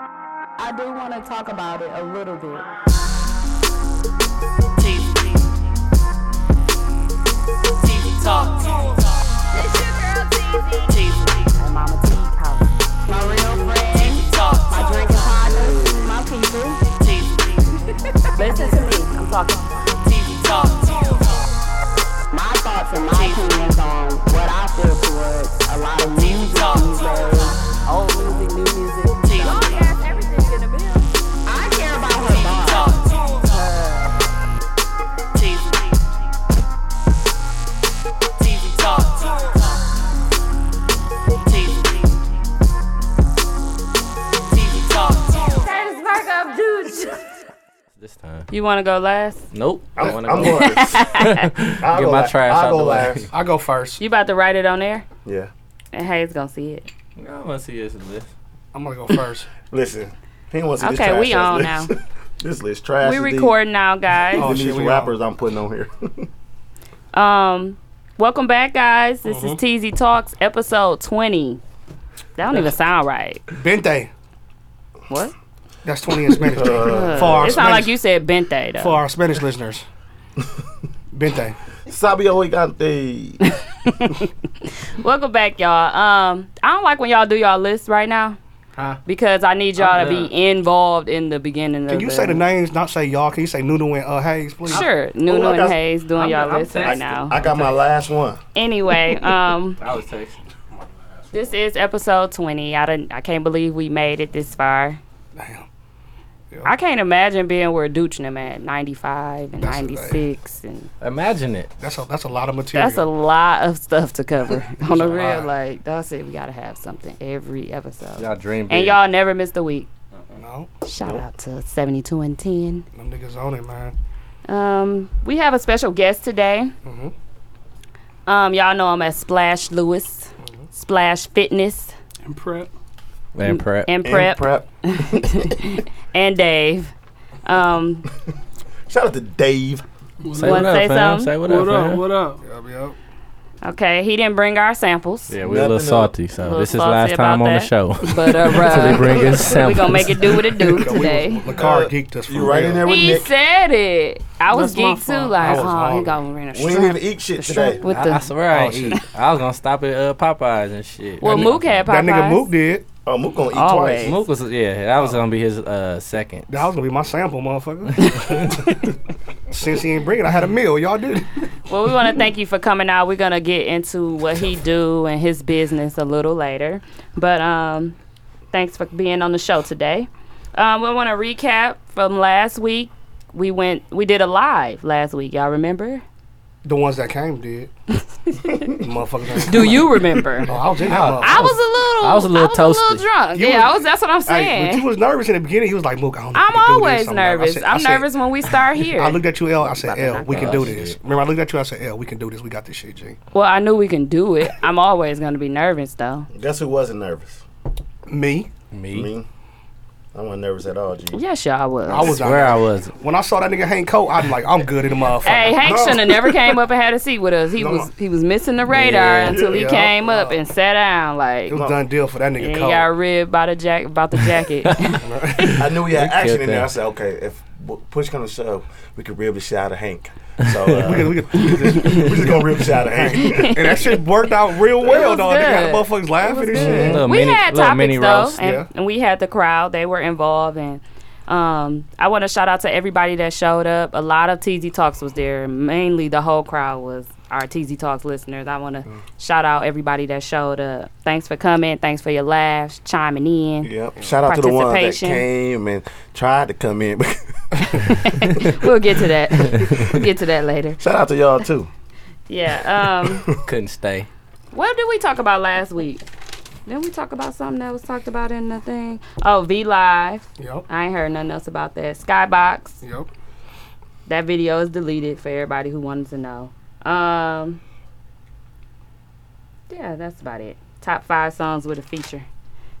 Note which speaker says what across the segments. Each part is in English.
Speaker 1: I do want to talk about it a little bit.
Speaker 2: TV. TV talk. TV.
Speaker 1: My mama T Collins. My real friend,
Speaker 2: TV talk.
Speaker 1: my drinking partners, my people.
Speaker 2: TV.
Speaker 1: Listen to me. I'm talking
Speaker 2: TV talk.
Speaker 1: my thoughts and my opinions on what I feel towards a lot of
Speaker 2: TV
Speaker 1: music
Speaker 2: talk.
Speaker 1: these days. Old music, new music.
Speaker 2: TV talk.
Speaker 1: I care about her
Speaker 2: TV
Speaker 1: thoughts.
Speaker 2: talk. TV. TV talk. TV. TV talk.
Speaker 3: This time.
Speaker 4: You want to go last?
Speaker 3: Nope. I
Speaker 5: I'm,
Speaker 3: want
Speaker 5: I'm
Speaker 3: to
Speaker 5: going. I'll
Speaker 3: Get
Speaker 5: go
Speaker 3: my
Speaker 5: last.
Speaker 3: trash out
Speaker 5: I'll go
Speaker 3: the way.
Speaker 5: last.
Speaker 6: I go first.
Speaker 4: You about to write it on there?
Speaker 5: Yeah.
Speaker 4: And Hayes gonna see it.
Speaker 3: go. I want to see this list.
Speaker 6: I'm gonna go first.
Speaker 5: Listen, he wants to see
Speaker 4: Okay,
Speaker 5: this trash
Speaker 4: we
Speaker 5: ass
Speaker 4: on
Speaker 5: list. this list trash.
Speaker 4: We
Speaker 5: as these-
Speaker 4: recording now, guys.
Speaker 6: Oh,
Speaker 5: these
Speaker 6: shit, we on.
Speaker 5: rappers I'm putting on here.
Speaker 4: Um, welcome back, guys. This
Speaker 6: Mm-hmm.
Speaker 4: is TZ Talks, episode twenty. That don't even sound right.
Speaker 6: Bente.
Speaker 4: What?
Speaker 6: That's 20 in
Speaker 5: Uh,
Speaker 6: Spanish. for our
Speaker 4: It sound
Speaker 6: Spanish,
Speaker 4: like you said bente though.
Speaker 6: for our Spanish listeners. Bente.
Speaker 5: Sabio Gigante.
Speaker 4: Welcome back, y'all. Um, I don't like when y'all do y'all list right now
Speaker 6: Huh?
Speaker 4: because I need y'all to
Speaker 3: I'm
Speaker 4: be involved in the beginning.
Speaker 6: Can
Speaker 4: of
Speaker 6: you
Speaker 4: the,
Speaker 6: say the names? Not say y'all. Can you say Nuno and uh, Hayes, please?
Speaker 4: Sure, Nuno
Speaker 5: I
Speaker 4: and
Speaker 5: got-
Speaker 4: Hayes doing
Speaker 3: I'm-
Speaker 4: y'all
Speaker 3: I'm
Speaker 4: list right
Speaker 3: texting.
Speaker 4: now.
Speaker 5: I got my last one.
Speaker 4: Anyway, um,
Speaker 3: I was texting.
Speaker 4: this is episode twenty. I didn't. I can't believe we made it this far.
Speaker 6: Damn.
Speaker 4: I can't imagine being where Dooch and them at 95 and
Speaker 6: That's a
Speaker 4: 96 and
Speaker 3: Imagine it.
Speaker 6: That's a that's a lot of material.
Speaker 4: that's a lot of stuff to cover on the real
Speaker 6: lot.
Speaker 4: like that's it we gotta have something every episode
Speaker 3: Y'all dream big. Uh-uh.
Speaker 4: and y'all never missed a week
Speaker 6: no,
Speaker 4: shout out to 72 and 10
Speaker 6: them niggas on it, man.
Speaker 4: um we have a special guest today
Speaker 6: Mhm.
Speaker 5: Mm-hmm.
Speaker 4: um y'all know I'm at Splash Lewis
Speaker 6: Mm-hmm.
Speaker 4: Splash Fitness
Speaker 6: And prep.
Speaker 3: Man, prep.
Speaker 4: Mm, and
Speaker 5: And
Speaker 4: Prep and,
Speaker 5: prep.
Speaker 4: Dave um
Speaker 5: Shout out to Dave.
Speaker 3: Say
Speaker 4: Wanna say
Speaker 3: fam.
Speaker 4: something?
Speaker 3: Say what, up, fam.
Speaker 7: uh,
Speaker 6: up? Yup, yup.
Speaker 4: okay he didn't bring our samples
Speaker 3: Yeah, we're a little
Speaker 5: Nothing up.
Speaker 3: salty, so
Speaker 4: Little
Speaker 3: this is
Speaker 4: salty
Speaker 3: last time
Speaker 4: about
Speaker 3: on the
Speaker 4: that.
Speaker 3: show.
Speaker 4: but uh,
Speaker 3: so they bring us
Speaker 4: we
Speaker 3: samples.
Speaker 4: gonna make it do what it do today
Speaker 6: Lacar
Speaker 5: Uh,
Speaker 6: geeked us. For
Speaker 5: You right in there with
Speaker 4: He
Speaker 5: Nick.
Speaker 4: said it. I was
Speaker 6: That's my
Speaker 4: geeked too.
Speaker 6: fault. I
Speaker 4: Like,
Speaker 6: was
Speaker 4: oh, he
Speaker 6: hungry.
Speaker 4: gonna bring a
Speaker 5: We ain't here
Speaker 4: shrimp,
Speaker 5: to eat shit today.
Speaker 4: shrimp with
Speaker 3: I, I
Speaker 4: the.
Speaker 3: swear I ain't
Speaker 6: Oh,
Speaker 3: eat. I was gonna stop at uh, Popeyes and shit.
Speaker 4: Well,
Speaker 3: That
Speaker 4: Mook
Speaker 3: nigga-
Speaker 4: had Popeyes.
Speaker 6: That nigga Mook did.
Speaker 5: Oh, Mook gonna eat
Speaker 4: Always.
Speaker 5: twice.
Speaker 3: Mook was yeah. That was gonna be his uh, second.
Speaker 6: That was gonna be my sample, motherfucker. Since he ain't bring it, I had a meal. Y'all did.
Speaker 4: Well, we want to thank you for coming out. We're gonna get into what he do and his business a little later, but um, thanks for being on the show today. Um, we want to recap from last week. We went, we did a live last week. Y'all remember?
Speaker 6: The ones that came did. Motherfuckers. ain't-
Speaker 4: Do you remember?
Speaker 6: Oh, I was in that
Speaker 3: I-
Speaker 4: I
Speaker 6: motherfucker.
Speaker 4: was a little,
Speaker 3: I was a little toasty.
Speaker 4: drunk.
Speaker 6: You
Speaker 4: yeah, I
Speaker 6: was-
Speaker 4: was. That's what I'm
Speaker 6: Hey,
Speaker 4: saying.
Speaker 6: but you was nervous in the beginning. He was like, "Mook, I don't know if
Speaker 4: I'm
Speaker 6: we can do this."
Speaker 4: always
Speaker 6: like, I
Speaker 4: nervous.
Speaker 6: said- I
Speaker 4: I'm
Speaker 6: said-
Speaker 4: nervous when we start here.
Speaker 6: I looked at you, L. I said, "L, we can do
Speaker 3: Oh, shit.
Speaker 6: this." Remember, I looked at you. I said, "L, we can do this. We got this shit, G."
Speaker 4: well, I knew we can do it. I'm always gonna be nervous though.
Speaker 5: Guess who wasn't nervous?
Speaker 6: Me,
Speaker 3: Me,
Speaker 5: Me. I wasn't nervous at all, G.
Speaker 4: Yes, y'all was.
Speaker 6: I was
Speaker 3: where
Speaker 6: out.
Speaker 3: I was.
Speaker 6: When I saw that nigga Hank Cole, I'm like, "I'm good in the motherfucker."
Speaker 4: Hey, Hank
Speaker 6: No.
Speaker 4: shouldn't have never came up and had a seat with us. He
Speaker 6: No.
Speaker 4: was he was missing the radar
Speaker 3: Yeah.
Speaker 4: until he
Speaker 6: Yeah.
Speaker 4: came up and sat down. Like
Speaker 6: It was done deal for that nigga
Speaker 4: and he
Speaker 6: Cole.
Speaker 4: got ribbed by the jack about the jacket.
Speaker 5: I knew we had action
Speaker 3: killed
Speaker 5: in there.
Speaker 3: that.
Speaker 5: I said, okay, if w- push comes to shove, we could rib the shit out of Hank. So uh,
Speaker 6: We could- we could-
Speaker 5: we just gonna rib the shit out of Hank.
Speaker 6: and that shit worked out real well,
Speaker 4: was
Speaker 6: though. They got
Speaker 4: good.
Speaker 6: motherfuckers laughing and shit.
Speaker 3: Little
Speaker 4: we
Speaker 3: mini-
Speaker 4: had
Speaker 3: little
Speaker 4: topics
Speaker 3: mini
Speaker 4: though,
Speaker 3: roast.
Speaker 4: and,
Speaker 6: yeah.
Speaker 4: and we had the crowd. They were involved, and um, I want to shout out to everybody that showed up. A lot of TZ Talks was there. Mainly, the whole crowd was our TZ Talks listeners. I want to
Speaker 5: Mm.
Speaker 4: shout out everybody that showed up. Thanks for coming. Thanks for your laughs, chiming in.
Speaker 5: Yep. Shout out to the ones that
Speaker 4: Participation.
Speaker 5: came and tried to come in.
Speaker 4: We'll get to that. we'll get to that later.
Speaker 5: Shout out to y'all too.
Speaker 4: Yeah. Um,
Speaker 3: Couldn't stay.
Speaker 4: what did we talk about last week? Didn't we talk about something that was talked about in the thing? Oh, V Live.
Speaker 6: Yep,
Speaker 4: I ain't heard nothing else about that. Skybox.
Speaker 6: yep.
Speaker 4: That video is deleted for everybody who wanted to know. Um, yeah, that's about it. Top five songs with a feature.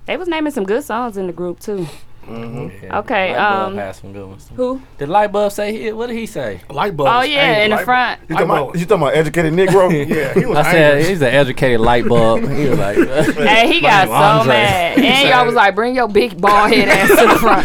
Speaker 4: They was naming some good songs in the group too.
Speaker 6: Mm-hmm.
Speaker 3: Yeah,
Speaker 4: Okay,
Speaker 3: light bulb
Speaker 4: um,
Speaker 3: had some good ones.
Speaker 4: Who?
Speaker 3: Did light bulb say he, what did he say?
Speaker 6: Light bulbs.
Speaker 4: Oh yeah, in the front.
Speaker 5: You talking, about, you talking about educated Negro?
Speaker 6: Yeah, he was.
Speaker 3: I said
Speaker 6: angry.
Speaker 3: he's an educated light bulb. he was like,
Speaker 4: Hey, he got
Speaker 3: name
Speaker 4: so
Speaker 3: Andre.
Speaker 4: mad, and y'all was like, "Bring your big bald head ass to the front."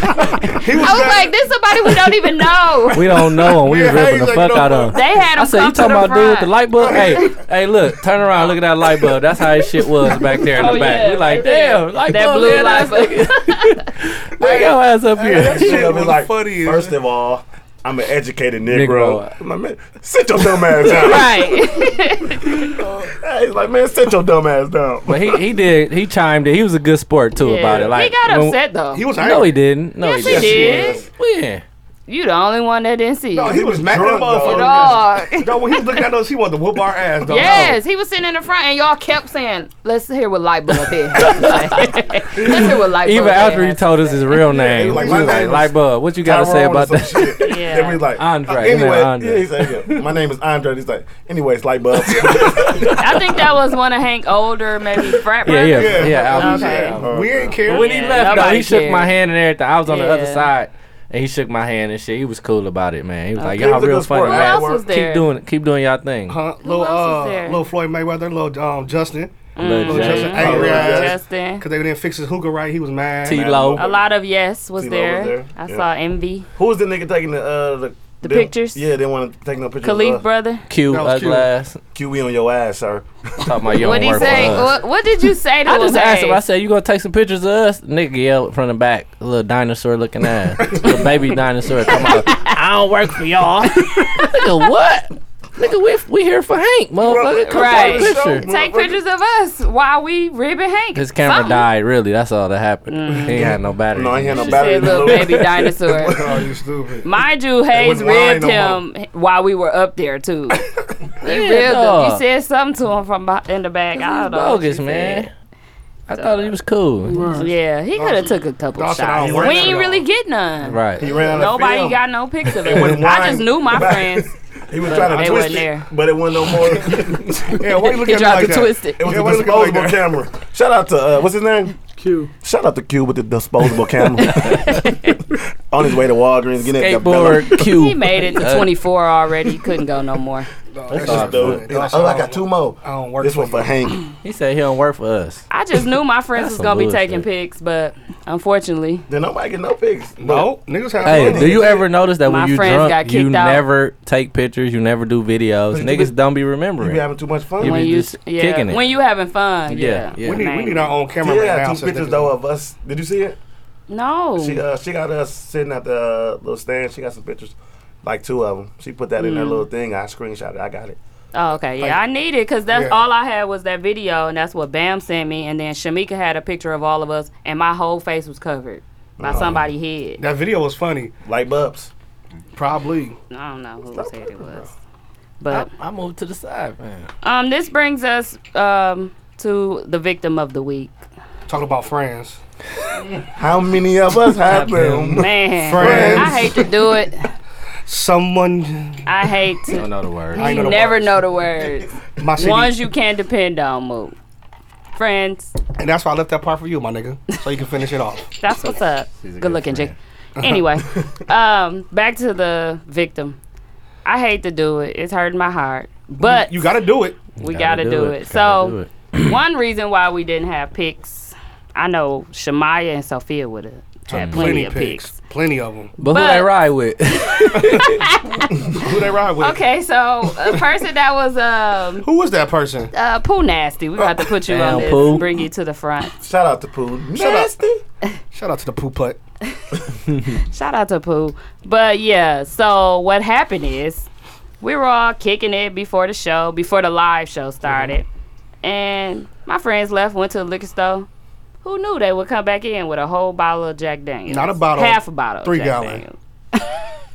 Speaker 6: he was,
Speaker 4: I was
Speaker 6: mad.
Speaker 4: like, "This somebody we don't even know."
Speaker 3: we don't know him. We
Speaker 6: Yeah,
Speaker 3: was ripping
Speaker 6: he's
Speaker 3: the
Speaker 6: like,
Speaker 3: fuck
Speaker 6: no,
Speaker 3: out
Speaker 6: no.
Speaker 3: of him.
Speaker 4: They had him
Speaker 3: I said,
Speaker 4: come
Speaker 3: you
Speaker 4: to
Speaker 3: talking
Speaker 4: the
Speaker 3: about dude with the
Speaker 4: front.
Speaker 3: light bulb? hey, hey, look, turn around, look at that light bulb. That's how his shit was back there in
Speaker 4: Oh,
Speaker 3: the back.
Speaker 4: yeah,
Speaker 3: we like,
Speaker 4: right there.
Speaker 3: damn, light
Speaker 4: That
Speaker 3: bulb.
Speaker 4: blue
Speaker 3: man,
Speaker 4: light
Speaker 3: that's-
Speaker 4: bulb.
Speaker 3: Bring your ass up
Speaker 5: That
Speaker 3: here.
Speaker 5: shit
Speaker 6: Shit
Speaker 5: was
Speaker 6: was
Speaker 5: like,
Speaker 6: funny,
Speaker 5: first
Speaker 6: yeah.
Speaker 5: of all, I'm an educated Negro.
Speaker 3: Negro.
Speaker 5: I'm like, man, sit your dumb ass down.
Speaker 4: right.
Speaker 5: Hey, He's like, man, sit your dumb ass down.
Speaker 3: But he, he did. He chimed in. He was a good sport too about
Speaker 4: Yeah.
Speaker 3: it. Like
Speaker 4: he got
Speaker 3: when-
Speaker 4: upset though.
Speaker 6: he was angry.
Speaker 3: No, he didn't. No,
Speaker 4: yes,
Speaker 3: he didn't.
Speaker 4: did.
Speaker 3: Yeah.
Speaker 4: You the only one that didn't see.
Speaker 6: No,
Speaker 4: it.
Speaker 6: he was mad at
Speaker 5: drunk,
Speaker 6: motherfucker.
Speaker 4: Dog.
Speaker 6: No, when he was looking at us, he wanted to whoop our ass. Dog.
Speaker 4: Yes, he was sitting in the front, and y'all kept saying, "Let's hear what light bulb did." Let's hear what light bulb.
Speaker 3: Even
Speaker 4: did.
Speaker 3: after he told us his real
Speaker 5: he
Speaker 3: name,
Speaker 5: was like,
Speaker 3: we
Speaker 5: "My
Speaker 3: was like,
Speaker 5: name is
Speaker 3: light bulb, what you got to say about that?
Speaker 4: Yeah.
Speaker 5: Then we like
Speaker 3: Andre,
Speaker 5: uh,
Speaker 3: his name
Speaker 5: anyway,
Speaker 3: Andre.
Speaker 5: yeah, he's like, yeah, my name is Andre. He's like, anyway, it's light bulb.
Speaker 4: I think that was one of Hank older, maybe frat.
Speaker 3: Yeah, yeah,
Speaker 5: Yeah.
Speaker 3: yeah. Album,
Speaker 4: Okay.
Speaker 3: yeah, album.
Speaker 6: We ain't care.
Speaker 3: But when he
Speaker 4: Yeah,
Speaker 3: left, though,
Speaker 4: nobody
Speaker 3: he shook
Speaker 4: cared.
Speaker 3: my hand and everything. I was on the other
Speaker 4: Yeah.
Speaker 3: side, and he shook my hand and shit. He was cool about it, man. He was like,
Speaker 5: He
Speaker 3: "Y'all
Speaker 5: was a
Speaker 3: real
Speaker 5: good sport.
Speaker 3: funny,
Speaker 5: Who
Speaker 4: Who
Speaker 3: man.
Speaker 4: else was there?
Speaker 3: Keep doing, it. keep doing y'all thing."
Speaker 6: Huh? Little,
Speaker 4: else was
Speaker 6: uh,
Speaker 4: there? Mm.
Speaker 6: little Floyd Mayweather, little um, Justin,
Speaker 3: Lil
Speaker 6: Lil
Speaker 3: J.
Speaker 6: Justin angry
Speaker 5: Lil
Speaker 6: at us
Speaker 4: Mm-hmm. Justin.
Speaker 6: because they didn't fix his hookah right. He was mad.
Speaker 3: T-Lo.
Speaker 4: A lot of yes was
Speaker 5: T-Lo was
Speaker 4: there.
Speaker 5: there.
Speaker 4: I
Speaker 5: Yeah.
Speaker 4: saw Envy,
Speaker 5: Who was the nigga taking the uh, the,
Speaker 4: The
Speaker 5: them-
Speaker 4: pictures?
Speaker 5: Yeah, they want to take no pictures.
Speaker 4: Khalif
Speaker 5: uh,
Speaker 4: brother.
Speaker 3: Q,
Speaker 6: That was Q.
Speaker 3: ugly ass.
Speaker 5: QE on your ass, sir.
Speaker 3: Talking about you
Speaker 4: What
Speaker 3: don't
Speaker 4: he
Speaker 3: work for
Speaker 4: say?
Speaker 3: us.
Speaker 4: What, what did you say to
Speaker 3: I just
Speaker 4: him?
Speaker 3: asked
Speaker 4: Hey,
Speaker 3: him. I said, "You gonna take some pictures of us?" Nigga yelled from the back, a little dinosaur looking ass, little baby dinosaur. Come on, I don't work for y'all. Nigga, what? Nigga, we we here for Hank, motherfucker. Come
Speaker 4: Right.
Speaker 3: take a picture.
Speaker 4: Take pictures of us while we ribbing Hank.
Speaker 3: His camera
Speaker 4: Something. Mm-hmm.
Speaker 3: died. Really, that's all that happened. He ain't had no battery.
Speaker 5: No, he had no
Speaker 4: She
Speaker 5: battery.
Speaker 4: said, little baby dinosaur.
Speaker 6: Oh, you stupid.
Speaker 4: Mind you, Hayes
Speaker 6: wasn't lying
Speaker 4: ribbed
Speaker 6: no
Speaker 4: him while we were up there too.
Speaker 3: Yeah,
Speaker 4: He ribbed him. He
Speaker 3: dog.
Speaker 4: said something to him from beh- in the back. I
Speaker 3: He's
Speaker 4: don't know. what
Speaker 3: bogus,
Speaker 4: she
Speaker 3: man.
Speaker 4: said.
Speaker 3: I thought he was cool.
Speaker 4: Yeah, he could have took a couple
Speaker 6: Dawson, I don't
Speaker 4: shots.
Speaker 6: work
Speaker 4: We
Speaker 6: for
Speaker 4: ain't
Speaker 6: y'all.
Speaker 4: really get none.
Speaker 3: Right.
Speaker 5: He ran out of
Speaker 4: Nobody
Speaker 5: film.
Speaker 4: got no picture of
Speaker 5: wouldn't
Speaker 4: it. I just
Speaker 5: whine.
Speaker 4: knew my friends.
Speaker 5: He was trying to
Speaker 4: They
Speaker 5: twist
Speaker 4: wasn't
Speaker 5: it,
Speaker 4: there.
Speaker 5: but it wasn't no more. it
Speaker 6: Yeah, why you
Speaker 4: He
Speaker 6: looking at me
Speaker 4: tried
Speaker 6: like
Speaker 4: to
Speaker 6: that?
Speaker 4: twist it.
Speaker 5: was
Speaker 6: Yeah,
Speaker 5: a
Speaker 6: why you looking like
Speaker 5: disposable
Speaker 6: that?
Speaker 5: camera. Shout out to uh, what's his name?
Speaker 7: Q.
Speaker 5: Shout out to Q with the disposable camera. on his way to Walgreens, getting that Uh, Cabela.
Speaker 3: Skateboard Q. Uh,
Speaker 4: He made it to 24 already. Couldn't go no more.
Speaker 6: That's
Speaker 3: all
Speaker 6: just
Speaker 3: good.
Speaker 6: stupid.
Speaker 5: He's like, oh, I got two more.
Speaker 6: I don't work
Speaker 5: This
Speaker 6: for
Speaker 5: one for Hank.
Speaker 3: He said he don't work for us.
Speaker 4: I just knew my friends was
Speaker 3: some
Speaker 4: gonna be
Speaker 3: bullshit.
Speaker 4: taking pics, but unfortunately,
Speaker 5: Then nobody get no pics.
Speaker 6: No, niggas have.
Speaker 3: Hey,
Speaker 6: money.
Speaker 3: do you ever notice that
Speaker 4: My
Speaker 3: when you
Speaker 4: friends got
Speaker 3: drunk,
Speaker 4: kicked
Speaker 3: you
Speaker 4: out.
Speaker 3: never take pictures, you never do videos?
Speaker 5: you
Speaker 3: Niggas
Speaker 5: be-
Speaker 3: don't be
Speaker 5: You
Speaker 3: remembering.
Speaker 5: be having too much fun.
Speaker 3: You
Speaker 4: when
Speaker 3: be
Speaker 4: you
Speaker 3: just
Speaker 4: yeah,
Speaker 3: kicking it.
Speaker 4: when you having fun, yeah,
Speaker 3: Yeah, yeah.
Speaker 6: We need, we need our own camera
Speaker 5: yeah,
Speaker 6: right now.
Speaker 5: two
Speaker 6: so
Speaker 5: pictures
Speaker 6: niggas-
Speaker 5: though of us. Did you see it?
Speaker 4: no.
Speaker 5: She uh, she got us sitting at the uh, little stand. She got some pictures, like two of them. She put that
Speaker 4: Mm.
Speaker 5: in that little thing. I screenshot it. I got it.
Speaker 4: Oh, okay. Yeah, I need it because that's
Speaker 6: Yeah.
Speaker 4: all I had was that video, and that's what Bam sent me. And then Shamika had a picture of all of us, and my whole face was covered by somebody head.
Speaker 6: Oh. That video was funny.
Speaker 5: Like Bubs.
Speaker 6: Probably.
Speaker 4: I don't know whose head it was. But
Speaker 3: I moved to the side, man.
Speaker 4: um, this brings us um to the victim of the week,
Speaker 6: Talking about friends.
Speaker 5: How many of us have
Speaker 3: Goddamn.
Speaker 5: them?
Speaker 4: man.
Speaker 6: Friends.
Speaker 4: I hate to do it.
Speaker 6: Someone.
Speaker 4: I hate
Speaker 3: I don't
Speaker 4: to.
Speaker 3: know the word.
Speaker 6: I ain't
Speaker 4: You
Speaker 6: know the
Speaker 4: never
Speaker 6: words.
Speaker 4: know the words.
Speaker 6: My city.
Speaker 4: Ones you can't depend on, move. Friends,
Speaker 6: And that's why I left that part for you, my nigga. So you can finish it off.
Speaker 4: that's what's up.
Speaker 3: She's a
Speaker 4: Good
Speaker 3: good
Speaker 4: looking, Jake.
Speaker 3: friend.
Speaker 4: Anyway, um, back to the victim. I hate to do it. It's hurting my heart, but
Speaker 6: You gotta do it.
Speaker 4: we gotta, do it.
Speaker 3: Gotta
Speaker 4: So
Speaker 3: do it.
Speaker 4: one reason why we didn't have picks, I know Shamaya and Sophia would have had plenty, of picks.
Speaker 6: Plenty of them.
Speaker 3: But, who
Speaker 4: but-
Speaker 3: they ride with?
Speaker 6: Who they ride with?
Speaker 4: Okay, so a person that was um
Speaker 6: Who was that person?
Speaker 4: uh Pooh Nasty, we got to put you
Speaker 3: Damn,
Speaker 4: on this,
Speaker 3: Pooh.
Speaker 4: bring you to the front.
Speaker 5: Shout out to Pooh.
Speaker 6: Shout out-
Speaker 5: Nasty.
Speaker 6: Shout out to the poo putt.
Speaker 4: Shout out to Pooh. But yeah, so what happened is we were all kicking it before the show, before the live show started. And my friends left, went to the liquor store. Who knew they would come back in with a whole bottle of Jack Daniels?
Speaker 6: Not a bottle,
Speaker 4: Half a bottle.
Speaker 6: three
Speaker 4: Jack
Speaker 6: gallon.
Speaker 4: Daniels.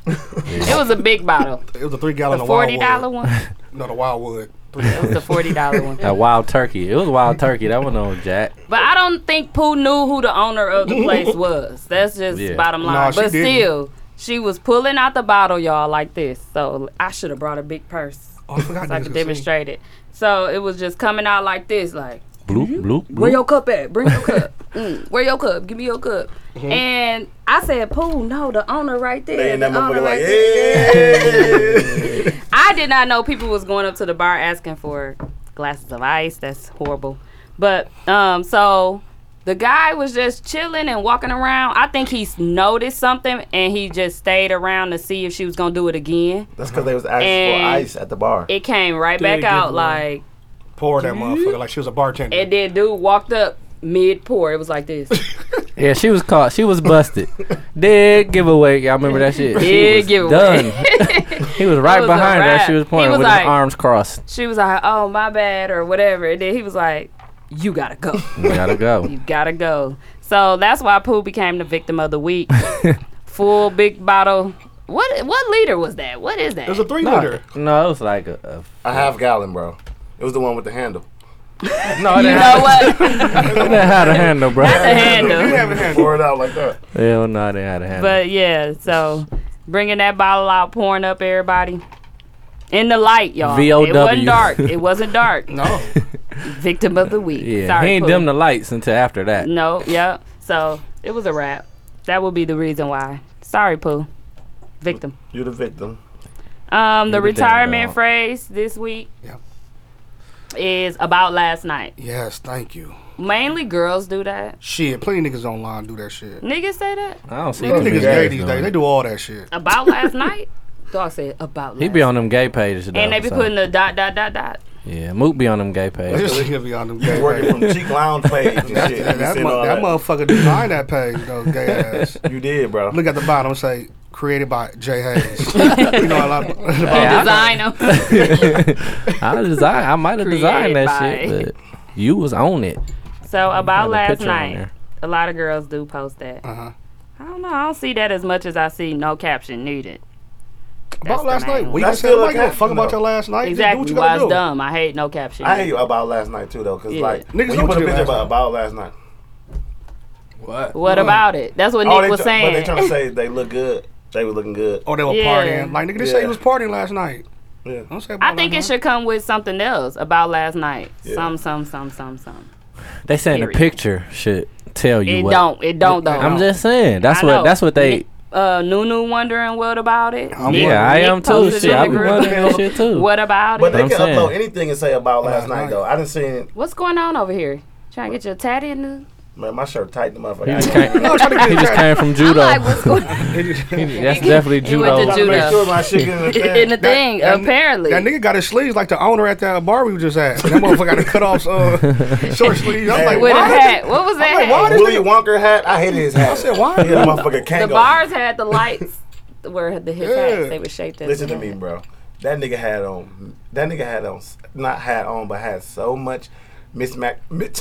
Speaker 4: it was a big bottle.
Speaker 6: It was a three
Speaker 4: The
Speaker 6: gallon. of
Speaker 4: forty dollar
Speaker 6: Wildwood.
Speaker 4: one.
Speaker 6: No, the Wildwood.
Speaker 4: It was the forty dollar one.
Speaker 3: That wild turkey. It was wild turkey. That one on Jack.
Speaker 4: But I don't think Pooh knew who the owner of the place was. That's just
Speaker 3: Yeah.
Speaker 4: bottom line.
Speaker 6: Nah, she
Speaker 4: but
Speaker 6: didn't.
Speaker 4: still, she was pulling out the bottle, y'all, like this. So I should have brought a big purse
Speaker 6: Oh, I forgot.
Speaker 4: so I
Speaker 6: niggas
Speaker 4: could
Speaker 6: could
Speaker 4: demonstrate it. So it was just coming out like this, like
Speaker 3: Bloop bloop.
Speaker 4: where
Speaker 3: bloop.
Speaker 4: your cup at? Bring your cup. mm, where your cup? Give me your cup.
Speaker 6: Mm-hmm.
Speaker 4: And I said, Pooh, no, the owner right there.
Speaker 5: They in that
Speaker 4: the owner
Speaker 5: motherfucker like,
Speaker 4: right there."
Speaker 5: yeah.
Speaker 4: I did not know people was going up to the bar asking for glasses of ice. That's horrible. But um, so the guy was just chilling and walking around. I think he's noticed something and he just stayed around to see if she was gonna do it again.
Speaker 5: That's because they was asking
Speaker 4: And-
Speaker 5: for ice at the bar.
Speaker 4: It came right
Speaker 6: Did
Speaker 4: back
Speaker 6: it
Speaker 4: out
Speaker 6: give
Speaker 4: like,
Speaker 6: away? Poured that motherfucker like she was a bartender.
Speaker 4: and then dude walked up mid pour. It was like this.
Speaker 3: Yeah, she was caught. She was busted. Dead giveaway. Y'all remember that shit? She
Speaker 4: Dead
Speaker 3: was
Speaker 4: giveaway.
Speaker 3: Done. he was right
Speaker 4: was a
Speaker 3: behind her.
Speaker 4: wrap.
Speaker 3: She was
Speaker 4: He
Speaker 3: pointing
Speaker 4: was
Speaker 3: with
Speaker 4: like-
Speaker 3: his arms crossed.
Speaker 4: she was like, "Oh my bad" or whatever. And then he was like, "You gotta go."
Speaker 3: We gotta go.
Speaker 4: You gotta go. So that's why Pooh became the victim of the week. Full big bottle. What what liter was that? What is that?
Speaker 6: it was a three
Speaker 3: no,
Speaker 6: liter.
Speaker 3: no, it was like a,
Speaker 5: a half gallon, bro. It was the one with the handle.
Speaker 3: a no. It
Speaker 4: you
Speaker 3: didn't
Speaker 4: know
Speaker 3: have-
Speaker 4: what?
Speaker 3: it didn't have a handle, bro.
Speaker 4: a handle.
Speaker 5: You have a handle. Pour it out like that.
Speaker 3: Hell no, it didn't have a handle.
Speaker 4: but yeah, so bringing that bottle out, pouring up everybody. In the light, y'all. It
Speaker 3: VOW.
Speaker 4: wasn't dark. It wasn't dark.
Speaker 6: No.
Speaker 4: Victim of the week.
Speaker 3: yeah,
Speaker 4: Sorry,
Speaker 3: he ain't
Speaker 4: Pooh.
Speaker 3: dim the lights until after that.
Speaker 4: No, yep. So it was a wrap. That would be the reason why. Sorry, Pooh. Victim.
Speaker 5: You're the victim.
Speaker 4: Um, the
Speaker 3: You the damn
Speaker 4: retirement
Speaker 3: dog.
Speaker 4: phrase this week
Speaker 6: Yep.
Speaker 4: is about last night.
Speaker 6: Yes, thank you.
Speaker 4: Mainly girls do that.
Speaker 6: Shit, plenty of niggas online do that shit.
Speaker 4: Niggas say that
Speaker 3: I don't see
Speaker 6: These
Speaker 3: too many
Speaker 6: niggas gay
Speaker 3: guys
Speaker 6: these
Speaker 3: doing
Speaker 6: days.
Speaker 3: it.
Speaker 6: They do all that shit.
Speaker 4: about last night. Dog said about last.
Speaker 3: He be on them gay pages. Though,
Speaker 4: and they be
Speaker 3: so-
Speaker 4: putting the dot dot dot dot.
Speaker 3: yeah, Mook be on them gay pages.
Speaker 6: This nigga be on them
Speaker 5: You
Speaker 6: gay
Speaker 5: working from
Speaker 6: pages.
Speaker 5: Cheek Lounge page and
Speaker 6: That,
Speaker 5: shit.
Speaker 6: that,
Speaker 5: You seen
Speaker 6: mu-
Speaker 5: all
Speaker 6: that motherfucker designed that page, though, gay ass.
Speaker 5: You did, bro.
Speaker 6: Look at the bottom, say, created by Jay Hayes. you know a lot about
Speaker 3: I-
Speaker 4: Design 'em.
Speaker 3: I design. I might have designed
Speaker 4: Created
Speaker 3: that
Speaker 4: by-
Speaker 3: shit, but you was on it.
Speaker 4: so about
Speaker 3: Had a
Speaker 4: last
Speaker 3: picture on
Speaker 4: night.
Speaker 3: there.
Speaker 4: A lot of girls do post that.
Speaker 6: Uh-huh.
Speaker 4: I don't know. I don't see that as much as I see no caption needed. That's
Speaker 6: About
Speaker 4: the
Speaker 6: last
Speaker 4: main
Speaker 6: night,
Speaker 4: one.
Speaker 6: we
Speaker 5: That's
Speaker 6: just said,
Speaker 5: still
Speaker 6: like,
Speaker 5: okay,
Speaker 6: give a fuck about
Speaker 5: though.
Speaker 6: your last night.
Speaker 4: Exactly.
Speaker 6: Just do what
Speaker 4: Why
Speaker 6: you
Speaker 4: it's
Speaker 6: gotta
Speaker 4: dumb. I hate no caption.
Speaker 5: I hate about last night too, though, because
Speaker 4: Yeah.
Speaker 5: like
Speaker 6: Niggas
Speaker 5: when you
Speaker 6: don't
Speaker 5: put a
Speaker 6: do
Speaker 5: picture
Speaker 6: last
Speaker 5: about,
Speaker 6: night.
Speaker 5: about last night.
Speaker 3: What?
Speaker 4: What about it? That's what
Speaker 5: Oh,
Speaker 4: Nick
Speaker 5: they
Speaker 4: was
Speaker 5: tr- but they
Speaker 4: saying.
Speaker 5: trying to say they look good. They were looking good.
Speaker 6: do. Or Oh, they were
Speaker 4: Yeah.
Speaker 6: partying. Like, nigga, they say
Speaker 5: Yeah.
Speaker 6: you was partying last night.
Speaker 5: Yeah.
Speaker 6: Don't say about
Speaker 4: I think it
Speaker 6: last
Speaker 4: should come with something else about last night.
Speaker 5: Yeah.
Speaker 4: Some, some, some, some, some.
Speaker 3: They saying the
Speaker 4: Period.
Speaker 3: picture should tell you
Speaker 4: It
Speaker 3: what.
Speaker 4: don't. It don't though.
Speaker 3: I'm just saying. That's
Speaker 4: I
Speaker 3: what.
Speaker 4: know.
Speaker 3: That's what they.
Speaker 4: Ni- Uh, Nunu wondering what about it.
Speaker 6: I'm
Speaker 3: yeah,
Speaker 6: wondering.
Speaker 3: I am too.
Speaker 4: posted
Speaker 3: Shit,
Speaker 4: in
Speaker 3: I
Speaker 4: the
Speaker 3: be
Speaker 4: group.
Speaker 3: wondering that shit too.
Speaker 4: What about
Speaker 5: But
Speaker 4: it?
Speaker 5: they
Speaker 3: I'm
Speaker 5: can
Speaker 3: saying.
Speaker 5: upload anything and say about last
Speaker 6: Last
Speaker 5: night,
Speaker 6: night.
Speaker 5: though. I didn't see
Speaker 4: What's going on over here? Trying to get your tatty in the.
Speaker 5: man. My shirt tight, the motherfucker.
Speaker 3: He
Speaker 5: I
Speaker 3: just
Speaker 5: can't-
Speaker 3: came,
Speaker 6: night. No, trying
Speaker 3: he
Speaker 6: to
Speaker 3: just
Speaker 6: get
Speaker 3: came from judo.
Speaker 4: Like, what's going on
Speaker 3: That's definitely
Speaker 4: He went
Speaker 3: judo.
Speaker 4: to
Speaker 5: Trying to
Speaker 4: Judo.
Speaker 5: make sure my shit get in the
Speaker 4: in the thing?
Speaker 5: thing.
Speaker 6: that-
Speaker 4: apparently.
Speaker 6: That nigga got his sleeves like the owner at that bar we just at. That motherfucker got to cut off uh, short sleeves. I'm like,
Speaker 4: with a
Speaker 6: why?
Speaker 4: hat. What was that?
Speaker 6: like, why
Speaker 4: hat?
Speaker 6: did-
Speaker 5: Willy Wonka hat. I hated his hat. I
Speaker 6: said, why?
Speaker 5: He had a motherfucking
Speaker 4: The
Speaker 5: kango.
Speaker 4: bars had the lights where the his
Speaker 6: Yeah.
Speaker 4: hats they were shaped as.
Speaker 5: Listen
Speaker 4: the
Speaker 5: to me,
Speaker 4: hat.
Speaker 5: bro. That nigga had on. That nigga had on. Not had on, but had so much. Miss Mac, Mitch,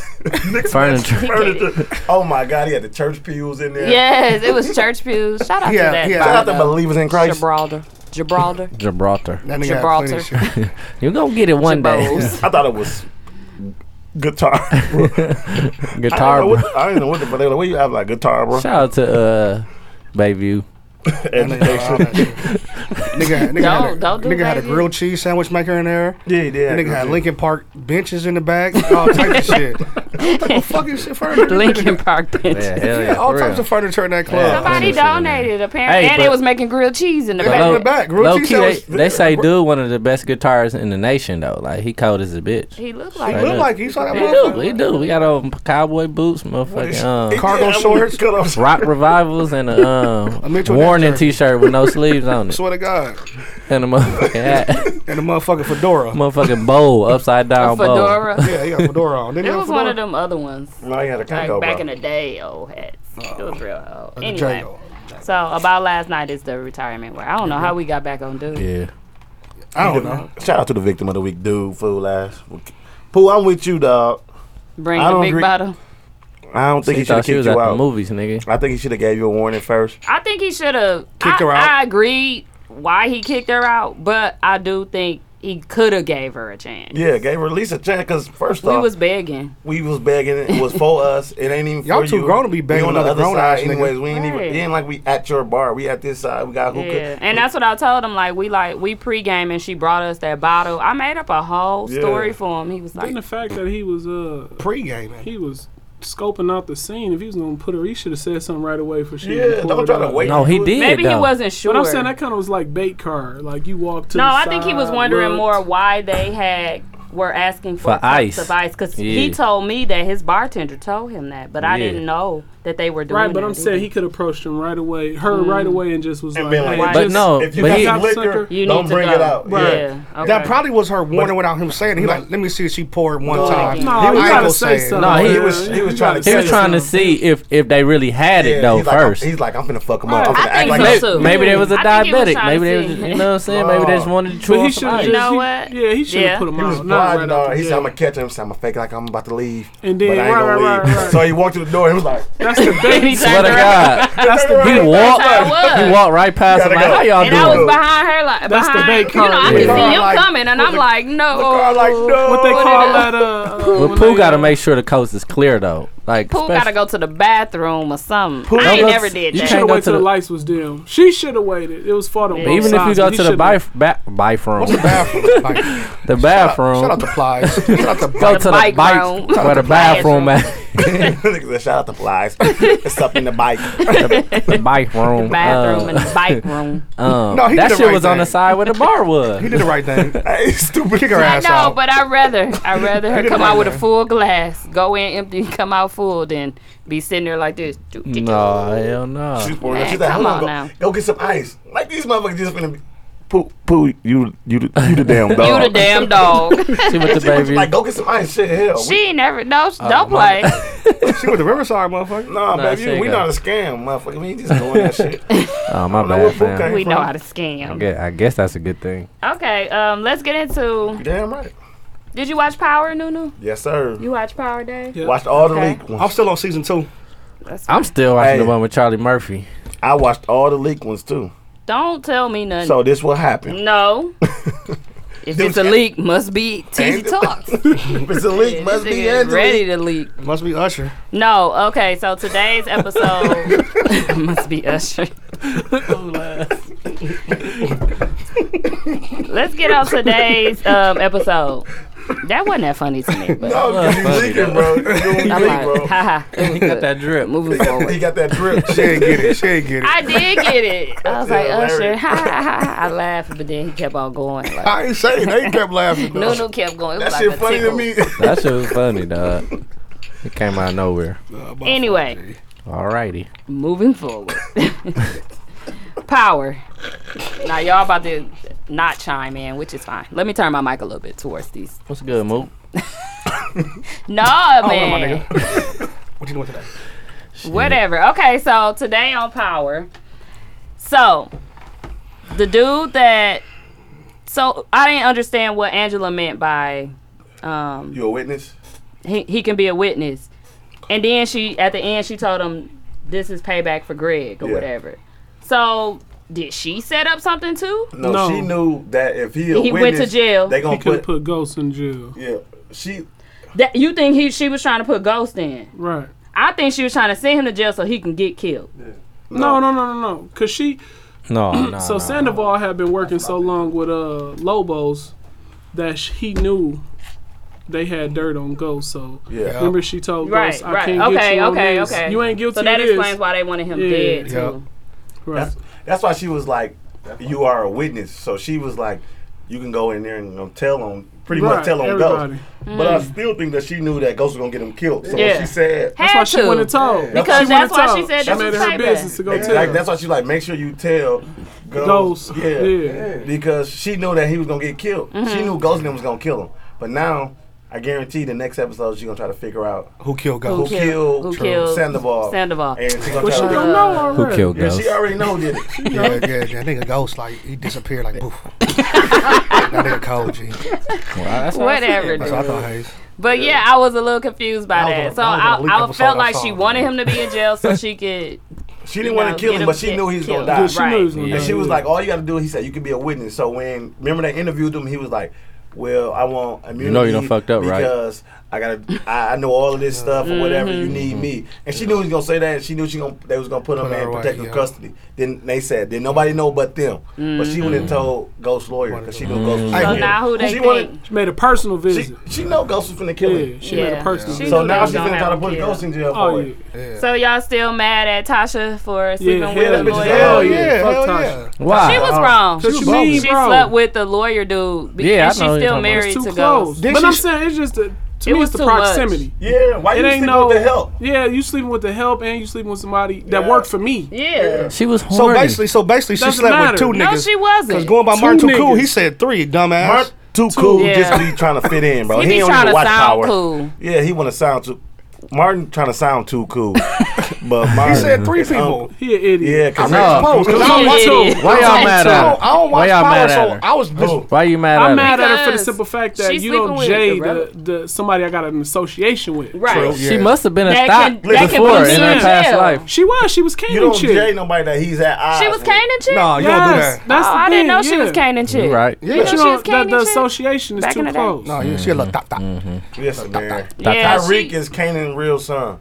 Speaker 3: Furniture.
Speaker 5: furniture. Oh my God, he had the church pews in there.
Speaker 4: Yes, it was church pews. Shout out
Speaker 6: Yeah,
Speaker 4: to that.
Speaker 6: yeah.
Speaker 5: Shout out to
Speaker 4: guy, though.
Speaker 5: believers in Christ.
Speaker 4: Gibraltar. Gibraltar.
Speaker 3: Gibraltar.
Speaker 6: That nigga got plenty
Speaker 4: Gibraltar.
Speaker 6: of shit.
Speaker 3: You gonna get it one day.
Speaker 4: Gibraltar.
Speaker 5: I thought it was guitar. bro. I
Speaker 3: Guitar.
Speaker 5: didn't know
Speaker 3: Bro.
Speaker 5: what- I didn't know what the but they were like, "What you have like guitar, bro?"
Speaker 3: Shout out to uh, Bayview.
Speaker 6: That uh, nigga got all that shit. Nigga, nigga, had, a,
Speaker 4: Don't- don't do
Speaker 6: nigga had a
Speaker 4: that, dude.
Speaker 6: grilled cheese sandwich maker in there.
Speaker 5: Yeah, he did.
Speaker 6: That nigga had Lincoln Park benches in the back, all types of shit. All type of fucking shit furniture.
Speaker 4: Lincoln Park bench.
Speaker 3: Yeah, hell yeah.
Speaker 6: Yeah, all
Speaker 3: for
Speaker 6: types
Speaker 3: real.
Speaker 6: of furniture in that
Speaker 3: Yeah.
Speaker 6: club.
Speaker 4: Somebody
Speaker 3: Somebody
Speaker 4: donated apparently,
Speaker 3: Hey,
Speaker 4: and they
Speaker 3: but-
Speaker 4: was making grilled cheese in the
Speaker 6: But
Speaker 4: back.
Speaker 6: low-
Speaker 4: of the
Speaker 6: back. Grilled
Speaker 3: low
Speaker 6: cheese
Speaker 3: key, they,
Speaker 6: sandwich.
Speaker 3: they say dude one of the best guitarists in the nation though. Like he cold as a bitch.
Speaker 4: He looked
Speaker 6: He
Speaker 4: like.
Speaker 6: look like he saw that
Speaker 3: He do, he
Speaker 6: motherfucker.
Speaker 3: do. We got on cowboy boots, motherfucking um,
Speaker 6: cargo shorts.
Speaker 3: rock revivals, and a um,
Speaker 6: Mitchell
Speaker 3: warning
Speaker 6: Nester.
Speaker 3: t-shirt with no sleeves on it,
Speaker 6: Swear to God.
Speaker 3: and a motherfucking hat,
Speaker 6: And the motherfucking fedora.
Speaker 3: motherfucking bowl, upside
Speaker 4: a
Speaker 3: down bowl.
Speaker 4: fedora.
Speaker 6: Yeah, he got a fedora on. Didn't
Speaker 4: It
Speaker 6: he
Speaker 4: was
Speaker 6: have a fedora?
Speaker 4: one of them other ones.
Speaker 5: No, he had a
Speaker 4: Like
Speaker 5: kango,
Speaker 4: back
Speaker 5: bro.
Speaker 4: in the day, old hats. It was real old.
Speaker 6: Oh. The
Speaker 4: Anyway,
Speaker 6: jail.
Speaker 4: so about last night is the retirement where I don't know how we got back on dude.
Speaker 3: Yeah,
Speaker 6: I don't know.
Speaker 5: Shout out to the victim of the week, dude. Fool ass. Pooh, I'm with you, dog.
Speaker 4: Bring
Speaker 5: I
Speaker 4: the
Speaker 5: don't
Speaker 4: big
Speaker 5: agree-
Speaker 4: bottle.
Speaker 5: I don't think
Speaker 3: she
Speaker 5: he should
Speaker 3: thought
Speaker 5: have
Speaker 3: she
Speaker 5: kicked
Speaker 3: was at
Speaker 5: you
Speaker 3: the
Speaker 5: out.
Speaker 3: movies, nigga.
Speaker 5: I think he should have gave you a warning first.
Speaker 4: I think he should have
Speaker 6: Kicked
Speaker 4: I,
Speaker 6: her out.
Speaker 4: I agree why he kicked her out, but I do think he could have gave her a chance.
Speaker 5: Yeah, gave her at least a chance. Cause first
Speaker 4: We
Speaker 5: off,
Speaker 4: was begging.
Speaker 5: we was begging. It was for us. It ain't even
Speaker 6: Y'all
Speaker 5: for
Speaker 6: too
Speaker 5: you.
Speaker 6: grown to be begging
Speaker 5: We on the
Speaker 6: another
Speaker 5: other
Speaker 6: grown
Speaker 5: side,
Speaker 6: ass nigga.
Speaker 5: anyways. We ain't even.
Speaker 4: Right.
Speaker 5: It ain't like we at your bar. We at this side. We got hookah.
Speaker 4: Yeah, and that's what I told him. Like we like we pregame and she brought us that bottle. I made up a whole
Speaker 5: Yeah.
Speaker 4: story for him. He was like,
Speaker 7: And the fact that he was uh
Speaker 6: Pre-gaming.
Speaker 7: he was scoping out the scene. If he was gonna put her, he should have said something right away for sure.
Speaker 5: Yeah, don't try to wait.
Speaker 3: No, he
Speaker 5: Do it.
Speaker 3: did.
Speaker 4: Maybe he
Speaker 3: though.
Speaker 4: wasn't sure.
Speaker 7: But I'm saying that kind of was like bait card. Like you walk to.
Speaker 4: no,
Speaker 7: the
Speaker 4: I think he was
Speaker 7: side,
Speaker 4: wondering
Speaker 7: looked.
Speaker 4: more why they had were asking
Speaker 3: For
Speaker 4: for, cups
Speaker 3: ice.
Speaker 4: of ice because he
Speaker 3: Yeah.
Speaker 4: told me that his bartender told him that, but I
Speaker 3: Yeah.
Speaker 4: didn't know that they were doing.
Speaker 7: Right, but I'm
Speaker 4: that
Speaker 7: saying
Speaker 4: either.
Speaker 7: he could approached him right away, her right away, and just was
Speaker 5: And
Speaker 7: like,
Speaker 5: been like,
Speaker 7: hey,
Speaker 3: But
Speaker 7: just-
Speaker 3: no,
Speaker 5: If you
Speaker 3: but
Speaker 5: got
Speaker 3: he,
Speaker 7: got
Speaker 5: liquor,
Speaker 7: sucker,
Speaker 4: Mm. You
Speaker 5: don't
Speaker 4: need to
Speaker 5: bring
Speaker 4: go.
Speaker 5: it out.
Speaker 7: Right.
Speaker 4: Yeah, okay.
Speaker 6: That probably was her warning without him saying. it. He like, let me see if she poured one time.
Speaker 7: No,
Speaker 6: I
Speaker 7: you
Speaker 6: ain't
Speaker 7: gotta
Speaker 6: gonna
Speaker 7: say
Speaker 6: it.
Speaker 7: something.
Speaker 3: No, he
Speaker 7: Yeah,
Speaker 5: was- he was
Speaker 7: you
Speaker 5: trying
Speaker 7: gotta
Speaker 5: to
Speaker 3: he was
Speaker 7: say
Speaker 3: trying to
Speaker 7: something.
Speaker 3: see if if they really had it though
Speaker 5: he's
Speaker 3: first.
Speaker 5: Like, I'm- he's like, I'm finna fuck him up. I'm
Speaker 7: Right.
Speaker 5: finna
Speaker 4: I
Speaker 5: act
Speaker 4: think
Speaker 5: like
Speaker 4: so
Speaker 5: I'm-
Speaker 3: maybe,
Speaker 4: too.
Speaker 3: maybe they was a
Speaker 4: I think he was
Speaker 3: diabetic.
Speaker 4: trying
Speaker 3: maybe
Speaker 4: to
Speaker 3: they was,
Speaker 4: see.
Speaker 3: just, you know what I'm saying? Maybe they
Speaker 5: Oh.
Speaker 3: just wanted to chew
Speaker 7: But he
Speaker 3: off
Speaker 7: should
Speaker 3: some
Speaker 7: have.
Speaker 3: ice.
Speaker 4: You know what?
Speaker 7: Yeah, he should have
Speaker 4: Yeah.
Speaker 7: put him
Speaker 5: He was
Speaker 7: out. Not
Speaker 5: blind,
Speaker 7: right
Speaker 5: dog.
Speaker 7: out
Speaker 5: He
Speaker 7: the
Speaker 5: said, I'm
Speaker 7: gate.
Speaker 5: gonna catch him. He said, I'm gonna fake it like I'm about to leave.
Speaker 7: And then-
Speaker 5: but I ain't
Speaker 7: right,
Speaker 5: gonna
Speaker 7: right,
Speaker 5: leave.
Speaker 7: right, right.
Speaker 5: So he walked to the door and was like,
Speaker 7: That's the
Speaker 4: He
Speaker 7: bait.
Speaker 3: Swear to God,
Speaker 7: That's the
Speaker 3: he
Speaker 7: bait.
Speaker 3: walked.
Speaker 4: That's how it
Speaker 3: He
Speaker 4: was.
Speaker 3: walked right past.
Speaker 5: Gotta
Speaker 3: him, like,
Speaker 5: go.
Speaker 3: how y'all
Speaker 4: And
Speaker 3: doing?
Speaker 4: I was
Speaker 5: Dude.
Speaker 4: behind her, like
Speaker 7: That's the
Speaker 4: behind,
Speaker 7: big
Speaker 4: You know, I
Speaker 7: car,
Speaker 4: could
Speaker 7: yeah.
Speaker 4: see you
Speaker 5: Like,
Speaker 4: coming, and I'm like, no.
Speaker 5: I'm like, no.
Speaker 7: What they call
Speaker 4: it
Speaker 7: that? Uh, uh,
Speaker 3: But
Speaker 7: when
Speaker 3: Pooh
Speaker 7: they,
Speaker 3: got to
Speaker 7: uh,
Speaker 3: make sure the coast is clear though. Like,
Speaker 4: Pooh gotta
Speaker 3: especially-
Speaker 4: go to the bathroom or something.
Speaker 3: Pooh
Speaker 4: I
Speaker 3: don't
Speaker 4: ain't
Speaker 3: go-
Speaker 4: never did that.
Speaker 3: you
Speaker 7: Should
Speaker 3: can't
Speaker 7: have
Speaker 3: go
Speaker 7: waited
Speaker 3: to
Speaker 7: till the
Speaker 3: the-
Speaker 7: lights was dim. She should have waited. It was fought on
Speaker 4: Yeah.
Speaker 7: both
Speaker 3: Even if you
Speaker 7: sides,
Speaker 3: go
Speaker 7: but he
Speaker 3: to the
Speaker 7: should've-
Speaker 3: bath, ba- bathroom,
Speaker 6: What's the bathroom? Like,
Speaker 3: the
Speaker 6: Shout out
Speaker 3: bathroom,
Speaker 6: to Plies. Shout out to
Speaker 3: go
Speaker 4: the
Speaker 3: to the
Speaker 4: bike
Speaker 3: bike
Speaker 4: room.
Speaker 3: where the bathroom at.
Speaker 5: Nigga said, Shout out to Flies. it's up in the bike.
Speaker 3: The bike room, uh,
Speaker 4: bathroom and the bike room.
Speaker 3: um,
Speaker 6: No, he
Speaker 3: that
Speaker 6: did the
Speaker 3: shit
Speaker 6: right
Speaker 3: was on the
Speaker 6: thing.
Speaker 3: side where the bar
Speaker 6: He
Speaker 3: was.
Speaker 6: did the right thing.
Speaker 5: hey, stupid.
Speaker 6: Kick her
Speaker 4: I
Speaker 6: ass
Speaker 4: know,
Speaker 6: out.
Speaker 4: but I rather I rather her
Speaker 6: did
Speaker 4: come
Speaker 6: right
Speaker 4: out with a
Speaker 6: there.
Speaker 4: full glass, go in empty, and come out full, than be sitting there like this.
Speaker 3: No, hell no.
Speaker 5: She's pouring it. She's
Speaker 4: Man,
Speaker 5: like,
Speaker 4: come
Speaker 5: hold
Speaker 4: on
Speaker 5: on,
Speaker 4: now.
Speaker 5: go, go get some ice. Like these motherfuckers just finna be. Poo, poo, you, you, the- you the damn dog.
Speaker 4: You the damn dog.
Speaker 3: She with the
Speaker 5: She was
Speaker 3: baby.
Speaker 5: like, go get some ice. Shit, hell.
Speaker 4: she ain't never no. sh
Speaker 3: Oh, my
Speaker 4: don't play.
Speaker 6: She went to Riverside, motherfucker.
Speaker 5: we, nah,
Speaker 3: Nah,
Speaker 5: baby,
Speaker 3: she ain't
Speaker 5: we
Speaker 3: got
Speaker 5: not a scam, motherfucker. We ain't just doing that shit.
Speaker 3: Oh my
Speaker 5: don't know
Speaker 3: bad,
Speaker 5: where Pooh
Speaker 3: fam.
Speaker 5: came
Speaker 4: we
Speaker 5: from.
Speaker 4: know how to
Speaker 3: I
Speaker 4: scam.
Speaker 3: guess, I guess that's a good thing.
Speaker 4: Okay, um, let's get into.
Speaker 5: Damn right.
Speaker 4: Did you watch Power, Nunu?
Speaker 5: Yes, sir.
Speaker 4: You watch Power Day?
Speaker 7: Yeah.
Speaker 5: Watched all the
Speaker 4: Okay.
Speaker 5: leaked ones.
Speaker 6: I'm still on season two.
Speaker 4: That's
Speaker 3: I'm still watching
Speaker 5: Hey.
Speaker 3: the one with Charlie Murphy.
Speaker 5: I watched all the leaked ones too.
Speaker 4: Don't tell me nothing.
Speaker 5: So this what
Speaker 4: Mm.
Speaker 5: happened.
Speaker 4: no. if it's a leak, must be TZ Talks.
Speaker 5: If it's a leak, must
Speaker 4: This nigga
Speaker 5: be
Speaker 4: is
Speaker 5: Angela.
Speaker 4: ready to leak.
Speaker 6: Must be Usher.
Speaker 4: No, okay, so today's episode must be Usher. Let's get on today's um, episode. That wasn't that funny to me, but
Speaker 5: Oh, you leaking, bro. You leaking,
Speaker 4: I'm like,
Speaker 5: bro.
Speaker 4: haha, it was
Speaker 3: Got
Speaker 4: good.
Speaker 3: that drip.
Speaker 4: Moving
Speaker 5: He
Speaker 4: forward.
Speaker 5: got that drip.
Speaker 6: She ain't get it. She ain't get it.
Speaker 4: I did get it. I was like,
Speaker 5: Hilarious.
Speaker 4: Usher, ha ha ha. ha. I laughed, but then he kept on going. Like,
Speaker 6: I ain't saying. They kept laughing. though.
Speaker 4: Nunu kept going. It was
Speaker 5: That
Speaker 4: like
Speaker 5: shit
Speaker 4: a
Speaker 5: funny to
Speaker 4: tickle.
Speaker 5: me.
Speaker 3: That shit was funny, dog. It came out of nowhere.
Speaker 4: Anyway,
Speaker 3: Alrighty.
Speaker 4: moving forward. Power. Now y'all about to not chime in, which is fine. Let me turn my mic a little bit towards these.
Speaker 3: What's good, Mook?
Speaker 4: No
Speaker 6: Hold on, my
Speaker 4: man.
Speaker 6: nigga. What you doing today?
Speaker 4: Whatever. Okay, so today on Power. So the dude that so I didn't understand what Angela meant by um
Speaker 5: You a witness?
Speaker 4: he, he can be a witness. And then she at the end she told him this is payback for Greg or
Speaker 5: Yeah.
Speaker 4: whatever. So did she set up something too?
Speaker 5: No,
Speaker 7: No.
Speaker 5: she knew that if he a
Speaker 4: He went
Speaker 5: witness,
Speaker 4: to jail.
Speaker 5: They
Speaker 7: He
Speaker 5: gonna
Speaker 7: could have
Speaker 5: put,
Speaker 7: put ghosts in jail.
Speaker 5: yeah. She
Speaker 4: That you think he she was trying to put Ghost in?
Speaker 7: Right.
Speaker 4: I think she was trying to send him to jail so he can get killed.
Speaker 7: No, no, no, no, no. Cause she.
Speaker 3: No, no.
Speaker 7: so Sandoval had been working so long with uh Lobos that sh- he knew they had dirt on Ghost. So
Speaker 5: yeah.
Speaker 7: remember she told
Speaker 4: Right,
Speaker 7: Ghost, "I
Speaker 4: right.
Speaker 7: can't get
Speaker 4: Okay,
Speaker 7: you on
Speaker 4: okay,
Speaker 7: this.
Speaker 4: okay.
Speaker 7: You ain't guilty."
Speaker 4: So that
Speaker 7: of this."
Speaker 4: explains why they wanted him
Speaker 7: Yeah.
Speaker 4: dead
Speaker 6: Yeah.
Speaker 4: too.
Speaker 7: Right.
Speaker 5: That's that's why she was like, you are a witness. So she was like, you can go in there and you know, tell on pretty
Speaker 7: Right,
Speaker 5: much tell on
Speaker 7: everybody.
Speaker 5: Ghost. But I still think that she knew that Ghost was gonna get him killed. So
Speaker 4: Mm. Yeah.
Speaker 5: she said.
Speaker 4: Had
Speaker 7: That's why she
Speaker 4: to.
Speaker 7: went and told.
Speaker 4: Because
Speaker 7: she went
Speaker 4: that's
Speaker 7: and
Speaker 4: why
Speaker 7: told.
Speaker 4: she said
Speaker 7: she
Speaker 4: this
Speaker 7: made
Speaker 4: was
Speaker 7: it her
Speaker 4: payback.
Speaker 7: business to go
Speaker 5: Exactly.
Speaker 7: tell.
Speaker 5: That's why she like make sure you tell Ghost.
Speaker 7: Ghost.
Speaker 5: Yeah.
Speaker 7: Yeah.
Speaker 5: Because she knew that he was gonna get killed.
Speaker 4: Mm-hmm.
Speaker 5: She knew Ghost and him was gonna kill him. But now I guarantee the next episode she's gonna try to figure out
Speaker 6: Who killed
Speaker 5: who,
Speaker 6: Ghost?
Speaker 4: killed-
Speaker 5: killed,
Speaker 4: who killed
Speaker 5: Sandoval.
Speaker 4: Sandoval.
Speaker 5: And she's gonna
Speaker 7: But she
Speaker 5: try
Speaker 7: don't
Speaker 5: to,
Speaker 7: know
Speaker 6: uh,
Speaker 7: already.
Speaker 3: Who killed
Speaker 5: yeah,
Speaker 3: Ghost?
Speaker 5: she already know did it.
Speaker 6: Yeah, yeah, yeah. That nigga Ghost, like, he disappeared, like, boof. that nigga cold, G. That's
Speaker 3: Well, that's what I said.
Speaker 4: Whatever,
Speaker 6: what I thought,
Speaker 4: dude.
Speaker 6: Hayes.
Speaker 4: But yeah, I was a little confused by
Speaker 6: That was
Speaker 4: that.
Speaker 6: a-
Speaker 4: so
Speaker 6: that was a leak
Speaker 4: I, I
Speaker 6: episode
Speaker 4: felt
Speaker 6: I
Speaker 4: like she
Speaker 6: saw.
Speaker 4: wanted him to be in jail so she could.
Speaker 5: She didn't
Speaker 4: You
Speaker 5: want
Speaker 4: know,
Speaker 5: to kill
Speaker 4: get
Speaker 5: him,
Speaker 4: him
Speaker 5: but she
Speaker 4: get
Speaker 5: knew he was gonna
Speaker 4: killed.
Speaker 5: die.
Speaker 7: Yeah, she
Speaker 4: Right.
Speaker 7: knew it was gonna
Speaker 5: And she
Speaker 7: die.
Speaker 5: was like, "All you got to do," he said, "You can be a witness." So when remember they interviewed him, he was like, "Well, I want immunity."
Speaker 3: know you done fucked up, right?
Speaker 5: Because I gotta, I, I know all of this stuff or whatever. You need
Speaker 4: Mm-hmm.
Speaker 5: me, and she knew he was gonna say that. And she knew she gonna, they was gonna put him
Speaker 6: Put her
Speaker 5: in
Speaker 6: away,
Speaker 5: protective
Speaker 6: yeah.
Speaker 5: custody. Then they said, then nobody know but them. But she went and told Ghost lawyer because she knew Ghost. Was
Speaker 6: So
Speaker 4: Mm-hmm.
Speaker 5: gonna
Speaker 4: So
Speaker 5: get
Speaker 4: now
Speaker 5: him.
Speaker 4: who they
Speaker 5: she
Speaker 4: think?
Speaker 5: Wanted,
Speaker 7: She made a personal
Speaker 5: she,
Speaker 7: visit.
Speaker 5: she know Ghost was finna kill
Speaker 7: yeah,
Speaker 5: him.
Speaker 7: she made
Speaker 4: Yeah.
Speaker 7: a personal
Speaker 4: She
Speaker 7: visit.
Speaker 5: So
Speaker 4: knew
Speaker 5: now
Speaker 4: they
Speaker 5: she's
Speaker 4: was
Speaker 5: finna
Speaker 4: gonna
Speaker 5: try to
Speaker 4: have
Speaker 5: put
Speaker 4: him
Speaker 5: Ghost in jail for
Speaker 7: Oh
Speaker 5: it.
Speaker 7: yeah,
Speaker 4: so y'all still mad at Tasha for sleeping
Speaker 7: yeah,
Speaker 4: with a
Speaker 7: hell,
Speaker 5: bitch is
Speaker 7: yeah,
Speaker 4: lawyer?
Speaker 5: hell
Speaker 7: hell
Speaker 6: yeah,
Speaker 7: yeah,
Speaker 6: hell
Speaker 7: fuck
Speaker 6: yeah.
Speaker 7: Tasha.
Speaker 3: Why?
Speaker 4: She was wrong.
Speaker 7: What
Speaker 4: Uh, She,
Speaker 7: you
Speaker 6: bogus.
Speaker 7: mean, bro?
Speaker 4: slept with the lawyer dude. be-
Speaker 3: Yeah,
Speaker 4: and
Speaker 3: I
Speaker 4: she
Speaker 3: know you're
Speaker 4: still
Speaker 3: talking about.
Speaker 7: It's
Speaker 4: married
Speaker 7: too
Speaker 4: to
Speaker 7: close.
Speaker 4: Ghost.
Speaker 6: Then
Speaker 7: But
Speaker 6: she
Speaker 7: I'm
Speaker 6: sh-
Speaker 7: saying it's just the, to
Speaker 4: It
Speaker 7: me
Speaker 4: was
Speaker 7: it's the
Speaker 4: too much.
Speaker 7: proximity.
Speaker 5: Yeah, why
Speaker 7: It
Speaker 5: you
Speaker 7: ain't
Speaker 5: sleeping
Speaker 7: no
Speaker 5: with the help?
Speaker 7: Yeah, you sleeping with the help and you sleeping with somebody that
Speaker 5: Yeah.
Speaker 7: worked for me.
Speaker 4: Yeah.
Speaker 3: She was
Speaker 6: So
Speaker 3: horny.
Speaker 6: basically, so basically, she
Speaker 7: Doesn't
Speaker 6: slept
Speaker 7: matter.
Speaker 6: with two
Speaker 4: No,
Speaker 6: niggas.
Speaker 4: she
Speaker 6: Cause
Speaker 4: wasn't.
Speaker 6: going by
Speaker 7: Two
Speaker 6: Martin too cool,
Speaker 7: niggas.
Speaker 6: he said three, dumbass.
Speaker 5: Mark too cool,
Speaker 4: Yeah.
Speaker 5: just be trying to fit in, bro.
Speaker 4: He be
Speaker 5: don't
Speaker 4: trying
Speaker 5: even
Speaker 4: to
Speaker 5: watch
Speaker 4: sound
Speaker 5: Power.
Speaker 4: cool.
Speaker 5: Yeah, he want to sound too. Martin trying to sound too cool, but Martin,
Speaker 6: he said three
Speaker 5: is
Speaker 6: people.
Speaker 5: un-
Speaker 7: He an idiot.
Speaker 5: yeah, cause
Speaker 3: know.
Speaker 5: Rich-
Speaker 6: Oh, 'cause I don't
Speaker 4: Yeah,
Speaker 6: watch
Speaker 4: yeah, yeah.
Speaker 6: too.
Speaker 3: Why y'all mad
Speaker 6: I
Speaker 3: at
Speaker 6: don't, I
Speaker 3: her?
Speaker 6: don't
Speaker 3: Why
Speaker 6: watch
Speaker 3: y'all
Speaker 6: Power,
Speaker 3: mad at
Speaker 6: so
Speaker 3: her?
Speaker 6: I was.
Speaker 5: Who?
Speaker 3: Why you mad
Speaker 7: I'm
Speaker 3: at
Speaker 7: mad
Speaker 3: her?
Speaker 7: at her for the
Speaker 4: Because
Speaker 7: simple fact that
Speaker 4: she's
Speaker 7: you
Speaker 4: sleeping
Speaker 7: don't
Speaker 4: with
Speaker 7: jade the,
Speaker 4: irrelevant.
Speaker 7: the somebody I got an association with.
Speaker 4: Right.
Speaker 3: She must have been a
Speaker 4: That
Speaker 3: thought
Speaker 4: can- that can
Speaker 3: before
Speaker 4: put
Speaker 3: in
Speaker 4: you
Speaker 3: her
Speaker 7: in
Speaker 3: past
Speaker 4: jail.
Speaker 3: life.
Speaker 7: She was. She was Canaan
Speaker 5: you don't
Speaker 7: chick.
Speaker 5: jay nobody that he's at odds.
Speaker 4: She was
Speaker 5: with.
Speaker 4: Canaan chick?
Speaker 6: No, Ah, you
Speaker 7: Yes,
Speaker 6: don't do that.
Speaker 7: that's
Speaker 4: oh,
Speaker 7: the
Speaker 4: I
Speaker 7: thing,
Speaker 4: didn't know she
Speaker 7: yeah.
Speaker 4: was Canaan chick.
Speaker 3: You right.
Speaker 6: Yeah.
Speaker 7: But you
Speaker 4: she
Speaker 7: don't-
Speaker 4: was
Speaker 7: that,
Speaker 4: Canaan
Speaker 7: the
Speaker 4: chick?
Speaker 7: association is
Speaker 4: Back in
Speaker 7: too
Speaker 4: the day.
Speaker 7: close.
Speaker 6: No, yeah, she a little top top.
Speaker 3: Mm-hmm.
Speaker 5: Listen, man.
Speaker 4: Yeah,
Speaker 5: Tyreek
Speaker 4: she-
Speaker 5: is Canaan real son.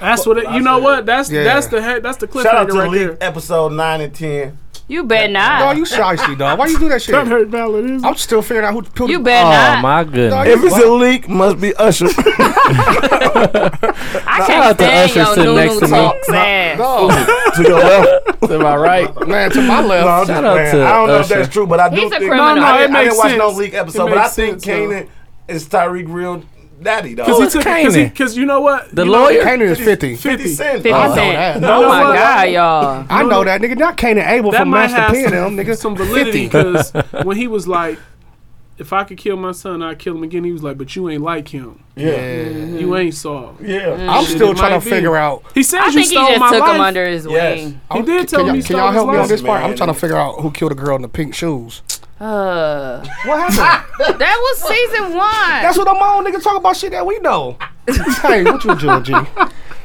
Speaker 7: That's what it, you know. What that's
Speaker 6: Yeah.
Speaker 7: that's the head, that's the cliffhanger
Speaker 5: Shout out to
Speaker 7: right
Speaker 5: Leak
Speaker 7: there.
Speaker 5: episode nine and ten.
Speaker 4: You bet
Speaker 6: No,
Speaker 4: not.
Speaker 6: you shysty, dog. Why you do that shit?
Speaker 7: That hurt valid, is
Speaker 6: I'm still figuring out who. Who,
Speaker 4: You bet
Speaker 3: Oh
Speaker 4: not.
Speaker 3: my goodness.
Speaker 6: If it's a
Speaker 5: leak, must be Usher.
Speaker 4: I
Speaker 3: Shout out
Speaker 4: can't
Speaker 3: to
Speaker 4: stand
Speaker 3: Usher
Speaker 4: your
Speaker 3: sitting
Speaker 4: new
Speaker 3: next
Speaker 4: new
Speaker 3: to me.
Speaker 4: talks ass.
Speaker 6: dog,
Speaker 5: to your left.
Speaker 3: Am I right?
Speaker 6: man, to my
Speaker 5: No, I'm
Speaker 6: left.
Speaker 5: just
Speaker 3: Shout out
Speaker 5: playing.
Speaker 3: to
Speaker 5: I don't know if
Speaker 3: Usher.
Speaker 5: that's true, but I do
Speaker 4: He's a
Speaker 5: think
Speaker 4: criminal.
Speaker 7: No,
Speaker 5: I,
Speaker 7: it
Speaker 5: didn't, I
Speaker 7: makes
Speaker 5: didn't watch no
Speaker 7: sense.
Speaker 5: leak
Speaker 7: It
Speaker 5: episode, but I
Speaker 7: makes
Speaker 5: think
Speaker 7: sense, though. Oh,
Speaker 5: Canaan is Tyreek real daddy dog.
Speaker 3: Who
Speaker 7: Because
Speaker 3: is
Speaker 7: he took because he
Speaker 3: Kanan?
Speaker 7: because you know what
Speaker 3: The
Speaker 7: You know-
Speaker 3: lawyer?
Speaker 6: Canaan is fifty.
Speaker 5: 50 Cent.
Speaker 4: 50
Speaker 5: dog.
Speaker 6: that.
Speaker 4: Cent.
Speaker 6: No,
Speaker 4: Oh
Speaker 7: no,
Speaker 4: my
Speaker 7: no.
Speaker 4: God, y'all.
Speaker 6: I know that nigga. Not Canaan Abel
Speaker 7: that
Speaker 6: from
Speaker 7: might
Speaker 6: Master
Speaker 7: have
Speaker 6: P and
Speaker 7: some,
Speaker 6: them, nigga.
Speaker 7: some validity
Speaker 6: 50.
Speaker 7: because when he was like, if I could kill my son, I'd kill him again. He was like, but you ain't like him.
Speaker 5: Yeah.
Speaker 7: You ain't Saul.
Speaker 5: Yeah.
Speaker 6: I'm still
Speaker 7: It
Speaker 6: trying
Speaker 7: might
Speaker 6: to
Speaker 7: be.
Speaker 6: figure out.
Speaker 7: He said
Speaker 4: I
Speaker 7: you
Speaker 4: think he
Speaker 7: stole
Speaker 4: just
Speaker 7: my
Speaker 4: took
Speaker 7: life.
Speaker 4: him under his
Speaker 5: Yes.
Speaker 4: wing.
Speaker 7: He did tell
Speaker 6: Oh, Can
Speaker 7: me he
Speaker 6: y'all, can
Speaker 7: stole
Speaker 6: y'all
Speaker 7: his
Speaker 6: help me on
Speaker 7: life.
Speaker 6: this part? I'm
Speaker 5: Man.
Speaker 6: trying to figure out who killed the girl in the pink shoes.
Speaker 4: Uh,
Speaker 6: What happened?
Speaker 4: that was season one.
Speaker 6: That's what I'm on, Oh, nigga. Talk about shit that we know. hey, what you doing, G?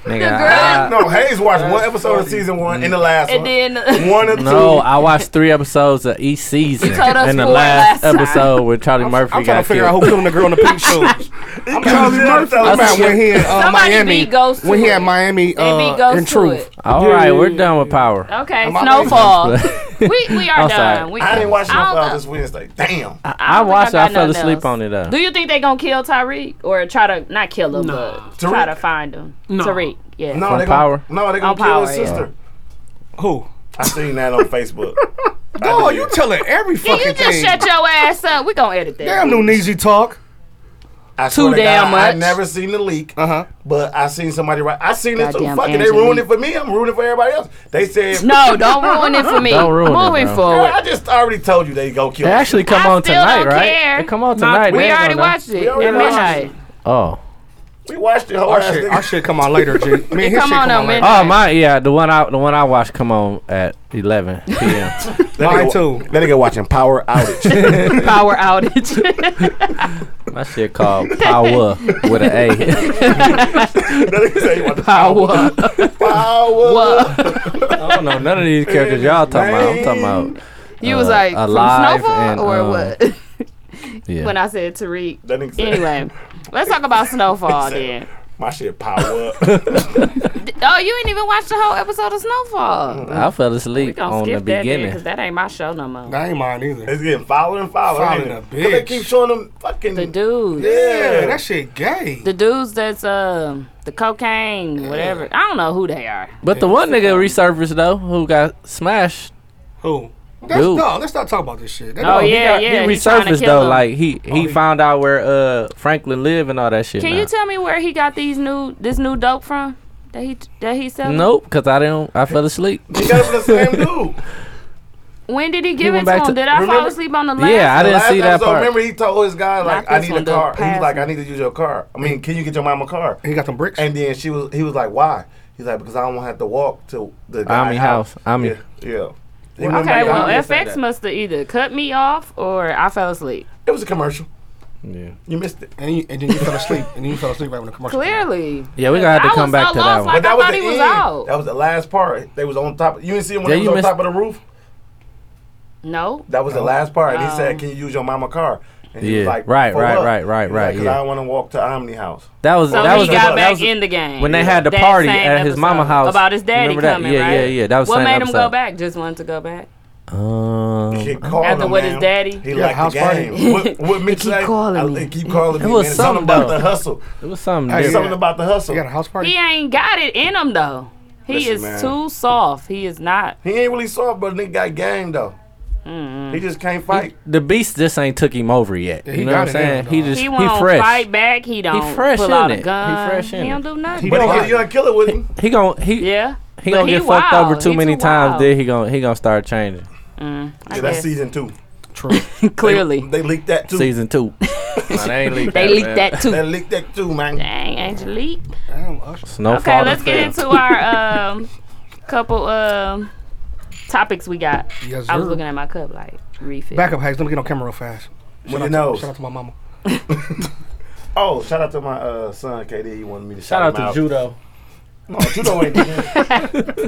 Speaker 3: Nigga, I-
Speaker 4: girl-
Speaker 5: Uh, No, Hayes watched one episode of season one
Speaker 3: Mm.
Speaker 5: and the last
Speaker 4: and
Speaker 5: one.
Speaker 4: then
Speaker 5: One or two.
Speaker 3: No, I watched three episodes of each season.
Speaker 4: told us
Speaker 3: and the
Speaker 4: four
Speaker 3: last,
Speaker 4: last time.
Speaker 3: episode where Charlie Murphy
Speaker 6: I'm trying
Speaker 3: got
Speaker 6: to figure out
Speaker 3: killed.
Speaker 6: who killed the girl in the pink shoes.
Speaker 5: I'm Charlie Murphy.
Speaker 6: I'm about when he in uh,
Speaker 4: Somebody
Speaker 6: Miami.
Speaker 4: beat Ghost to
Speaker 6: When he
Speaker 4: it.
Speaker 6: had Miami
Speaker 4: they
Speaker 6: uh,
Speaker 4: beat Ghost
Speaker 6: in
Speaker 4: to
Speaker 6: Truth.
Speaker 4: it.
Speaker 3: All
Speaker 7: Yeah,
Speaker 3: right,
Speaker 7: yeah,
Speaker 3: we're
Speaker 7: yeah,
Speaker 3: done with power.
Speaker 4: Okay,
Speaker 6: Am I
Speaker 4: Snowfall.
Speaker 3: But-
Speaker 4: we we are
Speaker 3: I'm sorry.
Speaker 4: done. We,
Speaker 5: I didn't watch
Speaker 4: I
Speaker 5: no
Speaker 4: don't
Speaker 5: Power
Speaker 4: know.
Speaker 5: this Wednesday. Damn.
Speaker 3: I
Speaker 4: don't think
Speaker 3: watched it.
Speaker 4: got
Speaker 3: I fell
Speaker 4: nothing
Speaker 3: asleep
Speaker 4: else.
Speaker 3: on it. Though.
Speaker 4: Do you think they gonna kill Tyreek or try to not kill him, but try to
Speaker 5: Tariq.
Speaker 4: find him?
Speaker 7: No.
Speaker 4: Tariq, yeah.
Speaker 5: No,
Speaker 3: From
Speaker 5: they
Speaker 3: Power?
Speaker 5: Gonna, no, they gonna
Speaker 4: On
Speaker 5: kill
Speaker 4: Power,
Speaker 5: his
Speaker 4: yeah.
Speaker 5: sister.
Speaker 6: Who?
Speaker 5: I seen that on Facebook.
Speaker 6: Oh,
Speaker 5: did.
Speaker 6: you telling every
Speaker 4: Can
Speaker 6: fucking
Speaker 4: you just
Speaker 6: thing.
Speaker 4: shut your ass up? We gonna edit that.
Speaker 6: Damn, new Neezy talk.
Speaker 5: I swear to
Speaker 4: damn
Speaker 5: God, I
Speaker 4: much.
Speaker 5: never seen the leak,
Speaker 6: Uh huh.
Speaker 5: but I seen somebody write. I seen it too.
Speaker 4: Goddamn
Speaker 5: Fuck it, they
Speaker 4: Angie.
Speaker 5: ruined it for me. I'm ruining it for everybody else. They said,
Speaker 4: No, don't ruin it for me.
Speaker 3: Don't ruin it,
Speaker 4: Moving
Speaker 3: bro.
Speaker 5: "Girl,
Speaker 4: forward.
Speaker 5: I just already told you they go kill.
Speaker 3: They
Speaker 5: her."
Speaker 3: actually come
Speaker 4: I
Speaker 3: on
Speaker 4: still
Speaker 3: tonight,
Speaker 4: don't
Speaker 3: right?
Speaker 4: care.
Speaker 3: They come on tonight.
Speaker 4: We
Speaker 3: They ain't
Speaker 4: already
Speaker 3: gonna know.
Speaker 4: watched it
Speaker 5: We
Speaker 4: at
Speaker 5: already watched
Speaker 4: midnight.
Speaker 3: Oh.
Speaker 5: we watched the whole
Speaker 6: Our
Speaker 5: ass
Speaker 6: Oh, shit,
Speaker 5: thing.
Speaker 6: our shit come on later, G. Me and his shit
Speaker 4: come
Speaker 6: come
Speaker 4: on
Speaker 6: on,
Speaker 4: now,
Speaker 6: later.
Speaker 4: man.
Speaker 3: Oh my, yeah. The one I, the one I watched come on at 11 p.m.
Speaker 6: Mine
Speaker 5: nigga-
Speaker 6: too.
Speaker 5: That nigga watching Power Outage.
Speaker 4: Power outage.
Speaker 3: my shit called Power with an
Speaker 5: that nigga say he watching
Speaker 3: A. Power.
Speaker 5: Power.
Speaker 3: I don't know none of these characters y'all talking about. I'm talking about.
Speaker 4: You was
Speaker 3: Uh,
Speaker 4: like
Speaker 3: alive
Speaker 4: from Snowfall
Speaker 3: and,
Speaker 4: or
Speaker 3: um,
Speaker 4: what?
Speaker 3: Yeah.
Speaker 4: when I said Tariq.
Speaker 5: That nigga say,
Speaker 4: Anyway, let's talk about Snowfall then.
Speaker 5: my shit Power Up.
Speaker 4: Oh, you ain't even watched the whole episode of Snowfall.
Speaker 3: I fell asleep
Speaker 4: Gonna
Speaker 3: Mm. on the
Speaker 4: skip that then, cause
Speaker 3: beginning.
Speaker 4: that ain't my show no more.
Speaker 6: That ain't mine either.
Speaker 5: It's getting fouler and fouler.
Speaker 6: Fouler
Speaker 5: ain't
Speaker 6: than
Speaker 5: it?
Speaker 6: a
Speaker 5: 'Cause They
Speaker 6: bitch.
Speaker 5: keep showing them fucking.
Speaker 4: The dudes.
Speaker 5: Yeah.
Speaker 6: Yeah, that shit gay.
Speaker 4: The dudes that's um the cocaine, whatever. I don't know who they are.
Speaker 3: But the one nigga resurfaced though, who got smashed.
Speaker 6: Who? That's,
Speaker 3: Dude.
Speaker 6: no, let's not talk about this shit. That
Speaker 4: Oh,
Speaker 6: don't-
Speaker 3: he
Speaker 4: yeah,
Speaker 3: got,
Speaker 4: yeah,
Speaker 3: He
Speaker 4: he tryna
Speaker 3: resurfaced
Speaker 4: kill
Speaker 3: though.
Speaker 4: him.
Speaker 3: Like he, he found out where uh Franklin live and all that shit.
Speaker 4: Can
Speaker 3: now.
Speaker 4: you tell me where he got these new this new dope from? That he that he selling?
Speaker 3: Nope, cause I didn't. I fell asleep.
Speaker 5: He got it from the same dude.
Speaker 4: When did he give it
Speaker 3: went
Speaker 4: to
Speaker 3: back
Speaker 4: him?
Speaker 3: to-
Speaker 4: Did I fall
Speaker 5: Remember-
Speaker 4: asleep on the last?
Speaker 3: Yeah, I
Speaker 5: The
Speaker 3: didn't
Speaker 5: last
Speaker 3: see that
Speaker 5: episode,
Speaker 3: part.
Speaker 5: Remember he told his guy like,
Speaker 4: Not
Speaker 5: "I
Speaker 4: this
Speaker 5: need a
Speaker 4: one, the
Speaker 5: car." He's
Speaker 4: past
Speaker 5: like, "I
Speaker 4: one.
Speaker 5: need to use your car." I mean, can you get your mama a car?
Speaker 6: He got them bricks.
Speaker 5: And then she was, he was like, "Why?" He's like, "Because I don't want to have to walk to the guy
Speaker 3: Ami house. Ami.
Speaker 5: Yeah, yeah. He went
Speaker 4: Okay,
Speaker 5: back
Speaker 4: well,
Speaker 5: out.
Speaker 4: FX must have either cut me off or I fell asleep.
Speaker 5: it was a commercial.
Speaker 3: Yeah.
Speaker 5: You missed it.
Speaker 6: and, you, and then you fell asleep. And then you fell asleep right when the commercial. came out.
Speaker 4: Clearly.
Speaker 3: Yeah, we gotta have
Speaker 4: I
Speaker 3: to
Speaker 4: was
Speaker 3: come back
Speaker 4: so
Speaker 3: to that
Speaker 4: lost,
Speaker 3: one.
Speaker 4: like- I
Speaker 5: that
Speaker 4: thought
Speaker 5: the
Speaker 4: he was
Speaker 5: end.
Speaker 4: out.
Speaker 5: That was the last part. They was on top. You didn't see him when they
Speaker 3: Yeah,
Speaker 5: was
Speaker 3: you
Speaker 5: on
Speaker 3: missed-
Speaker 5: top of the roof.
Speaker 4: No.
Speaker 5: That was the last part. And he
Speaker 4: Oh.
Speaker 5: said, "Can you use your mama car?" And And he was
Speaker 3: Yeah.
Speaker 5: like,
Speaker 3: Right,
Speaker 5: "Fuck
Speaker 3: right,
Speaker 5: up."
Speaker 3: right,
Speaker 5: He
Speaker 3: right,
Speaker 5: was
Speaker 3: right,
Speaker 5: like, Cause
Speaker 3: yeah.
Speaker 5: I don't want to walk to Omni House.
Speaker 3: That was
Speaker 4: So
Speaker 3: that
Speaker 4: he
Speaker 3: was
Speaker 4: got
Speaker 3: the,
Speaker 4: back
Speaker 3: that was
Speaker 4: in the game
Speaker 3: when they had the
Speaker 4: That
Speaker 3: party
Speaker 4: same
Speaker 3: at his
Speaker 4: episode
Speaker 3: mama house.
Speaker 4: about his daddy
Speaker 3: Remember that?
Speaker 4: coming.
Speaker 3: Yeah,
Speaker 4: right?
Speaker 3: yeah, yeah. That was
Speaker 4: what
Speaker 3: same
Speaker 4: made him
Speaker 3: episode.
Speaker 4: go back? Just wanted to go back.
Speaker 5: He
Speaker 3: Um,
Speaker 5: called
Speaker 4: After
Speaker 5: him,
Speaker 4: what
Speaker 5: man.
Speaker 4: his daddy-
Speaker 5: He
Speaker 6: Yeah,
Speaker 5: liked
Speaker 6: house
Speaker 5: the
Speaker 6: party.
Speaker 5: game. What, what Mitch
Speaker 4: keep
Speaker 5: like,
Speaker 4: calling
Speaker 5: I-
Speaker 4: me.
Speaker 5: they keep calling
Speaker 3: It
Speaker 5: me.
Speaker 3: was
Speaker 5: man. It's
Speaker 3: something
Speaker 5: something about
Speaker 3: though.
Speaker 5: the hustle.
Speaker 3: it was something.
Speaker 6: Hey,
Speaker 5: It's
Speaker 3: different.
Speaker 5: something about the hustle.
Speaker 6: You got a house party?
Speaker 4: He ain't got it in him though. He
Speaker 5: Listen,
Speaker 4: is
Speaker 5: man.
Speaker 4: too soft. He is not.
Speaker 5: He ain't really soft, but nigga got game though. He just can't fight.
Speaker 3: The beast just ain't took him over yet.
Speaker 6: he
Speaker 3: you know what
Speaker 6: got
Speaker 3: I'm
Speaker 6: it
Speaker 3: saying?
Speaker 6: now,
Speaker 3: He
Speaker 6: dog.
Speaker 3: just
Speaker 4: He
Speaker 3: he,
Speaker 4: won't
Speaker 3: fresh.
Speaker 4: fight back. He don't
Speaker 3: fresh,
Speaker 4: pull out
Speaker 3: innit?
Speaker 4: a
Speaker 3: He
Speaker 4: gun. He,
Speaker 3: fresh, innit?
Speaker 4: don't do nothing.
Speaker 6: He
Speaker 5: But
Speaker 6: don't
Speaker 5: he
Speaker 6: got
Speaker 5: get a
Speaker 6: it.
Speaker 5: young killer with him.
Speaker 3: He gon' he
Speaker 4: yeah.
Speaker 3: he
Speaker 4: But
Speaker 3: gonna
Speaker 4: he
Speaker 3: get fucked
Speaker 4: wild.
Speaker 3: over too
Speaker 4: He
Speaker 3: many
Speaker 4: too
Speaker 3: times.
Speaker 4: wild.
Speaker 3: Then he gonna he gonna start changing.
Speaker 5: Yeah, that's
Speaker 4: Mm, guess.
Speaker 5: season two.
Speaker 4: Clearly,
Speaker 5: They leaked that too.
Speaker 3: Season two. Nah, they ain't leaked
Speaker 4: they
Speaker 3: that,
Speaker 4: leaked
Speaker 3: man.
Speaker 4: that
Speaker 5: They
Speaker 4: too.
Speaker 5: leaked that too, man.
Speaker 4: Dang, Angelique.
Speaker 6: Damn, Usher.
Speaker 3: Snowfall.
Speaker 4: Okay, let's
Speaker 3: and
Speaker 4: get
Speaker 3: fail.
Speaker 4: into our um, couple um, topics we got.
Speaker 6: Yes,
Speaker 4: I was
Speaker 6: sir.
Speaker 4: looking at my cup like refill.
Speaker 6: Back up, Hayes. Let me get on camera real fast.
Speaker 5: With your nose.
Speaker 6: Shout out to my mama.
Speaker 5: Oh, shout out to my uh, son KD. He wanted me to
Speaker 3: Shout
Speaker 5: shout,
Speaker 3: out
Speaker 5: him
Speaker 3: to Judo.
Speaker 5: No, judo ain't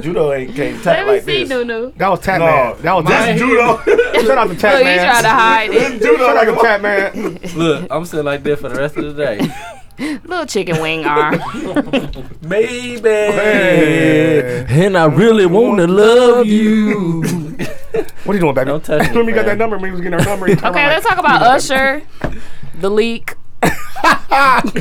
Speaker 5: judo ain't can't
Speaker 4: Let
Speaker 5: tap
Speaker 4: me
Speaker 5: like
Speaker 4: see,
Speaker 5: this.
Speaker 4: Nunu.
Speaker 6: That was Tap
Speaker 5: No,
Speaker 6: Man. That was
Speaker 5: That's
Speaker 6: Tap
Speaker 5: judo.
Speaker 6: Shout out to Tap
Speaker 4: Look, he
Speaker 6: Man.
Speaker 4: trying to hide it.
Speaker 5: judo
Speaker 6: Shout out
Speaker 5: like
Speaker 6: to
Speaker 5: a
Speaker 6: Tap Man.
Speaker 3: Look, I'm still like this for the rest of the day.
Speaker 4: Little chicken wing arm.
Speaker 3: Maybe.
Speaker 6: Hey.
Speaker 3: And I really want to love you.
Speaker 6: What are you doing, baby?
Speaker 3: Don't touch me.
Speaker 6: Remember you got that
Speaker 3: fam.
Speaker 6: number when he was getting her number.
Speaker 4: Okay, let's talk about Usher, the leak, and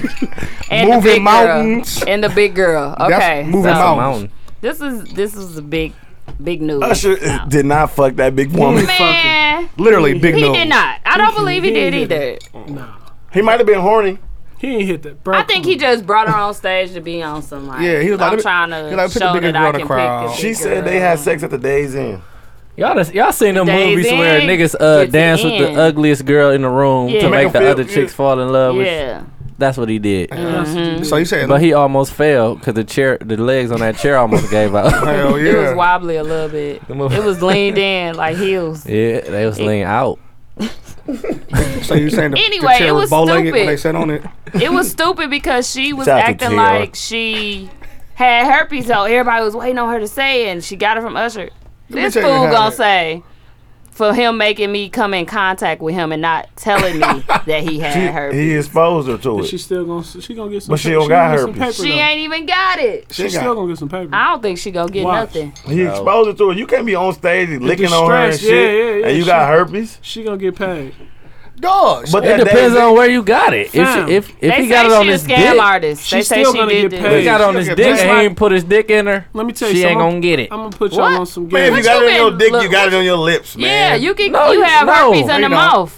Speaker 4: the
Speaker 6: Moving
Speaker 4: big
Speaker 6: mountains.
Speaker 4: girl, and the big girl.
Speaker 6: That's
Speaker 4: Okay,
Speaker 6: moving
Speaker 4: so
Speaker 3: Come
Speaker 6: mountains.
Speaker 3: on.
Speaker 4: this is this is a big, big news.
Speaker 5: Usher uh, did not fuck that big woman.
Speaker 4: Man,
Speaker 6: Literally, big
Speaker 4: he
Speaker 6: no.
Speaker 4: did not. I don't believe he
Speaker 7: He
Speaker 4: did
Speaker 7: did
Speaker 4: either.
Speaker 5: He might have been horny.
Speaker 7: He ain't hit that. Bro,
Speaker 4: I think he just brought her on stage to be on some like.
Speaker 6: Yeah, he was like,
Speaker 4: I'm
Speaker 6: let me-
Speaker 4: trying to
Speaker 6: he like, put the
Speaker 4: show
Speaker 6: bigger
Speaker 4: that
Speaker 6: girl
Speaker 4: I
Speaker 6: in the
Speaker 4: can
Speaker 6: crowd.
Speaker 4: pick this
Speaker 5: She
Speaker 4: big
Speaker 5: said
Speaker 4: girl.
Speaker 5: they had sex at the day's end.
Speaker 3: Y'all, done- y'all seen them
Speaker 4: Days
Speaker 3: movies where
Speaker 4: in,
Speaker 3: niggas uh,
Speaker 4: gets
Speaker 3: dance with
Speaker 4: in.
Speaker 3: the ugliest girl in the room
Speaker 4: Yeah.
Speaker 3: to
Speaker 4: Make
Speaker 3: make the
Speaker 5: them feel
Speaker 3: other
Speaker 5: good.
Speaker 3: chicks fall in love. With.
Speaker 4: Yeah, Mm-hmm.
Speaker 3: That's what he did.
Speaker 6: So you said,
Speaker 3: But he almost fell because the chair, the legs on that chair almost gave out.
Speaker 6: hell
Speaker 4: it was
Speaker 6: yeah.
Speaker 4: wobbly a little bit.
Speaker 3: Them mother-
Speaker 4: It was leaned in like heels.
Speaker 3: yeah, they was leaning out.
Speaker 6: So you saying the,
Speaker 4: Anyway,
Speaker 6: the chair
Speaker 4: it
Speaker 6: was
Speaker 4: was
Speaker 6: bow-legged when
Speaker 4: stupid.
Speaker 6: they sat on it?
Speaker 4: it was stupid because she was
Speaker 5: Shout out to
Speaker 4: acting
Speaker 5: Tiara.
Speaker 4: like she had herpes, so everybody was waiting on her to say it, and she got it from Usher. This
Speaker 6: tell
Speaker 4: fool
Speaker 6: you how
Speaker 4: gonna
Speaker 6: it-
Speaker 4: say for him making me come in contact with him and not telling me that he had
Speaker 5: She,
Speaker 4: herpes.
Speaker 5: he exposed her to it.
Speaker 7: she still gonna she gonna get some.
Speaker 5: But she
Speaker 7: pa-
Speaker 5: don't got
Speaker 7: gonna get
Speaker 5: herpes.
Speaker 7: Some
Speaker 4: she
Speaker 7: paper, though.
Speaker 4: ain't even got it.
Speaker 7: She
Speaker 6: She
Speaker 7: still
Speaker 6: got
Speaker 7: gonna get some paper.
Speaker 4: I don't think she gonna get
Speaker 7: Watch.
Speaker 4: nothing.
Speaker 5: he exposed her to it. You can't be on stage and licking on her and
Speaker 7: distress, yeah,
Speaker 5: shit,
Speaker 7: yeah, yeah,
Speaker 5: and you
Speaker 7: she-
Speaker 5: got herpes.
Speaker 7: she gonna get paid.
Speaker 6: dog.
Speaker 5: But
Speaker 3: It
Speaker 5: that
Speaker 3: depends
Speaker 5: day-
Speaker 3: on where you got it. If
Speaker 7: Fam.
Speaker 3: she, if if
Speaker 4: they
Speaker 3: he
Speaker 4: say
Speaker 3: got it on
Speaker 4: she
Speaker 3: his
Speaker 4: a scam
Speaker 3: dick,
Speaker 4: artist. They
Speaker 7: She's
Speaker 4: say
Speaker 7: still
Speaker 4: she
Speaker 7: gonna
Speaker 4: did
Speaker 7: get
Speaker 4: this.
Speaker 7: paid.
Speaker 3: he got it on
Speaker 6: She'll
Speaker 3: his
Speaker 6: get
Speaker 3: dick and
Speaker 6: paid.
Speaker 3: he ain't put his dick in her.
Speaker 7: Let me tell you
Speaker 3: She ain't
Speaker 7: something.
Speaker 3: gonna get it.
Speaker 7: I'm gonna put y'all
Speaker 4: What?
Speaker 7: on some
Speaker 5: Man, if
Speaker 7: game.
Speaker 5: you
Speaker 4: What
Speaker 5: got
Speaker 4: you
Speaker 5: it on your
Speaker 4: been-
Speaker 5: dick, you
Speaker 4: look-
Speaker 5: got it on your lips,
Speaker 4: Yeah,
Speaker 5: man.
Speaker 4: you can.
Speaker 3: No,
Speaker 4: you
Speaker 3: you-
Speaker 4: have
Speaker 3: no.
Speaker 4: herpes in
Speaker 6: No,
Speaker 4: the
Speaker 6: you don't.
Speaker 4: mouth.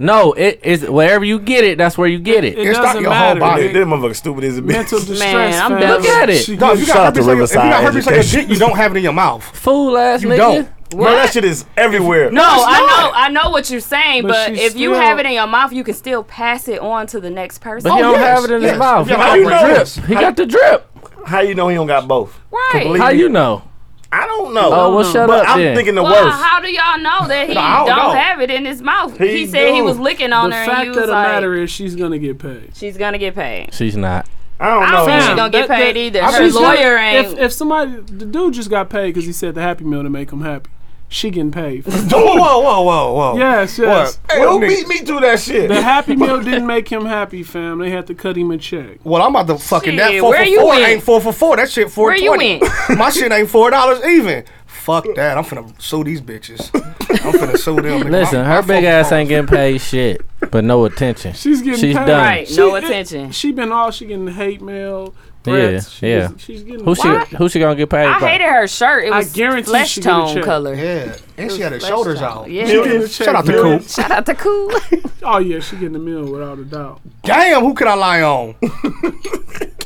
Speaker 3: No, it is wherever you get it. That's where you get it.
Speaker 7: It
Speaker 6: It's not
Speaker 7: doesn't
Speaker 6: your whole
Speaker 7: matter.
Speaker 6: body.
Speaker 5: Hey,
Speaker 7: nigga.
Speaker 5: This motherfucker stupid as a bitch.
Speaker 7: Mental distress.
Speaker 4: I'm
Speaker 7: fam.
Speaker 4: done. Look
Speaker 3: at it.
Speaker 7: She
Speaker 5: No,
Speaker 6: Dog,
Speaker 7: gets-
Speaker 6: if you
Speaker 5: Shout out
Speaker 6: got herpes
Speaker 5: to
Speaker 6: on your- if you got
Speaker 5: Riverside
Speaker 6: herpes on your
Speaker 5: Education.
Speaker 6: dick, you don't have it in your mouth.
Speaker 3: Fool ass
Speaker 6: You
Speaker 3: nigga.
Speaker 6: don't.
Speaker 5: Bro, that shit is everywhere.
Speaker 4: No, I know, I know what you're saying,
Speaker 7: But
Speaker 4: but,
Speaker 7: she
Speaker 4: if you
Speaker 7: still-
Speaker 4: have it in your mouth, you can still pass it on to the next person. Oh,
Speaker 3: But he don't
Speaker 6: yes,
Speaker 3: have it in
Speaker 6: yes.
Speaker 3: his mouth. He
Speaker 6: Yeah,
Speaker 5: how
Speaker 3: got
Speaker 5: you
Speaker 3: the
Speaker 5: know
Speaker 3: drip.
Speaker 5: this?
Speaker 3: He got the drip.
Speaker 5: How you know he don't got both?
Speaker 4: Right.
Speaker 5: Completely.
Speaker 3: How you know?
Speaker 5: I don't know.
Speaker 3: Oh, well, shut
Speaker 5: but
Speaker 3: up
Speaker 5: I'm
Speaker 3: then.
Speaker 5: thinking the
Speaker 4: well,
Speaker 5: worst.
Speaker 4: how do y'all know that he
Speaker 6: I
Speaker 4: don't,
Speaker 6: don't know.
Speaker 4: have it in his mouth? He,
Speaker 5: He
Speaker 4: said he
Speaker 5: do.
Speaker 4: was licking on
Speaker 7: the
Speaker 4: her, and
Speaker 7: fact
Speaker 4: you
Speaker 7: of
Speaker 4: was
Speaker 7: the
Speaker 4: like,
Speaker 7: matter is she's gonna get paid.
Speaker 4: "She's gonna get paid."
Speaker 3: She's not.
Speaker 5: I
Speaker 4: I
Speaker 5: don't
Speaker 4: don't
Speaker 5: know.
Speaker 4: think she
Speaker 7: Fam,
Speaker 4: gonna get
Speaker 7: that-
Speaker 4: paid
Speaker 7: that-
Speaker 4: either.
Speaker 7: I
Speaker 4: Her
Speaker 7: mean, she-
Speaker 4: lawyer ain't.
Speaker 7: If, if somebody, the dude just got paid because he said the Happy Meal to make him happy. She getting paid.
Speaker 6: Whoa, whoa, whoa, whoa, whoa.
Speaker 7: yes, yes.
Speaker 5: Hey, who beat me to that shit?
Speaker 7: The Happy Meal didn't make him happy, fam. They had to cut him a check.
Speaker 6: Well, I'm about to fucking
Speaker 4: Shit,
Speaker 6: that four
Speaker 4: where
Speaker 6: for
Speaker 4: you
Speaker 6: four
Speaker 4: went?
Speaker 6: ain't four for four. That shit four
Speaker 4: Where you
Speaker 6: twenty. My shit ain't four dollars even. Fuck that. I'm finna sue these bitches. I'm finna sue them. nigga.
Speaker 3: Listen,
Speaker 6: My-
Speaker 3: her
Speaker 6: my
Speaker 3: big
Speaker 6: phone-
Speaker 3: ass ain't getting paid shit, but no attention.
Speaker 7: She's getting
Speaker 3: She's
Speaker 7: paid.
Speaker 3: done.
Speaker 4: Right, no
Speaker 7: it-
Speaker 4: attention.
Speaker 7: She been all she getting hate mail. Threats.
Speaker 3: Yeah,
Speaker 7: She's,
Speaker 3: yeah.
Speaker 7: she's getting.
Speaker 3: Who she?
Speaker 4: Why?
Speaker 3: Who she gonna get paid?
Speaker 4: I
Speaker 3: by?
Speaker 4: hated her shirt. It
Speaker 7: I
Speaker 4: was
Speaker 7: guarantee
Speaker 4: flesh
Speaker 7: she get a
Speaker 4: tone
Speaker 7: check.
Speaker 4: color.
Speaker 6: Yeah, and she had her shoulders out.
Speaker 4: Yeah.
Speaker 7: She getting a check,
Speaker 6: Shout out to
Speaker 7: man.
Speaker 6: Coop.
Speaker 4: Shout out to Cool.
Speaker 7: Oh yeah, she getting a meal without a doubt.
Speaker 6: Damn, who could I lie on?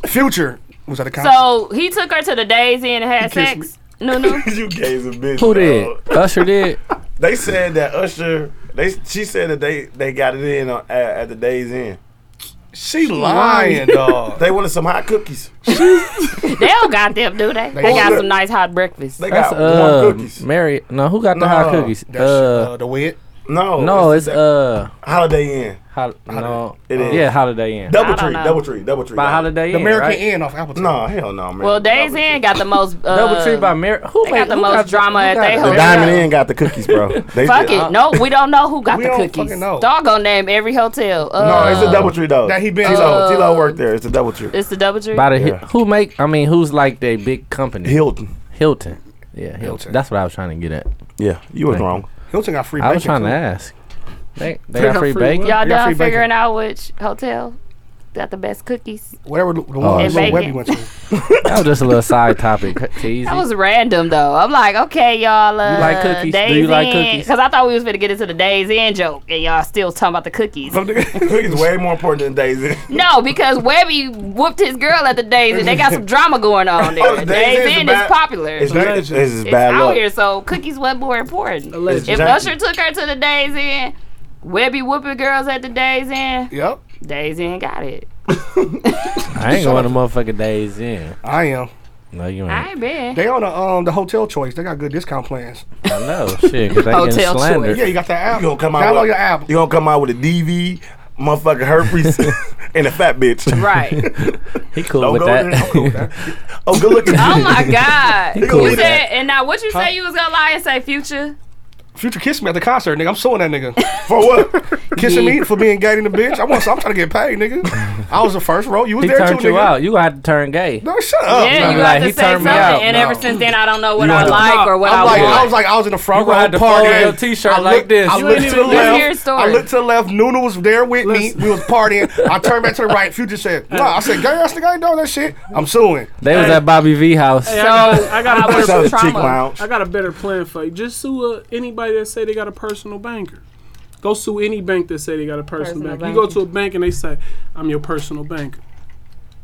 Speaker 6: Future was at a concert.
Speaker 4: so he took her to the days end and had
Speaker 6: kissed
Speaker 4: sex. No, no.
Speaker 5: you gays a bitch. dog.
Speaker 3: Who did? Usher did.
Speaker 5: They said that Usher. They she said that they they got it in on, at, at the day's end.
Speaker 6: she lying, dog.
Speaker 5: They wanted some hot cookies.
Speaker 4: They don't got them, do they? They got some nice hot breakfast.
Speaker 5: They
Speaker 3: That's
Speaker 5: got
Speaker 3: uh,
Speaker 5: warm cookies.
Speaker 3: Mary. No, who got the
Speaker 5: No,
Speaker 3: hot cookies?
Speaker 6: That's, uh,
Speaker 3: Uh,
Speaker 6: the wit.
Speaker 5: No,
Speaker 3: no, it's
Speaker 5: the
Speaker 3: uh,
Speaker 5: Oh, Holiday Inn.
Speaker 3: Hol- no,
Speaker 5: It is.
Speaker 3: yeah, Holiday Inn.
Speaker 5: Double
Speaker 4: I don't
Speaker 5: tree,
Speaker 4: know.
Speaker 5: double tree, double tree.
Speaker 3: by Holiday Inn,
Speaker 6: The American
Speaker 3: right?
Speaker 6: Inn off Appleton.
Speaker 5: No, hell no, man.
Speaker 4: Well, Days
Speaker 5: Double Tree.
Speaker 4: Inn got the most. Uh,
Speaker 3: Double Tree by Mar- Who
Speaker 4: they got the
Speaker 3: who
Speaker 4: most drama
Speaker 3: who
Speaker 4: at
Speaker 3: got
Speaker 4: they
Speaker 5: The
Speaker 3: the-
Speaker 4: hotel.
Speaker 5: Diamond Inn got the cookies, bro. They
Speaker 4: Fuck
Speaker 5: did- uh,
Speaker 4: it. No, we don't know who got
Speaker 6: We
Speaker 4: the
Speaker 6: don't
Speaker 4: cookies.
Speaker 6: fucking know.
Speaker 4: Dog gonna name every hotel.
Speaker 5: No,
Speaker 4: Uh,
Speaker 5: it's a double tree though.
Speaker 6: That he been-
Speaker 5: T-Lo,
Speaker 4: Uh,
Speaker 5: T-Lo worked there. It's a double tree.
Speaker 4: It's the double tree.
Speaker 3: By the Hi-
Speaker 5: Yeah.
Speaker 3: who make? I mean, who's like their big company?
Speaker 5: Hilton.
Speaker 3: Hilton. Yeah, Hilton.
Speaker 6: Hilton.
Speaker 3: That's what I was trying to get at.
Speaker 5: Yeah, you was
Speaker 3: Thank
Speaker 5: wrong.
Speaker 6: Hilton got free bacon.
Speaker 3: I was trying
Speaker 6: too.
Speaker 3: to ask. They, they got free bacon.
Speaker 7: what?
Speaker 4: Y'all
Speaker 6: We got free
Speaker 4: done
Speaker 6: bacon.
Speaker 4: figuring out which hotel got the best cookies?
Speaker 6: Whatever the the one
Speaker 5: And
Speaker 6: little
Speaker 4: bacon.
Speaker 6: Webby went to.
Speaker 3: Oh. That was just a little side topic. Teasy.
Speaker 4: That was random though. I'm like, okay, y'all. Uh,
Speaker 3: like cookies? Do
Speaker 4: Days
Speaker 3: you like cookies?
Speaker 4: Because I thought we was gonna get into the days in joke, and y'all still talking about the cookies.
Speaker 5: Cookies way more important than Daisy.
Speaker 4: No, because Webby whooped his girl at the days, and they got some drama going on there.
Speaker 5: Oh, the Days
Speaker 4: days
Speaker 5: Inn's
Speaker 4: in is
Speaker 5: bad-
Speaker 4: popular.
Speaker 5: It's,
Speaker 7: Alleged.
Speaker 5: it's, it's just
Speaker 4: it's
Speaker 5: bad
Speaker 4: out
Speaker 5: luck.
Speaker 4: here. So cookies was more important.
Speaker 7: Alleged.
Speaker 4: If
Speaker 5: Exactly.
Speaker 4: Usher took her to the Days Inn, Webby whooping girls at the Days Inn,
Speaker 6: Yep,
Speaker 4: Days Inn got it.
Speaker 3: I ain't going to motherfucking days in.
Speaker 6: I am.
Speaker 3: No, you ain't.
Speaker 4: I ain't been.
Speaker 6: They on the um the hotel choice. They got good discount plans.
Speaker 3: I know. Shit, because they
Speaker 4: Hotel
Speaker 3: getting slandered.
Speaker 6: Yeah, you got that app.
Speaker 5: You gonna come out
Speaker 6: Download
Speaker 5: with
Speaker 6: your app.
Speaker 5: You gonna come out with a DV, motherfucking herpes, and a fat bitch.
Speaker 4: Right.
Speaker 3: He cool
Speaker 5: Don't
Speaker 3: with
Speaker 5: go there. I'm cool with
Speaker 3: that.
Speaker 5: that. Oh, good looking.
Speaker 4: Oh my God.
Speaker 5: cool
Speaker 4: you
Speaker 5: with
Speaker 4: said,
Speaker 5: that.
Speaker 4: and now what you say you was gonna lie and say future?
Speaker 6: Future kissed me at the concert, nigga. I'm suing that nigga.
Speaker 5: For what?
Speaker 6: Kissing me for being gay in the bitch. I want. I'm trying to get paid, nigga. I was the first row. You was
Speaker 3: He
Speaker 6: there
Speaker 3: turned
Speaker 6: too,
Speaker 3: you
Speaker 6: nigga.
Speaker 3: out. You gonna have to turn gay.
Speaker 6: No, shut up.
Speaker 4: yeah,
Speaker 3: I'm
Speaker 4: you
Speaker 6: nigga.
Speaker 3: like,
Speaker 4: got to
Speaker 3: he
Speaker 4: say
Speaker 3: turned
Speaker 4: something,
Speaker 3: me out.
Speaker 4: and
Speaker 6: No.
Speaker 4: ever since then I don't know Uh, what
Speaker 5: You
Speaker 4: I
Speaker 5: wanna-
Speaker 4: like or what
Speaker 6: I'm
Speaker 4: I
Speaker 6: like, I
Speaker 4: want.
Speaker 6: was like, I was in the front
Speaker 3: You
Speaker 6: row
Speaker 3: had to
Speaker 6: partying.
Speaker 3: fold your t-shirt
Speaker 6: I
Speaker 3: like
Speaker 6: looked-
Speaker 3: this.
Speaker 6: I
Speaker 3: You
Speaker 6: looked
Speaker 7: ain't
Speaker 6: to the
Speaker 7: even
Speaker 4: listening to your
Speaker 6: left.
Speaker 4: story.
Speaker 6: I looked to the left. Nuna was there with
Speaker 7: Listen.
Speaker 6: me. We was partying. I turned back to the right. Future said, "No." I said, "Gay ass nigga, I ain't doing that shit. I'm suing."
Speaker 3: They was at Bobby V house.
Speaker 7: Hey, I got, I got a
Speaker 4: was
Speaker 7: better,
Speaker 5: That was
Speaker 4: Trauma.
Speaker 5: cheek lounge.
Speaker 7: I got a better plan for you. Just sue uh, anybody that say they got a personal banker. Go sue any bank that say they got a personal,
Speaker 4: Personal
Speaker 7: banker. You go
Speaker 4: banker.
Speaker 7: to a bank and they say, "I'm your personal banker."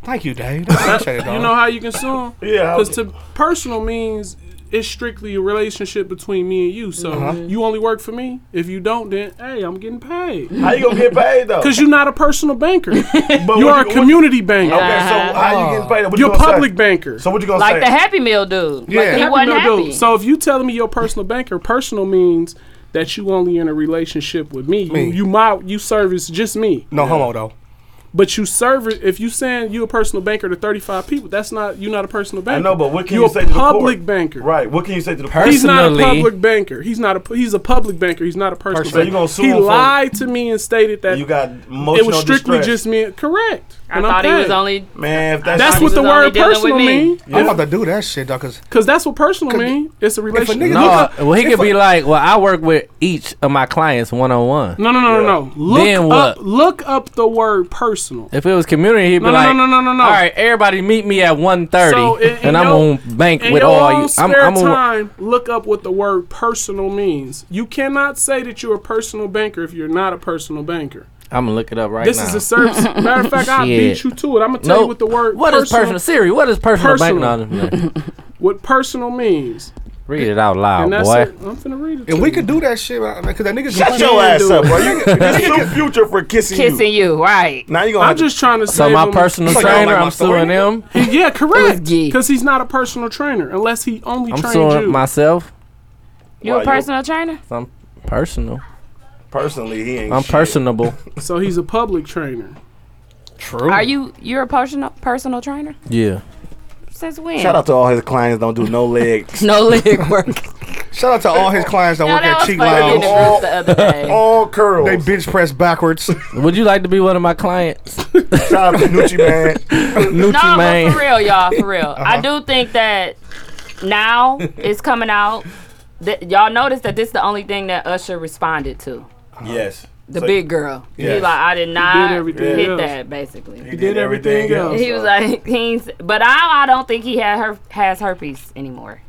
Speaker 6: Thank you, Dave. That's what I'm saying,
Speaker 7: You
Speaker 6: dog.
Speaker 7: know how you can sue them?
Speaker 5: Yeah, I-
Speaker 7: Because to personal means it's strictly a relationship between me and you. So
Speaker 6: Uh-huh.
Speaker 7: you only work for me. If you don't, then hey, I'm getting paid.
Speaker 5: How you gonna get paid though?
Speaker 7: Because you're not a personal banker.
Speaker 5: But what
Speaker 7: you are a
Speaker 5: what-
Speaker 7: community banker.
Speaker 5: Okay, so how you getting paid? What
Speaker 7: You're a
Speaker 5: gonna
Speaker 7: public
Speaker 5: say?
Speaker 7: banker.
Speaker 5: So what you gonna
Speaker 4: Like
Speaker 5: say?
Speaker 4: the Happy Meal dude.
Speaker 6: Yeah.
Speaker 4: Like he
Speaker 6: Happy
Speaker 4: wasn't
Speaker 7: No, dude,
Speaker 4: happy.
Speaker 7: So if you telling me your personal banker, personal means that you only in a relationship with me.
Speaker 6: Me.
Speaker 7: You, you my you service just me.
Speaker 6: No homo though.
Speaker 7: But you service if you saying you a personal banker to thirty five people, that's not you not a personal banker.
Speaker 5: I know, but what can
Speaker 7: you
Speaker 5: you,
Speaker 7: a
Speaker 5: say to the court?
Speaker 7: public banker.
Speaker 5: Right. What can you say to the
Speaker 3: Person-
Speaker 7: He's not a
Speaker 3: Personally-
Speaker 7: public banker. He's not a pu- he's a public banker. He's not a personal
Speaker 5: So you
Speaker 7: banker.
Speaker 5: gonna sue
Speaker 7: he
Speaker 5: him for-
Speaker 7: lied to me and stated that
Speaker 5: You got emotional
Speaker 7: it was strictly
Speaker 5: distress.
Speaker 7: just me. Correct.
Speaker 4: I
Speaker 7: And I'm
Speaker 4: thought he was
Speaker 7: paid.
Speaker 4: only.
Speaker 5: man. If that's,
Speaker 7: That's
Speaker 4: he
Speaker 7: what
Speaker 4: was
Speaker 7: the
Speaker 4: only
Speaker 7: word
Speaker 4: dealing with
Speaker 7: personal
Speaker 4: me.
Speaker 7: mean.
Speaker 6: I'm about to do that shit, dog. Cause
Speaker 7: Cause that's what personal mean. It's a
Speaker 6: if a
Speaker 7: relationship.
Speaker 6: nigga
Speaker 3: No,
Speaker 6: look up,
Speaker 3: well, he
Speaker 6: if
Speaker 3: could
Speaker 6: a-
Speaker 3: be like, well, I work with each of my clients one on one.
Speaker 7: No, no, no, no, no. Look
Speaker 3: Then
Speaker 7: up.
Speaker 3: what?
Speaker 7: Look up the word personal.
Speaker 3: If it was community, he'd be
Speaker 7: No, no,
Speaker 3: like,
Speaker 7: no, no, no, no.
Speaker 3: All right, everybody, meet me at 1.30,
Speaker 7: So, in- in
Speaker 3: and I'm
Speaker 7: your-
Speaker 3: on bank
Speaker 7: In
Speaker 3: with
Speaker 7: your
Speaker 3: all
Speaker 7: own
Speaker 3: you. I'm,
Speaker 7: spare
Speaker 3: I'm on.
Speaker 7: time, look up what the word personal means. You cannot say that you're a personal banker if you're not a personal banker.
Speaker 3: I'm gonna look it up right
Speaker 7: This
Speaker 3: now.
Speaker 7: is a service. Matter of fact, I beat
Speaker 3: Shit.
Speaker 7: you to it. I'm gonna tell
Speaker 3: Nope.
Speaker 7: you what the word
Speaker 3: What is
Speaker 7: personal,
Speaker 3: personal? Siri, what is personal,
Speaker 7: Personal.
Speaker 3: bank? No, no, no.
Speaker 7: what personal means.
Speaker 3: Read it out loud,
Speaker 7: And that's
Speaker 3: boy.
Speaker 7: it. I'm finna read it.
Speaker 6: if
Speaker 7: to
Speaker 6: we
Speaker 7: you.
Speaker 6: could do that shit, I mean, cause that nigga
Speaker 5: shut your ass up, bro. You, this is your future for kissing,
Speaker 4: Kissing
Speaker 5: you.
Speaker 4: you, right?
Speaker 5: Now you gonna.
Speaker 7: I'm
Speaker 5: have to-
Speaker 7: just trying to say.
Speaker 3: So my personal
Speaker 6: Like, y'all
Speaker 3: trainer,
Speaker 6: like my
Speaker 3: I'm suing
Speaker 6: story?
Speaker 3: him.
Speaker 7: Yeah, correct.
Speaker 4: It was gay.
Speaker 7: Because he's not a personal trainer unless he only
Speaker 3: I'm
Speaker 7: trains
Speaker 3: suing
Speaker 7: you.
Speaker 3: myself.
Speaker 4: You
Speaker 5: Why,
Speaker 4: a
Speaker 5: you-
Speaker 4: personal trainer?
Speaker 3: I'm personal.
Speaker 5: personally, he ain't.
Speaker 3: I'm
Speaker 5: shit.
Speaker 3: personable.
Speaker 7: so he's a public trainer.
Speaker 6: True.
Speaker 4: Are you you're a personal personal trainer?
Speaker 3: Yeah.
Speaker 4: Since when?
Speaker 5: Shout out to all his clients. Don't do no legs.
Speaker 4: No leg work.
Speaker 6: Shout out to all his clients that
Speaker 4: Now
Speaker 6: work
Speaker 4: that
Speaker 6: at
Speaker 4: was
Speaker 6: Cheek
Speaker 4: funny in the
Speaker 6: Lounge.
Speaker 4: group the other day.
Speaker 5: All curls.
Speaker 6: They bench press backwards.
Speaker 3: Would you like to be one of my clients?
Speaker 5: Shout out to Nucci man.
Speaker 3: Nucci
Speaker 4: No, but
Speaker 3: man.
Speaker 4: for real, y'all, for real.
Speaker 3: Uh-huh.
Speaker 4: I do think that now it's coming out. That y'all notice that this is the only thing that Usher responded to.
Speaker 5: Yes.
Speaker 4: The
Speaker 5: So
Speaker 4: big girl. He
Speaker 5: Yes.
Speaker 4: like, I did not
Speaker 7: everything
Speaker 4: hit
Speaker 7: else.
Speaker 4: that basically.
Speaker 5: He did everything
Speaker 7: everything
Speaker 5: else.
Speaker 7: else.
Speaker 4: He was like, he's, but now I don't think he had her has herpes anymore.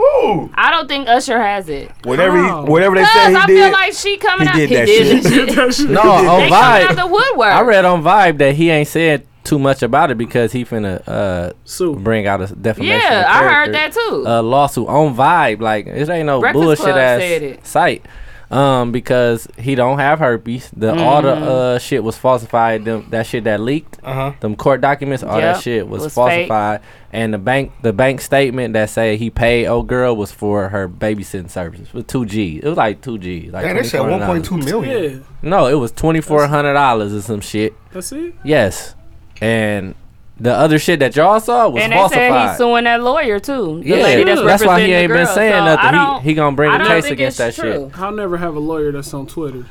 Speaker 5: Ooh.
Speaker 4: I don't think Usher has it.
Speaker 5: Whatever,
Speaker 7: Wow.
Speaker 5: he, whatever they
Speaker 4: Cause
Speaker 5: said he
Speaker 4: I
Speaker 5: did.
Speaker 4: feel like she coming
Speaker 5: he
Speaker 4: out.
Speaker 5: did that shit.
Speaker 4: that shit.
Speaker 3: No, on
Speaker 4: They coming out
Speaker 3: Vibe.
Speaker 4: the woodwork.
Speaker 3: I read on Vibe that he ain't said too much about it because he finna uh,
Speaker 7: Sue.
Speaker 3: bring out a defamation. of
Speaker 4: Yeah, I heard
Speaker 3: character,
Speaker 4: that too.
Speaker 3: Uh, lawsuit on Vibe. Like, it ain't no
Speaker 4: Breakfast
Speaker 3: bullshit
Speaker 4: Club
Speaker 3: ass
Speaker 4: said it.
Speaker 3: site. um, because he don't have herpes. The all
Speaker 4: Mm.
Speaker 3: the uh shit was falsified. Them that shit that leaked,
Speaker 6: Uh huh.
Speaker 3: them court documents, all
Speaker 4: Yep,
Speaker 3: that shit was,
Speaker 4: was fake.
Speaker 3: falsified. And the bank, the bank statement that said he paid old girl was for her babysitting services for two G. It was like two G. Like
Speaker 6: Damn, they said 1.2 million.
Speaker 7: Yeah,
Speaker 3: No, it was twenty four hundred dollars or some shit.
Speaker 7: that's it.
Speaker 3: Yes, and the other shit that y'all saw was
Speaker 4: And they
Speaker 3: falsified.
Speaker 4: said he's suing that lawyer too. The
Speaker 3: yeah,
Speaker 4: lady that's,
Speaker 3: that's, why
Speaker 4: representing the
Speaker 3: he ain't been
Speaker 4: girl.
Speaker 3: saying
Speaker 4: So I
Speaker 3: nothing.
Speaker 4: don't-
Speaker 3: He, he gonna
Speaker 4: I
Speaker 3: bring a
Speaker 4: don't
Speaker 3: case
Speaker 4: think
Speaker 3: against that
Speaker 4: it's
Speaker 3: shit.
Speaker 4: true.
Speaker 7: I'll never have a lawyer that's on Twitter.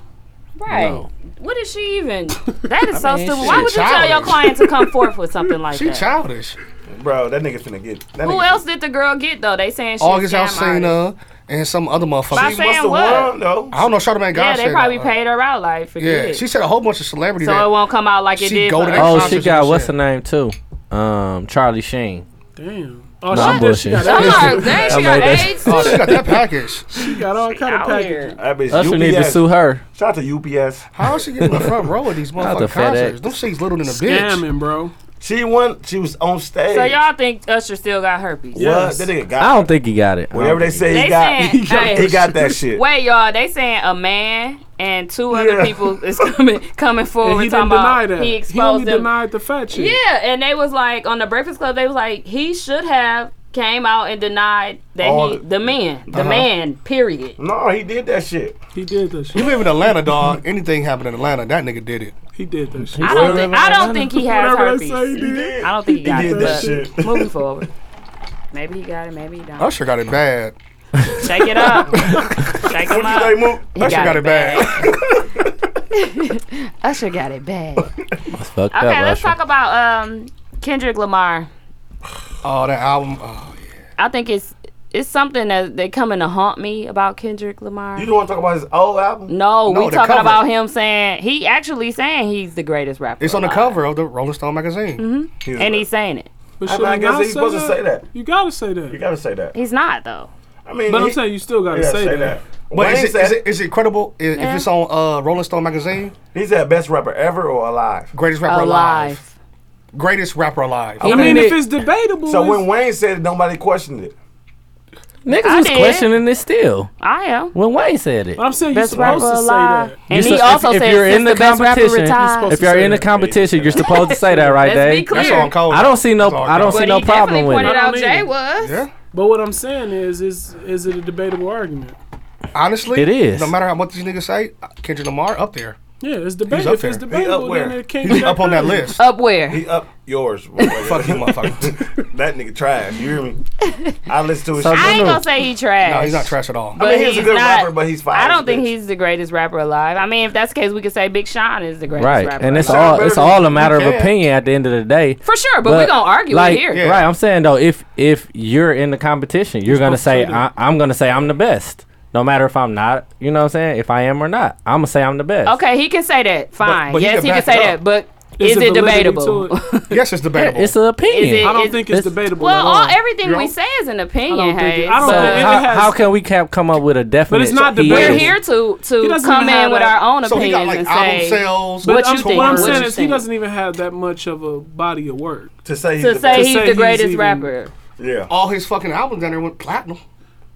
Speaker 4: Right.
Speaker 3: No.
Speaker 4: What is she even? That is so
Speaker 3: mean,
Speaker 4: stupid.
Speaker 3: she
Speaker 4: Why would you tell
Speaker 6: childish.
Speaker 4: your client to come forth with something like
Speaker 6: She
Speaker 4: that?
Speaker 6: childish.
Speaker 5: Bro, that nigga finna get. That
Speaker 4: Who
Speaker 5: nigga,
Speaker 4: else did the girl get though? They saying she's
Speaker 6: August
Speaker 4: scam artist.
Speaker 6: Alcina and some other
Speaker 4: By
Speaker 6: motherfucker.
Speaker 5: She must
Speaker 4: saying
Speaker 5: have
Speaker 4: what?
Speaker 5: won though.
Speaker 6: I don't know. Charlamagne God
Speaker 4: Yeah, they
Speaker 6: said,
Speaker 4: probably
Speaker 6: uh,
Speaker 4: paid her out like forget.
Speaker 6: Yeah, she said a whole bunch of celebrities.
Speaker 4: so it
Speaker 6: that,
Speaker 4: won't come out like it
Speaker 6: She
Speaker 4: did.
Speaker 6: go
Speaker 4: For
Speaker 6: to
Speaker 4: us.
Speaker 6: that-
Speaker 3: Oh,
Speaker 6: Conscious
Speaker 3: she
Speaker 6: of
Speaker 3: got
Speaker 6: the
Speaker 3: what's
Speaker 6: shit.
Speaker 3: her name too? Um, Charlie Sheen.
Speaker 7: Damn. Oh,
Speaker 3: Nah, I'm
Speaker 7: she, got- she
Speaker 3: bullshitting.
Speaker 7: got,
Speaker 4: I'm like, dang,
Speaker 3: I
Speaker 4: she got
Speaker 3: made that-
Speaker 4: AIDS.
Speaker 6: oh, she got that package.
Speaker 7: she got all kind of
Speaker 4: out
Speaker 7: packages.
Speaker 4: here.
Speaker 5: That bitch
Speaker 3: Us who need to
Speaker 5: UPS.
Speaker 3: sue her.
Speaker 5: Shout out to UPS.
Speaker 6: How is she getting the front row of these
Speaker 3: Out the
Speaker 6: motherfucking concerts?
Speaker 3: FedEx.
Speaker 6: Them shit's little than a bitch.
Speaker 7: Scamming, bro.
Speaker 5: She won. She was on stage.
Speaker 4: So y'all think Usher still got herpes?
Speaker 5: What?
Speaker 7: Yes.
Speaker 5: That nigga
Speaker 3: I
Speaker 5: got.
Speaker 3: don't think he got it. I
Speaker 5: Whatever
Speaker 3: don't
Speaker 5: they
Speaker 3: think
Speaker 5: say,
Speaker 4: They
Speaker 5: he got.
Speaker 4: saying, hey,
Speaker 5: He got that shit.
Speaker 4: Wait, y'all. They saying a man and two
Speaker 5: Yeah.
Speaker 4: other people is coming coming forward
Speaker 7: And he
Speaker 4: talking
Speaker 7: didn't deny
Speaker 4: about
Speaker 7: that.
Speaker 4: he
Speaker 7: He only
Speaker 4: exposed them.
Speaker 7: denied the fat shit.
Speaker 4: Yeah, and they was like on the Breakfast Club. They was like he should have came out and denied that
Speaker 5: All
Speaker 4: he
Speaker 5: the-
Speaker 4: the man, the
Speaker 6: uh-huh.
Speaker 4: man. Period.
Speaker 5: No, he did that shit.
Speaker 7: He did that
Speaker 6: You
Speaker 7: shit.
Speaker 6: live in Atlanta, dog. Anything happened in Atlanta, that nigga did it.
Speaker 7: He did that shit.
Speaker 4: I don't
Speaker 3: Whatever
Speaker 4: think
Speaker 3: they
Speaker 4: I
Speaker 3: say.
Speaker 4: don't think he has
Speaker 7: Whatever
Speaker 4: herpes.
Speaker 7: they say, he
Speaker 4: I
Speaker 7: did.
Speaker 5: did.
Speaker 4: don't think he got
Speaker 5: He
Speaker 4: it.
Speaker 5: did
Speaker 4: But
Speaker 5: that shit.
Speaker 4: moving forward, maybe he got it. Maybe he don't.
Speaker 6: Usher got it bad.
Speaker 4: Shake it up. Shake him
Speaker 5: What you say,
Speaker 4: up.
Speaker 5: Mook?
Speaker 4: He
Speaker 6: Usher got, it bad.
Speaker 4: Usher got it bad. Okay,
Speaker 3: It's fucked up.
Speaker 4: let's
Speaker 3: Usher.
Speaker 4: talk about um Kendrick Lamar.
Speaker 6: Oh, that album. Oh,
Speaker 4: I think it's it's something that they coming to haunt me about Kendrick Lamar.
Speaker 5: You don't want to talk about his old album?
Speaker 4: No,
Speaker 6: No,
Speaker 4: we
Speaker 6: the
Speaker 4: talking
Speaker 6: cover.
Speaker 4: about him saying he actually saying he's the greatest rapper.
Speaker 6: it's on the
Speaker 4: alive.
Speaker 6: cover of the Rolling Stone magazine.
Speaker 5: He's
Speaker 4: Mm-hmm. and
Speaker 5: a-
Speaker 4: he's saying it.
Speaker 7: But
Speaker 5: I
Speaker 7: should
Speaker 5: mean, I guess
Speaker 7: not
Speaker 5: he's supposed to say that.
Speaker 7: You gotta say that.
Speaker 5: You gotta say that.
Speaker 4: He's not though.
Speaker 5: I mean,
Speaker 7: but
Speaker 5: he,
Speaker 7: I'm saying you still gotta
Speaker 5: yeah,
Speaker 7: say, that.
Speaker 6: But
Speaker 5: Wayne
Speaker 6: is it,
Speaker 5: said
Speaker 6: is, it, is it credible i- if
Speaker 4: Yeah.
Speaker 6: it's on uh, Rolling Stone magazine?
Speaker 5: he's that best rapper ever or alive.
Speaker 6: Greatest rapper alive.
Speaker 4: Alive.
Speaker 6: Greatest rapper alive.
Speaker 7: I mean, if it's debatable,
Speaker 5: So when
Speaker 7: it's-
Speaker 5: Wayne said it, nobody questioned it.
Speaker 3: Niggas
Speaker 4: I
Speaker 3: was
Speaker 4: did.
Speaker 3: questioning it still
Speaker 4: I am.
Speaker 3: when Wayne said it.
Speaker 7: I'm saying you're
Speaker 4: Best
Speaker 7: supposed
Speaker 4: rapper
Speaker 7: to say
Speaker 4: alive.
Speaker 7: that.
Speaker 4: And
Speaker 3: You're
Speaker 4: he
Speaker 3: so-
Speaker 4: also
Speaker 3: if,
Speaker 4: said
Speaker 3: if you're
Speaker 4: since
Speaker 3: in the,
Speaker 4: the best rapper
Speaker 3: competition,
Speaker 4: retired.
Speaker 3: if you're
Speaker 7: Supposed to
Speaker 3: in the
Speaker 7: say that.
Speaker 3: competition, you're supposed to say that, right,
Speaker 4: Let's be
Speaker 3: Dave?
Speaker 4: clear.
Speaker 6: That's on Cole.
Speaker 3: I don't see no.
Speaker 6: That's all
Speaker 3: I don't
Speaker 6: good.
Speaker 3: see no
Speaker 4: he definitely
Speaker 3: problem with
Speaker 4: pointed
Speaker 3: it.
Speaker 4: out
Speaker 7: I don't
Speaker 4: Jay
Speaker 7: either.
Speaker 4: was.
Speaker 6: Yeah.
Speaker 7: But what I'm saying is, is is it a debatable argument?
Speaker 6: Honestly,
Speaker 3: It is.
Speaker 6: No matter how much these niggas say, Kendrick Lamar up there.
Speaker 7: Yeah, it's debatable.
Speaker 6: up
Speaker 7: If it's
Speaker 6: there.
Speaker 5: He up
Speaker 7: debatable,
Speaker 5: where?
Speaker 7: then it can't
Speaker 6: He's
Speaker 7: be
Speaker 6: up on that
Speaker 7: crazy.
Speaker 6: list.
Speaker 4: Up where?
Speaker 5: He up yours. boy.
Speaker 6: Fuck you, motherfucker.
Speaker 5: that nigga trash. You hear me? I listen to his.
Speaker 3: So-
Speaker 5: shit.
Speaker 4: I ain't
Speaker 3: No.
Speaker 4: gonna say he trash.
Speaker 6: no, he's not trash at all.
Speaker 4: But
Speaker 5: I mean, he's a good
Speaker 4: not-
Speaker 5: rapper, but he's fine.
Speaker 4: I don't think he's the greatest rapper alive. I mean, if that's the case, we could say Big Sean is the greatest
Speaker 3: Right,
Speaker 4: rapper.
Speaker 3: and it's
Speaker 4: alive.
Speaker 3: all it's all a matter of
Speaker 6: You can.
Speaker 3: opinion at the end of the day.
Speaker 4: for sure. But, we gonna argue
Speaker 3: like,
Speaker 4: it here.
Speaker 6: Yeah.
Speaker 3: Right, I'm saying though, if if you're in the competition, you're gonna say
Speaker 7: supposed to
Speaker 3: I, I'm gonna say I'm the best, no matter if I'm not. You know what I'm saying? If I am or not, I'm gonna say I'm the best.
Speaker 4: Okay, he can say that. Oh, Fine.
Speaker 6: but he
Speaker 4: yes,
Speaker 6: can
Speaker 4: he can
Speaker 6: back it
Speaker 4: say
Speaker 6: up.
Speaker 4: that. But
Speaker 7: Is
Speaker 4: is,
Speaker 7: there
Speaker 4: it
Speaker 7: validity to
Speaker 4: debatable?
Speaker 7: it?
Speaker 6: Yes, it's debatable.
Speaker 3: it's an opinion.
Speaker 4: Is
Speaker 7: I don't
Speaker 4: It-
Speaker 7: think it's,
Speaker 3: it's-
Speaker 7: debatable.
Speaker 4: Well, all,
Speaker 7: at all.
Speaker 4: everything
Speaker 6: You're
Speaker 4: we
Speaker 6: all-
Speaker 4: say is an opinion,
Speaker 7: I don't think it-
Speaker 4: Hayes.
Speaker 7: I don't
Speaker 3: So
Speaker 4: So
Speaker 7: think it
Speaker 3: how,
Speaker 7: has-
Speaker 3: how can we cap come up with a definite?
Speaker 7: it's not
Speaker 3: he
Speaker 4: we're
Speaker 7: debatable.
Speaker 3: is?
Speaker 4: here to
Speaker 7: He
Speaker 4: to
Speaker 7: doesn't
Speaker 4: come
Speaker 7: even
Speaker 4: in with
Speaker 7: have
Speaker 4: our own
Speaker 6: so he
Speaker 4: opinions
Speaker 6: got like
Speaker 4: and
Speaker 6: album
Speaker 4: say
Speaker 6: sales.
Speaker 7: But
Speaker 4: What
Speaker 7: I'm,
Speaker 4: you
Speaker 7: what I'm
Speaker 4: think? What
Speaker 7: saying is
Speaker 4: you
Speaker 7: he
Speaker 4: think?
Speaker 7: doesn't even have that much of a body of work.
Speaker 5: to say he's
Speaker 4: to
Speaker 5: the
Speaker 4: say
Speaker 5: best.
Speaker 7: say
Speaker 4: he's the
Speaker 7: he's
Speaker 4: greatest
Speaker 7: even-
Speaker 4: rapper.
Speaker 5: Yeah.
Speaker 6: all his fucking albums down there went platinum.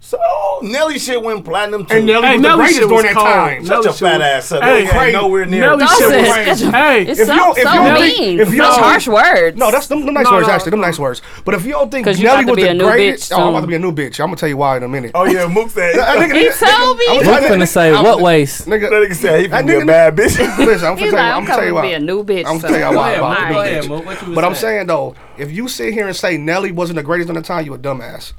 Speaker 5: So Nelly shit went platinum too.
Speaker 6: And Nelly
Speaker 7: Hey,
Speaker 6: was
Speaker 7: Nelly
Speaker 6: the greatest
Speaker 7: shit
Speaker 6: during
Speaker 7: was
Speaker 6: that
Speaker 7: cold.
Speaker 6: time.
Speaker 5: Shut
Speaker 7: Nelly
Speaker 5: your
Speaker 7: shit
Speaker 5: fat
Speaker 7: was-
Speaker 5: ass up.
Speaker 7: Hey,
Speaker 5: Hey, ain't
Speaker 6: crazy.
Speaker 5: nowhere near.
Speaker 7: Nelly
Speaker 6: That
Speaker 7: shit
Speaker 6: was
Speaker 7: was
Speaker 6: crazy.
Speaker 7: crazy. Hey,
Speaker 4: It's
Speaker 6: If
Speaker 4: so,
Speaker 6: you don't- if
Speaker 4: so
Speaker 6: you don't
Speaker 4: mean.
Speaker 6: think- if you
Speaker 4: Such
Speaker 6: don't-
Speaker 4: harsh words.
Speaker 6: No, that's them, them nice
Speaker 7: No,
Speaker 6: words.
Speaker 7: no,
Speaker 6: actually, them
Speaker 7: no.
Speaker 6: nice words. But if you don't think
Speaker 4: 'Cause you
Speaker 6: Nelly
Speaker 4: about to
Speaker 6: was
Speaker 4: be
Speaker 6: the
Speaker 4: a new
Speaker 6: greatest,
Speaker 4: bitch
Speaker 6: oh, I'm about
Speaker 4: soon.
Speaker 6: to be a new bitch. I'm gonna tell you why in a minute.
Speaker 5: oh yeah, Mook said.
Speaker 6: That
Speaker 5: that
Speaker 6: nigga-
Speaker 4: He
Speaker 6: that nigga-
Speaker 4: told me.
Speaker 6: I'm
Speaker 3: Who
Speaker 6: gonna tell you-
Speaker 3: finna say
Speaker 6: I'm-
Speaker 3: what ways?
Speaker 6: Nigga,
Speaker 5: nigga said he
Speaker 6: That
Speaker 5: finna be a
Speaker 6: nigga-
Speaker 5: bad bitch.
Speaker 6: listen, I'm gonna
Speaker 4: He's
Speaker 6: tell
Speaker 4: like,
Speaker 6: you. I'm
Speaker 4: I'm
Speaker 6: gonna tell
Speaker 4: coming
Speaker 6: you
Speaker 4: to be a
Speaker 6: why.
Speaker 4: new bitch.
Speaker 6: I'm
Speaker 4: so-
Speaker 6: gonna tell you why.
Speaker 4: All
Speaker 6: about the new
Speaker 4: right.
Speaker 6: bitch. But I'm saying though, if you sit here and say Nelly wasn't the greatest on the time, you a dumbass.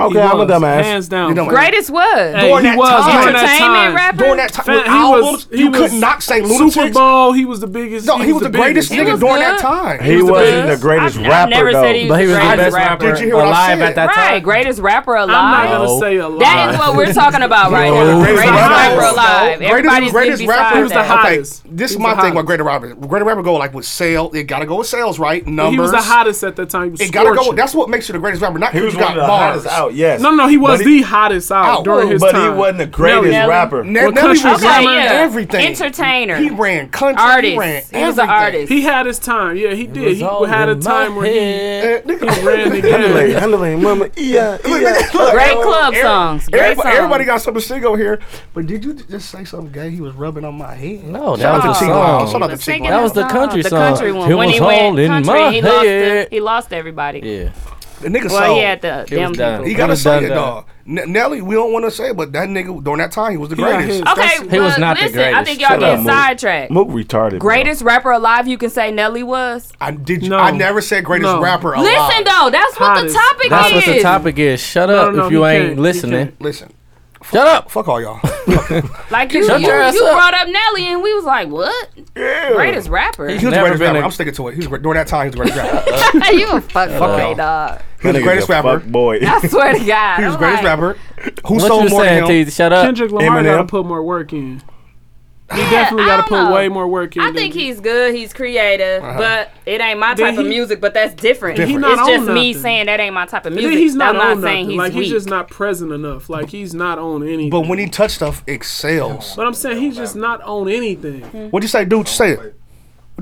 Speaker 5: Okay,
Speaker 7: He
Speaker 5: I'm a
Speaker 7: was,
Speaker 5: dumbass.
Speaker 7: Hands down.
Speaker 6: You dumbass.
Speaker 4: Greatest was.
Speaker 7: Hey,
Speaker 6: During
Speaker 7: he
Speaker 6: that
Speaker 7: was
Speaker 6: time.
Speaker 7: during that
Speaker 4: Entertainment
Speaker 7: time.
Speaker 4: rapper.
Speaker 6: During that time,
Speaker 7: Fam,
Speaker 6: with
Speaker 7: he
Speaker 6: albums,
Speaker 7: was, he
Speaker 6: you
Speaker 7: was
Speaker 6: could not say
Speaker 7: Super
Speaker 6: lunatics.
Speaker 7: Bowl. He was the biggest.
Speaker 6: No, he was the greatest
Speaker 7: biggest.
Speaker 6: nigga
Speaker 4: was
Speaker 6: during
Speaker 4: good.
Speaker 6: that time.
Speaker 5: He wasn't the
Speaker 4: best.
Speaker 5: greatest
Speaker 4: I've- I've
Speaker 5: rapper
Speaker 4: never
Speaker 5: though.
Speaker 4: said he was
Speaker 3: But he was the
Speaker 4: Greatest
Speaker 3: best
Speaker 4: rapper.
Speaker 3: rapper
Speaker 6: Did you hear what I
Speaker 3: alive
Speaker 6: said?
Speaker 3: at that
Speaker 4: Right,
Speaker 3: time.
Speaker 4: greatest rapper
Speaker 7: I'm not
Speaker 4: alive.
Speaker 7: gonna
Speaker 3: No.
Speaker 7: say a lot.
Speaker 4: That is what we're talking about right
Speaker 3: No.
Speaker 4: now.
Speaker 5: Greatest
Speaker 4: Greatest
Speaker 5: rapper.
Speaker 4: rapper alive. Everybody's
Speaker 6: greatest
Speaker 4: greatest
Speaker 6: rapper.
Speaker 4: rapper.
Speaker 7: He was the
Speaker 4: That.
Speaker 7: hottest.
Speaker 6: Okay, this
Speaker 7: He was
Speaker 6: is my
Speaker 7: the
Speaker 6: thing. What
Speaker 7: hottest.
Speaker 6: greater rapper? Greater rapper go like with sale. It gotta go with sales, right? Numbers.
Speaker 7: He was the hottest at that time. He was
Speaker 6: It gotta go.
Speaker 7: scorching.
Speaker 6: With, that's what makes you the greatest rapper. Not
Speaker 5: He was
Speaker 6: because you
Speaker 5: one
Speaker 6: got
Speaker 5: of the
Speaker 6: bars.
Speaker 5: hottest out out, yes.
Speaker 7: No, no, he was
Speaker 5: But
Speaker 7: the hottest out
Speaker 6: Out.
Speaker 7: during his
Speaker 5: but
Speaker 7: time.
Speaker 5: he wasn't the greatest
Speaker 4: Nelly.
Speaker 5: rapper.
Speaker 6: Ne-
Speaker 7: What
Speaker 6: Nelly
Speaker 7: country
Speaker 6: was
Speaker 7: rapper?
Speaker 6: rapping
Speaker 4: Okay, yeah.
Speaker 6: everything.
Speaker 4: Entertainer.
Speaker 6: He ran country.
Speaker 4: artist.
Speaker 6: He ran
Speaker 4: He was an
Speaker 6: everything.
Speaker 4: artist.
Speaker 7: He had his time. Yeah, he did. He
Speaker 3: all
Speaker 7: had a
Speaker 3: in my
Speaker 7: time where he,
Speaker 3: head.
Speaker 6: Eh, nigga,
Speaker 7: he ran the
Speaker 5: Underlay,
Speaker 7: game.
Speaker 5: underlay, mama, yeah, yeah.
Speaker 4: Great club
Speaker 6: Every-
Speaker 4: songs. Great
Speaker 6: Everybody,
Speaker 4: songs.
Speaker 6: everybody got something to sing over here. But did you just say something gay? He was rubbing on my head.
Speaker 3: No, that
Speaker 6: Shout out
Speaker 3: was
Speaker 6: to
Speaker 3: a
Speaker 6: Chico.
Speaker 3: song.
Speaker 6: Shout out to
Speaker 4: was
Speaker 6: Chico.
Speaker 4: singing
Speaker 3: That was the country
Speaker 4: the
Speaker 3: song.
Speaker 4: country one.
Speaker 3: It
Speaker 4: when he
Speaker 3: was all
Speaker 4: went
Speaker 3: in
Speaker 4: country,
Speaker 3: my
Speaker 4: he lost,
Speaker 3: head.
Speaker 4: the, he lost everybody.
Speaker 3: Yeah.
Speaker 6: The nigga
Speaker 4: Well,
Speaker 6: sold.
Speaker 4: he had the damn
Speaker 3: was done.
Speaker 6: He
Speaker 4: people.
Speaker 6: gotta
Speaker 3: was
Speaker 6: say
Speaker 3: done
Speaker 6: it,
Speaker 3: that.
Speaker 6: dog. N- Nelly, we don't want to say it, but that nigga during that time he was the
Speaker 7: got
Speaker 6: greatest.
Speaker 7: his.
Speaker 4: Okay,
Speaker 3: He was
Speaker 4: but
Speaker 3: not the
Speaker 4: listen, I
Speaker 3: greatest.
Speaker 4: think y'all
Speaker 5: Shut up,
Speaker 4: getting
Speaker 5: Mook.
Speaker 4: sidetracked.
Speaker 5: Mook retarded. bro.
Speaker 4: Greatest rapper alive, you can say Nelly was.
Speaker 6: I did.
Speaker 7: No.
Speaker 6: I never said greatest
Speaker 7: No.
Speaker 6: rapper alive.
Speaker 4: Listen though, that's what the
Speaker 7: Hottest.
Speaker 4: topic
Speaker 3: That's
Speaker 4: is.
Speaker 3: what the topic is. Shut
Speaker 7: No,
Speaker 3: up
Speaker 7: no,
Speaker 3: if you
Speaker 7: he
Speaker 3: ain't
Speaker 7: can't. He
Speaker 3: listening.
Speaker 6: Listen.
Speaker 3: Shut up.
Speaker 6: Fuck all y'all.
Speaker 4: Like you,
Speaker 3: Shut
Speaker 4: you,
Speaker 3: your ass
Speaker 4: you
Speaker 3: up.
Speaker 4: brought up Nelly, and we was like, what?
Speaker 6: yeah.
Speaker 4: Greatest rapper?
Speaker 6: He was the
Speaker 3: Never
Speaker 6: greatest
Speaker 3: been
Speaker 6: rapper.
Speaker 3: a-
Speaker 6: I'm sticking to it. He was great. during that time. He was the greatest rapper.
Speaker 4: you a fuck boy,
Speaker 3: y'all.
Speaker 4: dog.
Speaker 6: He was the
Speaker 5: Nigga's
Speaker 6: greatest
Speaker 5: a
Speaker 6: rapper.
Speaker 5: fuck boy.
Speaker 4: I swear to God,
Speaker 6: He was the greatest rapper. Who
Speaker 3: What
Speaker 6: sold
Speaker 3: you
Speaker 6: more
Speaker 3: saying,
Speaker 6: than him?
Speaker 3: Teezy? Shut up.
Speaker 7: Kendrick Lamar got to
Speaker 5: Eminem.
Speaker 7: put more work in. He definitely got to
Speaker 4: I
Speaker 7: put
Speaker 4: don't know.
Speaker 7: way more work in.
Speaker 4: I
Speaker 7: than-
Speaker 4: think he's good. He's creative, but it ain't my
Speaker 7: Uh-huh. Then
Speaker 4: type of
Speaker 7: he-
Speaker 4: music. But that's different.
Speaker 7: He
Speaker 4: It's
Speaker 7: not
Speaker 4: just
Speaker 7: on
Speaker 4: me
Speaker 7: nothing.
Speaker 4: saying that ain't my type of
Speaker 7: And
Speaker 4: music.
Speaker 7: then he's not
Speaker 4: I'm
Speaker 7: on
Speaker 4: not saying
Speaker 7: nothing.
Speaker 4: he's
Speaker 7: like
Speaker 4: weak.
Speaker 7: he's just not present enough. Like he's not on anything.
Speaker 6: But
Speaker 7: But,
Speaker 6: when he touched stuff, excels.
Speaker 7: I'm saying he's just not on anything.
Speaker 6: What'd you say, dude? Say it. What'd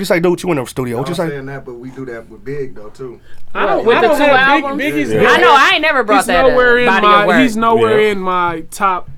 Speaker 6: you say, dude? You in the studio? What'd you
Speaker 8: I'm
Speaker 6: say?
Speaker 8: saying that, but we do that with Big though too.
Speaker 7: I don't.
Speaker 4: With
Speaker 7: I
Speaker 4: the
Speaker 7: don't
Speaker 4: two
Speaker 7: have
Speaker 4: albums?
Speaker 7: Big, Biggie's
Speaker 5: Yeah.
Speaker 4: I know. I ain't never brought
Speaker 7: He's
Speaker 4: that
Speaker 7: nowhere
Speaker 4: up.
Speaker 7: in
Speaker 4: body of
Speaker 7: my.
Speaker 4: work.
Speaker 7: He's nowhere
Speaker 5: Yeah.
Speaker 7: in my top.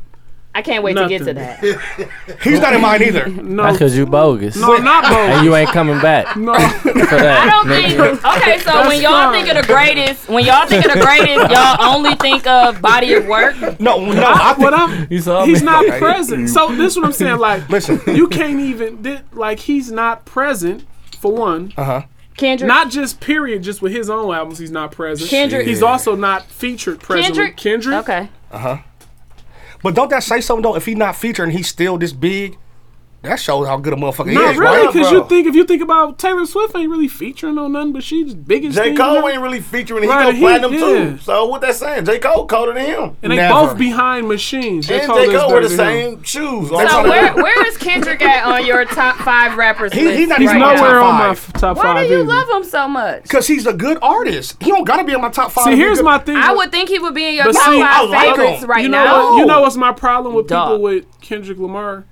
Speaker 4: I can't wait to get to that.
Speaker 7: Nothing.
Speaker 6: He's not in mine either.
Speaker 7: No,
Speaker 3: That's because you bogus.
Speaker 7: no, not
Speaker 3: And
Speaker 7: both.
Speaker 3: you ain't coming back for
Speaker 7: No,
Speaker 3: that.
Speaker 4: I don't think. Okay, so when y'all think of the greatest, when y'all think of the greatest, y'all only think of body of work.
Speaker 6: No, no. I
Speaker 7: what
Speaker 6: think,
Speaker 7: I'm
Speaker 3: You saw
Speaker 7: he's
Speaker 3: me?
Speaker 7: not present. So this is what I'm saying. Like,
Speaker 6: Listen.
Speaker 7: you can't even thi- like he's not present for one.
Speaker 6: uh-huh.
Speaker 4: Kendrick.
Speaker 7: Not just period, just with his own albums, he's not present.
Speaker 4: Kendrick.
Speaker 7: he's also not featured presently.
Speaker 4: Kendrick.
Speaker 7: Kendrick,
Speaker 4: Okay.
Speaker 6: uh-huh. But don't that say something though? If he not featuring, he's still this big. That shows how good a motherfucker
Speaker 7: not
Speaker 6: is.
Speaker 7: really,
Speaker 6: right?
Speaker 7: because you think if you think about Taylor Swift, ain't really featuring on nothing, but she's biggest.
Speaker 5: J.
Speaker 7: thing
Speaker 5: Cole
Speaker 7: now.
Speaker 5: ain't really featuring. He
Speaker 7: Right,
Speaker 5: go
Speaker 7: he-
Speaker 5: platinum
Speaker 7: yeah.
Speaker 5: too. So what that saying? J. Cole colder than him.
Speaker 7: and they
Speaker 6: Never.
Speaker 7: both behind machines. J.
Speaker 5: and
Speaker 7: Cole
Speaker 5: J.
Speaker 7: is
Speaker 5: Cole wear
Speaker 7: better
Speaker 5: the
Speaker 7: than him.
Speaker 5: same shoes. I'm
Speaker 4: So
Speaker 5: trying to-
Speaker 4: where where is Kendrick at on your top five rappers
Speaker 6: He-
Speaker 4: list?
Speaker 6: he's not
Speaker 7: He's
Speaker 4: right
Speaker 6: in my
Speaker 4: now?
Speaker 7: nowhere
Speaker 6: top
Speaker 7: on my
Speaker 6: five.
Speaker 7: f- top five.
Speaker 4: Why do you
Speaker 7: either.
Speaker 4: love him so much?
Speaker 6: Because he's a good artist. He don't gotta be in my top five.
Speaker 7: See, here's
Speaker 6: nigga.
Speaker 7: my thing.
Speaker 4: I would think he would be in your
Speaker 7: But
Speaker 4: top
Speaker 7: see, I
Speaker 4: five
Speaker 6: like
Speaker 4: favorites
Speaker 6: him.
Speaker 4: right
Speaker 7: you know
Speaker 4: now.
Speaker 7: What, you know what's my problem with
Speaker 4: Dog.
Speaker 7: people with Kendrick Lamar?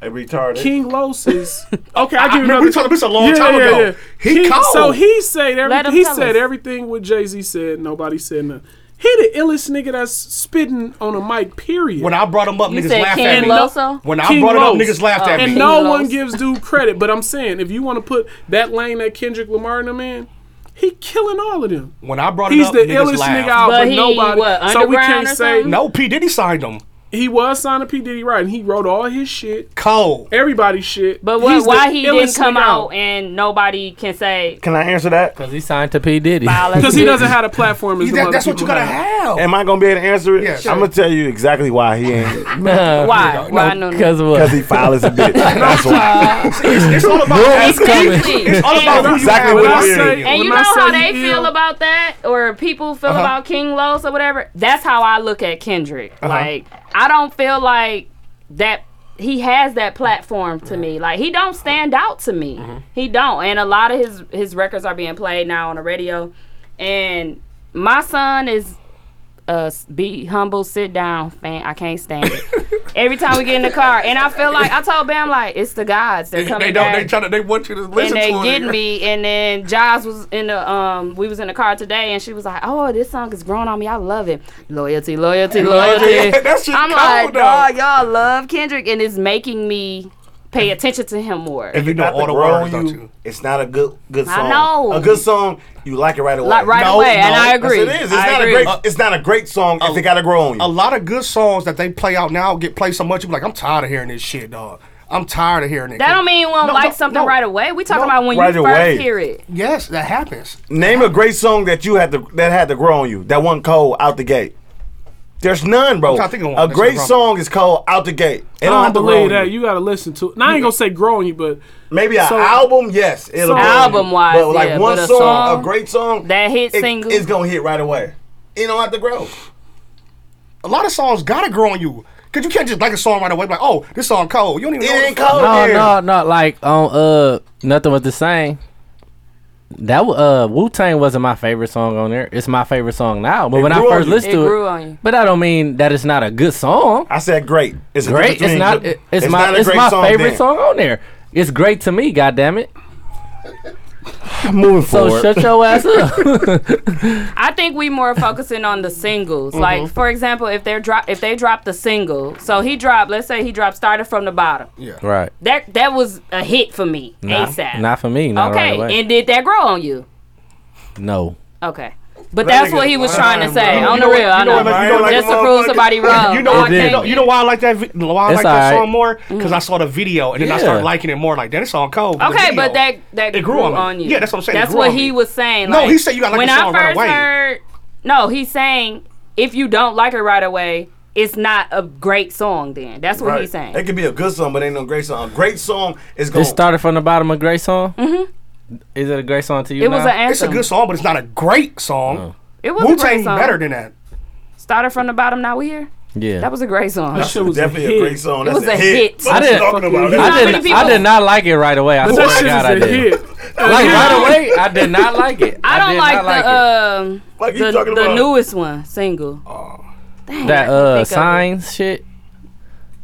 Speaker 5: They retarded.
Speaker 7: King Los is okay. I
Speaker 6: I
Speaker 7: give you
Speaker 6: remember
Speaker 7: another.
Speaker 6: we talked this a long time ago. He
Speaker 7: King-
Speaker 6: cold.
Speaker 7: So he said
Speaker 4: Let
Speaker 7: everything.
Speaker 4: him
Speaker 7: He
Speaker 4: tell
Speaker 7: said
Speaker 4: us.
Speaker 7: everything what Jay Z said. Nobody said nothing. He the illest nigga that's spitting on a mic. Period.
Speaker 6: when I brought him up,
Speaker 4: You
Speaker 6: niggas
Speaker 4: said
Speaker 6: laughed
Speaker 4: Ken
Speaker 6: at me.
Speaker 4: Loso? Oh,
Speaker 6: When I
Speaker 7: King
Speaker 6: brought him up,
Speaker 7: Los.
Speaker 6: niggas laughed at
Speaker 7: and
Speaker 6: me.
Speaker 7: no
Speaker 4: King
Speaker 7: one
Speaker 4: Los.
Speaker 7: gives dude credit. But I'm saying if you want to put that lane that Kendrick Lamar in him in, he killing all of them.
Speaker 6: When I brought him
Speaker 7: He's
Speaker 6: up,
Speaker 7: the
Speaker 6: niggas
Speaker 7: illest nigga out,
Speaker 6: laughed.
Speaker 4: But
Speaker 7: but,
Speaker 4: he,
Speaker 7: nobody.
Speaker 4: what,
Speaker 7: so we
Speaker 4: underground
Speaker 7: can't
Speaker 4: or
Speaker 7: say
Speaker 4: something?
Speaker 6: No, P Diddy signed him.
Speaker 7: he was signed to P Diddy right, and he wrote all his shit.
Speaker 6: Cold.
Speaker 7: everybody's shit.
Speaker 4: But what,
Speaker 7: He's the
Speaker 4: why he didn't
Speaker 7: illest
Speaker 4: come
Speaker 7: nigga
Speaker 4: out and nobody can say
Speaker 5: Can I answer that?
Speaker 3: Because he signed to P. Diddy.
Speaker 7: Because he doesn't have a platform as
Speaker 6: He-
Speaker 7: the
Speaker 6: that-
Speaker 7: other
Speaker 6: that's what you
Speaker 7: people
Speaker 6: gotta
Speaker 7: have.
Speaker 6: have.
Speaker 5: Am I gonna be able to answer it?
Speaker 6: Yeah, sure.
Speaker 5: I'm gonna tell you exactly why he ain't.
Speaker 4: why? why no, no.
Speaker 3: Because what?
Speaker 5: Because he foul as a bitch. That's why.
Speaker 6: it's, it's all about.
Speaker 3: It's coming.
Speaker 4: Exactly.
Speaker 6: It's all about
Speaker 4: And,
Speaker 6: who you
Speaker 5: Exactly
Speaker 6: have.
Speaker 5: what
Speaker 6: out
Speaker 5: it
Speaker 6: there.
Speaker 7: is.
Speaker 4: and you
Speaker 7: When I
Speaker 4: know how
Speaker 7: say
Speaker 4: they
Speaker 7: he
Speaker 4: feel
Speaker 7: ill-
Speaker 4: about that, or people feel about King Los or whatever. That's how I look at Kendrick. Like I don't feel like that. He has that platform to me. Like he don't stand out to me. He don't. And a lot of his his records are being played now on the radio. And my son is uh, s- be humble, sit down, fan. I can't stand it. Every time we get in the car, and I feel like I told Bam like it's the gods. They're coming
Speaker 6: They
Speaker 4: back
Speaker 6: don't. They try to. They want you to
Speaker 4: and
Speaker 6: listen
Speaker 4: they
Speaker 6: to
Speaker 4: get
Speaker 6: it.
Speaker 4: me. And then Jaws was in the um, we was in the car today, and she was like, "Oh, this song is growing on me. I love it. Loyalty, loyalty, loyalty."
Speaker 6: That shit
Speaker 4: I'm like,
Speaker 6: cold, though.
Speaker 4: "Dog, y'all love Kendrick, and it's making me pay attention to him more."
Speaker 6: And you know
Speaker 5: Not
Speaker 6: all
Speaker 5: to
Speaker 6: the
Speaker 5: grow
Speaker 6: words,
Speaker 5: you,
Speaker 6: don't you?
Speaker 5: It's not a good good
Speaker 4: I
Speaker 5: song.
Speaker 4: know.
Speaker 5: A good song, you like it right away. Uh,
Speaker 4: Like, right
Speaker 5: No,
Speaker 4: away, and
Speaker 5: no.
Speaker 4: I agree.
Speaker 5: Yes, it is. It's
Speaker 4: I
Speaker 5: not
Speaker 4: agree.
Speaker 5: a great. It's not a great song if it gotta grow on you.
Speaker 6: a lot of good songs that they play out now get played so much. You be like, I'm tired of hearing this shit, dog. I'm tired of hearing it.
Speaker 4: that don't mean you won't
Speaker 6: No,
Speaker 4: like
Speaker 6: no,
Speaker 4: something
Speaker 6: no.
Speaker 4: right away. We talking
Speaker 6: No,
Speaker 4: about when
Speaker 5: right
Speaker 4: you
Speaker 5: away.
Speaker 4: first hear it.
Speaker 6: Yes, that happens.
Speaker 5: Name a great song that you had to that had to grow on you. That one cold out the gate. There's none, bro.
Speaker 6: I'm trying to think of one
Speaker 5: A
Speaker 6: that's
Speaker 5: great
Speaker 6: wrong.
Speaker 5: song is called Out the Gate.
Speaker 7: I
Speaker 5: It don't
Speaker 7: don't
Speaker 5: have to grow on
Speaker 7: believe that.
Speaker 5: you.
Speaker 7: You got to listen to. Now I ain't gonna say growing you, but
Speaker 5: Maybe an
Speaker 7: So-
Speaker 5: album, yes, it'll
Speaker 7: So-
Speaker 5: grow on you.
Speaker 4: Album-wise,
Speaker 5: but like
Speaker 4: yeah,
Speaker 5: one
Speaker 4: but a
Speaker 5: song,
Speaker 4: song
Speaker 5: a great song
Speaker 4: that hit
Speaker 5: it-
Speaker 4: single.
Speaker 5: it's gonna hit right away. It don't have to grow.
Speaker 6: A lot of songs gotta grow on you. Cause you can't just like a song right away. Like, oh, this song cold. You don't even
Speaker 5: It
Speaker 6: know.
Speaker 5: ain't cold.
Speaker 3: No,
Speaker 5: there.
Speaker 3: no, not like on uh nothing was the same. That wa- uh Wu Tang wasn't my favorite song on there. It's my favorite song now. But
Speaker 5: It
Speaker 3: when I
Speaker 5: grew on
Speaker 3: first
Speaker 5: you.
Speaker 3: listened
Speaker 4: It
Speaker 3: to
Speaker 4: grew
Speaker 3: it,
Speaker 4: on you.
Speaker 3: but I don't mean that it's not a good song.
Speaker 5: I said great. It's a
Speaker 3: Great,
Speaker 5: difference
Speaker 3: it's not.
Speaker 5: between-
Speaker 3: it- It's, my.
Speaker 5: not a
Speaker 3: It's
Speaker 5: great
Speaker 3: my
Speaker 5: song
Speaker 3: favorite
Speaker 5: then.
Speaker 3: song on there. It's great to me. God damn it.
Speaker 5: Moving
Speaker 3: So
Speaker 5: forward.
Speaker 3: shut your ass up.
Speaker 4: I think we more focusing on the singles.
Speaker 6: Mm-hmm.
Speaker 4: Like for example, if they're drop if they drop the single, so he dropped. Let's say he dropped started from the bottom.
Speaker 3: right.
Speaker 4: That that was a hit for me
Speaker 3: Nah,
Speaker 4: ASAP.
Speaker 3: Not for me. Not
Speaker 4: okay,
Speaker 3: right away.
Speaker 4: and did that grow on you?
Speaker 3: no.
Speaker 4: Okay. But that's
Speaker 5: nigga
Speaker 4: what he was
Speaker 5: lying,
Speaker 4: trying to say.
Speaker 5: bro.
Speaker 4: On the
Speaker 5: You know what-
Speaker 4: real,
Speaker 5: you
Speaker 4: I
Speaker 5: know
Speaker 4: know.
Speaker 5: what make me look like
Speaker 4: Just
Speaker 5: a
Speaker 4: to prove
Speaker 5: motherfucker?
Speaker 4: somebody wrong.
Speaker 6: You know,
Speaker 4: I
Speaker 6: what- you
Speaker 4: can't.
Speaker 6: know, you know why I like that. vi- Why I
Speaker 3: It's
Speaker 6: like that
Speaker 3: alright.
Speaker 6: song more? Because I saw the video and then I
Speaker 3: Yeah.
Speaker 6: started liking it more. Like that, it's all cold. but the
Speaker 4: Okay,
Speaker 6: video-
Speaker 4: but that that
Speaker 6: It grew on me. Yeah, that's what I'm saying, it
Speaker 4: That's
Speaker 6: grew
Speaker 4: what
Speaker 6: on
Speaker 4: he
Speaker 6: me.
Speaker 4: was saying.
Speaker 6: No,
Speaker 4: like,
Speaker 6: he said you gotta like
Speaker 4: when
Speaker 6: the song
Speaker 4: I
Speaker 6: right
Speaker 4: first
Speaker 6: away.
Speaker 4: Heard, no, he's saying if you don't like it right away, it's not a great song. Then that's what
Speaker 5: Right.
Speaker 4: he's saying.
Speaker 5: It could be a good song, but ain't no great song. A great song is going
Speaker 3: This started from the bottom. A great song. Mm-hmm. Is it a great song to you?
Speaker 4: it was
Speaker 3: now?
Speaker 4: an anthem.
Speaker 6: It's a good song, but it's not a great song.
Speaker 4: It was
Speaker 6: Wu
Speaker 4: a great
Speaker 6: Tang
Speaker 4: song.
Speaker 6: better than that.
Speaker 4: Started from the bottom. Now we here.
Speaker 3: Yeah.
Speaker 4: Oh, That was a great song.
Speaker 7: That shit was
Speaker 5: definitely
Speaker 7: a,
Speaker 5: a,
Speaker 7: hit.
Speaker 5: great song.
Speaker 4: It
Speaker 5: That's
Speaker 4: was
Speaker 5: a
Speaker 4: a
Speaker 5: hit.
Speaker 4: hit.
Speaker 5: What
Speaker 3: I
Speaker 5: you
Speaker 3: didn't-
Speaker 5: talking about?
Speaker 7: I
Speaker 5: That's-
Speaker 4: not
Speaker 3: I
Speaker 4: many
Speaker 3: did. I
Speaker 4: people-
Speaker 3: did not like it right away. I
Speaker 7: But
Speaker 3: swear
Speaker 7: that
Speaker 3: to
Speaker 7: shit
Speaker 3: God,
Speaker 7: is
Speaker 3: I
Speaker 7: a
Speaker 3: did.
Speaker 7: hit.
Speaker 3: Like right away, I did not like it.
Speaker 4: I don't
Speaker 3: did
Speaker 4: like,
Speaker 3: not
Speaker 4: the
Speaker 3: it.
Speaker 4: um
Speaker 5: Fuck you
Speaker 4: the,
Speaker 5: talking
Speaker 4: the
Speaker 5: about?
Speaker 4: newest one single. Dang, I can't
Speaker 3: that
Speaker 4: think
Speaker 3: uh
Speaker 4: of it.
Speaker 3: signs shit.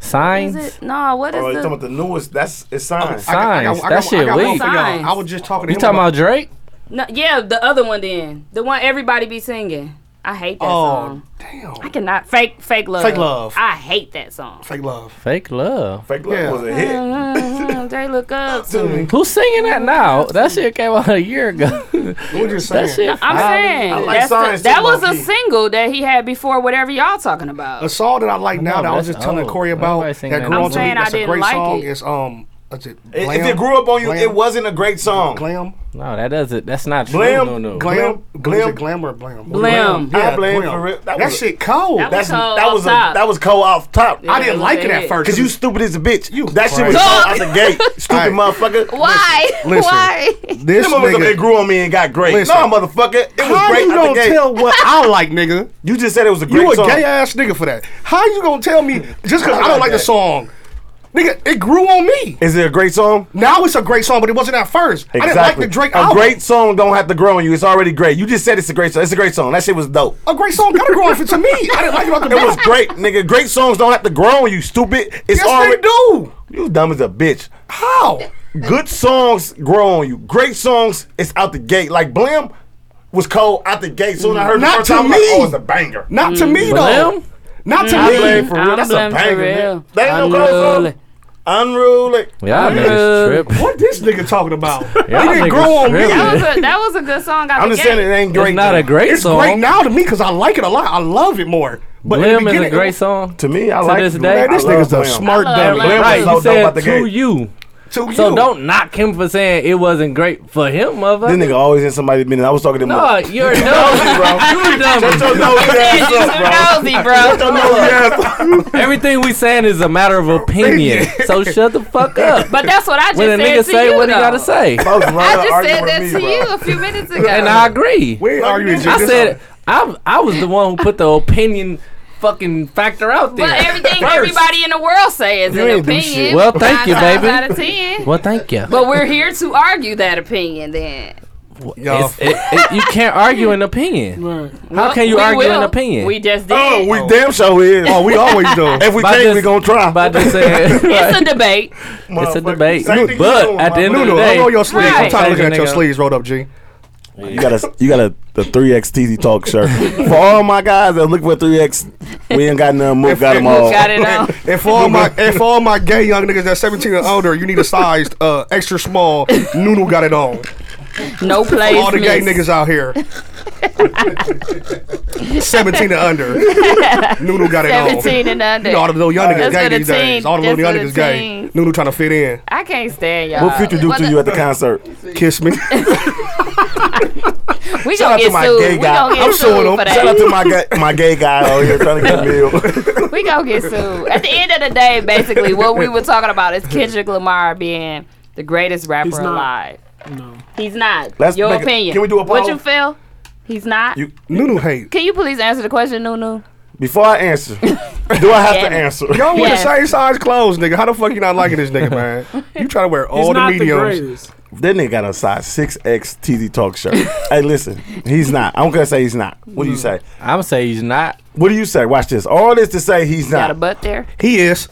Speaker 4: Is
Speaker 3: Signs.
Speaker 4: it? No, what is
Speaker 5: Oh, you
Speaker 4: the?
Speaker 5: talking about the newest? That's it's signs.
Speaker 3: I- Signs. That shit
Speaker 6: one
Speaker 3: weak.
Speaker 6: for y'all.
Speaker 4: Signs.
Speaker 6: I was just talking to
Speaker 3: You
Speaker 6: him
Speaker 3: talking about Drake?
Speaker 4: No, yeah, the other one then. The one everybody be singing. I hate that
Speaker 6: Oh,
Speaker 4: song.
Speaker 6: damn.
Speaker 4: I cannot fake fake love.
Speaker 6: Fake Love.
Speaker 4: I hate that song.
Speaker 6: Fake love.
Speaker 3: Fake love.
Speaker 5: Fake Love
Speaker 6: Yeah.
Speaker 5: was a hit. Mm-hmm.
Speaker 4: Mhm, they look up to me.
Speaker 3: Who's singing that now? That shit came out a year ago.
Speaker 6: We're just
Speaker 3: that
Speaker 6: saying.
Speaker 3: shit.
Speaker 4: I'm saying
Speaker 5: I like
Speaker 4: that's the-
Speaker 5: Science
Speaker 4: that
Speaker 5: too,
Speaker 4: was a
Speaker 5: low-key.
Speaker 4: single that he had before whatever y'all talking
Speaker 6: A
Speaker 4: about.
Speaker 6: song that I like now
Speaker 3: No,
Speaker 6: that I was
Speaker 3: that's
Speaker 6: just telling
Speaker 3: old.
Speaker 6: Corey about
Speaker 3: Everybody
Speaker 6: that
Speaker 3: sing
Speaker 6: grew
Speaker 3: that.
Speaker 6: on
Speaker 4: I'm
Speaker 6: to me.
Speaker 4: saying I
Speaker 6: That's a
Speaker 4: didn't
Speaker 6: great
Speaker 4: like
Speaker 6: song.
Speaker 4: it.
Speaker 6: Is um, is it
Speaker 5: If-
Speaker 6: Glam?
Speaker 5: If it grew up on you, it
Speaker 6: Glam?
Speaker 5: wasn't a great song.
Speaker 6: Glam,
Speaker 3: No, that doesn't. That's not true.
Speaker 5: Blam.
Speaker 3: No, no.
Speaker 5: Glam-
Speaker 6: glam,
Speaker 5: Glam?
Speaker 6: glam, glam or blam?
Speaker 4: Blam.
Speaker 5: I blame for real. That
Speaker 6: That,
Speaker 5: was a-
Speaker 6: shit cold.
Speaker 4: That
Speaker 5: That's
Speaker 4: was cold
Speaker 5: that
Speaker 4: off
Speaker 5: was a
Speaker 4: top.
Speaker 5: that was cold off top.
Speaker 6: I didn't like it at first.
Speaker 5: Cause you stupid as a bitch. You that shit was
Speaker 6: crazy.
Speaker 5: cold out the gate. Stupid motherfucker.
Speaker 4: Why?
Speaker 6: listen.
Speaker 4: Why?
Speaker 6: this
Speaker 5: Them motherfucker
Speaker 6: nigga.
Speaker 5: it grew on me and got great.
Speaker 6: Listen.
Speaker 5: no, motherfucker, it was
Speaker 6: How
Speaker 5: great.
Speaker 6: you
Speaker 5: out the
Speaker 6: gonna
Speaker 5: gate.
Speaker 6: tell what I like, nigga?
Speaker 5: You just said it was a great
Speaker 6: You a
Speaker 5: song.
Speaker 6: gay ass nigga for that. How you gonna tell me just because I don't like the song? Nigga, it grew on me.
Speaker 5: Is it a great song?
Speaker 6: Now it's a great song, but it wasn't at first. I didn't like the Drake
Speaker 5: a
Speaker 6: album.
Speaker 5: great song don't have to grow on you. It's already great. You just said it's a great song. It's a great song. That shit was dope.
Speaker 6: a great song gotta grow on to me. I didn't like it about the
Speaker 5: It was
Speaker 6: album.
Speaker 5: great, nigga. Great songs don't have to grow on you, stupid. It's
Speaker 6: Yes,
Speaker 5: already
Speaker 6: they do.
Speaker 5: You dumb as a bitch.
Speaker 6: How?
Speaker 5: Good songs grow on you. Great songs is out the gate. Like Blim was cold out the gate. Soon I heard
Speaker 6: Not
Speaker 5: the first
Speaker 6: to
Speaker 5: time, I'm like,
Speaker 6: me.
Speaker 5: oh, it's a banger.
Speaker 6: Not
Speaker 3: Mm.
Speaker 6: to me though.
Speaker 3: Blam?
Speaker 6: Not
Speaker 3: Mm.
Speaker 6: to
Speaker 5: I
Speaker 6: me.
Speaker 5: blame for real.
Speaker 4: I'm
Speaker 5: That's a
Speaker 4: blame for
Speaker 5: banger.
Speaker 4: real.
Speaker 5: nigga. That ain't no cold
Speaker 4: Unruly.
Speaker 5: song. Unruly.
Speaker 3: Y'all niggas
Speaker 4: Uh,
Speaker 3: tripping.
Speaker 6: What this nigga talking about?
Speaker 3: Y'all
Speaker 6: it didn't
Speaker 3: niggas
Speaker 6: grow on me.
Speaker 3: tripping.
Speaker 4: That was a that was a good song. Out
Speaker 5: I'm
Speaker 4: the
Speaker 5: just saying
Speaker 4: gate.
Speaker 5: it ain't great.
Speaker 3: It's not
Speaker 5: though.
Speaker 3: a great
Speaker 6: It's
Speaker 3: song.
Speaker 6: great now to me because I like it a lot. I love it more. But in the
Speaker 3: Blim is
Speaker 6: beginning,
Speaker 3: a
Speaker 6: it
Speaker 3: great
Speaker 6: was-
Speaker 3: song.
Speaker 5: To me, I
Speaker 3: To
Speaker 5: like
Speaker 3: this
Speaker 5: Blim.
Speaker 3: day.
Speaker 5: I
Speaker 6: This
Speaker 5: love
Speaker 6: nigga's a
Speaker 5: Blim.
Speaker 6: smart
Speaker 4: I love
Speaker 6: dummy.
Speaker 4: Blim.
Speaker 5: Blim was
Speaker 3: Right, you
Speaker 5: so dope
Speaker 3: said
Speaker 5: out the
Speaker 3: to
Speaker 5: gate.
Speaker 3: you.
Speaker 6: To
Speaker 3: So
Speaker 6: you.
Speaker 3: don't knock him for saying it wasn't great for him, mother.
Speaker 5: This nigga always in somebody's business. I was talking to him.
Speaker 3: No, you're dumb,
Speaker 5: bro.
Speaker 3: You're dumb.
Speaker 5: Shut your nosy ass
Speaker 4: It's
Speaker 5: up, bro.
Speaker 4: nosy, bro.
Speaker 5: Shut your nosy ass up.
Speaker 3: Everything we saying is a matter of opinion. so shut the fuck up.
Speaker 4: But that's what I just
Speaker 3: when a
Speaker 4: said
Speaker 3: nigga
Speaker 4: to
Speaker 3: say
Speaker 4: you,
Speaker 3: what he
Speaker 4: though.
Speaker 3: gotta say,
Speaker 5: I was
Speaker 4: I
Speaker 5: running an
Speaker 4: just
Speaker 5: argument
Speaker 4: said
Speaker 5: with
Speaker 4: that
Speaker 5: me,
Speaker 4: to
Speaker 5: bro.
Speaker 4: you a few minutes ago.
Speaker 3: and I agree.
Speaker 6: Where are you? in
Speaker 3: I
Speaker 6: this-
Speaker 3: said I I was the one who put the opinion fucking factor out there.
Speaker 4: But everything
Speaker 3: first.
Speaker 4: everybody in the world say is an
Speaker 5: ain't do shit.
Speaker 4: opinion.
Speaker 3: Well, thank
Speaker 4: Nine
Speaker 3: you,
Speaker 4: times
Speaker 3: baby.
Speaker 4: Out of ten.
Speaker 3: Well, thank you.
Speaker 4: But we're here to argue that opinion. Then
Speaker 6: Y'all
Speaker 3: It's- it- it- you can't argue an opinion.
Speaker 7: Right.
Speaker 3: How can you
Speaker 4: We
Speaker 3: argue an
Speaker 4: will.
Speaker 3: opinion?
Speaker 4: We just did.
Speaker 5: Oh, we damn sure is.
Speaker 6: Oh, we always do.
Speaker 5: If we
Speaker 3: By
Speaker 5: can't,
Speaker 3: just-
Speaker 5: we gonna try.
Speaker 3: By just saying,
Speaker 4: it's a debate.
Speaker 3: it's a
Speaker 5: Motherfucker.
Speaker 3: debate.
Speaker 5: Same thing
Speaker 3: But
Speaker 5: you doing,
Speaker 3: at the
Speaker 5: my
Speaker 3: end
Speaker 5: brother.
Speaker 3: of the
Speaker 6: Nuno,
Speaker 3: day-
Speaker 6: roll your sleeves. I'm
Speaker 4: Right.
Speaker 6: tired of looking at your
Speaker 3: Nigga.
Speaker 6: sleeves rolled up, G.
Speaker 5: You got a you got a the three X TZ Talk shirt for all my guys that look for three X. We ain't got none. Move got them all.
Speaker 4: Got it on.
Speaker 6: And for all my and for all my gay young niggas that's 17 or older, you need a sized uh, extra small. Nunu got it on.
Speaker 4: No plays.
Speaker 6: All the gay
Speaker 4: missed.
Speaker 6: niggas out here. 17 or under. Nunu got it on.
Speaker 4: Seventeen and under.
Speaker 6: You know, all the little young niggas
Speaker 4: That's
Speaker 6: gay
Speaker 4: for the
Speaker 6: these days.
Speaker 4: teens.
Speaker 6: All the little
Speaker 4: That's
Speaker 6: young
Speaker 4: for
Speaker 6: niggas
Speaker 4: the
Speaker 6: gay.
Speaker 4: teens.
Speaker 6: Nunu trying to fit in.
Speaker 4: I can't stand y'all.
Speaker 5: What future do
Speaker 4: Well,
Speaker 5: to you at the concert?
Speaker 6: Kiss me.
Speaker 4: We
Speaker 5: Shout out
Speaker 4: gonna
Speaker 5: to
Speaker 4: get
Speaker 5: my
Speaker 4: sued.
Speaker 5: gay
Speaker 4: We
Speaker 5: guy.
Speaker 4: gonna
Speaker 5: I'm
Speaker 4: get
Speaker 6: suing him.
Speaker 4: sued for
Speaker 5: Shout out
Speaker 4: that.
Speaker 5: to my guy, my gay guy over here trying to get a meal.
Speaker 4: We gonna get sued. At the end of the day, basically, what we were talking about is Kendrick Lamar being the greatest rapper
Speaker 7: He's not.
Speaker 4: alive.
Speaker 7: No.
Speaker 4: He's not.
Speaker 5: Let's
Speaker 4: Your
Speaker 5: make a-
Speaker 4: opinion.
Speaker 5: can we do a
Speaker 4: What
Speaker 5: poll?
Speaker 4: you feel? He's not.
Speaker 5: You-
Speaker 6: Nunu hate.
Speaker 4: Can you please answer the question, Nunu?
Speaker 5: Before I answer, do I have to answer?
Speaker 6: Y'all wear
Speaker 4: Yes.
Speaker 6: the same size clothes, nigga. How the fuck you not liking this nigga, man? You try to wear all
Speaker 7: He's
Speaker 6: the
Speaker 7: not the
Speaker 6: mediums.
Speaker 7: greatest.
Speaker 5: That nigga got a size six X TZ Talk shirt. hey, listen, he's not. I'm gonna say he's not. What
Speaker 4: Mm.
Speaker 5: do you say?
Speaker 3: I'm say he's not.
Speaker 5: What do you say? Watch this. All this to say he's
Speaker 4: Got a
Speaker 5: not.
Speaker 4: butt there.
Speaker 6: He is.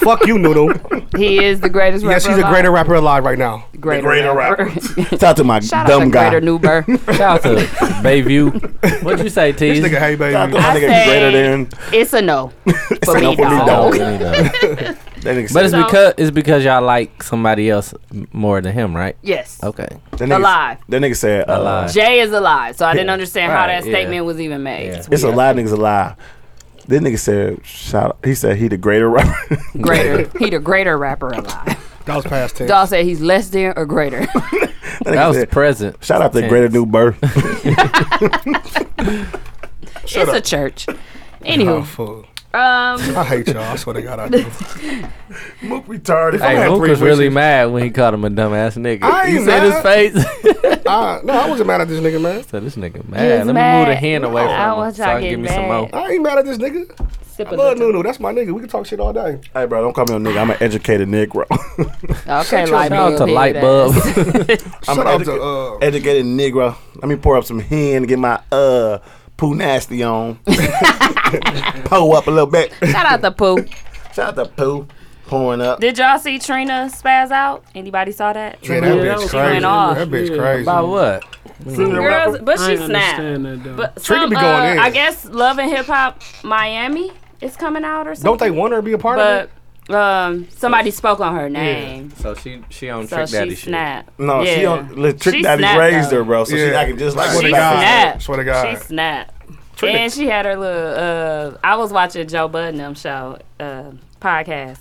Speaker 6: Fuck you, Noodle.
Speaker 4: He is the greatest rapper.
Speaker 6: yes, he's a
Speaker 4: alive.
Speaker 6: greater rapper alive right now.
Speaker 4: Greater,
Speaker 5: greater
Speaker 4: rapper.
Speaker 5: Talk to my
Speaker 4: Shout out
Speaker 5: dumb
Speaker 4: to
Speaker 5: guy.
Speaker 4: Greater Newber.
Speaker 3: Shout out to Bayview. What'd you say, T?
Speaker 6: This nigga, hey
Speaker 5: Talk to
Speaker 6: baby.
Speaker 5: my
Speaker 4: I
Speaker 5: nigga
Speaker 4: say-
Speaker 5: greater than.
Speaker 4: it's a no. For
Speaker 5: no
Speaker 4: me,
Speaker 5: for me,
Speaker 4: dog.
Speaker 5: dog.
Speaker 3: but
Speaker 5: That nigga
Speaker 3: it's
Speaker 5: said,
Speaker 4: So-
Speaker 3: because it's because y'all like somebody else m- more than him, right?
Speaker 4: Yes.
Speaker 3: Okay.
Speaker 5: that nigga,
Speaker 4: alive.
Speaker 5: That nigga said uh,
Speaker 3: Alive.
Speaker 4: Jay is alive, so I didn't understand how
Speaker 3: Right,
Speaker 4: that
Speaker 3: yeah.
Speaker 4: statement was even made.
Speaker 3: Yeah.
Speaker 4: It's
Speaker 5: It's a
Speaker 4: weird.
Speaker 5: lot of niggas alive. This nigga said, shout out. He said he the greater rapper.
Speaker 4: Greater. he the greater rapper alive.
Speaker 6: That was past tense.
Speaker 4: Dawg said he's less than or greater.
Speaker 3: That was
Speaker 5: said-
Speaker 3: present.
Speaker 5: shout out to
Speaker 3: Tense.
Speaker 5: Greater New Birth.
Speaker 4: it's a church.
Speaker 6: Oh,
Speaker 4: Anywho,
Speaker 6: fuck.
Speaker 4: um,
Speaker 6: I hate y'all. I swear to God, I do.
Speaker 5: Mook retarded.
Speaker 3: Hey,
Speaker 6: had
Speaker 3: Luke
Speaker 6: three
Speaker 3: was really
Speaker 6: wishes.
Speaker 3: mad when he called him a dumbass nigga.
Speaker 6: I
Speaker 3: you
Speaker 6: ain't
Speaker 3: see his
Speaker 6: mad.
Speaker 3: face?
Speaker 6: I, no, I wasn't mad at this nigga, man.
Speaker 3: so this nigga
Speaker 4: He
Speaker 3: mad.
Speaker 4: was
Speaker 3: Let me move
Speaker 4: mad.
Speaker 3: the hand away
Speaker 4: I
Speaker 3: from him
Speaker 4: want
Speaker 3: so
Speaker 4: y'all
Speaker 3: I can
Speaker 4: get
Speaker 3: give me some
Speaker 4: mad.
Speaker 3: more.
Speaker 6: I ain't mad at this nigga.
Speaker 4: sip
Speaker 6: I
Speaker 4: a
Speaker 6: love
Speaker 4: little.
Speaker 6: Nunu. That's my nigga. We can talk shit all day.
Speaker 5: Hey, bro, don't call me a nigga. I'm an educated Negro.
Speaker 4: Okay, light
Speaker 3: Shout
Speaker 4: bulb.
Speaker 3: out to
Speaker 4: head
Speaker 3: Light
Speaker 4: ass.
Speaker 3: Bulb.
Speaker 5: I'm
Speaker 6: Shout
Speaker 5: an
Speaker 6: out to
Speaker 5: educated-
Speaker 6: uh,
Speaker 5: educated Negro. Let me pour up some hen and get my uh poo nasty on. Pull up a little bit.
Speaker 4: Shout out to Pooh.
Speaker 5: Shout out to poo pouring up.
Speaker 4: Did y'all see Trina spaz out? Anybody saw that?
Speaker 6: yeah, that
Speaker 7: Yeah, that
Speaker 6: bitch
Speaker 7: was
Speaker 6: crazy.
Speaker 4: going off.
Speaker 6: That bitch
Speaker 7: Yeah.
Speaker 6: crazy.
Speaker 3: About what?
Speaker 6: Mm-hmm.
Speaker 4: Girls, but
Speaker 7: I
Speaker 4: she
Speaker 7: ain't
Speaker 4: snapped.
Speaker 7: understand that though.
Speaker 4: But
Speaker 6: Trina
Speaker 4: some,
Speaker 6: be going
Speaker 4: uh,
Speaker 6: in.
Speaker 4: I guess Love and Hip Hop Miami is coming out or
Speaker 6: Don't
Speaker 4: something.
Speaker 6: they want her to be a part of
Speaker 4: But
Speaker 6: it?
Speaker 4: um, somebody spoke on her name,
Speaker 3: So she she on
Speaker 4: so
Speaker 3: Trick Daddy
Speaker 4: she
Speaker 3: shit.
Speaker 4: snapped.
Speaker 5: No, she
Speaker 4: Yeah.
Speaker 5: don't. Look, Trick
Speaker 4: She
Speaker 5: Daddy
Speaker 4: snapped,
Speaker 5: raised
Speaker 4: though.
Speaker 5: her, bro, so she
Speaker 6: Yeah.
Speaker 5: acting just like
Speaker 6: Swear
Speaker 5: her
Speaker 4: She
Speaker 6: to
Speaker 5: back.
Speaker 6: God.
Speaker 4: snapped.
Speaker 6: Swear to God.
Speaker 4: She snapped.
Speaker 6: Trina-
Speaker 4: And she had her little. Uh, I was watching Joe Budden them show uh, podcast,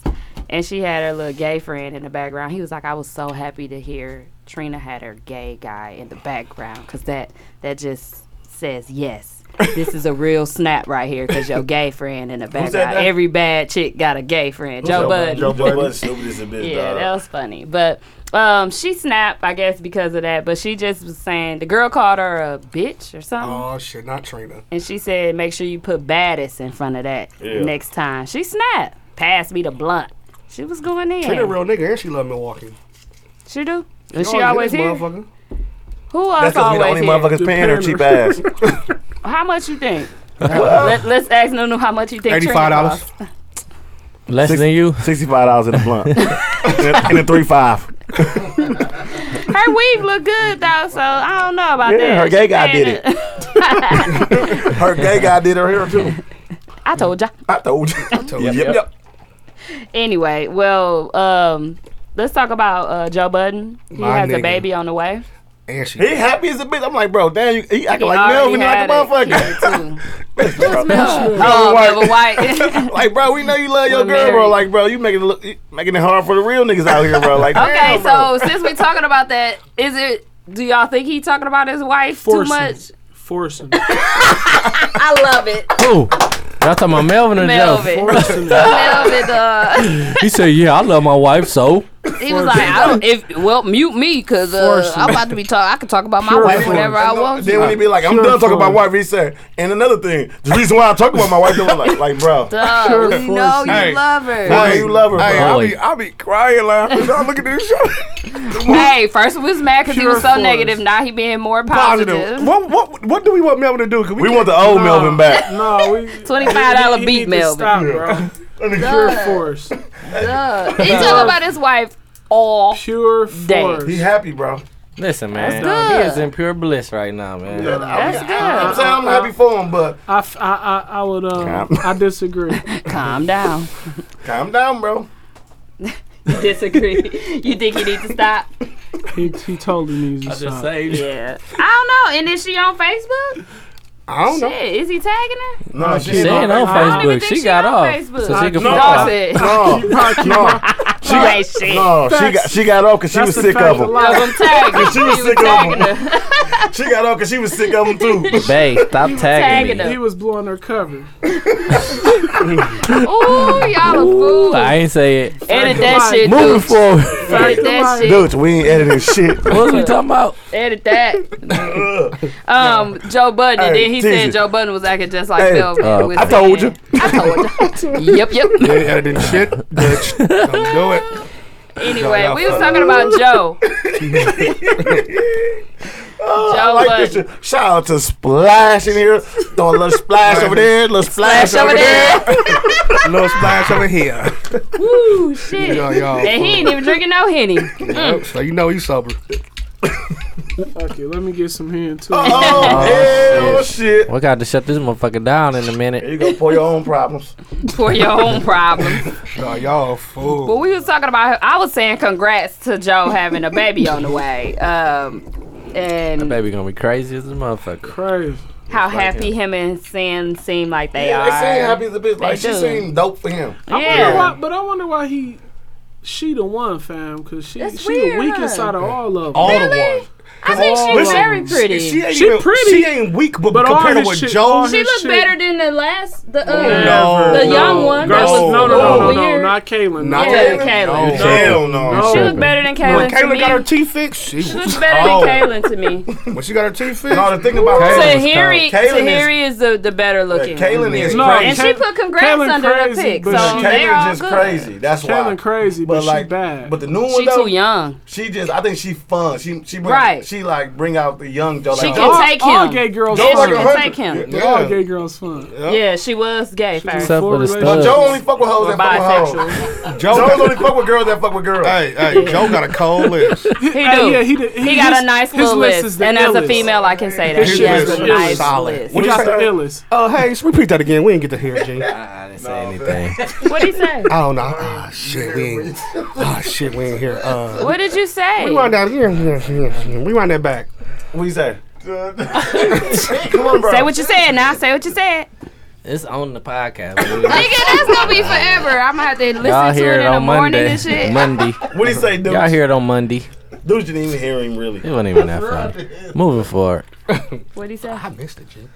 Speaker 4: and she had her little gay friend in the background. He was like, "I was so happy to hear Trina had her gay guy in the background because that that just says yes." this is a real snap right here because your gay friend in the background.
Speaker 5: that?
Speaker 4: Every bad chick got a gay friend. Joe, Budden.
Speaker 5: Joe Budden, stupid as a bitch,
Speaker 4: Yeah,
Speaker 5: dog.
Speaker 4: that was funny. But um, she snapped, I guess, because of that. But she just was saying the girl called her a bitch or something,
Speaker 6: Oh shit, not Trina.
Speaker 4: and she said, "Make sure you put baddest in front of that
Speaker 5: Yeah.
Speaker 4: next time." She snapped. Passed me the blunt. She was going in.
Speaker 6: Trina a real nigga, and she love Milwaukee.
Speaker 4: she do. And she always
Speaker 6: hit
Speaker 4: here.
Speaker 6: this motherfucker.
Speaker 4: Who else
Speaker 5: That's because we the
Speaker 4: always
Speaker 5: only
Speaker 4: here?
Speaker 5: motherfuckers paying her cheap ass.
Speaker 4: How much you think? Let, let's ask Nunu how much you think. Trina
Speaker 6: Eighty-five dollars.
Speaker 4: cost.
Speaker 3: Less than you?
Speaker 5: Sixty-five dollars in a blunt and a, and a three-five.
Speaker 4: Her weave look good though, so I don't know about
Speaker 5: Yeah,
Speaker 4: that.
Speaker 5: her gay
Speaker 4: She
Speaker 5: guy
Speaker 4: saying
Speaker 5: did it. Her gay guy did her hair too.
Speaker 4: I told ya.
Speaker 5: I told you. I told
Speaker 6: you.
Speaker 5: Yep, yep.
Speaker 3: Yep.
Speaker 4: Anyway, well, um, let's talk about uh, Joe Budden. He
Speaker 6: My
Speaker 4: has a
Speaker 6: nigga.
Speaker 4: baby on the way.
Speaker 6: And she.
Speaker 5: He happy as a bitch. I'm like, bro, damn, you, he acting like
Speaker 4: already
Speaker 5: Mel when he like
Speaker 4: had
Speaker 5: a
Speaker 4: kid,
Speaker 5: motherfucker.
Speaker 4: too.
Speaker 5: Bro,
Speaker 4: oh,
Speaker 5: White.
Speaker 4: Melvin White.
Speaker 5: like, bro, we know you love your
Speaker 4: We're
Speaker 5: girl, bro.
Speaker 4: married.
Speaker 5: Like, bro, you making it look, you making it hard for the real niggas out here, bro. Like,
Speaker 4: okay,
Speaker 5: damn, bro.
Speaker 4: so since we're talking about that, is it? Do y'all think he talking about his wife
Speaker 7: Forcing.
Speaker 4: too much?
Speaker 7: Forcing.
Speaker 4: I love it,
Speaker 3: Who? Y'all talking about Melvin or Joe?
Speaker 4: Melvin.
Speaker 7: Forcing. it.
Speaker 4: Melvin, uh,
Speaker 3: He said, yeah, I love my wife, so.
Speaker 4: he was like, I don't, if well, mute me because uh,
Speaker 7: Forcing.
Speaker 4: I'm about to be talking. I can talk about my
Speaker 7: Pure
Speaker 4: wife
Speaker 7: force.
Speaker 4: whenever I
Speaker 5: No,
Speaker 4: want.
Speaker 5: Then
Speaker 4: to.
Speaker 5: when he be like, I'm
Speaker 7: Sure,
Speaker 5: done talking
Speaker 7: sure.
Speaker 5: about my wife, he said, and another thing, the reason why I talk about my wife, they was like, like, bro,
Speaker 4: Duh,
Speaker 7: Pure
Speaker 4: we know
Speaker 7: force.
Speaker 4: you
Speaker 6: Hey.
Speaker 4: love her.
Speaker 5: Boy, you love her,
Speaker 6: Hey,
Speaker 5: bro.
Speaker 6: I
Speaker 3: Boy.
Speaker 6: be, I be crying laughing. I look at this shit.
Speaker 4: Hey, first we was mad because he
Speaker 7: Pure
Speaker 4: was so
Speaker 7: force.
Speaker 4: negative. Now he being more positive.
Speaker 6: Positive. What, what, what do we want Melvin to do? Can
Speaker 5: We want the old Melvin back.
Speaker 7: No, we
Speaker 4: $25
Speaker 7: he- he
Speaker 4: beat
Speaker 7: need to
Speaker 4: Melvin.
Speaker 7: Stop, bro. Pure force.
Speaker 4: Duh. He talking about his wife all.
Speaker 7: Pure
Speaker 4: Dang.
Speaker 7: force.
Speaker 5: He happy, bro.
Speaker 3: Listen, man.
Speaker 4: good.
Speaker 3: He is in pure bliss right now, man.
Speaker 4: That's good.
Speaker 5: I'm saying I'm happy for him, but
Speaker 7: I, f- I, I, I would uh,
Speaker 5: Calm.
Speaker 7: I disagree.
Speaker 4: Calm down.
Speaker 5: calm down, bro.
Speaker 4: Disagree. you think he needs to stop?
Speaker 7: He, he totally needs to
Speaker 3: I just
Speaker 7: stop.
Speaker 3: saved you.
Speaker 4: Yeah. I don't know. And is she on Facebook?
Speaker 6: I don't know.
Speaker 4: Shit, is he tagging her?
Speaker 5: No,
Speaker 3: She ain't on
Speaker 7: I don't
Speaker 4: even
Speaker 3: Facebook.
Speaker 4: think
Speaker 3: She
Speaker 4: she
Speaker 3: got
Speaker 4: on
Speaker 3: off.
Speaker 4: Facebook.
Speaker 3: So she can
Speaker 7: No.
Speaker 4: Dawg
Speaker 3: fuck off.
Speaker 4: said,
Speaker 5: No, no,
Speaker 4: she ain't shit.
Speaker 5: no. She got she got off because she
Speaker 7: That's
Speaker 5: was
Speaker 7: the
Speaker 5: sick
Speaker 7: fact
Speaker 5: of
Speaker 7: of
Speaker 5: him.
Speaker 7: life.
Speaker 4: Of him tagging.
Speaker 5: She was
Speaker 4: He
Speaker 5: sick of
Speaker 4: tagging
Speaker 5: him.
Speaker 4: her.
Speaker 5: She got off because she was sick of him too.
Speaker 3: Babe, stop tagging
Speaker 4: tagging
Speaker 3: me.
Speaker 4: him.
Speaker 7: He was blowing her cover.
Speaker 4: Ooh, y'all a fool.
Speaker 3: I ain't say it.
Speaker 4: Edit that shit,
Speaker 3: Moving
Speaker 4: dude.
Speaker 3: forward.
Speaker 4: Edit that shit.
Speaker 5: Dude, we ain't editing shit.
Speaker 3: what was we talking about?
Speaker 4: Edit that. um, Joe Budden. and
Speaker 5: Hey,
Speaker 4: then he
Speaker 5: Teezy.
Speaker 4: said Joe Budden was acting just like
Speaker 5: Hey,
Speaker 4: Melvin.
Speaker 3: uh,
Speaker 4: was
Speaker 5: I told
Speaker 4: saying. I told you. yep, yep.
Speaker 6: They ain't editing shit, bitch. Don't do it.
Speaker 4: Anyway, we was talking about Joe. Joe
Speaker 5: I like
Speaker 4: Budden.
Speaker 5: this. shit. Shout out to Splash in here. Throwing a little splash over there, little splash,
Speaker 4: Flash over there.
Speaker 6: Little splash over here.
Speaker 4: Woo, shit.
Speaker 6: Yo, yo.
Speaker 4: And he ain't even drinking no henny.
Speaker 6: Yep, So you know he's sober.
Speaker 7: Okay, let me get some here too.
Speaker 5: Oh, hell shit.
Speaker 3: We got to shut this motherfucker down in a
Speaker 5: Here
Speaker 3: minute.
Speaker 5: you go for your own problems.
Speaker 4: For your own problem.
Speaker 6: Yo, y'all
Speaker 4: But
Speaker 6: fool.
Speaker 4: we was talking about. I was saying congrats to Joe having a baby on the way. Um, and
Speaker 3: Baby gonna be crazy as a motherfucker.
Speaker 7: Crazy.
Speaker 4: how happy him and Sin seem like they
Speaker 5: Yeah,
Speaker 4: are.
Speaker 5: they seem happy as a bitch. Like, she
Speaker 4: do.
Speaker 5: seemed dope for him.
Speaker 7: I wonder
Speaker 4: Yeah.
Speaker 7: why, but I wonder why he, she the one, fam, because she
Speaker 4: That's
Speaker 7: she
Speaker 4: weird,
Speaker 7: the weakest
Speaker 4: huh?
Speaker 7: out of all of them.
Speaker 6: All the ones.
Speaker 4: I think
Speaker 7: all
Speaker 4: she's
Speaker 7: of
Speaker 4: very
Speaker 7: them.
Speaker 4: pretty.
Speaker 6: She
Speaker 4: She,
Speaker 6: ain't
Speaker 7: She
Speaker 6: even,
Speaker 7: pretty.
Speaker 6: She ain't weak, but,
Speaker 7: But all
Speaker 6: compared
Speaker 7: his
Speaker 6: to what
Speaker 7: shit- all
Speaker 6: Joe.
Speaker 7: his-
Speaker 4: looked
Speaker 7: shit-
Speaker 4: better than the last, the uh,
Speaker 6: Oh, No,
Speaker 4: the young one that
Speaker 7: Girl,
Speaker 4: was
Speaker 7: no, no, no, no,
Speaker 4: over
Speaker 7: no,
Speaker 4: here.
Speaker 7: not Kaylin.
Speaker 6: Not
Speaker 7: no.
Speaker 4: Yeah,
Speaker 6: Kaylin.
Speaker 4: Kaylin.
Speaker 6: No.
Speaker 5: Hell no.
Speaker 7: No.
Speaker 4: She looked better than
Speaker 6: When
Speaker 4: Kaylin. to
Speaker 6: Kayla
Speaker 4: me.
Speaker 6: got her teeth fixed, she
Speaker 4: She
Speaker 6: was
Speaker 4: looked better
Speaker 6: Oh.
Speaker 4: than Kaylin to me.
Speaker 6: When she got her teeth fixed,
Speaker 5: No, the thing about
Speaker 4: Tahiri,
Speaker 5: Kaylin,
Speaker 4: Tahiri
Speaker 5: Mm-hmm. Kaylin is-
Speaker 4: is, the, the better looking.
Speaker 5: Kaylin is
Speaker 7: No,
Speaker 5: crazy.
Speaker 4: and she put congrats
Speaker 7: Kaylin
Speaker 4: under
Speaker 7: crazy,
Speaker 4: her pick, so
Speaker 7: but she-
Speaker 4: they're all
Speaker 5: Kaylin is just
Speaker 4: good.
Speaker 5: crazy. That's why.
Speaker 7: Kaylin crazy, but,
Speaker 5: But like,
Speaker 7: she bad.
Speaker 5: but the new one
Speaker 4: She
Speaker 5: though,
Speaker 4: too young.
Speaker 5: she just, I think she fun. She, she, bring,
Speaker 4: Right.
Speaker 5: She like bring out the young Joe.
Speaker 4: She
Speaker 5: Like,
Speaker 4: can
Speaker 5: oh,
Speaker 7: all,
Speaker 4: take
Speaker 7: all
Speaker 4: him.
Speaker 7: gay girls
Speaker 4: Yeah,
Speaker 5: like
Speaker 4: she
Speaker 5: a
Speaker 4: can
Speaker 5: hundred.
Speaker 4: take him.
Speaker 5: Yeah.
Speaker 7: All gay girls fun.
Speaker 4: Yeah, she was gay first.
Speaker 3: Except for the
Speaker 7: Before
Speaker 5: But Joe
Speaker 3: studs.
Speaker 5: only fuck with hoes that fuck with hoes.
Speaker 4: Bisexual.
Speaker 6: Joe.
Speaker 5: Joe's only fuck with girls that fuck with girls.
Speaker 6: hey, hey, Joe got a cold list.
Speaker 4: He do.
Speaker 7: Hey, yeah, he, the- he,
Speaker 4: He got
Speaker 7: his-
Speaker 4: a nice
Speaker 7: his
Speaker 4: little
Speaker 7: list
Speaker 4: list,
Speaker 7: is the
Speaker 4: and as a
Speaker 7: illest.
Speaker 4: female, I can say that
Speaker 6: His
Speaker 4: she has
Speaker 6: list
Speaker 4: a
Speaker 6: is
Speaker 4: nice
Speaker 6: solid.
Speaker 4: list.
Speaker 7: He
Speaker 6: What
Speaker 7: got
Speaker 6: you
Speaker 7: the
Speaker 6: say?
Speaker 7: illest.
Speaker 6: Oh, hey, repeat that again. We ain't get to hear it, Gene. I
Speaker 3: I didn't say anything.
Speaker 4: What did he say?
Speaker 6: don't know. Ah, shit, we ain't. Ah, shit, we ain't here. Uh,
Speaker 4: What did you say?
Speaker 6: we want that. yeah, yeah, yeah, yeah. We want that back.
Speaker 5: What you say? Come on, bro.
Speaker 4: Say what you said now. Say what you said.
Speaker 3: uh, It's on the podcast. baby.
Speaker 4: Nigga, that's gonna be forever. I'm gonna have to listen
Speaker 3: Y'all
Speaker 4: to
Speaker 3: hear
Speaker 4: it
Speaker 3: it
Speaker 4: in the
Speaker 3: on
Speaker 4: morning
Speaker 3: Monday.
Speaker 4: and shit.
Speaker 3: Monday.
Speaker 5: What do you say, dude?
Speaker 3: Y'all hear it on Monday.
Speaker 5: Dude, you didn't even hear him really.
Speaker 3: It wasn't even that funny. Moving forward.
Speaker 4: What he say?
Speaker 6: I missed it, Gene.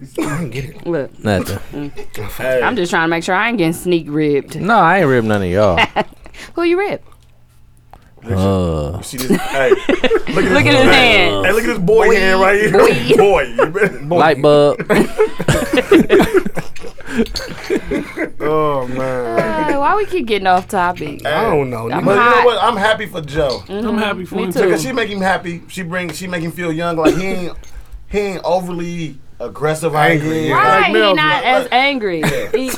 Speaker 6: I didn't get it.
Speaker 4: Look, Mm.
Speaker 3: Nothing.
Speaker 5: Hey,
Speaker 4: I'm just trying to make sure I ain't getting sneak ribbed.
Speaker 3: No, I ain't ripped none of y'all.
Speaker 4: Who you rib?
Speaker 3: Uh,
Speaker 5: she just, hey, look at this,
Speaker 4: Look at his hand.
Speaker 5: Hey, look at this boy hand right here. Boy, you better-
Speaker 3: light bulb.
Speaker 6: Oh man,
Speaker 4: Uh, why we keep getting off topic?
Speaker 6: I don't know.
Speaker 4: I'm
Speaker 5: But
Speaker 6: nigga.
Speaker 5: you
Speaker 4: hot. Mm-hmm.
Speaker 5: know what? I'm happy for Joe
Speaker 7: I'm happy for
Speaker 4: Me
Speaker 7: him
Speaker 4: too.
Speaker 5: because she make him happy. She bring, she make him feel young. Like he ain't, he ain't overly aggressive.
Speaker 6: Angry,
Speaker 5: Angry.
Speaker 6: yeah.
Speaker 4: Right,
Speaker 5: Like,
Speaker 4: he
Speaker 5: Melvin.
Speaker 4: not as angry. He,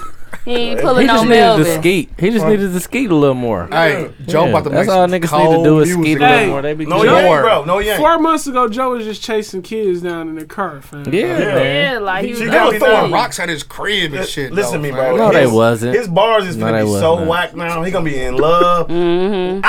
Speaker 4: he ain't
Speaker 3: He
Speaker 4: pulling
Speaker 3: just
Speaker 4: on
Speaker 3: needed to
Speaker 4: Melvin.
Speaker 3: skeet. He just needed to skeet a little more.
Speaker 6: Hey, Joe
Speaker 3: Yeah,
Speaker 6: about to make
Speaker 3: That's all
Speaker 6: some
Speaker 3: niggas need to
Speaker 6: cold
Speaker 3: do is
Speaker 6: music.
Speaker 3: skeet a little
Speaker 7: Hey,
Speaker 3: more. They be
Speaker 5: no,
Speaker 3: good.
Speaker 5: he
Speaker 6: Joe-
Speaker 5: ain't, bro. No, he ain't.
Speaker 7: Four months ago, Joe was just chasing kids down in the car, fam.
Speaker 3: Yeah, man.
Speaker 4: Yeah, like he was
Speaker 5: She
Speaker 6: They
Speaker 5: got
Speaker 6: were
Speaker 5: me
Speaker 6: throwing
Speaker 5: now.
Speaker 6: rocks at his crib and
Speaker 5: Li-
Speaker 6: shit.
Speaker 5: Listen
Speaker 6: though,
Speaker 5: to me, bro.
Speaker 3: No, they
Speaker 5: His-
Speaker 3: wasn't.
Speaker 5: His bars is
Speaker 3: No,
Speaker 5: gonna
Speaker 3: they
Speaker 5: be so
Speaker 3: wasn't.
Speaker 5: whack now. He gonna be in love. I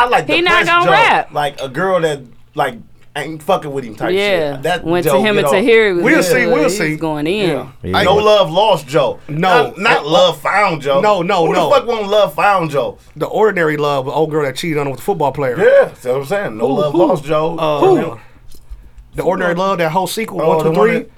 Speaker 5: like
Speaker 4: Mm-hmm. He
Speaker 5: the
Speaker 4: not
Speaker 5: Prince
Speaker 4: gonna
Speaker 5: Joe.
Speaker 4: rap.
Speaker 5: Like a girl that like ain't fucking with him type
Speaker 4: Yeah,
Speaker 5: shit. That
Speaker 4: went to
Speaker 5: Joe
Speaker 4: him
Speaker 5: get
Speaker 4: and
Speaker 5: off.
Speaker 4: Tahiri. was
Speaker 6: We'll
Speaker 4: good.
Speaker 6: see, we'll
Speaker 4: He
Speaker 6: see.
Speaker 4: was going in.
Speaker 6: Yeah.
Speaker 3: Yeah.
Speaker 5: No love lost Joe.
Speaker 6: No.
Speaker 5: not, not love found Joe.
Speaker 6: No, no,
Speaker 5: Who
Speaker 6: no.
Speaker 5: The fuck won't love found Joe?
Speaker 6: The ordinary love, old girl that cheated on him with the football player.
Speaker 5: Yeah, that's what I'm saying. No love lost Joe.
Speaker 6: Uh, the ordinary love, that whole sequel,
Speaker 5: Oh,
Speaker 6: one, two,
Speaker 5: the
Speaker 6: three.
Speaker 5: one that-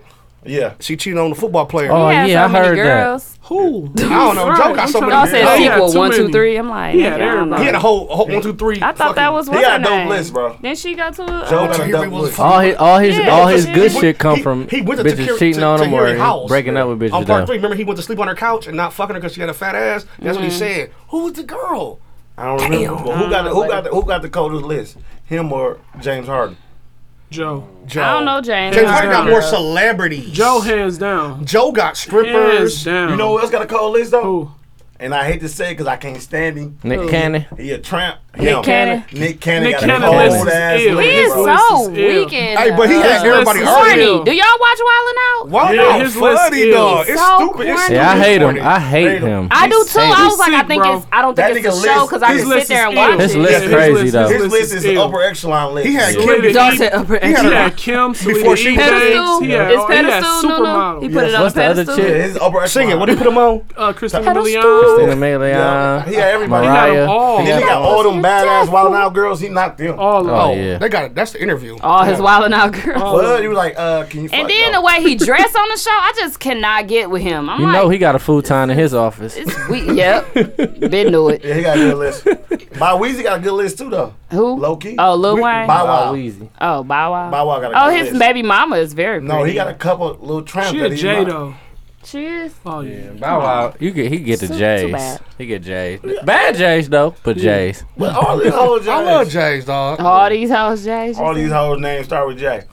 Speaker 5: yeah.
Speaker 6: She cheated on the football player.
Speaker 3: Oh,
Speaker 4: He had
Speaker 3: yeah,
Speaker 4: so
Speaker 3: I
Speaker 4: many
Speaker 3: heard that.
Speaker 4: girls.
Speaker 7: Who?
Speaker 6: I don't know. Joe got so
Speaker 4: Y'all
Speaker 6: many.
Speaker 4: said
Speaker 7: Oh, he had
Speaker 4: sequel
Speaker 7: too
Speaker 4: one, two,
Speaker 7: many.
Speaker 4: three. I'm like,
Speaker 7: He had
Speaker 4: nigga, I don't
Speaker 7: everybody.
Speaker 4: know.
Speaker 6: He had a whole, whole one, two, three.
Speaker 4: I thought that was
Speaker 5: He
Speaker 4: what's her
Speaker 5: got dope
Speaker 4: name.
Speaker 5: list, bro.
Speaker 4: Then she got to a,
Speaker 5: Joe got
Speaker 6: Tahiri
Speaker 5: a dope
Speaker 6: was
Speaker 5: list.
Speaker 3: All his, all his,
Speaker 4: Yeah,
Speaker 3: all his
Speaker 4: he-
Speaker 3: good
Speaker 4: he-
Speaker 3: shit come
Speaker 6: he-
Speaker 3: from
Speaker 6: he went to
Speaker 3: bitches
Speaker 6: Tahiri-
Speaker 3: cheating
Speaker 6: to-
Speaker 3: on him or
Speaker 6: Tahiri house.
Speaker 3: he breaking up with
Speaker 6: On part
Speaker 3: bitches. Though.
Speaker 6: three, remember he went to sleep on her couch and not fucking her because she had a fat ass. That's what he
Speaker 4: Mm-hmm.
Speaker 6: said. Who was the girl?
Speaker 5: I don't remember. But who got the, who got the, who got the coldest list? Him or James Harden?
Speaker 7: Joe.
Speaker 6: Joe.
Speaker 4: I don't know, James.
Speaker 6: James Harden got
Speaker 7: Harden.
Speaker 6: more celebrities.
Speaker 7: Joe hands down.
Speaker 6: Joe got
Speaker 7: Hands
Speaker 6: strippers.
Speaker 7: down.
Speaker 5: You know who else got a cold list though?
Speaker 7: who?
Speaker 5: And I hate to say it because I can't stand him.
Speaker 3: Nick Cannon.
Speaker 5: He a tramp.
Speaker 4: Nick Cannon.
Speaker 5: Nick Cannon
Speaker 7: Nick
Speaker 5: got
Speaker 7: Cannon
Speaker 5: a
Speaker 3: list
Speaker 5: cold
Speaker 3: is
Speaker 5: ass
Speaker 7: ill.
Speaker 5: list,
Speaker 4: He is
Speaker 5: bro.
Speaker 4: so
Speaker 7: His list is
Speaker 4: weak in
Speaker 6: Hey, but he
Speaker 4: uh,
Speaker 6: had everybody
Speaker 7: His
Speaker 4: corny.
Speaker 7: list
Speaker 6: arguing.
Speaker 7: ill.
Speaker 4: Do y'all watch Wildin' Out?
Speaker 6: Why
Speaker 7: Yeah,
Speaker 6: not?
Speaker 7: his list
Speaker 6: Funny
Speaker 7: is
Speaker 6: dog. It's
Speaker 4: so
Speaker 6: stupid. It's
Speaker 4: corny.
Speaker 6: stupid.
Speaker 3: Yeah, I hate him.
Speaker 5: Harden.
Speaker 3: I hate
Speaker 5: Hate him.
Speaker 3: him.
Speaker 4: I do too.
Speaker 3: Hey,
Speaker 4: I was like, I
Speaker 7: sick,
Speaker 4: think
Speaker 7: bro.
Speaker 4: it's. I don't think
Speaker 5: That
Speaker 4: it's
Speaker 5: nigga
Speaker 4: a show
Speaker 5: list-
Speaker 4: because I
Speaker 5: his
Speaker 4: can
Speaker 7: list
Speaker 4: sit there and
Speaker 7: is ill.
Speaker 4: watch
Speaker 3: His
Speaker 4: it.
Speaker 3: list
Speaker 7: Yeah,
Speaker 3: crazy
Speaker 7: his
Speaker 3: though.
Speaker 7: list-
Speaker 5: His list is
Speaker 7: Ill.
Speaker 5: upper echelon list.
Speaker 6: He had
Speaker 5: So-
Speaker 6: Kim
Speaker 7: Don't
Speaker 6: to
Speaker 7: say
Speaker 6: eat.
Speaker 4: upper
Speaker 6: He had
Speaker 7: He
Speaker 6: a-
Speaker 7: had Kim, Celine
Speaker 6: Before she
Speaker 7: Dion,
Speaker 6: was-
Speaker 7: Banks,
Speaker 4: pedestal.
Speaker 7: He had,
Speaker 4: It's
Speaker 7: oh, he had
Speaker 4: pedestal. No, no. He
Speaker 7: supermodel.
Speaker 4: put it on
Speaker 3: What's
Speaker 4: a
Speaker 3: the other
Speaker 4: pedestal.
Speaker 5: Yeah,
Speaker 3: chick?
Speaker 5: his upper echelon.
Speaker 6: Sing it. What do you put him on?
Speaker 7: Uh, Christina
Speaker 4: Pedestal.
Speaker 7: Milian.
Speaker 3: Christina Milian,
Speaker 5: Yeah, he had everybody.
Speaker 7: He had
Speaker 3: Mariah.
Speaker 7: them all.
Speaker 5: And then he got all them badass wild out girls. He knocked them.
Speaker 7: All of
Speaker 3: Oh,
Speaker 7: them.
Speaker 3: yeah.
Speaker 6: They got it. That's the interview.
Speaker 4: All his wildin' out girls.
Speaker 5: Well, he was like, uh, can you?
Speaker 4: and then the way he dressed on the show, I just cannot get with him. I'm
Speaker 3: You
Speaker 4: like,
Speaker 3: know he got a futon in his office.
Speaker 4: it's weak. Yep, been knew it.
Speaker 5: yeah, he got a good list. By Weezy got a good list too though.
Speaker 4: Who?
Speaker 5: Low key.
Speaker 4: Oh, Lil
Speaker 5: We-
Speaker 4: Wayne?
Speaker 5: Bow
Speaker 3: Wow,
Speaker 5: Wow.
Speaker 3: Weezy.
Speaker 4: Oh, Bow Wow.
Speaker 5: Bow Wow got a
Speaker 4: Oh,
Speaker 5: good
Speaker 4: his
Speaker 5: list.
Speaker 4: baby mama is very.
Speaker 5: No, he
Speaker 4: pretty.
Speaker 5: got a couple little tramps.
Speaker 7: She
Speaker 5: that
Speaker 7: a
Speaker 5: he
Speaker 7: J
Speaker 5: knocked.
Speaker 7: though.
Speaker 4: She is.
Speaker 7: Oh
Speaker 3: Yeah,
Speaker 7: yeah.
Speaker 3: Bow Wow, you get he get the
Speaker 4: So- so
Speaker 3: J's.
Speaker 4: bad.
Speaker 3: He get J's. Bad J's though, but J's.
Speaker 5: But all these hoes,
Speaker 6: I love Jays, dog.
Speaker 4: All these hoes, Jay.
Speaker 5: all these hoes names start with J.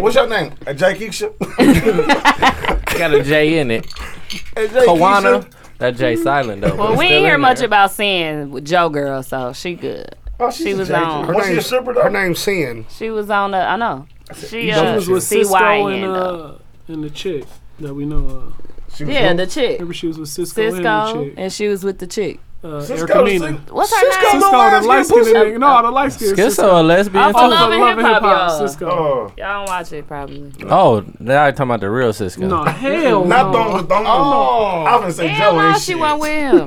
Speaker 5: What's your name? Uh, Jay Keisha.
Speaker 3: Got a J in it.
Speaker 5: Hey, Jay
Speaker 3: Kawana.
Speaker 5: Keisha.
Speaker 3: That J silent though. but
Speaker 4: Well,
Speaker 3: it's
Speaker 4: we
Speaker 3: still
Speaker 4: ain't
Speaker 3: in
Speaker 4: hear much
Speaker 3: there.
Speaker 4: about sin with Joe Girl, so she good.
Speaker 5: Oh,
Speaker 4: She
Speaker 5: she's
Speaker 4: was
Speaker 5: a Jay.
Speaker 4: on-
Speaker 5: Was she a
Speaker 6: name's-
Speaker 5: stripper though?
Speaker 6: Her name's Sin.
Speaker 4: She was on the. I know. She
Speaker 7: She
Speaker 4: uh,
Speaker 7: was with
Speaker 4: CY
Speaker 7: Cisco and
Speaker 4: though.
Speaker 7: uh and the chick that we know of.
Speaker 5: She was
Speaker 4: Yeah,
Speaker 5: on-
Speaker 4: the chick.
Speaker 7: Remember she was with Cisco,
Speaker 4: Cisco,
Speaker 7: and the chick.
Speaker 4: and she was with the chick.
Speaker 7: Uh,
Speaker 5: Cisco,
Speaker 7: Erica Nina.
Speaker 5: Cisco,
Speaker 4: What's her name?
Speaker 5: no
Speaker 7: Cisco,
Speaker 5: ass
Speaker 7: the light
Speaker 5: getting
Speaker 7: skinned nigga. No, the light skinned
Speaker 3: Schizo a lesbian.
Speaker 4: I'm
Speaker 3: too?
Speaker 4: Love and Hip Hop, y'all.
Speaker 7: Cisco.
Speaker 5: Uh,
Speaker 4: Y'all don't watch it probably.
Speaker 3: Oh, now you talking about the real Cisco.
Speaker 7: No, hell
Speaker 5: Not
Speaker 7: no.
Speaker 5: Don, Don, oh. I was gonna say
Speaker 4: Hell
Speaker 5: Joe
Speaker 4: no,
Speaker 5: ain't
Speaker 4: she
Speaker 5: shit.
Speaker 4: wasn't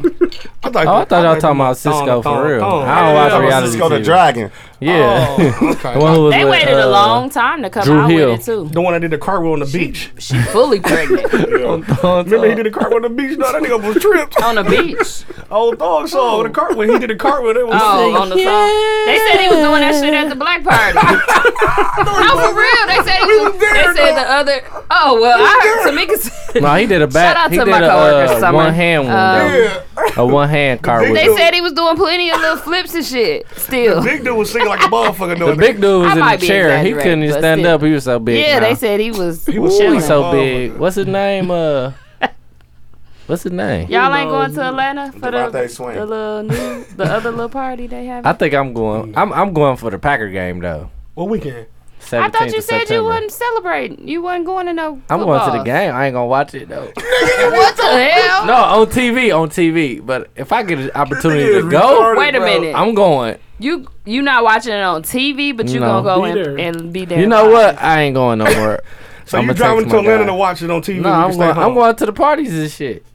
Speaker 4: with him.
Speaker 6: I thought,
Speaker 3: Oh, I thought y'all talking about
Speaker 6: Thong,
Speaker 3: Cisco
Speaker 6: thong,
Speaker 3: for real.
Speaker 6: thong.
Speaker 3: I don't watch
Speaker 5: That was
Speaker 3: reality
Speaker 5: Cisco the
Speaker 3: TV.
Speaker 5: Dragon.
Speaker 3: Yeah.
Speaker 6: Oh,
Speaker 3: The one
Speaker 6: okay.
Speaker 3: who was
Speaker 4: They
Speaker 3: with,
Speaker 4: waited a
Speaker 3: uh,
Speaker 4: long time to come
Speaker 3: Drew
Speaker 4: out
Speaker 3: Hill.
Speaker 4: with it too.
Speaker 6: The one that did the cartwheel on the beach.
Speaker 4: She fully pregnant
Speaker 3: uh,
Speaker 6: Remember he did the cartwheel on the beach? No, that nigga was tripped.
Speaker 4: on the beach.
Speaker 6: Old dog
Speaker 3: Oh.
Speaker 6: song with the cartwheel. He did the cartwheel. It was
Speaker 4: Oh, on the song. They said he was doing that shit at the black party. no, for real. They said he was. they said the other. Oh well, I heard Tamika. said-
Speaker 3: No, he did a
Speaker 4: Shout
Speaker 3: back.
Speaker 4: out
Speaker 3: he
Speaker 4: to
Speaker 3: did
Speaker 4: my coworker,
Speaker 3: a uh,
Speaker 4: Summer.
Speaker 3: one hand one though. A one hand car.
Speaker 4: They said he was doing plenty of little flips and shit. Still.
Speaker 6: Big dude was singing like a motherfucker.
Speaker 3: The
Speaker 6: doing
Speaker 3: big dude
Speaker 4: I
Speaker 3: was in the
Speaker 4: might be
Speaker 3: chair. He
Speaker 4: exaggerating,
Speaker 3: couldn't even
Speaker 4: but
Speaker 3: stand
Speaker 4: still.
Speaker 3: up. He was so big.
Speaker 4: Yeah,
Speaker 3: now.
Speaker 4: they said he was.
Speaker 6: was
Speaker 4: chilling.
Speaker 3: He's so
Speaker 6: Oh,
Speaker 3: big. What's his name? Uh, what's his name?
Speaker 4: Y'all ain't going to Atlanta for
Speaker 5: Devontae
Speaker 4: the,
Speaker 5: Swain.
Speaker 4: the little new, the other little party they have.
Speaker 3: I think I'm going. I'm I'm going for the Packer game though.
Speaker 6: What weekend?
Speaker 4: I
Speaker 3: 17th
Speaker 4: thought you
Speaker 3: of
Speaker 4: said you
Speaker 3: September.
Speaker 4: wasn't celebrating. You wasn't going to no.
Speaker 3: I'm going to the
Speaker 4: football.
Speaker 3: game. I ain't gonna watch it though.
Speaker 4: What the hell?
Speaker 3: no, on TV, on TV. But if I get an opportunity
Speaker 5: Nigga
Speaker 3: to
Speaker 5: is
Speaker 3: go,
Speaker 5: retarded,
Speaker 4: Wait a
Speaker 5: bro.
Speaker 4: minute.
Speaker 3: I'm going.
Speaker 4: You you not watching it on TV, but you
Speaker 3: No.
Speaker 4: gonna
Speaker 7: Be
Speaker 4: go
Speaker 7: there.
Speaker 4: and, and be there.
Speaker 3: You know what? I ain't going no more.
Speaker 6: So you
Speaker 3: I'ma text
Speaker 6: driving
Speaker 3: my
Speaker 6: to Atlanta
Speaker 3: guy.
Speaker 6: to watch it on TV?
Speaker 3: No,
Speaker 6: you
Speaker 3: I'm
Speaker 6: stay
Speaker 3: going. I'm
Speaker 6: home.
Speaker 3: going to the parties and shit.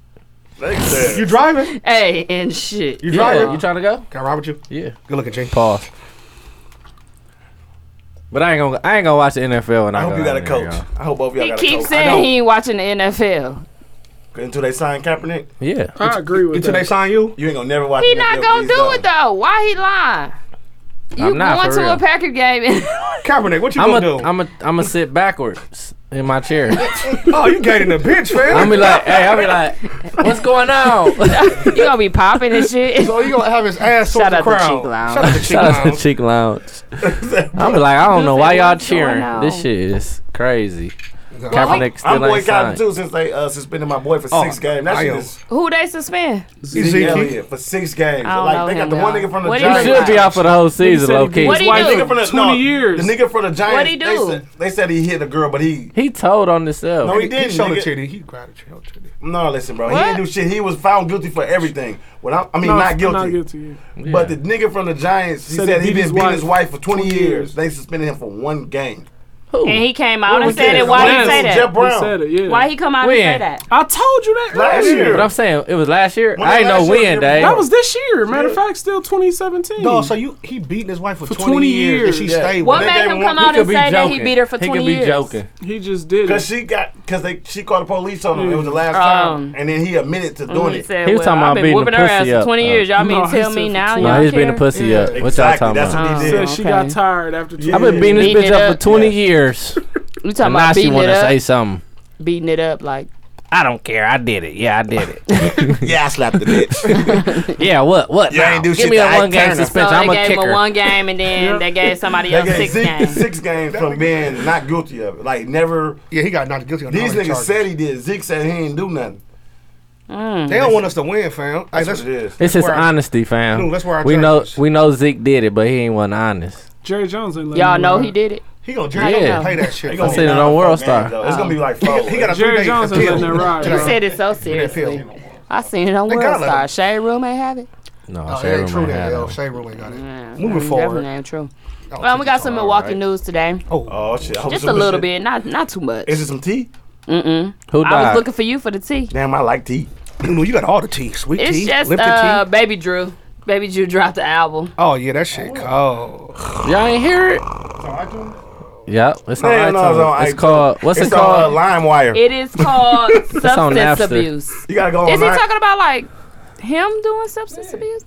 Speaker 5: They said-
Speaker 6: You driving?
Speaker 4: Hey, and shit.
Speaker 6: You driving?
Speaker 3: Yeah, you trying to go?
Speaker 6: Can I ride with you?
Speaker 3: Yeah.
Speaker 6: Good looking, Gene.
Speaker 3: Pause. But I ain't gonna. I ain't gonna watch the NFL when I,
Speaker 5: I hope
Speaker 3: go
Speaker 5: you got a
Speaker 3: down there,
Speaker 5: coach. I hope both of y'all
Speaker 4: He
Speaker 5: got a
Speaker 4: keeps
Speaker 5: coach.
Speaker 4: saying he ain't watching the NFL.
Speaker 5: Until they sign Kaepernick,
Speaker 3: y'all. Yeah.
Speaker 7: I agree with
Speaker 6: Until they
Speaker 7: that.
Speaker 6: sign you?
Speaker 5: you ain't gonna never watch.
Speaker 4: He
Speaker 5: the
Speaker 4: not
Speaker 5: NFL,
Speaker 4: gonna
Speaker 5: please
Speaker 4: do
Speaker 5: God.
Speaker 4: it though. Why he lying? You
Speaker 3: I'm not,
Speaker 4: going
Speaker 3: for
Speaker 4: to
Speaker 3: real.
Speaker 4: a Packer game? And
Speaker 6: Kaepernick, what you
Speaker 3: I'm
Speaker 6: gonna
Speaker 3: a.
Speaker 6: do?
Speaker 3: I'm a. I'm a sit backwards in my chair.
Speaker 6: oh, you gating the bitch, fam.
Speaker 3: I'm be like, hey, I'll be like, what's going on?
Speaker 4: you gonna be popping and shit?
Speaker 6: so you gonna have his ass
Speaker 4: Shout
Speaker 6: on
Speaker 4: out
Speaker 6: the
Speaker 4: to
Speaker 6: crowd.
Speaker 4: Cheek Lounge.
Speaker 6: Shout out to Cheek
Speaker 3: Shout out to
Speaker 6: Lounge.
Speaker 3: Cheek Lounge. I'm be like, I don't know why y'all
Speaker 4: What's going
Speaker 3: cheering. This
Speaker 4: on?
Speaker 3: shit is crazy. Kaepernick still
Speaker 5: I'm
Speaker 3: ain't
Speaker 5: boycotting
Speaker 3: signed.
Speaker 5: too since they uh, suspended my boy for
Speaker 6: Oh,
Speaker 5: six games. That
Speaker 6: I
Speaker 5: shit
Speaker 6: am.
Speaker 5: is
Speaker 4: Who they suspend?
Speaker 5: Zeke
Speaker 6: Ezekiel.
Speaker 5: Elliott for six games.
Speaker 4: I don't
Speaker 5: Like
Speaker 4: know
Speaker 5: they got
Speaker 4: him,
Speaker 5: the one
Speaker 4: y'all.
Speaker 5: nigga from the
Speaker 4: What do you
Speaker 3: He
Speaker 5: Giants.
Speaker 3: should be out for the whole season,
Speaker 7: said he
Speaker 3: low key.
Speaker 4: What do you
Speaker 7: wife
Speaker 5: The
Speaker 4: do?
Speaker 5: nigga from the,
Speaker 7: 20
Speaker 5: no,
Speaker 7: years.
Speaker 5: The nigga from the Giants.
Speaker 4: What'd he
Speaker 5: They
Speaker 4: do?
Speaker 5: said, they said he hit a girl, but he
Speaker 3: He told on himself.
Speaker 5: No, he
Speaker 6: He,
Speaker 5: didn't.
Speaker 6: showed a
Speaker 5: nigga.
Speaker 6: titty. He grabbed a titty. titty.
Speaker 5: No, listen, bro.
Speaker 4: What?
Speaker 5: He didn't do shit. He was found guilty for everything. Well, I, I mean,
Speaker 7: No,
Speaker 5: not guilty.
Speaker 7: Not guilty.
Speaker 5: But the nigga from the Giants, he
Speaker 7: Said
Speaker 5: said,
Speaker 7: he
Speaker 5: he
Speaker 7: beat
Speaker 5: been
Speaker 7: his
Speaker 5: beating
Speaker 7: wife
Speaker 5: his wife for 20 years.
Speaker 7: years.
Speaker 5: They suspended him for one game.
Speaker 3: Who?
Speaker 4: And he came out and
Speaker 5: was
Speaker 4: said
Speaker 5: this?
Speaker 4: it. Why he
Speaker 7: Yes.
Speaker 4: say
Speaker 5: Jeff
Speaker 4: that?
Speaker 7: He
Speaker 5: Brown.
Speaker 7: said it, yeah.
Speaker 4: Why he come out and say
Speaker 3: When?
Speaker 4: that?
Speaker 7: I told you that
Speaker 5: Last
Speaker 7: last
Speaker 5: year.
Speaker 7: year.
Speaker 3: But I'm saying it was last year.
Speaker 5: When
Speaker 3: I ain't
Speaker 5: last
Speaker 3: know
Speaker 5: year,
Speaker 3: when,
Speaker 5: it
Speaker 3: Dave.
Speaker 7: That was this year. Matter of fact, still 2017.
Speaker 6: Dog, so you he beating his wife for,
Speaker 7: For
Speaker 6: 20,
Speaker 7: 20
Speaker 6: years, and she
Speaker 5: years.
Speaker 6: stayed
Speaker 4: What
Speaker 5: They
Speaker 6: with him.
Speaker 4: made
Speaker 5: gave
Speaker 4: him
Speaker 5: him
Speaker 4: come
Speaker 5: one-
Speaker 4: out and say that he beat her for
Speaker 3: He
Speaker 4: twenty
Speaker 3: could be
Speaker 4: years?
Speaker 3: joking.
Speaker 7: he just did
Speaker 5: Cause
Speaker 7: it.
Speaker 5: she got, cause they she called the police on him. It was the last
Speaker 4: Um, Mm,
Speaker 5: time, and then he admitted to doing
Speaker 4: He,
Speaker 5: it.
Speaker 4: said,
Speaker 3: He was
Speaker 4: well,
Speaker 3: talking about
Speaker 4: I've been
Speaker 3: beating
Speaker 4: whooping
Speaker 3: the
Speaker 4: her ass
Speaker 3: pussy
Speaker 4: for
Speaker 3: up.
Speaker 4: twenty years. Y'all
Speaker 7: No,
Speaker 4: mean
Speaker 7: he
Speaker 4: tell
Speaker 7: said
Speaker 4: me
Speaker 7: for
Speaker 4: now?
Speaker 7: 20.
Speaker 3: No,
Speaker 4: Y'all
Speaker 3: he's been
Speaker 4: care?
Speaker 3: a pussy up. What y'all
Speaker 5: Exactly.
Speaker 3: talking
Speaker 5: That's
Speaker 3: about?
Speaker 5: what
Speaker 4: Oh.
Speaker 5: he
Speaker 7: said
Speaker 5: did.
Speaker 4: So
Speaker 7: she
Speaker 4: Okay.
Speaker 7: got tired after 20
Speaker 3: I've been beating this
Speaker 4: Beating
Speaker 3: bitch
Speaker 4: it
Speaker 3: up
Speaker 4: up.
Speaker 3: for 20 years.
Speaker 4: You talking
Speaker 3: And now
Speaker 4: about
Speaker 3: she
Speaker 4: beating
Speaker 3: want
Speaker 4: it
Speaker 3: to say
Speaker 4: up?
Speaker 3: something.
Speaker 4: Beating it up like
Speaker 3: I don't care. I did it. Yeah, I did it.
Speaker 5: Yeah, I slapped the bitch.
Speaker 3: yeah, what? What?
Speaker 5: Yeah, I ain't do
Speaker 3: Give
Speaker 5: shit
Speaker 3: me
Speaker 5: to
Speaker 3: a
Speaker 5: Ike
Speaker 3: one game
Speaker 5: Turner.
Speaker 3: suspension.
Speaker 4: So
Speaker 3: I'm
Speaker 4: they
Speaker 3: a
Speaker 4: gave
Speaker 3: kicker.
Speaker 4: him one game, and then they gave somebody
Speaker 5: they
Speaker 4: else
Speaker 5: gave
Speaker 4: six
Speaker 5: Zeke
Speaker 4: games.
Speaker 5: six games from being not guilty of it. Like never.
Speaker 6: Yeah, he got not guilty on all
Speaker 5: These
Speaker 6: the
Speaker 5: niggas
Speaker 6: charges.
Speaker 5: said he did. Zeke said he didn't do nothing.
Speaker 4: Mm.
Speaker 6: They don't want us to win, fam. Hey,
Speaker 5: That's
Speaker 6: let's-
Speaker 5: what it is.
Speaker 3: It's his
Speaker 6: where I-
Speaker 3: honesty,
Speaker 6: No,
Speaker 3: fam.
Speaker 6: that's where I
Speaker 3: we know
Speaker 6: judge.
Speaker 3: we know Zeke did it, but he ain't one honest.
Speaker 7: Jerry Jones ain't let
Speaker 4: Y'all
Speaker 7: him
Speaker 4: know
Speaker 7: ride.
Speaker 4: he did it.
Speaker 6: He gonna Jerry
Speaker 3: Yeah.
Speaker 6: gonna play that shit.
Speaker 5: They
Speaker 6: for
Speaker 5: gonna
Speaker 3: I
Speaker 6: him.
Speaker 3: said
Speaker 5: be
Speaker 3: it on
Speaker 5: down for
Speaker 3: World
Speaker 5: games,
Speaker 3: Star.
Speaker 5: though. It's gonna be like four.
Speaker 6: He got a
Speaker 7: Jerry
Speaker 6: three-day
Speaker 7: Jones is
Speaker 6: appeal.
Speaker 7: letting it ride,
Speaker 4: He
Speaker 7: bro.
Speaker 4: said it so seriously.
Speaker 6: appeal.
Speaker 4: I seen it on
Speaker 6: They
Speaker 4: World
Speaker 6: gotta let
Speaker 4: Star.
Speaker 6: him.
Speaker 4: Shade Room ain't have it.
Speaker 3: No,
Speaker 6: Oh,
Speaker 3: Shay
Speaker 6: it ain't true
Speaker 3: Room
Speaker 6: that.
Speaker 3: had
Speaker 6: Yo,
Speaker 3: him.
Speaker 6: Shea Room ain't got it.
Speaker 4: Mm,
Speaker 6: Moving
Speaker 4: Definitely
Speaker 6: forward.
Speaker 4: ain't true.
Speaker 6: Oh,
Speaker 4: Well, we got some Milwaukee
Speaker 3: right.
Speaker 4: news today.
Speaker 6: Oh,
Speaker 5: Oh shit! I hope
Speaker 4: Just
Speaker 5: some
Speaker 4: a
Speaker 5: of this
Speaker 4: little
Speaker 5: shit-
Speaker 4: bit, not not too much.
Speaker 5: Is it some tea?
Speaker 3: Who
Speaker 4: I was
Speaker 3: died?
Speaker 4: looking for you for the tea.
Speaker 5: Damn, I like tea.
Speaker 6: you know you got all the tea, sweet
Speaker 4: It's
Speaker 6: tea,
Speaker 4: just
Speaker 6: Lipton
Speaker 4: uh,
Speaker 6: tea.
Speaker 4: Baby Drew. Baby Drew dropped the album.
Speaker 6: Oh yeah, that shit cold.
Speaker 3: Y'all ain't hear it? Yep, it's on
Speaker 5: Hell no, it's
Speaker 3: iTunes.
Speaker 5: on
Speaker 3: It's
Speaker 5: iTunes.
Speaker 3: called what's it
Speaker 5: It's on
Speaker 3: called?
Speaker 5: LimeWire.
Speaker 4: It is called
Speaker 3: on
Speaker 4: substance
Speaker 3: Napster.
Speaker 4: abuse.
Speaker 5: You gotta go on.
Speaker 4: Is he talking about like him doing substance abuse?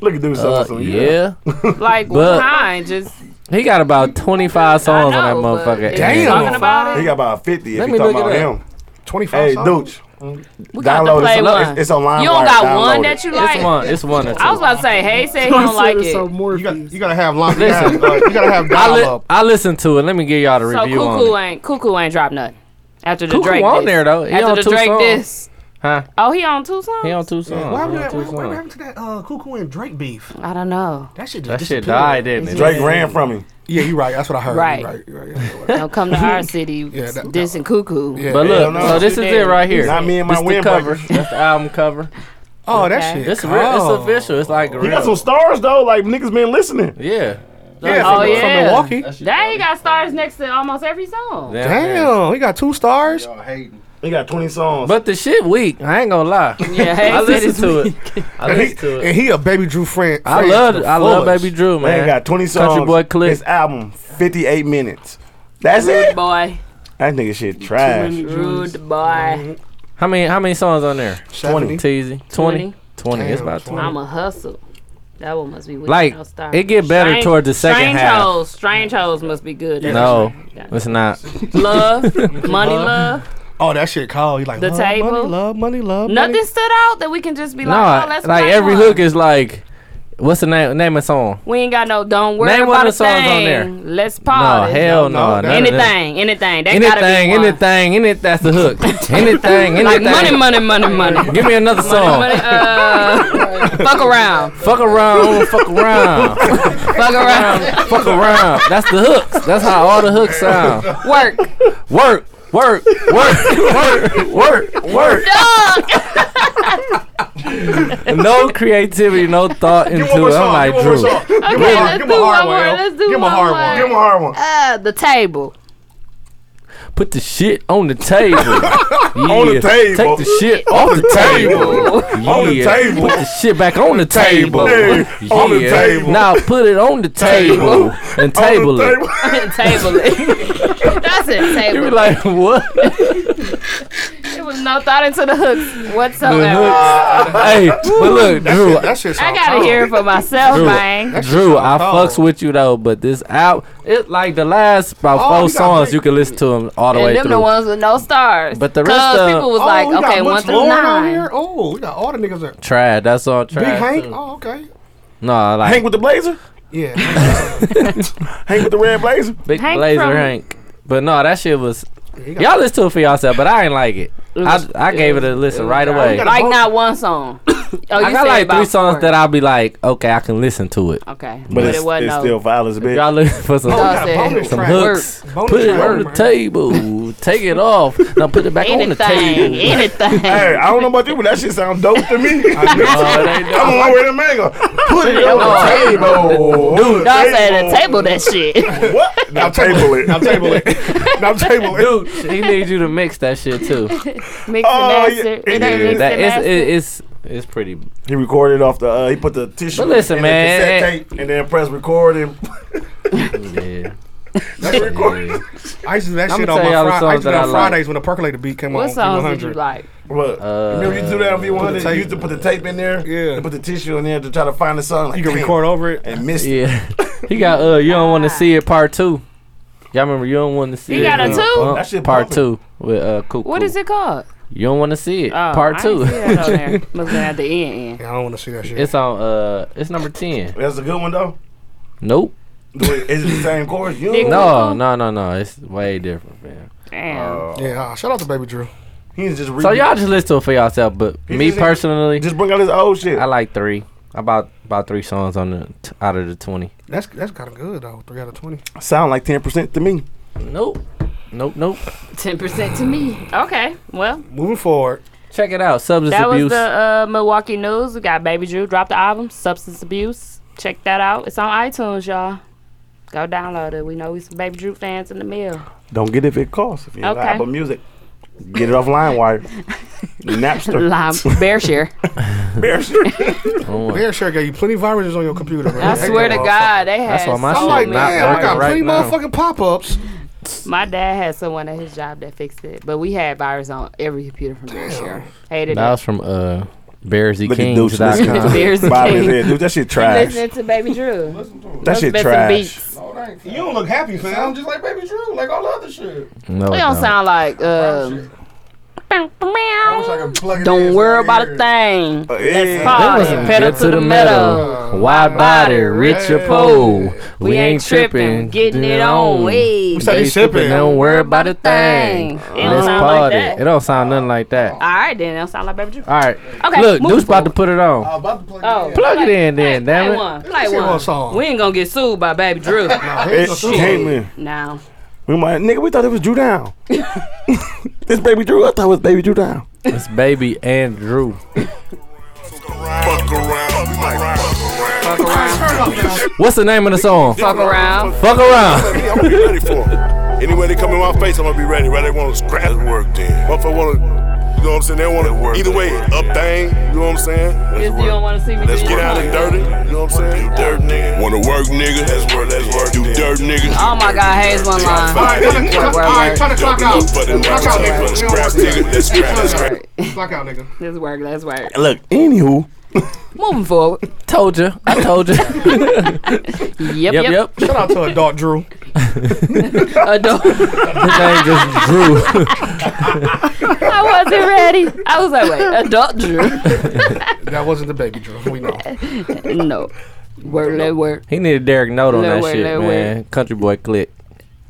Speaker 5: Look at dude,
Speaker 3: Uh,
Speaker 5: something.
Speaker 3: yeah,
Speaker 4: Like
Speaker 3: But-
Speaker 4: what kind? Just
Speaker 3: he got about twenty five
Speaker 4: I
Speaker 3: songs
Speaker 4: know, but
Speaker 3: on that motherfucker.
Speaker 4: is he
Speaker 6: Damn.
Speaker 4: Talking about
Speaker 5: He
Speaker 4: it.
Speaker 5: got about fifty.
Speaker 3: Let
Speaker 5: if
Speaker 3: me
Speaker 5: you talking
Speaker 3: look
Speaker 5: about
Speaker 3: it
Speaker 5: him,
Speaker 6: Twenty five.
Speaker 5: Hey, Dooch.
Speaker 4: We got to
Speaker 5: Download
Speaker 4: play
Speaker 5: it. It's,
Speaker 4: one.
Speaker 5: it's online.
Speaker 4: you don't got
Speaker 5: download
Speaker 4: one
Speaker 5: it.
Speaker 4: that you like.
Speaker 3: It's one. It's one or
Speaker 4: I was
Speaker 3: two.
Speaker 4: about to say, Hey said he don't like it.
Speaker 7: So
Speaker 6: You got
Speaker 7: Morpheus.
Speaker 6: you gotta have line. You gotta have, uh, you gotta have
Speaker 3: I,
Speaker 6: dial
Speaker 3: li-
Speaker 6: up.
Speaker 3: I listened to it. Let me give y'all the
Speaker 4: So
Speaker 3: review
Speaker 4: Cuckoo
Speaker 3: on it.
Speaker 4: ain't Cuckoo ain't dropped nothing after the
Speaker 3: Cuckoo
Speaker 4: Drake.
Speaker 3: on
Speaker 4: diss.
Speaker 3: there, though. He
Speaker 4: after
Speaker 3: on
Speaker 4: the
Speaker 3: two
Speaker 4: Drake
Speaker 3: songs.
Speaker 4: diss.
Speaker 3: Huh?
Speaker 4: Oh, he on two songs.
Speaker 3: He on two songs.
Speaker 6: Why
Speaker 3: He
Speaker 6: would
Speaker 3: on
Speaker 6: that?
Speaker 3: two
Speaker 6: What what
Speaker 3: songs.
Speaker 6: happened to that uh, Cuckoo and Drake beef?
Speaker 4: I don't know.
Speaker 6: That shit just
Speaker 3: That shit
Speaker 6: disappeared.
Speaker 3: died, didn't it?
Speaker 5: Drake ran from him.
Speaker 6: Yeah, you're right. That's what I heard.
Speaker 4: Right.
Speaker 6: You're right. You're right. Yeah,
Speaker 4: Don't come to our city
Speaker 6: that- that
Speaker 4: dissing Cuckoo.
Speaker 6: yeah,
Speaker 3: But
Speaker 6: yeah.
Speaker 3: look,
Speaker 5: no.
Speaker 3: so this is it right here.
Speaker 5: Not me and my
Speaker 3: This the
Speaker 5: windbreaker.
Speaker 3: cover. That's the album cover.
Speaker 6: oh, that
Speaker 4: Okay.
Speaker 6: shit.
Speaker 3: It's real. It's
Speaker 6: cold.
Speaker 3: official. It's like
Speaker 5: He got
Speaker 3: real.
Speaker 5: some stars though. Like niggas been listening.
Speaker 3: Yeah.
Speaker 6: Yeah,
Speaker 4: Oh,
Speaker 6: from,
Speaker 4: yeah.
Speaker 6: from Milwaukee.
Speaker 4: That he got stars next to almost every song.
Speaker 6: Damn, he got two stars.
Speaker 8: Y'all hating.
Speaker 5: He got 20 songs.
Speaker 3: But the shit weak. I ain't gonna lie.
Speaker 4: Yeah,
Speaker 3: I
Speaker 4: Hey said
Speaker 3: listened
Speaker 4: it's
Speaker 3: to
Speaker 4: weak.
Speaker 3: it. I
Speaker 6: And
Speaker 3: listened
Speaker 6: he,
Speaker 3: to it.
Speaker 6: and he a baby Drew friend.
Speaker 3: I love I love Baby Drew, man.
Speaker 5: man, got 20 songs.
Speaker 3: Country boy clip.
Speaker 5: His album, 58 minutes. That's
Speaker 4: Rude
Speaker 5: it.
Speaker 4: boy.
Speaker 5: That nigga shit trash.
Speaker 4: Rude
Speaker 6: Mm-hmm.
Speaker 4: boy.
Speaker 3: How many how many songs on there?
Speaker 5: 20.
Speaker 3: Teasy. 20? 20. It's
Speaker 6: Damn,
Speaker 3: about 20.
Speaker 4: I'm a hustle. That one must be weak.
Speaker 3: Like,
Speaker 4: no star.
Speaker 3: it get better
Speaker 4: Strange-
Speaker 3: towards the second
Speaker 4: strange
Speaker 3: half.
Speaker 4: Hoes. Strange hoes must be good.
Speaker 3: No,
Speaker 4: Yeah.
Speaker 3: it's not.
Speaker 4: Love, money, love.
Speaker 6: Oh, that shit cold. He like
Speaker 4: The
Speaker 6: love,
Speaker 4: table.
Speaker 6: money, love money, love money.
Speaker 4: Nothing stood out that we can just be
Speaker 3: No,
Speaker 4: like, oh, let's
Speaker 3: like
Speaker 4: play
Speaker 3: every
Speaker 4: one.
Speaker 3: hook is like, what's the name? Name of song?
Speaker 4: We ain't got no. Don't worry
Speaker 3: Name one
Speaker 4: about
Speaker 3: of
Speaker 4: a
Speaker 3: the songs on
Speaker 4: thing.
Speaker 3: there.
Speaker 4: Let's
Speaker 3: No,
Speaker 4: pause.
Speaker 3: hell
Speaker 6: no,
Speaker 3: no.
Speaker 6: no.
Speaker 3: none of that.
Speaker 4: Anything, anything. That gotta
Speaker 3: Anything,
Speaker 4: be one.
Speaker 3: anything, any That's the hook. anything, anything.
Speaker 4: Like money, money, money, money.
Speaker 3: Give me another song.
Speaker 4: money uh, fuck around.
Speaker 3: Fuck around, fuck around,
Speaker 4: Fuck around.
Speaker 3: fuck around. That's the hooks. That's how all the hooks sound.
Speaker 4: Work.
Speaker 3: Work, work, work, work, work, work. no creativity, no thought into it.
Speaker 6: Give
Speaker 3: I'm
Speaker 6: him a song,
Speaker 3: like
Speaker 6: give him a
Speaker 3: Drew.
Speaker 6: song. Give him
Speaker 4: Okay,
Speaker 6: a-
Speaker 4: let's
Speaker 6: give him
Speaker 4: do
Speaker 6: a
Speaker 4: one
Speaker 6: hard
Speaker 4: more.
Speaker 6: one. L.
Speaker 4: Let's do
Speaker 6: Give him a
Speaker 4: one
Speaker 6: hard
Speaker 4: more.
Speaker 6: one.
Speaker 5: Give him a hard one.
Speaker 4: Uh, the table.
Speaker 3: Put the shit on the table. on
Speaker 5: the table.
Speaker 3: Take the shit off the table.
Speaker 5: On the
Speaker 3: Yeah.
Speaker 5: table.
Speaker 3: Put the shit back on the table.
Speaker 5: Hey, on the
Speaker 3: Yeah.
Speaker 5: table.
Speaker 3: Now put it on the table and table it.
Speaker 5: table.
Speaker 4: table it. That's it.
Speaker 3: You
Speaker 4: Table.
Speaker 3: be
Speaker 4: it.
Speaker 3: like, what?
Speaker 4: It was no thought into the hooks whatsoever.
Speaker 3: hey, but look,
Speaker 6: That
Speaker 3: Drew,
Speaker 6: shit, that shit's
Speaker 4: I gotta hear it for myself,
Speaker 3: Drew,
Speaker 4: man.
Speaker 3: Drew, I
Speaker 6: cold.
Speaker 3: fucks with you though, but this out, it like the last about
Speaker 6: Oh,
Speaker 3: four
Speaker 6: we got
Speaker 3: songs
Speaker 6: three.
Speaker 3: you can listen to them all the way
Speaker 4: And them
Speaker 3: through.
Speaker 4: the ones with no stars.
Speaker 3: But the rest
Speaker 4: 'Cause
Speaker 3: of-
Speaker 4: people was
Speaker 6: Oh,
Speaker 4: like,
Speaker 6: we got
Speaker 4: okay, one
Speaker 6: Butch
Speaker 4: through
Speaker 6: Lawrence out
Speaker 4: nine.
Speaker 6: here? Oh, we got all the niggas there.
Speaker 3: Trash. That's all trash.
Speaker 6: Big Hank.
Speaker 3: too.
Speaker 6: Oh, okay.
Speaker 3: No, like
Speaker 5: Hang with the blazer.
Speaker 6: Yeah.
Speaker 5: Hang with the red blazer.
Speaker 3: Big
Speaker 4: Hank
Speaker 3: Blazer
Speaker 4: from-
Speaker 3: Hank. But no, that shit was.
Speaker 6: he got-
Speaker 3: Y'all listen to it for yourself, but I ain't like it.
Speaker 4: was-
Speaker 3: I, I gave it a listen right away.
Speaker 6: gotta-
Speaker 4: Like not one song. Oh, you
Speaker 3: I got like three songs that I'll be like, okay, I can listen to it.
Speaker 4: Okay,
Speaker 5: But, it's,
Speaker 4: wasn't
Speaker 5: it's
Speaker 4: no-
Speaker 5: still vile as a bitch.
Speaker 3: Y'all looking for some,
Speaker 4: I
Speaker 6: Oh, we got
Speaker 4: said
Speaker 6: bonus
Speaker 3: some
Speaker 6: track.
Speaker 3: hooks?
Speaker 6: Bonus
Speaker 3: Put it
Speaker 6: track,
Speaker 3: on the
Speaker 6: man.
Speaker 3: table. Take it off. Now put it back on the
Speaker 4: anything,
Speaker 3: table.
Speaker 4: anything.
Speaker 5: Hey, I don't know about you, but that shit sound dope to me.
Speaker 3: Oh, they know.
Speaker 5: I'm on my way to Mango. Put it on the table. Dude,
Speaker 4: Y'all said to
Speaker 6: oh.
Speaker 4: table that shit.
Speaker 5: What? Now table it.
Speaker 6: Now table it. Now table it.
Speaker 3: Dude, he needs you to mix that shit too.
Speaker 4: Mix
Speaker 5: Oh,
Speaker 4: and
Speaker 5: yeah,
Speaker 4: master. It ain't
Speaker 5: yeah,
Speaker 4: mix and
Speaker 3: That it's
Speaker 4: master.
Speaker 3: it's it's pretty.
Speaker 5: He recorded off the. Uh, he put the tissue.
Speaker 3: But listen,
Speaker 5: in the
Speaker 3: man,
Speaker 5: cassette tape and then press record and
Speaker 3: Yeah.
Speaker 5: record.
Speaker 3: yeah.
Speaker 6: I used to do that
Speaker 3: I'ma
Speaker 6: shit on
Speaker 3: tell
Speaker 6: my
Speaker 3: y'all the
Speaker 6: Friday. I used to do
Speaker 3: songs that
Speaker 6: that
Speaker 3: I
Speaker 6: on
Speaker 3: like.
Speaker 6: Fridays when the percolator beat came
Speaker 4: What
Speaker 6: on. Uh, on
Speaker 4: songs did you
Speaker 6: P100.
Speaker 4: like?
Speaker 5: What? Remember you do that on V100? You used to put the tape in there.
Speaker 6: Yeah.
Speaker 5: And put the tissue in there to try to find the song. Like,
Speaker 6: You can
Speaker 5: damn,
Speaker 6: record over it.
Speaker 5: and miss it.
Speaker 3: Yeah. He got uh you don't want to see it part 2. Y'all remember you don't want to see
Speaker 4: Ah. He
Speaker 3: it.
Speaker 4: got a
Speaker 3: uh,
Speaker 4: two?
Speaker 3: Pump,
Speaker 5: That shit
Speaker 3: part
Speaker 5: pumping.
Speaker 3: 2 with uh Cuckoo.
Speaker 4: What is it called?
Speaker 3: You don't want to see it.
Speaker 4: Oh,
Speaker 3: part
Speaker 4: I
Speaker 3: 2.
Speaker 4: ain't see that on there. Must have been at the end. end.
Speaker 6: Yeah, I don't want to see that shit.
Speaker 3: it's on uh it's number 10.
Speaker 5: That's a good one though.
Speaker 3: Nope.
Speaker 5: Wait, Is it the same chorus? You
Speaker 4: Nigga.
Speaker 3: No, no, no, no. It's way different, man.
Speaker 4: Damn.
Speaker 6: yeah, uh, shout out to Baby Drew.
Speaker 5: He's just re-
Speaker 3: So y'all just listen to it for yourself, but
Speaker 5: He
Speaker 3: me
Speaker 5: just-
Speaker 3: personally,
Speaker 5: just bring out his old shit.
Speaker 3: I like 3. About about 3 songs on the t- out of the 20.
Speaker 6: That's that's kind of good though. Three out of twenty.
Speaker 5: Sound like ten percent to me.
Speaker 3: Nope. Nope, nope.
Speaker 4: Ten percent to me. Okay, well
Speaker 6: Moving forward.
Speaker 3: Check it out. Substance
Speaker 4: that
Speaker 3: abuse.
Speaker 4: was the uh, Milwaukee news. We got Baby Drew dropped the album Substance Abuse. Check that out. It's on iTunes, y'all. Go download it. We know we some Baby Drew fans in the mill.
Speaker 5: Don't get it if it costs. If you
Speaker 4: Okay.
Speaker 5: like Apple Music, get it off LimeWire, Napster,
Speaker 4: Lime Bear Share.
Speaker 5: Bearshare.
Speaker 3: Oh,
Speaker 6: Bear Share gave you plenty of viruses on your computer. Man.
Speaker 4: I swear to God, they had.
Speaker 3: That's why my
Speaker 4: so
Speaker 6: I'm like,
Speaker 3: shit not
Speaker 6: damn, I
Speaker 3: working
Speaker 6: got
Speaker 3: right
Speaker 6: plenty
Speaker 3: now.
Speaker 6: motherfucking pop ups.
Speaker 4: My dad had someone at his job that fixed it, but we had virus on every computer from Bear Share. Hated
Speaker 3: That
Speaker 4: it.
Speaker 3: was from uh
Speaker 5: Look at Deuce.
Speaker 3: BearsEKings.com.
Speaker 4: Bears
Speaker 5: Listen.
Speaker 4: and
Speaker 5: Bob
Speaker 4: Kings.
Speaker 5: is in. Dude, that shit trash.
Speaker 4: Listening to Baby Drew.
Speaker 5: That shit
Speaker 4: Been some
Speaker 5: trash.
Speaker 4: beats.
Speaker 6: You don't look happy, fam.
Speaker 8: Sound just like Baby Drew, like all the other Oh, shit.
Speaker 3: No,
Speaker 4: We don't sound like uh,
Speaker 8: I wish I could plug it in
Speaker 4: Don't
Speaker 8: so I
Speaker 4: worry
Speaker 8: could
Speaker 4: about
Speaker 8: hear
Speaker 4: a
Speaker 8: it. Uh,
Speaker 4: thing.
Speaker 5: Yeah.
Speaker 4: pop.
Speaker 3: That
Speaker 4: Oh,
Speaker 3: wasn't
Speaker 4: yeah.
Speaker 3: pedal to the metal. Why bother, rich or poor? We ain't tripping,
Speaker 4: tripping, getting it on. Hey.
Speaker 6: said- They
Speaker 3: They
Speaker 6: sipping.
Speaker 3: sipping, don't worry about a
Speaker 4: It
Speaker 3: thing.
Speaker 4: don't
Speaker 3: Let's
Speaker 4: sound like
Speaker 3: party.
Speaker 4: that.
Speaker 3: It don't sound nothing like that.
Speaker 4: All right, then. That sound like Baby Drew.
Speaker 3: All right.
Speaker 4: Okay,
Speaker 3: Look,
Speaker 4: move
Speaker 3: Deuce about to
Speaker 4: forward.
Speaker 3: put it on.
Speaker 8: I'm about to plug it
Speaker 4: Oh.
Speaker 8: in.
Speaker 3: Plug it in, then.
Speaker 4: Play
Speaker 3: Damn it.
Speaker 4: one. Play
Speaker 6: Sing
Speaker 4: one.
Speaker 6: one song.
Speaker 4: We ain't gonna get sued by Baby Drew.
Speaker 5: It came in.
Speaker 4: now,
Speaker 5: We might, nigga, we thought it was Drew Down. this baby Drew, I thought it was baby Drew Down.
Speaker 3: It's baby and Drew.
Speaker 4: fuck around.
Speaker 3: What's the name of the song?
Speaker 4: Fuck around.
Speaker 3: Fuck around.
Speaker 9: I'm gonna be ready for it. Anywhere they come in my face, I'm gonna be ready. Right? They want to scratch work then. Motherfucker want to, you know what I'm saying? They want to either way, up thing. You know what I'm saying?
Speaker 4: If you don't want to see me
Speaker 9: Let's
Speaker 4: do
Speaker 9: get
Speaker 4: your
Speaker 9: out and
Speaker 4: homework.
Speaker 9: dirty. You know what I'm saying? Do dirt, nigga. Wanna work, nigga? Let's work. Let's work. Do dirt, nigga.
Speaker 4: Oh my God, Hayes one line.
Speaker 9: All right,
Speaker 6: Turn the- turn- all right, turn the clock out.
Speaker 9: Button,
Speaker 6: Clock out, nigga.
Speaker 9: button, scrap, nigga. Let's scrap, let's scrap.
Speaker 6: Clock out, nigga.
Speaker 4: Let's work. Let's work.
Speaker 5: Look, anywho,
Speaker 4: Moving forward.
Speaker 3: Told you. I told you.
Speaker 4: Yep,
Speaker 3: Yep, yep.
Speaker 6: Shout out to Adult Drew.
Speaker 4: Adult.
Speaker 3: His name just Drew.
Speaker 4: I wasn't ready. I was like, wait, adult Drew.
Speaker 6: That wasn't the baby Drew. We know.
Speaker 4: no. Work, let work.
Speaker 3: he needed Derek Note on
Speaker 4: Lil
Speaker 3: that
Speaker 4: Wayne,
Speaker 3: shit,
Speaker 4: Lil
Speaker 3: man.
Speaker 4: Wayne.
Speaker 3: Country boy click.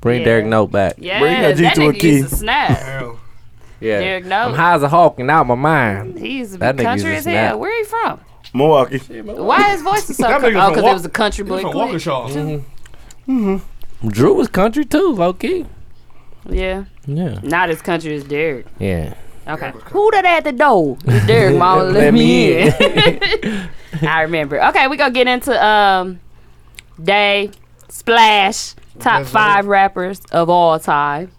Speaker 3: Bring
Speaker 4: Yeah.
Speaker 3: Derek Note back.
Speaker 4: Yeah,
Speaker 5: Bring that
Speaker 4: that,
Speaker 5: G to a
Speaker 4: nigga
Speaker 5: key.
Speaker 4: used to snap.
Speaker 3: Yeah.
Speaker 4: Derek Note.
Speaker 3: I'm high as a hawk and out my mind.
Speaker 4: He used to
Speaker 3: That nigga
Speaker 4: be country as
Speaker 3: used to
Speaker 4: hell.
Speaker 3: snap.
Speaker 4: Where he from?
Speaker 5: Milwaukee.
Speaker 4: Why his voice is so?
Speaker 6: That
Speaker 4: co-
Speaker 6: nigga
Speaker 4: oh,
Speaker 6: from
Speaker 4: because
Speaker 6: Wa-
Speaker 4: it was a country boy.
Speaker 6: From
Speaker 4: clique.
Speaker 6: Waukesha. Mm-hmm.
Speaker 3: Drew was country too, low key.
Speaker 4: Yeah,
Speaker 3: Yeah.
Speaker 4: not as country as Derek.
Speaker 3: Yeah.
Speaker 4: Okay. Who that at the door? It's Derek Mama let, me in. I remember. Okay, we gonna get into um Day Splash top
Speaker 6: That's
Speaker 4: five rappers of all time.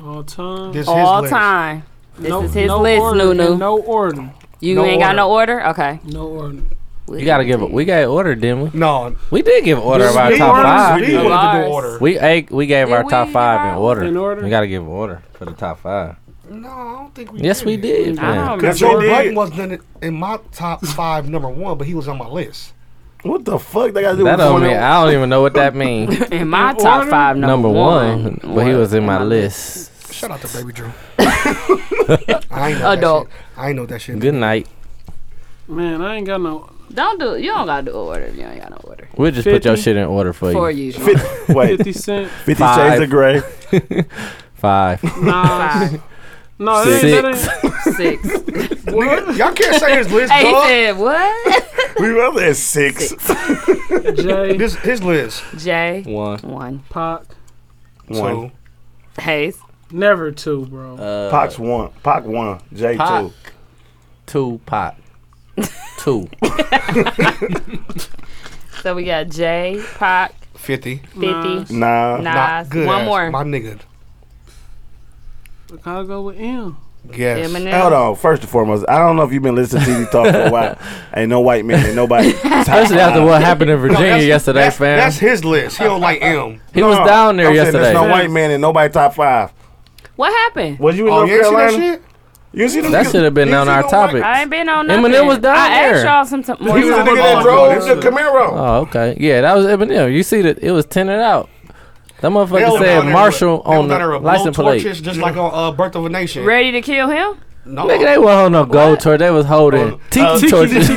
Speaker 7: All time.
Speaker 6: This
Speaker 4: all
Speaker 6: his list.
Speaker 4: time. This
Speaker 7: no,
Speaker 4: is his
Speaker 7: no
Speaker 4: list,
Speaker 7: order,
Speaker 4: Nunu.
Speaker 7: and No order.
Speaker 4: you
Speaker 6: no
Speaker 4: ain't got no order? Okay.
Speaker 7: No order.
Speaker 3: You gotta give a we gave order, didn't we?
Speaker 6: No,
Speaker 3: We did give order of our
Speaker 6: we
Speaker 3: top
Speaker 6: wanted-
Speaker 3: five.
Speaker 6: We wanted to
Speaker 4: Ours.
Speaker 6: do order.
Speaker 3: We ate, we gave
Speaker 4: Did
Speaker 3: our top
Speaker 4: we
Speaker 3: five
Speaker 4: give
Speaker 3: in
Speaker 4: our-
Speaker 3: order.
Speaker 7: In order?
Speaker 3: We gotta give order for the top five.
Speaker 6: No, I don't think we.
Speaker 3: Yes, we did.
Speaker 4: I don't
Speaker 3: Man.
Speaker 4: remember.
Speaker 6: Joe
Speaker 9: They did.
Speaker 6: Budden wasn't in, in my top five, number one, but he was on my list.
Speaker 5: What the fuck they got to do
Speaker 3: That
Speaker 5: with
Speaker 3: don't
Speaker 5: going
Speaker 3: mean
Speaker 5: on?
Speaker 3: I don't even know what that means.
Speaker 4: In my top five, number,
Speaker 3: Number one, but he was in my
Speaker 4: Am I-
Speaker 3: list.
Speaker 6: Shout out to Baby Drew. I ain't know
Speaker 4: Adult.
Speaker 6: That shit. I ain't know that shit.
Speaker 3: Good night.
Speaker 7: Man, I ain't got no.
Speaker 4: Don't do. You don't gotta do order. if You ain't got no order
Speaker 3: We'll just put your
Speaker 7: 50.
Speaker 3: shit in order for,
Speaker 4: for
Speaker 3: you.
Speaker 4: you.
Speaker 5: Wait,
Speaker 7: Fifty Cent.
Speaker 5: 50
Speaker 3: Five.
Speaker 5: Shades of Grey.
Speaker 3: Five.
Speaker 7: Nas.
Speaker 4: Five,
Speaker 7: no, that ain't, that
Speaker 3: Six.
Speaker 7: ain't.
Speaker 4: six.
Speaker 6: Nigga, y'all can't say his list,
Speaker 4: Hey, he
Speaker 6: dog.
Speaker 4: said what?
Speaker 5: We were at six.
Speaker 7: Jay,
Speaker 6: This his list.
Speaker 4: Jay
Speaker 3: One.
Speaker 4: one.
Speaker 7: Pac.
Speaker 5: One.
Speaker 4: Hayes
Speaker 7: Never two, bro.
Speaker 3: Uh,
Speaker 5: Pac's one. Pac one. J
Speaker 3: Pac.
Speaker 5: two.
Speaker 3: Two pot. Two.
Speaker 4: So we got Jay, Pac,
Speaker 6: Fifty.
Speaker 4: 50, Nas.
Speaker 5: Nah.
Speaker 6: Not good.
Speaker 4: One
Speaker 6: ass.
Speaker 4: more.
Speaker 6: My nigga.
Speaker 7: I gotta go with M.
Speaker 6: Yes.
Speaker 4: Eminem.
Speaker 5: Hold on. First and foremost, I don't know if you've been listening to TV talk for a while. ain't no white man, ain't nobody.
Speaker 3: Especially after what happened in Virginia
Speaker 6: That's-
Speaker 3: yesterday,
Speaker 6: that's,
Speaker 3: fam.
Speaker 6: That's his list. He don't like M.
Speaker 3: he was
Speaker 5: No,
Speaker 3: down there
Speaker 5: I'm saying
Speaker 3: yesterday.
Speaker 5: There's no white man and nobody top five.
Speaker 4: What happened?
Speaker 5: Was you in
Speaker 6: Oh,
Speaker 5: North
Speaker 6: you ain't seen that
Speaker 5: Carolina?
Speaker 6: shit?
Speaker 5: You see them?
Speaker 3: That should have been on our topic.
Speaker 4: I ain't been on
Speaker 3: Eminem
Speaker 4: nothing.
Speaker 3: was down
Speaker 4: I
Speaker 3: there.
Speaker 4: asked y'all some t- more
Speaker 5: He was the
Speaker 4: time.
Speaker 5: nigga that drove the Camaro.
Speaker 3: Oh, okay. Yeah, that was Eminem. You see that it was tinted out. That
Speaker 6: They
Speaker 3: motherfucker
Speaker 6: was down
Speaker 3: said
Speaker 6: there
Speaker 3: Marshall
Speaker 6: with- they was
Speaker 3: on
Speaker 6: down there
Speaker 3: the
Speaker 6: with
Speaker 3: license
Speaker 6: blow
Speaker 3: plate.
Speaker 6: torches, just like on uh, Birth of a Nation.
Speaker 4: Ready to kill him?
Speaker 6: No, Uh,
Speaker 3: Nigga, they wasn't on no gold torch. They was holding tiki torches.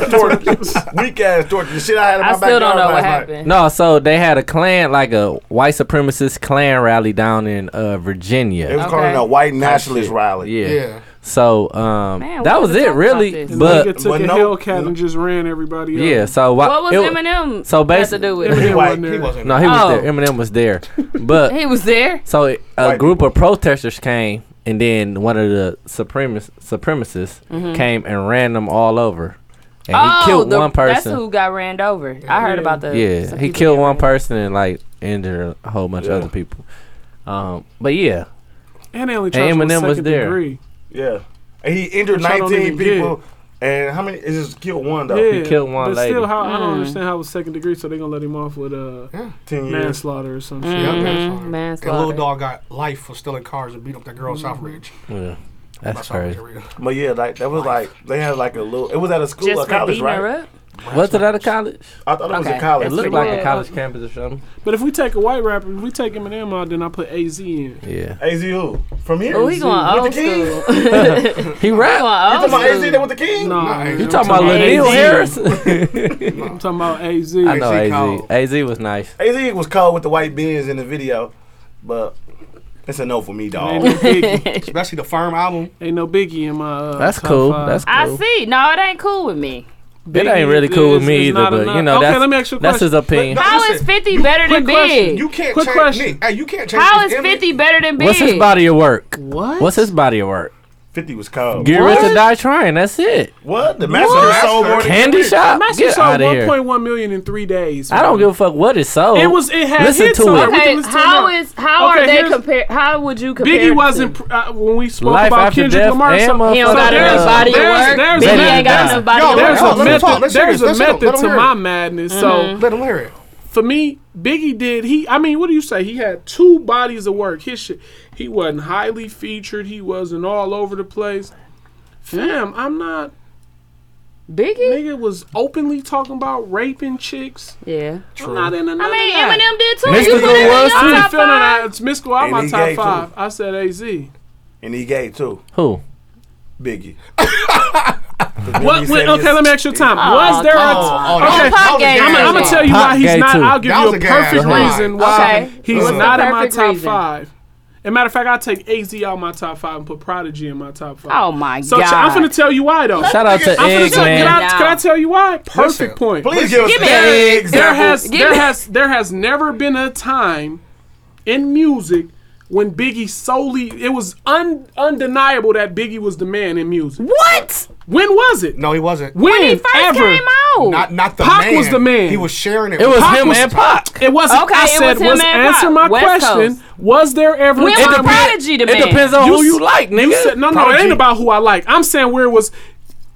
Speaker 5: Weak ass torch. The shit I had in my
Speaker 4: I
Speaker 5: backyard
Speaker 4: still don't know
Speaker 5: last
Speaker 4: what
Speaker 5: night.
Speaker 4: happened.
Speaker 3: No, so they had a clan, like a white supremacist clan rally down in uh,
Speaker 5: It was
Speaker 3: Virginia.
Speaker 5: calling
Speaker 4: Okay.
Speaker 5: it a white nationalist rally.
Speaker 3: Yeah.
Speaker 6: yeah.
Speaker 3: So um,
Speaker 4: Man, we
Speaker 3: that was
Speaker 4: could've
Speaker 3: it,
Speaker 4: talked
Speaker 3: really.
Speaker 4: about this.
Speaker 7: The
Speaker 3: But
Speaker 7: nigga took
Speaker 5: but
Speaker 7: a
Speaker 5: no-
Speaker 7: Hellcat and just ran everybody. up.
Speaker 3: yeah, so Oh, why-
Speaker 4: What was
Speaker 3: it wa-
Speaker 4: Eminem
Speaker 3: so
Speaker 4: had to
Speaker 3: basically-
Speaker 4: do with
Speaker 7: Eminem
Speaker 4: it?
Speaker 5: He white.
Speaker 7: wasn't
Speaker 6: He
Speaker 7: there.
Speaker 6: wasn't.
Speaker 3: No, he was
Speaker 4: Oh.
Speaker 3: there. Eminem was there, but
Speaker 4: He was there.
Speaker 3: so it, a
Speaker 5: White
Speaker 3: group of protesters came, and then one of the supremac- supremacists came and ran them all over, and he killed
Speaker 4: Mm-hmm. Oh, the-
Speaker 3: one person.
Speaker 4: That's who got ran over. I heard
Speaker 7: Yeah.
Speaker 4: about the
Speaker 3: yeah,
Speaker 4: some
Speaker 3: he
Speaker 4: people
Speaker 3: killed
Speaker 4: got
Speaker 3: one
Speaker 4: ran-
Speaker 3: person and like injured a whole bunch
Speaker 5: Yeah.
Speaker 3: of other people. Um, but yeah,
Speaker 7: And they only
Speaker 3: And
Speaker 7: charged him with
Speaker 3: Eminem was
Speaker 7: second
Speaker 3: there.
Speaker 7: degree.
Speaker 5: Yeah. And he injured
Speaker 7: Which I don't
Speaker 5: 19
Speaker 7: even get.
Speaker 5: people. And how many? It just killed one, though.
Speaker 7: Yeah,
Speaker 3: killed one
Speaker 7: but
Speaker 3: lady.
Speaker 7: still, how
Speaker 4: Hmm.
Speaker 7: I
Speaker 4: Mm.
Speaker 7: don't understand how it was second degree, so they gonna let him off with uh,
Speaker 5: 10 years.
Speaker 7: manslaughter or some
Speaker 6: Yeah,
Speaker 3: Mm-hmm.
Speaker 7: shit.
Speaker 6: manslaughter.
Speaker 4: Mm-hmm. manslaughter.
Speaker 6: And Lil Dog got life for stealing cars and beat up that girl in
Speaker 7: Mm-hmm.
Speaker 6: Southridge.
Speaker 3: yeah, that's
Speaker 6: That's all
Speaker 3: crazy.
Speaker 6: real.
Speaker 5: But yeah, like, that was like, they had like a little, it was at a school,
Speaker 4: Just
Speaker 5: a
Speaker 4: for
Speaker 5: college,
Speaker 4: beating
Speaker 5: right?
Speaker 4: her up.
Speaker 3: Was it out of college?
Speaker 5: I thought it was
Speaker 4: Okay.
Speaker 5: in college.
Speaker 3: It looked
Speaker 7: what
Speaker 3: like
Speaker 7: it
Speaker 3: a college
Speaker 7: was.
Speaker 3: campus or something.
Speaker 7: But if we take a white rapper, if we take Eminem out, then I put AZ in.
Speaker 3: Yeah.
Speaker 5: AZ who? From here?
Speaker 4: Oh, he going old
Speaker 5: With the King? You
Speaker 4: school. he
Speaker 3: He rap.
Speaker 5: talking about AZ
Speaker 4: going
Speaker 5: that with the King?
Speaker 7: No,
Speaker 6: Nice.
Speaker 3: You talking about Lil
Speaker 4: AZ.
Speaker 3: Neil Harris?
Speaker 7: I'm talking about AZ.
Speaker 3: I know
Speaker 6: AZ
Speaker 3: AZ.
Speaker 6: cold.
Speaker 3: AZ was nice.
Speaker 5: AZ was cold with the white beans in the video, but it's a no for me,
Speaker 7: Ain't
Speaker 5: dog.
Speaker 7: no biggie.
Speaker 6: Especially the firm album.
Speaker 7: Ain't no biggie in my. Uh,
Speaker 3: That's
Speaker 7: top
Speaker 3: cool.
Speaker 7: five.
Speaker 3: That's
Speaker 4: I
Speaker 3: cool.
Speaker 4: see. No, it ain't cool with me.
Speaker 3: It ain't
Speaker 7: Biggie
Speaker 3: really cool with
Speaker 7: is-
Speaker 3: me
Speaker 7: is
Speaker 3: either,
Speaker 7: not
Speaker 3: but
Speaker 7: enough.
Speaker 3: you know
Speaker 7: Okay,
Speaker 3: that's
Speaker 7: let me ask you a
Speaker 3: that's his
Speaker 7: question.
Speaker 3: opinion.
Speaker 6: Look,
Speaker 4: How
Speaker 6: Listen,
Speaker 4: is 50 better than
Speaker 7: quick question.
Speaker 4: Big?
Speaker 6: You can't
Speaker 7: Quick
Speaker 6: change
Speaker 7: question.
Speaker 6: Nick, hey, you can't change
Speaker 4: How
Speaker 6: his
Speaker 4: is
Speaker 6: image.
Speaker 4: 50 better than Big?
Speaker 3: What's his body of work?
Speaker 7: What?
Speaker 3: What's his body of work?
Speaker 5: 50 was cold.
Speaker 3: Get
Speaker 4: What?
Speaker 3: rich or die trying. That's it.
Speaker 5: What? The master of the soul more than
Speaker 3: Candy
Speaker 5: Rich.
Speaker 3: shop.
Speaker 7: Maxie
Speaker 3: Get
Speaker 7: sold
Speaker 3: out of here.
Speaker 7: 1.1 million in three days.
Speaker 3: I don't give a fuck what it sold.
Speaker 7: It was. It had
Speaker 3: Listen
Speaker 7: hits
Speaker 3: to
Speaker 7: on We
Speaker 3: it.
Speaker 7: can
Speaker 4: Okay,
Speaker 7: listen to
Speaker 4: how
Speaker 7: it.
Speaker 4: is how
Speaker 7: Okay,
Speaker 4: are they
Speaker 7: here's-
Speaker 4: compare? How would you compare?
Speaker 7: Biggie
Speaker 4: the
Speaker 7: wasn't
Speaker 4: two?
Speaker 7: pr- uh, when we spoke
Speaker 3: Life
Speaker 7: about
Speaker 3: after
Speaker 7: Kendrick
Speaker 3: death
Speaker 7: Lamar.
Speaker 3: and
Speaker 7: so-
Speaker 3: motherfucker.
Speaker 4: He don't
Speaker 7: so
Speaker 4: got
Speaker 7: there's-
Speaker 4: enough body of
Speaker 7: there's-
Speaker 4: work.
Speaker 7: there's
Speaker 4: Biggie
Speaker 7: a-
Speaker 4: ain't got enough body
Speaker 6: Yo,
Speaker 4: of
Speaker 7: There's
Speaker 4: work.
Speaker 6: Let
Speaker 7: a
Speaker 6: him talk.
Speaker 7: method.
Speaker 6: Let's hear
Speaker 7: There's
Speaker 6: it.
Speaker 7: a
Speaker 6: Let's hear it.
Speaker 7: method
Speaker 6: Let him
Speaker 7: to
Speaker 6: hear
Speaker 7: my
Speaker 6: it.
Speaker 7: madness.
Speaker 4: Mm-hmm.
Speaker 7: So
Speaker 6: Let him hear it.
Speaker 7: for me, Biggie did he I mean, what do you say? He had two bodies of work. His shit he wasn't highly featured, he wasn't all over the place. Fam, I'm not
Speaker 4: Biggie?
Speaker 7: nigga was openly talking about raping chicks.
Speaker 4: Yeah.
Speaker 7: I'm not in another
Speaker 4: I mean,
Speaker 7: that.
Speaker 4: Eminem did too.
Speaker 3: Mystical
Speaker 4: You put him in
Speaker 3: was
Speaker 4: your
Speaker 7: I didn't
Speaker 4: top
Speaker 7: feel none of
Speaker 4: five.
Speaker 7: that. It's Mystical out
Speaker 5: And
Speaker 7: my
Speaker 5: he
Speaker 7: top
Speaker 5: gay, too.
Speaker 7: five. I said AZ.
Speaker 5: And he gave too.
Speaker 3: Who?
Speaker 5: Biggie.
Speaker 7: What, what, okay, let me ask you, Tom. was there a
Speaker 6: okay.
Speaker 4: Oh, Pop game.
Speaker 7: I'm, I'm gonna tell you
Speaker 3: Pop
Speaker 7: why he's
Speaker 3: gay,
Speaker 7: not.
Speaker 3: too.
Speaker 7: I'll give
Speaker 6: That
Speaker 7: you
Speaker 6: was
Speaker 7: a
Speaker 6: a guy.
Speaker 7: perfect
Speaker 6: Right.
Speaker 7: reason why
Speaker 4: Okay.
Speaker 7: he's
Speaker 4: What's the
Speaker 7: not in my
Speaker 4: perfect
Speaker 7: top
Speaker 4: reason?
Speaker 7: five. As a matter of fact, I'll take AZ out of my top five and put Prodigy in my top five.
Speaker 4: Oh my
Speaker 7: So
Speaker 4: god.
Speaker 7: ch- I'm gonna tell you why though.
Speaker 3: Shout out to
Speaker 7: I'm finna
Speaker 3: Egg
Speaker 7: tell- can,
Speaker 3: Man.
Speaker 7: I, can I tell you why? Perfect
Speaker 6: Listen,
Speaker 7: point.
Speaker 5: Please give us
Speaker 4: Give me
Speaker 5: an
Speaker 4: a-
Speaker 7: There
Speaker 5: example.
Speaker 7: has
Speaker 4: Give
Speaker 7: there
Speaker 4: me-
Speaker 7: has there has never been a time in music when Biggie solely it was un, undeniable that Biggie was the man in music.
Speaker 4: What?
Speaker 7: When was it?
Speaker 6: No, he wasn't.
Speaker 7: When,
Speaker 4: He first
Speaker 7: ever?
Speaker 4: came out.
Speaker 6: Not not the
Speaker 7: Pac
Speaker 6: man.
Speaker 7: was the man.
Speaker 6: He was sharing it.
Speaker 3: It was
Speaker 7: Pac
Speaker 3: him
Speaker 7: was-
Speaker 3: and Pac.
Speaker 7: It wasn't.
Speaker 4: Okay,
Speaker 7: I
Speaker 4: it
Speaker 7: said,
Speaker 4: was him
Speaker 7: was
Speaker 4: and
Speaker 7: answer
Speaker 4: Pop.
Speaker 7: my
Speaker 4: West
Speaker 7: question.
Speaker 4: Coast.
Speaker 7: Was there ever a
Speaker 4: When was
Speaker 7: time-
Speaker 4: Prodigy the man?
Speaker 3: It depends on
Speaker 7: You
Speaker 3: who
Speaker 7: s-
Speaker 3: you like, nigga.
Speaker 7: You said, no, no, it ain't about who I like. I'm saying where it was.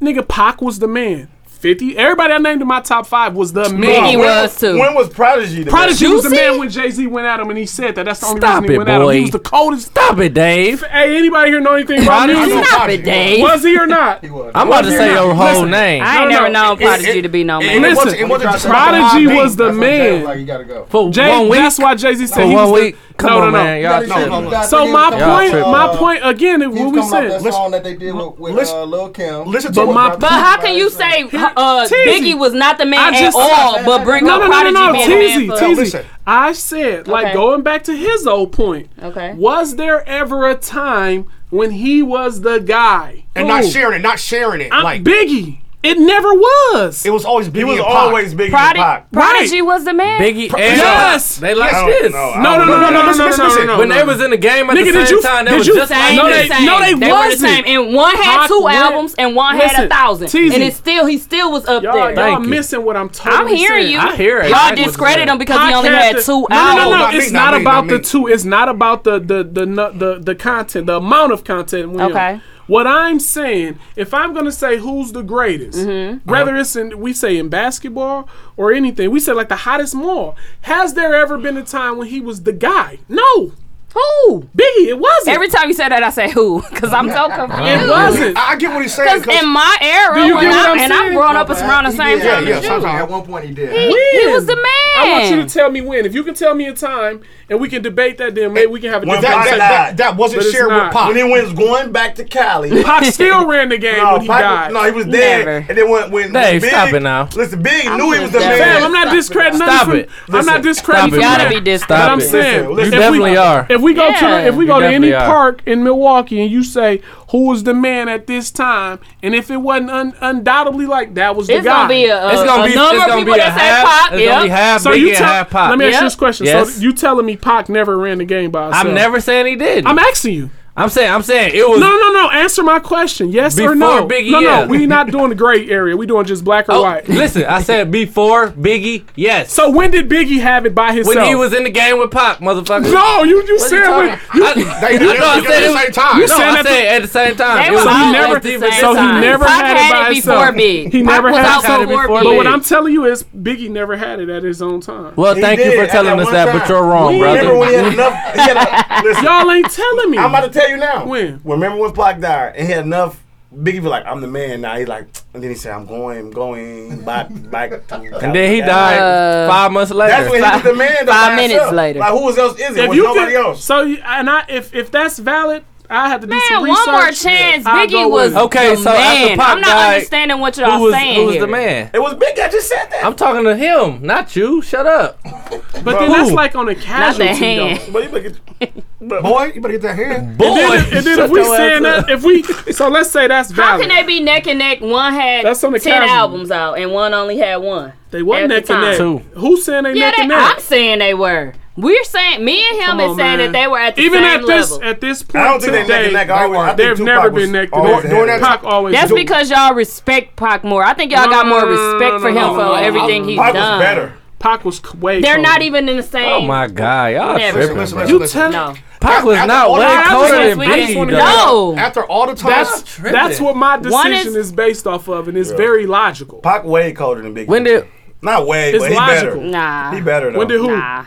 Speaker 7: Nigga, Pac was the man. 50. Everybody I named in my top five was the
Speaker 4: Biggie
Speaker 7: man.
Speaker 5: When-
Speaker 4: was too.
Speaker 5: When was Prodigy the
Speaker 7: Prodigy was the
Speaker 4: Juicy?
Speaker 7: man when Jay Z went at him and he said that. That's the only
Speaker 3: Stop
Speaker 7: reason he
Speaker 3: it,
Speaker 7: went at him. He
Speaker 3: boy.
Speaker 7: was the coldest.
Speaker 3: Stop it, Dave.
Speaker 7: Hey, anybody here know anything about
Speaker 3: Prodigy?
Speaker 7: music?
Speaker 4: Stop it, Dave.
Speaker 7: Was he or not?
Speaker 3: I'm about to say your whole
Speaker 7: Listen,
Speaker 3: name.
Speaker 4: I ain't
Speaker 7: No,
Speaker 4: never
Speaker 7: no,
Speaker 4: known Prodigy
Speaker 6: it-
Speaker 4: to be no
Speaker 6: it,
Speaker 4: man.
Speaker 7: listen,
Speaker 6: wasn't, it wasn't just
Speaker 7: Prodigy
Speaker 6: about
Speaker 7: was the
Speaker 8: That's what I'm saying,
Speaker 7: man.
Speaker 8: Like you gotta go.
Speaker 3: For
Speaker 7: Jay,
Speaker 3: one week.
Speaker 7: that's why Jay Z said
Speaker 3: For
Speaker 7: he
Speaker 3: one
Speaker 7: was the-
Speaker 3: week. Come
Speaker 7: no,
Speaker 3: on,
Speaker 7: no, no.
Speaker 3: man. Y'all
Speaker 6: No, no,
Speaker 3: tripping.
Speaker 6: no.
Speaker 7: So my
Speaker 3: Y'all
Speaker 7: point,
Speaker 3: tripping.
Speaker 7: my point again, is
Speaker 8: He was
Speaker 7: what we
Speaker 8: coming off
Speaker 7: said.
Speaker 8: that
Speaker 7: Listen,
Speaker 8: song that they did with, with
Speaker 6: listen-
Speaker 8: uh, Lil Kim.
Speaker 6: listen to
Speaker 7: But
Speaker 6: what
Speaker 7: my-
Speaker 8: Rob
Speaker 4: But how can you
Speaker 8: Zombie
Speaker 4: say uh,
Speaker 7: Teasy.
Speaker 4: Biggie was not the man
Speaker 7: I
Speaker 4: at
Speaker 7: just-
Speaker 4: all, but bring
Speaker 7: No,
Speaker 4: up
Speaker 7: no, no,
Speaker 4: Prodigy
Speaker 7: no, no,
Speaker 4: being
Speaker 7: Teasy,
Speaker 4: the man
Speaker 6: No,
Speaker 7: Teasy.
Speaker 6: listen.
Speaker 7: I said, like
Speaker 4: Okay.
Speaker 7: going back to his old point.
Speaker 4: for? Okay.
Speaker 7: Was there ever a time when he was the guy?
Speaker 6: and not sharing it, not sharing it.
Speaker 7: I'm
Speaker 6: like
Speaker 7: Biggie. It never was.
Speaker 6: it was always Biggie.
Speaker 5: He was
Speaker 6: and Pac.
Speaker 5: always Biggie and
Speaker 4: Prodi-
Speaker 5: Pac.
Speaker 4: Prodigy was the man.
Speaker 3: Biggie and
Speaker 7: Yes!
Speaker 3: They like
Speaker 5: I don't
Speaker 3: this.
Speaker 5: know. I
Speaker 7: no, no,
Speaker 5: don't
Speaker 7: no,
Speaker 5: know.
Speaker 7: no, no, no,
Speaker 6: Listen,
Speaker 7: no,
Speaker 6: listen,
Speaker 7: no,
Speaker 6: listen.
Speaker 7: no, no,
Speaker 3: When they
Speaker 7: no.
Speaker 3: was in the game at
Speaker 7: Nigga,
Speaker 3: the
Speaker 7: did
Speaker 3: same
Speaker 7: you-
Speaker 3: time, they
Speaker 7: did
Speaker 3: was
Speaker 7: you-
Speaker 3: just
Speaker 4: Same,
Speaker 3: like
Speaker 7: No,
Speaker 4: the
Speaker 7: they-
Speaker 3: this.
Speaker 4: same.
Speaker 7: no, they
Speaker 4: were the
Speaker 7: wasn't.
Speaker 4: same. And one had
Speaker 7: Pac
Speaker 4: two
Speaker 7: went-
Speaker 4: albums, and one had
Speaker 7: Listen,
Speaker 4: a thousand,
Speaker 7: Teasy.
Speaker 4: and it's still he still was up
Speaker 7: y'all,
Speaker 4: there.
Speaker 3: Thank
Speaker 7: y'all
Speaker 3: you.
Speaker 7: missing what I'm totally
Speaker 4: I'm hearing
Speaker 7: saying.
Speaker 4: you.
Speaker 3: I hear it.
Speaker 4: Y'all
Speaker 3: Exactly what
Speaker 4: discredit
Speaker 3: you're
Speaker 4: him because he only
Speaker 7: Podcast
Speaker 4: had
Speaker 7: is-
Speaker 4: two
Speaker 7: no, No, no, no,
Speaker 6: Not
Speaker 4: albums.
Speaker 6: me,
Speaker 7: It's
Speaker 6: not
Speaker 7: not,
Speaker 6: me,
Speaker 7: about
Speaker 6: not
Speaker 7: the
Speaker 6: me.
Speaker 7: two. It's not about the the the the the, the content, the amount of content. William.
Speaker 4: Okay.
Speaker 7: What I'm saying, if I'm gonna say who's the greatest,
Speaker 4: Mm-hmm.
Speaker 7: whether it's in we say in basketball or anything, we say like the hottest mall. Has there ever been a time when he was the guy? No,
Speaker 4: Who?
Speaker 7: Biggie, it wasn't.
Speaker 4: Every time you said that, I say who because I'm so confused.
Speaker 7: it wasn't.
Speaker 6: I, I get what he's saying.
Speaker 4: Because in my era,
Speaker 7: Do you
Speaker 4: when
Speaker 7: get what
Speaker 4: I,
Speaker 7: I'm
Speaker 4: and I'm
Speaker 7: saying?
Speaker 4: growing up around the same
Speaker 8: yeah,
Speaker 4: time.
Speaker 8: yeah,
Speaker 6: yeah,
Speaker 4: as you.
Speaker 8: yeah.
Speaker 6: sometime.
Speaker 8: At one point he did.
Speaker 4: He
Speaker 7: When?
Speaker 4: was the man.
Speaker 7: I want you to tell me when. If you can tell me a time and we can debate that, then maybe we can have a
Speaker 5: When
Speaker 7: different
Speaker 6: that, that, that, that wasn't
Speaker 7: But it's
Speaker 6: shared
Speaker 7: not.
Speaker 6: with Pop.
Speaker 5: When he was going back to Cali.
Speaker 7: Pac still ran the game
Speaker 5: No,
Speaker 7: when he
Speaker 5: Pac-
Speaker 7: died.
Speaker 5: no, he was dead.
Speaker 4: Never.
Speaker 5: And then when, when
Speaker 3: Dave,
Speaker 5: Big,
Speaker 3: stop it now.
Speaker 5: Listen, Big
Speaker 4: I'm
Speaker 5: knew he
Speaker 4: just
Speaker 5: was the
Speaker 4: dead.
Speaker 7: Fam,
Speaker 5: man.
Speaker 7: I'm not discrediting nothing.
Speaker 3: Stop
Speaker 7: from-
Speaker 3: it.
Speaker 7: I'm not
Speaker 5: Listen,
Speaker 7: discrediting.
Speaker 3: stop it,
Speaker 7: from
Speaker 3: man.
Speaker 4: Gotta be
Speaker 7: that.
Speaker 4: discredited.
Speaker 7: But I'm
Speaker 3: Stop it.
Speaker 7: saying,
Speaker 5: Listen,
Speaker 7: if we,
Speaker 5: you
Speaker 3: definitely are.
Speaker 7: If we go
Speaker 4: Yeah.
Speaker 7: to if we go
Speaker 3: You
Speaker 7: to any
Speaker 3: definitely are.
Speaker 7: park in Milwaukee and you say who was the man at this time, and if it wasn't un- undoubtedly like that was the
Speaker 4: It's
Speaker 7: guy.
Speaker 4: gonna be a,
Speaker 3: It's gonna
Speaker 4: a
Speaker 3: be
Speaker 4: number
Speaker 3: it's
Speaker 4: of
Speaker 3: gonna
Speaker 4: people
Speaker 3: be a
Speaker 4: that say
Speaker 3: half.
Speaker 4: Pop.
Speaker 3: It's gonna be
Speaker 4: Yep.
Speaker 3: half
Speaker 7: so you
Speaker 3: Biggie and
Speaker 7: tell,
Speaker 3: half Pop.
Speaker 7: Let me ask
Speaker 4: Yep.
Speaker 7: you this question.
Speaker 3: Yes.
Speaker 7: So you telling me Pac never ran the game by himself?
Speaker 3: I'm never saying he did.
Speaker 7: I'm asking you.
Speaker 3: I'm saying I'm saying it was
Speaker 7: No, no, no. Answer my question. Yes or no?
Speaker 3: Before Biggie,
Speaker 7: no, no.
Speaker 3: yeah.
Speaker 7: We not doing the gray area. We doing just black or
Speaker 3: Oh,
Speaker 7: white.
Speaker 3: Listen, I said before Biggie, yes.
Speaker 7: So when did Biggie have it by himself?
Speaker 3: when he was in the game with Pac, motherfucker.
Speaker 7: no, you you said
Speaker 3: I,
Speaker 7: when.
Speaker 3: I,
Speaker 6: They did
Speaker 3: know
Speaker 6: it
Speaker 3: I said
Speaker 6: at
Speaker 3: it
Speaker 6: the same
Speaker 3: was-
Speaker 6: time.
Speaker 7: You
Speaker 3: No,
Speaker 7: saying
Speaker 3: I
Speaker 7: that
Speaker 3: said at the same time.
Speaker 4: They
Speaker 3: It was
Speaker 4: were
Speaker 7: So he
Speaker 4: all
Speaker 7: never,
Speaker 4: at the same
Speaker 7: so he
Speaker 4: time.
Speaker 7: never
Speaker 4: Pac
Speaker 7: had it
Speaker 4: had
Speaker 7: by
Speaker 4: it
Speaker 7: himself.
Speaker 4: before Big.
Speaker 7: He
Speaker 4: Pac
Speaker 7: never
Speaker 4: was
Speaker 7: had it
Speaker 4: out
Speaker 7: before
Speaker 4: before
Speaker 3: Big.
Speaker 7: But
Speaker 4: Big.
Speaker 7: what I'm telling you is, Biggie never had it at his own time.
Speaker 3: Well,
Speaker 5: He
Speaker 3: thank
Speaker 5: did
Speaker 3: you for
Speaker 5: at
Speaker 3: telling
Speaker 5: that
Speaker 3: us
Speaker 5: one
Speaker 3: that,
Speaker 5: time.
Speaker 3: but you're wrong,
Speaker 5: Remember when
Speaker 3: brother.
Speaker 5: he had enough? He had a, listen,
Speaker 7: Y'all ain't telling me.
Speaker 5: I'm about to tell you now.
Speaker 7: When?
Speaker 5: Remember when Pac died and he had enough. Biggie was like, I'm the man now. He like, And then he said, I'm going, I'm going back, back to.
Speaker 3: And then he died
Speaker 4: Uh,
Speaker 3: five months later.
Speaker 5: That's when he was the man. to
Speaker 4: Five
Speaker 5: buy
Speaker 4: minutes
Speaker 5: himself.
Speaker 4: later.
Speaker 5: Like, who else is it?
Speaker 7: If
Speaker 5: Was
Speaker 7: you
Speaker 5: nobody
Speaker 7: can,
Speaker 5: else.
Speaker 7: so you, and I, if if that's valid, I have to do
Speaker 4: Man,
Speaker 7: some research.
Speaker 4: one more chance.
Speaker 7: I'll
Speaker 4: Biggie
Speaker 7: go
Speaker 4: was
Speaker 7: with it.
Speaker 3: Okay,
Speaker 4: the
Speaker 3: so after
Speaker 4: man.
Speaker 3: Pac
Speaker 4: I'm not
Speaker 3: died,
Speaker 4: understanding what y'all
Speaker 3: who was,
Speaker 4: saying
Speaker 3: who was
Speaker 4: here.
Speaker 3: the man?
Speaker 5: It was Big. I just said that.
Speaker 3: I'm talking to him, not you. Shut up.
Speaker 7: But then
Speaker 3: Bro.
Speaker 7: that's like on a
Speaker 4: Not the
Speaker 7: casualty. though.
Speaker 4: hand.
Speaker 5: but you better get,
Speaker 6: Boy, you better get that hand.
Speaker 3: Boy.
Speaker 7: And then, if- and then if
Speaker 3: shut
Speaker 7: we
Speaker 3: your ass
Speaker 7: saying
Speaker 3: up.
Speaker 7: that, if we, so let's say that's
Speaker 4: How
Speaker 7: valid.
Speaker 4: can they be neck and neck? One had
Speaker 7: That's on the
Speaker 4: ten
Speaker 7: casual.
Speaker 4: albums out, and one only had one.
Speaker 7: They wasn't
Speaker 4: At
Speaker 7: neck
Speaker 4: the
Speaker 7: and neck.
Speaker 3: time.
Speaker 7: Who's saying they
Speaker 4: Yeah,
Speaker 7: neck
Speaker 4: they,
Speaker 7: and
Speaker 4: I'm
Speaker 7: neck?
Speaker 4: saying they were. We're saying me and him
Speaker 7: Come
Speaker 4: is
Speaker 7: on,
Speaker 4: saying
Speaker 7: man.
Speaker 4: that they were at the
Speaker 7: Even
Speaker 4: same
Speaker 7: at this
Speaker 4: level.
Speaker 7: at this point
Speaker 5: I don't think they
Speaker 7: today,
Speaker 5: neck and neck. I always- I think
Speaker 7: they've
Speaker 5: Tupac
Speaker 7: never
Speaker 5: was
Speaker 7: been neck to
Speaker 5: always
Speaker 7: neck.
Speaker 5: ahead of
Speaker 6: that
Speaker 7: Pac always.
Speaker 4: That's
Speaker 7: do-
Speaker 4: because y'all respect Pac more. I think y'all
Speaker 7: No,
Speaker 4: got
Speaker 7: no,
Speaker 4: more
Speaker 7: no, no,
Speaker 4: respect
Speaker 7: no,
Speaker 4: for him
Speaker 7: no,
Speaker 4: for
Speaker 7: no, no.
Speaker 4: everything he's
Speaker 5: Pac
Speaker 4: done.
Speaker 5: was better.
Speaker 7: Pac was c- way.
Speaker 4: They're not
Speaker 7: colder.
Speaker 4: even in the same.
Speaker 3: Oh my god, y'all
Speaker 4: Whatever.
Speaker 3: tripping.
Speaker 6: Listen,
Speaker 3: bro.
Speaker 6: listen,
Speaker 7: You
Speaker 6: listen.
Speaker 7: tell
Speaker 4: No,
Speaker 3: Pac was
Speaker 6: After
Speaker 3: not
Speaker 6: all
Speaker 3: way
Speaker 6: that, I
Speaker 4: just
Speaker 3: colder than
Speaker 4: wanna- I just
Speaker 3: Biggie.
Speaker 4: wanna
Speaker 3: though.
Speaker 4: know. No.
Speaker 6: After all the time,
Speaker 7: That's that's what my
Speaker 4: One
Speaker 7: decision is,
Speaker 4: is-
Speaker 7: based off of, and it's very logical.
Speaker 5: Pac way colder than Big.
Speaker 3: When
Speaker 5: Big.
Speaker 3: did
Speaker 5: Not way,
Speaker 7: It's
Speaker 5: but he
Speaker 7: logical.
Speaker 5: better.
Speaker 4: nah,
Speaker 5: He better though.
Speaker 7: When did who?
Speaker 4: nah.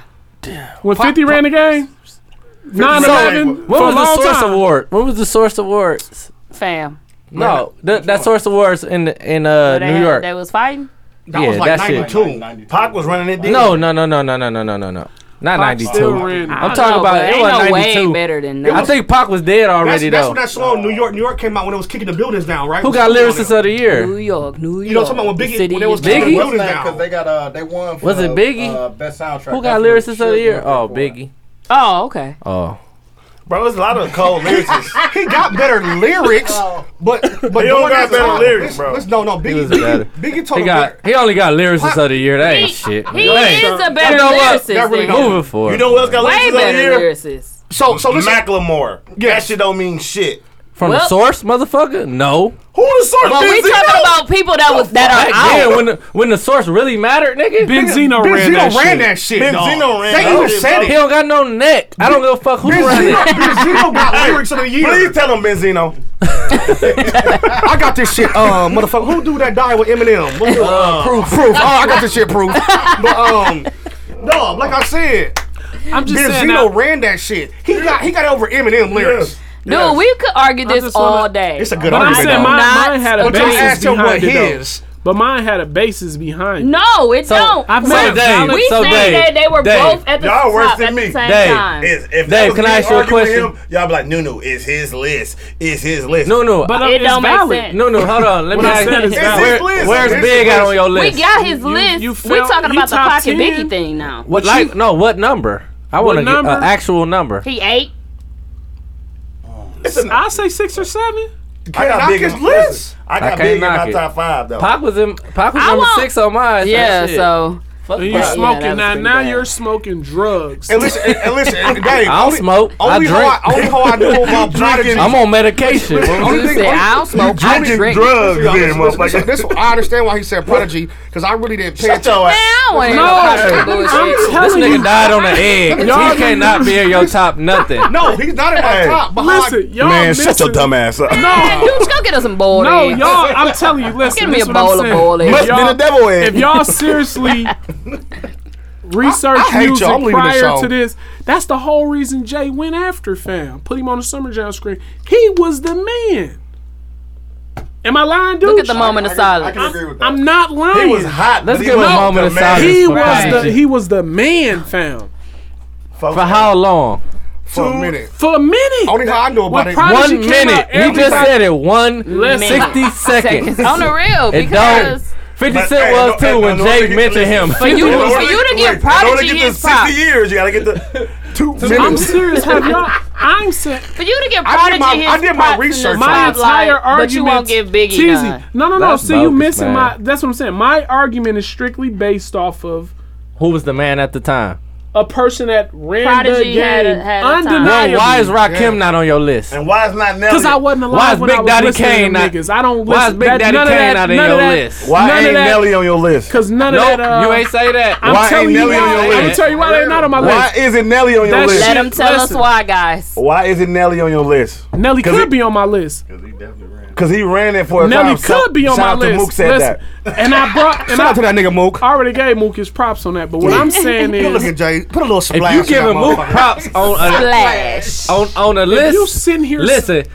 Speaker 7: When Fifty ran the game? 9-11?
Speaker 3: When
Speaker 7: for a
Speaker 3: was the
Speaker 7: long
Speaker 3: Source
Speaker 7: time.
Speaker 3: Award? When was the Source Awards?
Speaker 4: Fam,
Speaker 3: No, th- that Source Awards in in uh,
Speaker 4: they,
Speaker 3: New York.
Speaker 4: they was fighting.
Speaker 6: that
Speaker 3: yeah,
Speaker 6: was like
Speaker 3: that shit.
Speaker 6: 92.
Speaker 5: Pac was running it deep.
Speaker 3: No, no, no, no, no, no, no, no, no, no. Not ninety
Speaker 7: Still
Speaker 3: two.
Speaker 7: ran.
Speaker 4: I don't
Speaker 3: talking
Speaker 4: know,
Speaker 3: about-
Speaker 4: but
Speaker 3: it
Speaker 4: ain't
Speaker 3: was
Speaker 4: no
Speaker 3: 92.
Speaker 4: way better than
Speaker 3: I
Speaker 4: that.
Speaker 3: think Pac was
Speaker 6: That's,
Speaker 3: dead already
Speaker 6: that's
Speaker 3: though.
Speaker 6: when that song New York, New York came out when it was kicking the buildings down, right?
Speaker 3: Who got lyricist of the
Speaker 4: New
Speaker 3: year?
Speaker 4: York, New York.
Speaker 6: You know, talking about when
Speaker 4: the
Speaker 6: Biggie-
Speaker 4: city
Speaker 6: when it was
Speaker 4: is
Speaker 6: Big
Speaker 3: Biggie?
Speaker 6: Buildings
Speaker 8: Because
Speaker 6: down.
Speaker 8: they got uh, they won. For,
Speaker 3: Was it Biggie?
Speaker 8: Uh, best soundtrack.
Speaker 3: Who got
Speaker 8: That's
Speaker 3: lyricist
Speaker 8: what
Speaker 3: of
Speaker 8: Suge
Speaker 3: the year?
Speaker 8: went
Speaker 3: Oh,
Speaker 8: for.
Speaker 3: Biggie.
Speaker 4: Oh, okay.
Speaker 3: Oh,
Speaker 5: bro, there's a lot of cold lyricists.
Speaker 6: He got better lyrics, but but
Speaker 5: He don't
Speaker 6: going
Speaker 5: got
Speaker 6: at the
Speaker 5: better
Speaker 6: time,
Speaker 5: lyrics,
Speaker 6: let's-
Speaker 5: bro.
Speaker 6: let's- no, no, Biggie,
Speaker 3: was better.
Speaker 6: Biggie, Biggie told
Speaker 3: he
Speaker 6: him
Speaker 3: got
Speaker 6: better.
Speaker 3: he only got lyricist of the year. That
Speaker 4: He,
Speaker 3: ain't shit.
Speaker 4: he
Speaker 3: That ain't-
Speaker 4: is a better
Speaker 3: You know what?
Speaker 4: lyricist.
Speaker 6: That really
Speaker 4: than
Speaker 6: don't-
Speaker 3: Moving forward.
Speaker 5: you know who else got
Speaker 4: way
Speaker 5: lyricists of the
Speaker 4: better
Speaker 5: year?
Speaker 4: lyricist.
Speaker 6: So so listen,
Speaker 5: Macklemore. That shit don't mean shit.
Speaker 3: From the
Speaker 4: Well-
Speaker 3: source, motherfucker? No.
Speaker 5: Who the source?
Speaker 4: But we
Speaker 5: Benzino?
Speaker 4: talking about people that was that are
Speaker 3: Back
Speaker 4: out.
Speaker 3: then, when the, when the source really mattered, nigga.
Speaker 7: Benzino ran that
Speaker 6: Benzino ran
Speaker 7: shit.
Speaker 6: that shit.
Speaker 5: Benzino
Speaker 6: dog.
Speaker 5: ran
Speaker 6: They
Speaker 5: that
Speaker 6: even
Speaker 5: shit,
Speaker 6: said
Speaker 5: bro.
Speaker 3: He
Speaker 6: it.
Speaker 3: don't got no neck. I don't give a fuck who ran
Speaker 6: Benzino,
Speaker 3: it.
Speaker 6: Benzino got lyrics of the year.
Speaker 5: Please tell him Benzino.
Speaker 6: I got this shit, uh, motherfucker. Who do that died with Eminem? What the- proof, proof. Oh, I got this shit, proof. But um, no, like I said,
Speaker 7: I'm just saying
Speaker 6: Benzino
Speaker 7: that.
Speaker 6: ran that shit. He got he got over Eminem lyrics.
Speaker 4: Dude, we could argue this
Speaker 7: just wanna-
Speaker 4: all day.
Speaker 6: It's a good
Speaker 7: But I'm
Speaker 6: argument.
Speaker 7: saying
Speaker 6: though.
Speaker 7: mine,
Speaker 4: Not
Speaker 7: mine had a
Speaker 4: okay.
Speaker 6: Just
Speaker 7: basis
Speaker 6: ask him what
Speaker 7: behind it though.
Speaker 6: his.
Speaker 7: But mine had a basis behind. it.
Speaker 4: no, it
Speaker 3: So,
Speaker 4: don't.
Speaker 7: I've
Speaker 4: We-
Speaker 7: met Dave,
Speaker 4: we
Speaker 3: so
Speaker 4: said
Speaker 3: Dave,
Speaker 4: that they were
Speaker 3: Dave,
Speaker 4: both at the
Speaker 5: y'all
Speaker 4: top
Speaker 5: worse than
Speaker 4: at
Speaker 5: me.
Speaker 4: the same
Speaker 3: Dave,
Speaker 4: time.
Speaker 5: Is, if that
Speaker 3: Dave,
Speaker 5: was
Speaker 3: can
Speaker 5: me
Speaker 3: I ask you a
Speaker 5: arguing with
Speaker 3: question?
Speaker 5: Him, y'all be like, Nunu, it's his list. It's his list.
Speaker 3: No, no.
Speaker 7: But
Speaker 3: But
Speaker 7: uh,
Speaker 4: It
Speaker 7: it's
Speaker 4: don't make
Speaker 7: valid.
Speaker 4: sense.
Speaker 3: no, no. Hold on. Let me
Speaker 7: What I
Speaker 3: ask
Speaker 7: said is
Speaker 3: you.
Speaker 7: valid.
Speaker 5: It's his list.
Speaker 3: where's
Speaker 5: It's
Speaker 3: Big
Speaker 5: his
Speaker 3: at
Speaker 5: list.
Speaker 3: on your
Speaker 4: we
Speaker 3: list?
Speaker 4: got his
Speaker 7: you-
Speaker 4: list.
Speaker 7: you
Speaker 4: we
Speaker 7: felt-
Speaker 4: talking
Speaker 7: he
Speaker 4: about the
Speaker 7: top
Speaker 4: pocket
Speaker 7: 10?
Speaker 4: Biggie thing now.
Speaker 3: What like no? What number? I want to get an
Speaker 7: number?
Speaker 3: actual number.
Speaker 4: He ate.
Speaker 7: I say six or seven.
Speaker 5: I got
Speaker 6: knock
Speaker 5: big
Speaker 6: his
Speaker 5: in-
Speaker 6: list.
Speaker 5: listen, I
Speaker 3: I
Speaker 5: got
Speaker 3: can't
Speaker 5: big in
Speaker 3: knock
Speaker 5: my
Speaker 3: it.
Speaker 5: top five though.
Speaker 3: Pac was in. Pac was
Speaker 4: I
Speaker 3: number
Speaker 4: won't-
Speaker 3: six on mine.
Speaker 4: Yeah,
Speaker 3: shit.
Speaker 4: so
Speaker 3: Fuck
Speaker 7: And
Speaker 3: that.
Speaker 7: you're
Speaker 4: yeah,
Speaker 7: smoking
Speaker 4: that was
Speaker 7: now.
Speaker 4: pretty
Speaker 7: Now
Speaker 4: bad.
Speaker 7: you're smoking drugs.
Speaker 6: And listen, and, and listen, and Dave,
Speaker 3: I don't
Speaker 6: only,
Speaker 3: smoke. I
Speaker 6: Only how
Speaker 3: drink.
Speaker 6: I, only how I knew about Prodigy.
Speaker 3: I'm on medication.
Speaker 6: Only
Speaker 4: you
Speaker 6: thing-
Speaker 4: said
Speaker 6: only-
Speaker 4: I don't smoke. I drink.
Speaker 5: drugs,
Speaker 6: Listen, listen, listen, listen, this I understand why he said Prodigy because I really didn't pay
Speaker 5: Shut
Speaker 6: attention.
Speaker 5: your ass.
Speaker 4: Now and-
Speaker 7: I'm
Speaker 3: This
Speaker 7: telling
Speaker 3: nigga
Speaker 7: you.
Speaker 3: died on the egg. He
Speaker 7: Y'all
Speaker 3: cannot be in your top nothing.
Speaker 6: No, he's not in my
Speaker 5: Hey,
Speaker 6: top. But how I-
Speaker 7: Listen, y'all
Speaker 5: Man,
Speaker 7: missing.
Speaker 5: shut your dumb ass up.
Speaker 4: Man, dude, go get us some boiled
Speaker 7: No,
Speaker 4: eggs.
Speaker 7: y'all. I'm telling you. Listen,
Speaker 4: Give me
Speaker 7: this
Speaker 4: a
Speaker 7: what I'm
Speaker 4: bowl of
Speaker 7: saying.
Speaker 4: boiled
Speaker 7: If
Speaker 4: eggs.
Speaker 5: Must be
Speaker 7: y'all-
Speaker 5: the devil
Speaker 7: If
Speaker 5: in.
Speaker 7: y'all seriously research
Speaker 6: I- I hate
Speaker 7: music
Speaker 6: y'all. I'm leaving the
Speaker 7: prior
Speaker 6: show.
Speaker 7: to this, that's the whole reason Jay went after fam. Put him on the summer jam screen. He was the man. Am I lying, dude?
Speaker 4: Look at the moment of
Speaker 8: I can
Speaker 4: silence.
Speaker 8: agree with that.
Speaker 7: I'm not lying.
Speaker 5: He was hot.
Speaker 3: Let's
Speaker 5: but he
Speaker 3: give him a
Speaker 5: wasn't
Speaker 3: moment
Speaker 5: the
Speaker 3: of
Speaker 5: man.
Speaker 3: silence.
Speaker 7: He
Speaker 3: for
Speaker 7: was
Speaker 3: Prodigy.
Speaker 7: the he was the man, fam.
Speaker 3: For how long?
Speaker 6: for a minute.
Speaker 7: For a minute.
Speaker 6: Only how I knew about
Speaker 7: When
Speaker 6: it.
Speaker 7: Prodigy
Speaker 3: One
Speaker 7: came
Speaker 3: minute.
Speaker 7: out,
Speaker 3: You just
Speaker 7: everybody-
Speaker 3: said it. One
Speaker 7: Listen.
Speaker 3: sixty seconds.
Speaker 4: On the real,
Speaker 3: It don't.
Speaker 4: because
Speaker 3: 50
Speaker 5: But,
Speaker 3: Cent
Speaker 5: hey,
Speaker 3: was
Speaker 5: no-
Speaker 3: too
Speaker 5: hey,
Speaker 3: when
Speaker 5: no,
Speaker 3: Jay
Speaker 5: no,
Speaker 3: mentioned him.
Speaker 5: listen,
Speaker 4: for you,
Speaker 5: In order
Speaker 4: for you to get
Speaker 5: wait, in order
Speaker 4: prodigy
Speaker 5: to get
Speaker 4: his
Speaker 5: to
Speaker 4: props,
Speaker 5: 60 years, you gotta get the two
Speaker 7: I'm
Speaker 5: minutes.
Speaker 7: serious. Have y'all? I'm saying
Speaker 4: for you to get
Speaker 6: I
Speaker 4: prodigy
Speaker 6: did my-
Speaker 4: his
Speaker 6: I did my
Speaker 4: props in the
Speaker 6: research.
Speaker 7: my
Speaker 4: spotlight,
Speaker 7: entire argument.
Speaker 4: but you won't give Biggie
Speaker 7: Teasy.
Speaker 4: none.
Speaker 7: No, no, no.
Speaker 3: That's
Speaker 7: See, you
Speaker 3: bogus,
Speaker 7: missing
Speaker 3: man.
Speaker 7: my. That's what I'm saying. My argument is strictly based off of
Speaker 3: Who was the man at the time?
Speaker 7: a person that ran the
Speaker 4: Prodigy
Speaker 7: game
Speaker 4: had a- had a time.
Speaker 3: Well,
Speaker 7: undeniably.
Speaker 3: why is Rakim not on your list?
Speaker 5: And why is not Nelly?
Speaker 7: Because I wasn't alive
Speaker 3: Why is
Speaker 7: when
Speaker 3: Big
Speaker 7: I was
Speaker 3: Daddy
Speaker 7: listening to
Speaker 3: Kane
Speaker 7: them
Speaker 3: not-
Speaker 7: niggas. I don't.
Speaker 3: why is
Speaker 7: listen-
Speaker 3: Big
Speaker 7: that-
Speaker 3: Daddy
Speaker 7: none of
Speaker 3: Kane
Speaker 7: that-
Speaker 3: not in
Speaker 7: none
Speaker 3: your
Speaker 7: of that-
Speaker 3: list?
Speaker 5: Why
Speaker 7: none of
Speaker 5: ain't
Speaker 7: that-
Speaker 5: Nelly on your list?
Speaker 7: Cause none of
Speaker 3: Nope,
Speaker 7: that. Uh,
Speaker 3: you ain't say that.
Speaker 7: I'm
Speaker 5: Why
Speaker 7: telling
Speaker 5: ain't
Speaker 7: you
Speaker 5: Nelly on
Speaker 7: why.
Speaker 5: your
Speaker 7: I'm
Speaker 5: list?
Speaker 7: telling you why they're not on my
Speaker 5: Why
Speaker 7: list.
Speaker 5: isn't Nelly on your
Speaker 7: That
Speaker 5: list?
Speaker 4: Let him tell
Speaker 7: Listen.
Speaker 4: us why, guys.
Speaker 5: Why isn't Nelly on your list?
Speaker 7: Nelly
Speaker 5: Cause
Speaker 7: could
Speaker 5: it-
Speaker 7: be on my list.
Speaker 5: Because he ran it for a
Speaker 7: Nelly
Speaker 5: time. So-
Speaker 7: could be on
Speaker 5: shout
Speaker 7: my
Speaker 5: out to
Speaker 7: list.
Speaker 5: Mook said
Speaker 7: Listen, And I brought.
Speaker 6: Shout
Speaker 7: And
Speaker 6: out to
Speaker 7: I,
Speaker 6: that nigga Mook.
Speaker 7: I already gave Mook his props on that. But what I'm saying
Speaker 6: Good looking,
Speaker 7: is,
Speaker 6: Jay. Put a little
Speaker 3: If
Speaker 6: splash.
Speaker 3: you
Speaker 6: in
Speaker 3: giving
Speaker 6: that
Speaker 3: Mook
Speaker 6: motherfucker.
Speaker 3: props on a
Speaker 4: Flash.
Speaker 3: on on a
Speaker 7: if you
Speaker 3: list,
Speaker 7: sitting here
Speaker 3: listen,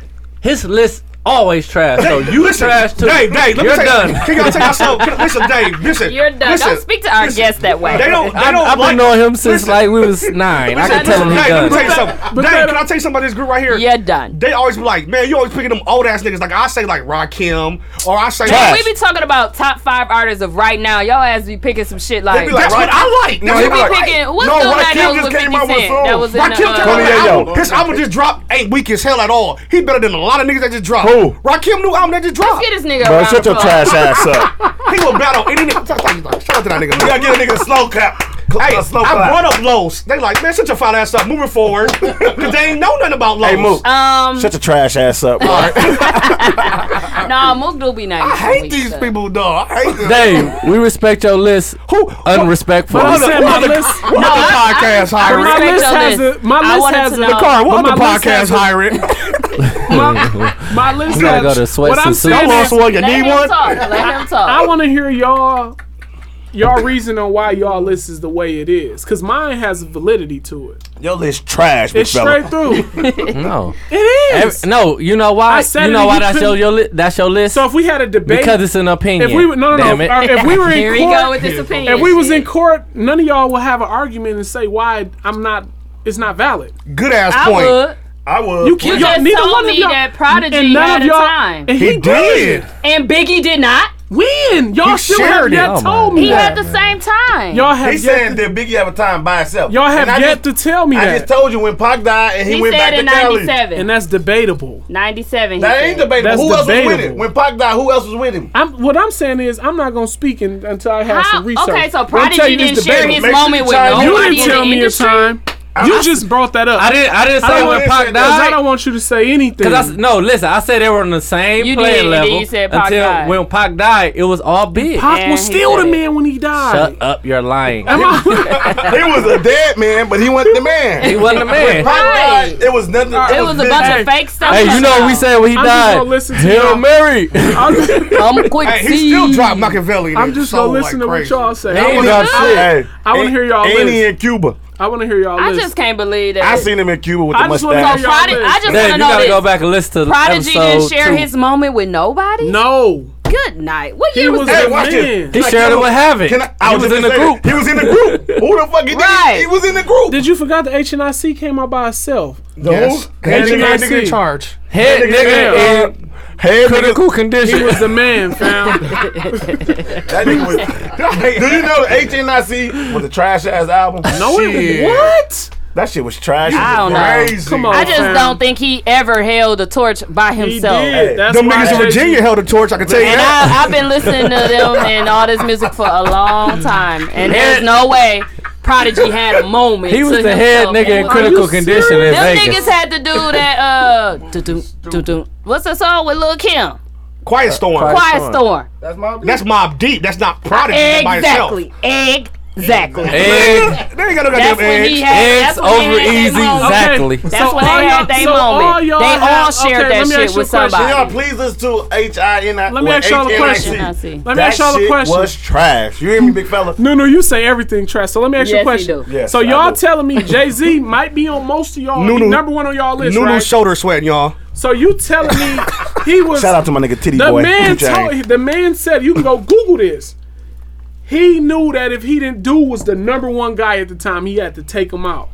Speaker 3: his list always trash. So you trash too.
Speaker 6: Dave, Dave, let me
Speaker 3: You're
Speaker 6: take,
Speaker 3: done.
Speaker 6: Can y'all take yourself? Can, listen, Dave, listen.
Speaker 4: You're done.
Speaker 6: Listen,
Speaker 4: don't speak to our guests that way.
Speaker 6: They don't. They
Speaker 3: I've,
Speaker 6: don't
Speaker 3: I've
Speaker 6: like,
Speaker 3: been knowing him since
Speaker 6: listen,
Speaker 3: like we was nine. I can
Speaker 6: listen,
Speaker 3: tell him
Speaker 6: Dave,
Speaker 3: he
Speaker 6: let me
Speaker 3: done.
Speaker 6: tell you something. Dave,
Speaker 7: that-
Speaker 6: can I tell you something about this group right here?
Speaker 4: You're done.
Speaker 6: They always be like, man, you always picking them old ass niggas. Like I say, like Rakim, or I say,
Speaker 5: Trash.
Speaker 4: we be talking about top five artists of right now. Y'all ass be picking some shit
Speaker 6: They
Speaker 4: like.
Speaker 6: be like, that's what I like.
Speaker 4: you
Speaker 6: That's
Speaker 4: be
Speaker 6: what I like.
Speaker 4: picking. What's
Speaker 9: No,
Speaker 4: the one
Speaker 9: Rakim
Speaker 4: that was
Speaker 9: just
Speaker 4: with
Speaker 9: came
Speaker 4: 50
Speaker 9: out with
Speaker 4: Cent?
Speaker 9: songs.
Speaker 4: That was in
Speaker 6: Rakim
Speaker 4: the, uh,
Speaker 6: came out with an
Speaker 5: 28
Speaker 6: album.
Speaker 5: yo.
Speaker 6: His album just dropped. Ain't weak as hell at all. He better than a lot of niggas that just dropped.
Speaker 5: Who?
Speaker 6: Rakim new album that just dropped.
Speaker 4: Get this nigga
Speaker 5: Bro,
Speaker 4: around
Speaker 5: shut
Speaker 4: the
Speaker 5: your
Speaker 4: club.
Speaker 5: trash ass up.
Speaker 6: He will battle any nigga. Shout out to that nigga.
Speaker 9: You gotta get a nigga a slow clap.
Speaker 6: Hey,
Speaker 9: a slow
Speaker 6: I
Speaker 9: clap.
Speaker 6: brought up Lowe's. They like, man, shut your fat ass up. Moving forward, cause they ain't know nothing about Lowe's.
Speaker 5: Hey, Mook,
Speaker 4: Um, uh,
Speaker 5: shut your trash ass up. bro.
Speaker 4: nah, Mook do be nice.
Speaker 6: I hate these people, dog. I hate them.
Speaker 3: Dave, we respect your list.
Speaker 6: Who?
Speaker 3: Unrespectful.
Speaker 7: But I'm saying my
Speaker 6: other-
Speaker 7: list,
Speaker 6: What other podcast hiring?
Speaker 7: my
Speaker 4: respect
Speaker 7: list
Speaker 4: your
Speaker 7: has
Speaker 4: list.
Speaker 7: a, my
Speaker 4: I
Speaker 7: list
Speaker 4: wanted
Speaker 7: has
Speaker 4: to
Speaker 7: a,
Speaker 4: know.
Speaker 6: Car, what
Speaker 7: but
Speaker 6: other
Speaker 7: my list has
Speaker 6: podcast
Speaker 7: a-
Speaker 6: hiring?
Speaker 7: my, my list
Speaker 3: You gotta
Speaker 7: has-
Speaker 3: go to Sweats
Speaker 7: what I'm
Speaker 3: and Suits.
Speaker 7: saying
Speaker 3: Y'all
Speaker 7: is-
Speaker 5: one. You
Speaker 4: Let him talk. Let him talk.
Speaker 7: I want to hear y'all y'all reason on why y'all list is the way it is, cause mine has validity to it.
Speaker 5: Your list trash, big
Speaker 7: It's straight
Speaker 5: fella.
Speaker 7: through.
Speaker 3: No,
Speaker 7: It is.
Speaker 3: Every- no. You know why?
Speaker 7: I said
Speaker 3: you
Speaker 7: it
Speaker 3: know
Speaker 7: and
Speaker 3: why
Speaker 7: you
Speaker 3: that's your
Speaker 7: couldn't-
Speaker 3: li- that's your list.
Speaker 7: so if we had a debate,
Speaker 3: because it's an opinion.
Speaker 7: if we were- no no
Speaker 3: Damn
Speaker 7: no,
Speaker 3: it.
Speaker 7: or if we were in
Speaker 4: Here
Speaker 7: court,
Speaker 4: he go with this opinion.
Speaker 7: if we was in
Speaker 4: shit.
Speaker 7: court, none of y'all will have an argument and say why I'm not. It's not valid.
Speaker 6: Good ass
Speaker 4: I
Speaker 6: point.
Speaker 4: would.
Speaker 9: I would.
Speaker 7: You can't.
Speaker 4: You
Speaker 7: y'all,
Speaker 4: just
Speaker 7: neither
Speaker 4: told
Speaker 7: one of
Speaker 4: me
Speaker 7: y'all,
Speaker 4: that Prodigy
Speaker 7: and none
Speaker 4: had
Speaker 7: of
Speaker 4: a
Speaker 7: y'all,
Speaker 4: time.
Speaker 7: And
Speaker 6: He
Speaker 7: he,
Speaker 6: did.
Speaker 4: And Biggie did not.
Speaker 7: When y'all
Speaker 6: He
Speaker 7: should
Speaker 6: shared
Speaker 7: have
Speaker 6: it.
Speaker 7: yet
Speaker 3: Oh my
Speaker 7: told me
Speaker 4: He
Speaker 7: that.
Speaker 4: had the same time.
Speaker 7: y'all have
Speaker 9: He
Speaker 7: yet
Speaker 9: said
Speaker 7: to-
Speaker 9: that Biggie have a time by himself.
Speaker 7: y'all have
Speaker 9: And I
Speaker 7: yet
Speaker 9: just,
Speaker 7: to tell me
Speaker 9: I
Speaker 7: that,
Speaker 9: just told you when Pac died and he,
Speaker 4: he
Speaker 9: went
Speaker 4: said
Speaker 9: back to
Speaker 4: in
Speaker 9: Cali.
Speaker 7: and
Speaker 4: 97.
Speaker 7: that's debatable.
Speaker 4: 97.
Speaker 9: That ain't debatable.
Speaker 7: That's
Speaker 9: who else was with
Speaker 7: debatable.
Speaker 9: him? When Pac died, who else was with him?
Speaker 7: I'm, what I'm saying is, I'm not gonna speak in, until I have
Speaker 4: How?
Speaker 7: some research.
Speaker 4: Okay, so
Speaker 7: But I'm telling
Speaker 4: Prodigy
Speaker 7: you,
Speaker 4: didn't
Speaker 7: it's
Speaker 4: share
Speaker 7: debatable.
Speaker 4: his
Speaker 9: Make sure
Speaker 4: moment
Speaker 9: you
Speaker 4: with
Speaker 9: chime in.
Speaker 4: nobody
Speaker 7: You
Speaker 4: in
Speaker 7: didn't tell
Speaker 4: the
Speaker 7: me your
Speaker 4: industry.
Speaker 7: time. You just brought that up.
Speaker 3: I didn't. I didn't
Speaker 7: I
Speaker 3: say
Speaker 7: don't
Speaker 3: when
Speaker 7: wanna
Speaker 3: Pac
Speaker 9: say that.
Speaker 7: Because I
Speaker 3: died.
Speaker 7: don't want you to say anything.
Speaker 3: Cause I s- no, listen. I said they were on the same
Speaker 4: You
Speaker 3: player
Speaker 4: did, and then
Speaker 3: level
Speaker 4: you said Pac
Speaker 3: until
Speaker 4: died.
Speaker 3: when Pac died, it was all big.
Speaker 7: Pac
Speaker 4: Yeah,
Speaker 7: was
Speaker 4: he
Speaker 7: still
Speaker 4: said
Speaker 7: the
Speaker 4: it.
Speaker 7: man when he died.
Speaker 3: Shut up, you're lying.
Speaker 7: Am I-
Speaker 9: He was a dead man, but he wasn't the
Speaker 3: he
Speaker 9: man.
Speaker 3: wasn't a man.
Speaker 9: Pac
Speaker 4: Right.
Speaker 9: died, it was nothing.
Speaker 4: It was a bunch of fake stuff.
Speaker 3: Hey, you know what we said when he
Speaker 7: I'm just
Speaker 3: died?
Speaker 7: gonna listen to
Speaker 3: Hail
Speaker 7: y'all.
Speaker 3: Mary.
Speaker 7: I'm just,
Speaker 4: I'm quick.
Speaker 6: Hey, he still dropped Machiavelli. in
Speaker 7: I'm
Speaker 6: his
Speaker 7: just
Speaker 6: soul
Speaker 7: gonna listen
Speaker 6: like
Speaker 7: to what
Speaker 6: crazy.
Speaker 7: y'all say.
Speaker 5: He
Speaker 7: I
Speaker 5: ain't
Speaker 7: wanna-
Speaker 5: got shit. Hey,
Speaker 7: I wanna hear y'all
Speaker 5: And he
Speaker 7: list.
Speaker 5: in Cuba.
Speaker 7: I want to hear y'all
Speaker 4: I
Speaker 7: list.
Speaker 4: just can't believe that.
Speaker 5: I seen him in Cuba with
Speaker 7: I
Speaker 5: the
Speaker 7: just wanna
Speaker 5: mustache.
Speaker 7: y'all
Speaker 4: Prodigy,
Speaker 7: list.
Speaker 4: I just
Speaker 3: Dave,
Speaker 4: want
Speaker 3: you
Speaker 4: to know
Speaker 3: gotta
Speaker 4: this.
Speaker 3: go back and listen to
Speaker 4: Prodigy didn't
Speaker 3: episode
Speaker 4: share
Speaker 3: two.
Speaker 4: his moment with nobody.
Speaker 7: no.
Speaker 4: Good night. What
Speaker 7: He
Speaker 4: year was,
Speaker 7: was
Speaker 9: Hey,
Speaker 7: a
Speaker 4: that?
Speaker 9: watch
Speaker 7: man.
Speaker 9: this.
Speaker 3: He shared it with Havoc.
Speaker 9: Can I, I
Speaker 3: He
Speaker 9: was,
Speaker 3: was in
Speaker 9: just gonna
Speaker 3: the
Speaker 9: say
Speaker 3: group.
Speaker 9: that. He was in the group. Who the fuck he
Speaker 4: Right.
Speaker 9: did? He was in the group.
Speaker 7: Did you forgot the H and I C came out by itself?
Speaker 6: Yes.
Speaker 7: Hey,
Speaker 6: That
Speaker 7: you
Speaker 6: nigga-
Speaker 7: not
Speaker 6: nigga in
Speaker 7: see.
Speaker 6: charge.
Speaker 3: Head
Speaker 7: Yeah.
Speaker 3: nigga in
Speaker 5: Head nigga.
Speaker 3: critical
Speaker 7: He
Speaker 3: condition.
Speaker 7: was the man, fam.
Speaker 9: That nigga was. Do you know the HNIC was a trash ass album?
Speaker 7: No, it,
Speaker 6: Shit.
Speaker 7: what?
Speaker 5: That shit was trash.
Speaker 4: I don't know.
Speaker 9: Crazy.
Speaker 7: Come on,
Speaker 4: I just
Speaker 7: fam.
Speaker 4: don't think he ever held a torch by
Speaker 7: He
Speaker 4: himself.
Speaker 7: did. That's
Speaker 6: Them
Speaker 7: why
Speaker 6: niggas in
Speaker 7: Jay-Z-
Speaker 6: Virginia held a torch. I can tell you
Speaker 4: And
Speaker 6: that.
Speaker 4: I, I've been listening to them and all this music for a long time, and there's no way Prodigy had a moment.
Speaker 3: He was
Speaker 4: to
Speaker 3: the head
Speaker 4: himself.
Speaker 3: nigga
Speaker 4: It
Speaker 3: in
Speaker 4: was-
Speaker 3: critical condition in
Speaker 4: Them
Speaker 3: Vegas.
Speaker 4: niggas had to do that. Uh, doo-doo, doo-doo. what's that song with Lil Kim?
Speaker 5: Uh,
Speaker 6: Quiet storm.
Speaker 4: Quiet Storm.
Speaker 8: That's my opinion.
Speaker 6: That's Mob Deep. That's not Prodigy by itself.
Speaker 4: Exactly. Exactly.
Speaker 3: Egg,
Speaker 6: They ain't got no
Speaker 4: That's
Speaker 6: goddamn
Speaker 4: when
Speaker 6: eggs.
Speaker 4: he had.
Speaker 3: eggs
Speaker 4: That's when
Speaker 3: over
Speaker 4: he had that
Speaker 3: easy.
Speaker 4: moment.
Speaker 3: Exactly.
Speaker 4: That's when they
Speaker 7: all
Speaker 4: had
Speaker 7: y'all-
Speaker 4: they
Speaker 7: so
Speaker 4: moment.
Speaker 7: all y'all
Speaker 4: They all
Speaker 7: have-
Speaker 4: shared
Speaker 7: okay,
Speaker 4: that
Speaker 7: let me
Speaker 4: shit
Speaker 7: ask you
Speaker 4: with
Speaker 7: a question.
Speaker 4: somebody.
Speaker 9: Y'all please listen to H I N I.
Speaker 7: Let me ask y'all a question.
Speaker 4: H-N-I-C.
Speaker 7: Let me
Speaker 9: That
Speaker 7: ask y'all a
Speaker 9: shit
Speaker 7: question.
Speaker 5: was trash.
Speaker 9: You hear me, big fella?
Speaker 7: No, no, you say everything trash. So let me ask you a
Speaker 4: Yes, he
Speaker 7: question.
Speaker 4: do.
Speaker 5: Yes,
Speaker 7: so
Speaker 5: I
Speaker 7: y'all
Speaker 5: do.
Speaker 7: telling me Jay Z might be on most of y'all
Speaker 6: Nunu-
Speaker 7: number one on y'all list,
Speaker 6: Nunu's
Speaker 7: right?
Speaker 6: shoulder sweating, y'all.
Speaker 7: so you telling me he was
Speaker 5: Shout out to my nigga Titty
Speaker 7: the
Speaker 5: Boy.
Speaker 7: man?
Speaker 5: Wu-Tang.
Speaker 7: Told, the man said you can go Google this. He knew that if he didn't do was the number one guy at the time, he had to take him out.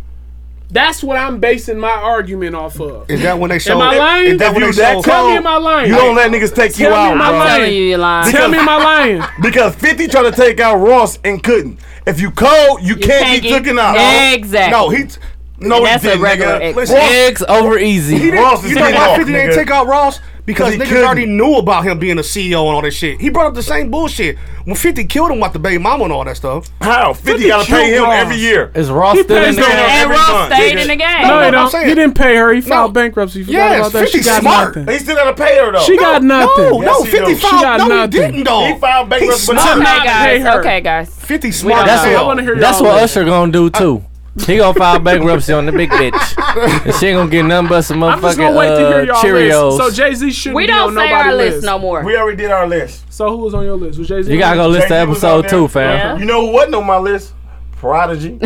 Speaker 7: That's what I'm basing my argument off of.
Speaker 6: Is that when they showed?
Speaker 7: Am I lying?
Speaker 6: Is that when they
Speaker 5: If you that
Speaker 6: showed?
Speaker 7: Tell me
Speaker 5: cold,
Speaker 7: am I lying?
Speaker 5: You don't let niggas take you
Speaker 7: Tell me
Speaker 5: out,
Speaker 7: am I
Speaker 5: bro.
Speaker 7: lying?
Speaker 4: Telling you, you're lying.
Speaker 7: Tell me am I lying?
Speaker 5: Because 50 tried to take out Ross and couldn't. If you cold, you, can't,
Speaker 4: can't
Speaker 5: be
Speaker 4: get-
Speaker 5: taken out.
Speaker 4: Exactly.
Speaker 5: No, he. T- no,
Speaker 4: That's a
Speaker 5: he didn't,
Speaker 4: regular
Speaker 5: nigga.
Speaker 4: ex.
Speaker 5: Listen,
Speaker 3: eggs over easy.
Speaker 5: Ross is
Speaker 6: You know
Speaker 5: taking
Speaker 6: why
Speaker 5: off,
Speaker 6: 50 didn't
Speaker 5: nigga.
Speaker 6: take out Ross? Because
Speaker 5: he
Speaker 6: niggas
Speaker 5: couldn't.
Speaker 6: already knew about him being a CEO and all that shit. He brought up the same bullshit. When 50 killed him with the baby mama and all that stuff.
Speaker 5: How? 50 gotta
Speaker 7: killed
Speaker 5: pay him
Speaker 7: Ross.
Speaker 5: every year.
Speaker 3: Is Ross
Speaker 7: He
Speaker 3: still in
Speaker 7: plays
Speaker 3: the
Speaker 7: no-
Speaker 3: game?
Speaker 4: And
Speaker 5: every
Speaker 4: Ross
Speaker 5: month.
Speaker 4: stayed
Speaker 5: Nigga.
Speaker 4: in the game.
Speaker 7: No,
Speaker 6: no,
Speaker 7: he
Speaker 6: I'm
Speaker 7: don't.
Speaker 6: saying-
Speaker 7: He didn't pay her. He filed
Speaker 6: No.
Speaker 7: bankruptcy. You forgot
Speaker 6: Yes,
Speaker 7: about that. She
Speaker 6: 50
Speaker 7: got
Speaker 6: smart.
Speaker 7: nothing.
Speaker 5: He still gotta pay her, though.
Speaker 7: She got nothing.
Speaker 6: No, no,
Speaker 5: Yes, he do.
Speaker 6: 50
Speaker 5: She
Speaker 7: got
Speaker 6: filed. No, he
Speaker 7: nothing.
Speaker 6: didn't, though.
Speaker 5: He filed bankruptcy, but
Speaker 6: He's
Speaker 5: not-
Speaker 6: smart.
Speaker 4: Okay,
Speaker 7: Pay
Speaker 4: guys.
Speaker 7: her.
Speaker 4: Okay, guys.
Speaker 6: 50 smart.
Speaker 3: That's
Speaker 6: as
Speaker 3: what-
Speaker 7: I
Speaker 6: hell.
Speaker 7: want to hear.
Speaker 3: That's
Speaker 7: y'all
Speaker 3: what
Speaker 7: list.
Speaker 3: Usher gonna do too. He gonna file bankruptcy on the big bitch. And she ain't gonna get nothing but some
Speaker 7: I'm just
Speaker 3: motherfucking
Speaker 7: gonna wait to hear
Speaker 3: uh,
Speaker 7: y'all
Speaker 3: Cheerios.
Speaker 7: list. So Jay Z shouldn't
Speaker 4: We
Speaker 7: be
Speaker 4: don't
Speaker 7: on
Speaker 4: say
Speaker 7: nobody's
Speaker 4: our
Speaker 7: list.
Speaker 4: list no more.
Speaker 9: We already did our list.
Speaker 7: So who was on your list? Was Jay Z?
Speaker 3: you gotta go listen to
Speaker 9: Jay-Z was on there.
Speaker 3: episode two, fam.
Speaker 4: Yeah.
Speaker 9: You know who wasn't on my list?
Speaker 5: Prodigy,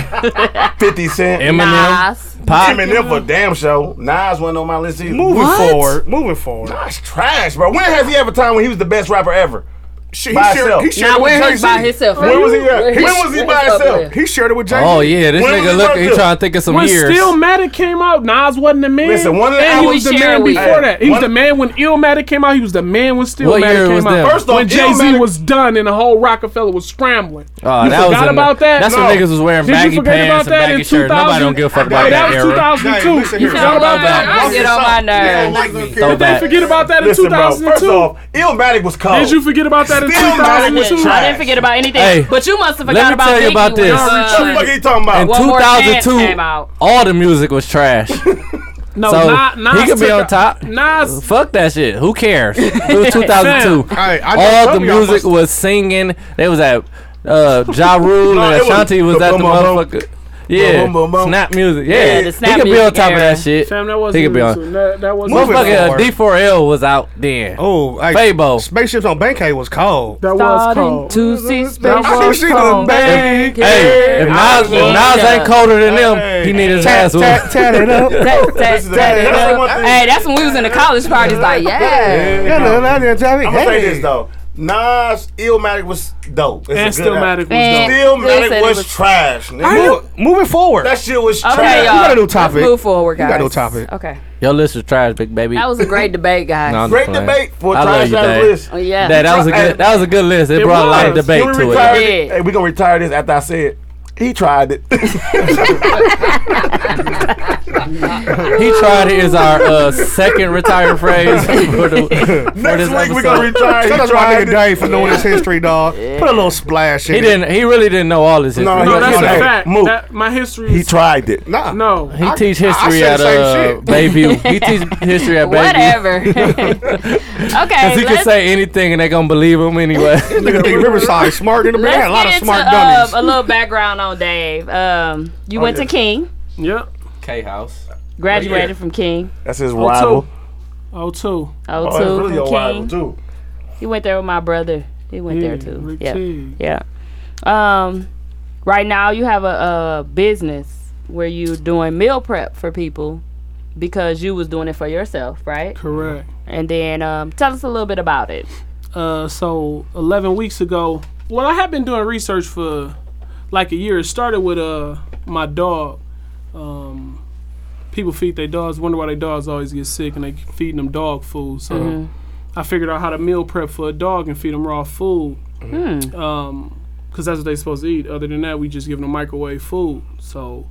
Speaker 5: 50 Cent,
Speaker 3: Eminem,
Speaker 4: Nas.
Speaker 3: Pop.
Speaker 5: Eminem for damn show. Nas wasn't on my list either.
Speaker 6: Moving
Speaker 4: What?
Speaker 6: forward, moving forward.
Speaker 5: Nas trash, bro. When has he ever time when he was the best rapper ever?
Speaker 6: Shit,
Speaker 5: By
Speaker 6: he, shared,
Speaker 5: himself.
Speaker 6: he,
Speaker 4: Now
Speaker 6: shared it with
Speaker 4: when he's by
Speaker 6: Jay-Z.
Speaker 4: himself.
Speaker 5: When was he at?
Speaker 4: Where
Speaker 5: When was he by
Speaker 4: up
Speaker 5: himself?
Speaker 4: at?
Speaker 6: he shared it with Jay.
Speaker 3: Oh yeah, this
Speaker 5: When was
Speaker 3: nigga
Speaker 5: he
Speaker 3: look.
Speaker 5: birthed?
Speaker 3: He trying to think of some
Speaker 7: When
Speaker 3: years.
Speaker 7: Stillmatic came out, Nas wasn't the man.
Speaker 5: Listen, one of the
Speaker 7: and he was
Speaker 5: albums.
Speaker 7: the
Speaker 4: Share
Speaker 7: man
Speaker 4: with-
Speaker 7: before
Speaker 5: Hey,
Speaker 7: that. He was
Speaker 5: one-
Speaker 7: the man when Illmatic came out. He was the man when
Speaker 3: What year
Speaker 7: Stillmatic
Speaker 3: was
Speaker 7: came
Speaker 3: that?
Speaker 7: out.
Speaker 5: First off,
Speaker 7: when Jay Z
Speaker 5: Illmatic-
Speaker 7: was done and the whole Rockefeller was scrambling.
Speaker 3: Oh,
Speaker 7: you
Speaker 3: that was
Speaker 7: forgot
Speaker 3: in the-
Speaker 7: about that?
Speaker 3: That's when
Speaker 5: No.
Speaker 3: niggas was wearing
Speaker 7: Did
Speaker 3: baggy
Speaker 7: you forget
Speaker 3: pants
Speaker 7: about
Speaker 3: and
Speaker 7: that in
Speaker 3: baggy shirts.
Speaker 7: 2000?
Speaker 3: Nobody don't give a fuck about
Speaker 7: that
Speaker 3: that,
Speaker 7: was
Speaker 3: era.
Speaker 7: 2002.
Speaker 6: Hey, listen
Speaker 7: you
Speaker 6: here.
Speaker 7: forgot about that?
Speaker 3: Y'all
Speaker 4: I get on my nerves.
Speaker 7: Did they
Speaker 3: Throwback.
Speaker 7: forget about that in
Speaker 5: Listen, bro. First
Speaker 7: 2002?
Speaker 5: off, Illmatic was cold.
Speaker 7: Did you forget about that in 2002?
Speaker 5: Stillmatic was
Speaker 4: I
Speaker 5: trash.
Speaker 4: didn't forget about anything.
Speaker 3: Hey,
Speaker 4: but you must have
Speaker 3: let me
Speaker 4: forgot about
Speaker 3: tell you
Speaker 4: Biggie
Speaker 3: about
Speaker 4: when,
Speaker 3: this.
Speaker 5: What the fuck
Speaker 4: Uh,
Speaker 5: are you talking about?
Speaker 3: In
Speaker 4: One More Chance came
Speaker 3: 2002,
Speaker 4: out.
Speaker 3: all the music was trash.
Speaker 7: No,
Speaker 3: So,
Speaker 7: Na-
Speaker 3: he
Speaker 7: Nas
Speaker 3: could be
Speaker 7: took
Speaker 3: on
Speaker 7: a-
Speaker 3: top.
Speaker 7: Nas,
Speaker 3: Fuck that shit. Who cares? It was 2002.
Speaker 6: Hey, I just
Speaker 3: all
Speaker 6: told
Speaker 3: the
Speaker 6: y'all
Speaker 3: music
Speaker 6: must-
Speaker 3: was singing. They was at uh, Ja Rule
Speaker 5: No,
Speaker 3: and
Speaker 5: it was-
Speaker 3: Ashanti was, at the
Speaker 5: Boom, boom, boom.
Speaker 3: motherfucker. Yeah,
Speaker 5: Boom, boom, boom.
Speaker 3: snap music. Yeah,
Speaker 4: Yeah, the snap
Speaker 3: he could be on
Speaker 4: music
Speaker 3: top of
Speaker 4: era.
Speaker 3: that shit.
Speaker 7: fam, that
Speaker 3: he
Speaker 7: wasn't.
Speaker 3: could be on.
Speaker 7: That, that wasn't.
Speaker 6: Moving
Speaker 3: Motherfucker,
Speaker 6: forward.
Speaker 3: D4L was out then.
Speaker 6: Oh, hey,
Speaker 3: Fabo.
Speaker 6: Spaceships on Bankhead was cold.
Speaker 7: That was
Speaker 4: Starting
Speaker 7: cold.
Speaker 4: to see
Speaker 6: I think she done bang.
Speaker 3: Hey, if Nas, if Nas ain't colder than them, he need his ass whooped.
Speaker 6: Tat it up.
Speaker 4: Hey, that's when we was in the college parties. Like, yeah.
Speaker 5: Yeah. I'm gonna say this though. Nas, Illmatic was dope. It's
Speaker 7: And
Speaker 5: a good
Speaker 7: Stillmatic was
Speaker 5: album.
Speaker 7: dope.
Speaker 4: Man. Listen,
Speaker 5: Stillmatic
Speaker 4: it
Speaker 5: was,
Speaker 4: was-
Speaker 5: trash. nigga.
Speaker 6: Move- Moving forward.
Speaker 5: That shit was
Speaker 4: Okay,
Speaker 5: trash.
Speaker 4: y'all.
Speaker 6: got a new topic.
Speaker 4: Let's move forward, guys.
Speaker 6: got no topic.
Speaker 4: Okay.
Speaker 3: Your list is trash, big baby.
Speaker 4: That was a great debate, guys.
Speaker 3: No, I'm
Speaker 5: Great
Speaker 3: playing.
Speaker 5: debate for
Speaker 3: I love
Speaker 5: trash
Speaker 3: you,
Speaker 5: ass
Speaker 3: Dad.
Speaker 5: list.
Speaker 4: Oh, yeah.
Speaker 3: That, that was a good. That was a good list. It,
Speaker 7: It
Speaker 3: brought a lot of
Speaker 7: was.
Speaker 3: debate
Speaker 5: Can we
Speaker 3: to
Speaker 5: retire
Speaker 3: it.
Speaker 5: this?
Speaker 4: Yeah.
Speaker 5: Hey, we gonna retire this after I said he tried it.
Speaker 3: He tried it is our uh, second retired phrase for the for
Speaker 5: Next
Speaker 3: this
Speaker 5: week we
Speaker 3: episode.
Speaker 5: gonna retire.
Speaker 6: Shout
Speaker 5: He
Speaker 6: out to my
Speaker 5: tried
Speaker 6: nigga
Speaker 5: it.
Speaker 6: Dave for knowing his history, dog. Put a little splash in
Speaker 3: He
Speaker 6: it.
Speaker 3: didn't. He really didn't know all his history.
Speaker 5: No,
Speaker 3: No,
Speaker 7: No, that's a
Speaker 5: Hey,
Speaker 7: fact.
Speaker 5: Mook.
Speaker 7: That- my history
Speaker 5: He
Speaker 7: is.
Speaker 5: tried it.
Speaker 6: Nah.
Speaker 7: no.
Speaker 3: he teach
Speaker 6: I
Speaker 3: history
Speaker 6: said
Speaker 3: at
Speaker 6: the same
Speaker 3: uh,
Speaker 6: shit.
Speaker 3: Bayview. He teach history at Bayview.
Speaker 4: Whatever. okay.
Speaker 3: Cause he can
Speaker 4: let's-
Speaker 3: say anything and they gonna believe him anyway.
Speaker 6: Nigga think Riverside smart in the
Speaker 4: Let's
Speaker 6: band. A lot of
Speaker 4: get
Speaker 6: smart
Speaker 4: into,
Speaker 6: dummies.
Speaker 4: Um, a little background on Dave. Um, you
Speaker 5: Oh,
Speaker 4: went to King,
Speaker 7: Yep.
Speaker 3: K House.
Speaker 4: graduated from King.
Speaker 5: That's his
Speaker 7: Oh,
Speaker 5: rival.
Speaker 7: two. Oh, two.
Speaker 4: Oh,
Speaker 5: Oh,
Speaker 4: two
Speaker 5: that's really
Speaker 4: from
Speaker 5: your
Speaker 4: King.
Speaker 5: rival too.
Speaker 4: He went there with my brother. He went there
Speaker 7: Yeah,
Speaker 4: too.
Speaker 7: Rick
Speaker 4: Yeah,
Speaker 7: T.
Speaker 4: yeah. Um, right now you have a, a business where you doing meal prep for people because you was doing it for yourself, right?
Speaker 7: Correct.
Speaker 4: And then um, tell us a little bit about it.
Speaker 7: uh, so 11 weeks ago well i have been doing research for like a year it started with uh my dog um people feed their dogs wonder why their dogs always get sick and they keep feeding them dog food so
Speaker 4: Mm-hmm.
Speaker 7: i figured out how to meal prep for a dog and feed them raw food
Speaker 4: Hmm.
Speaker 7: um because that's what they're supposed to eat other than that we just give them microwave food so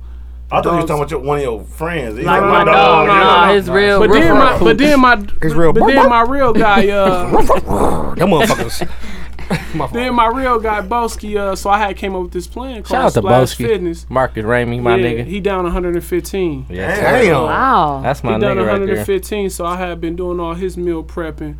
Speaker 5: I thought you were
Speaker 7: Dogs.
Speaker 5: talking about your, one of your friends. He's
Speaker 7: Like
Speaker 5: like,
Speaker 7: my
Speaker 5: my
Speaker 7: dog,
Speaker 5: dog.
Speaker 7: no,
Speaker 5: yeah.
Speaker 7: no,
Speaker 4: his real,
Speaker 7: but then my but then my
Speaker 6: It's real.
Speaker 7: but then my real guy uh
Speaker 6: Them motherfuckers.
Speaker 7: Then my real guy Boski, uh, so I had came up with this plan called
Speaker 3: Shout out to
Speaker 7: Splash
Speaker 3: Boski.
Speaker 7: Fitness.
Speaker 3: Marcus Ramey, my
Speaker 7: yeah,
Speaker 3: nigga.
Speaker 7: He down 115. He
Speaker 3: yeah,
Speaker 5: Damn.
Speaker 4: wow.
Speaker 3: that's my
Speaker 7: down
Speaker 3: nigga right there.
Speaker 7: 115, so I had been doing all his meal prepping.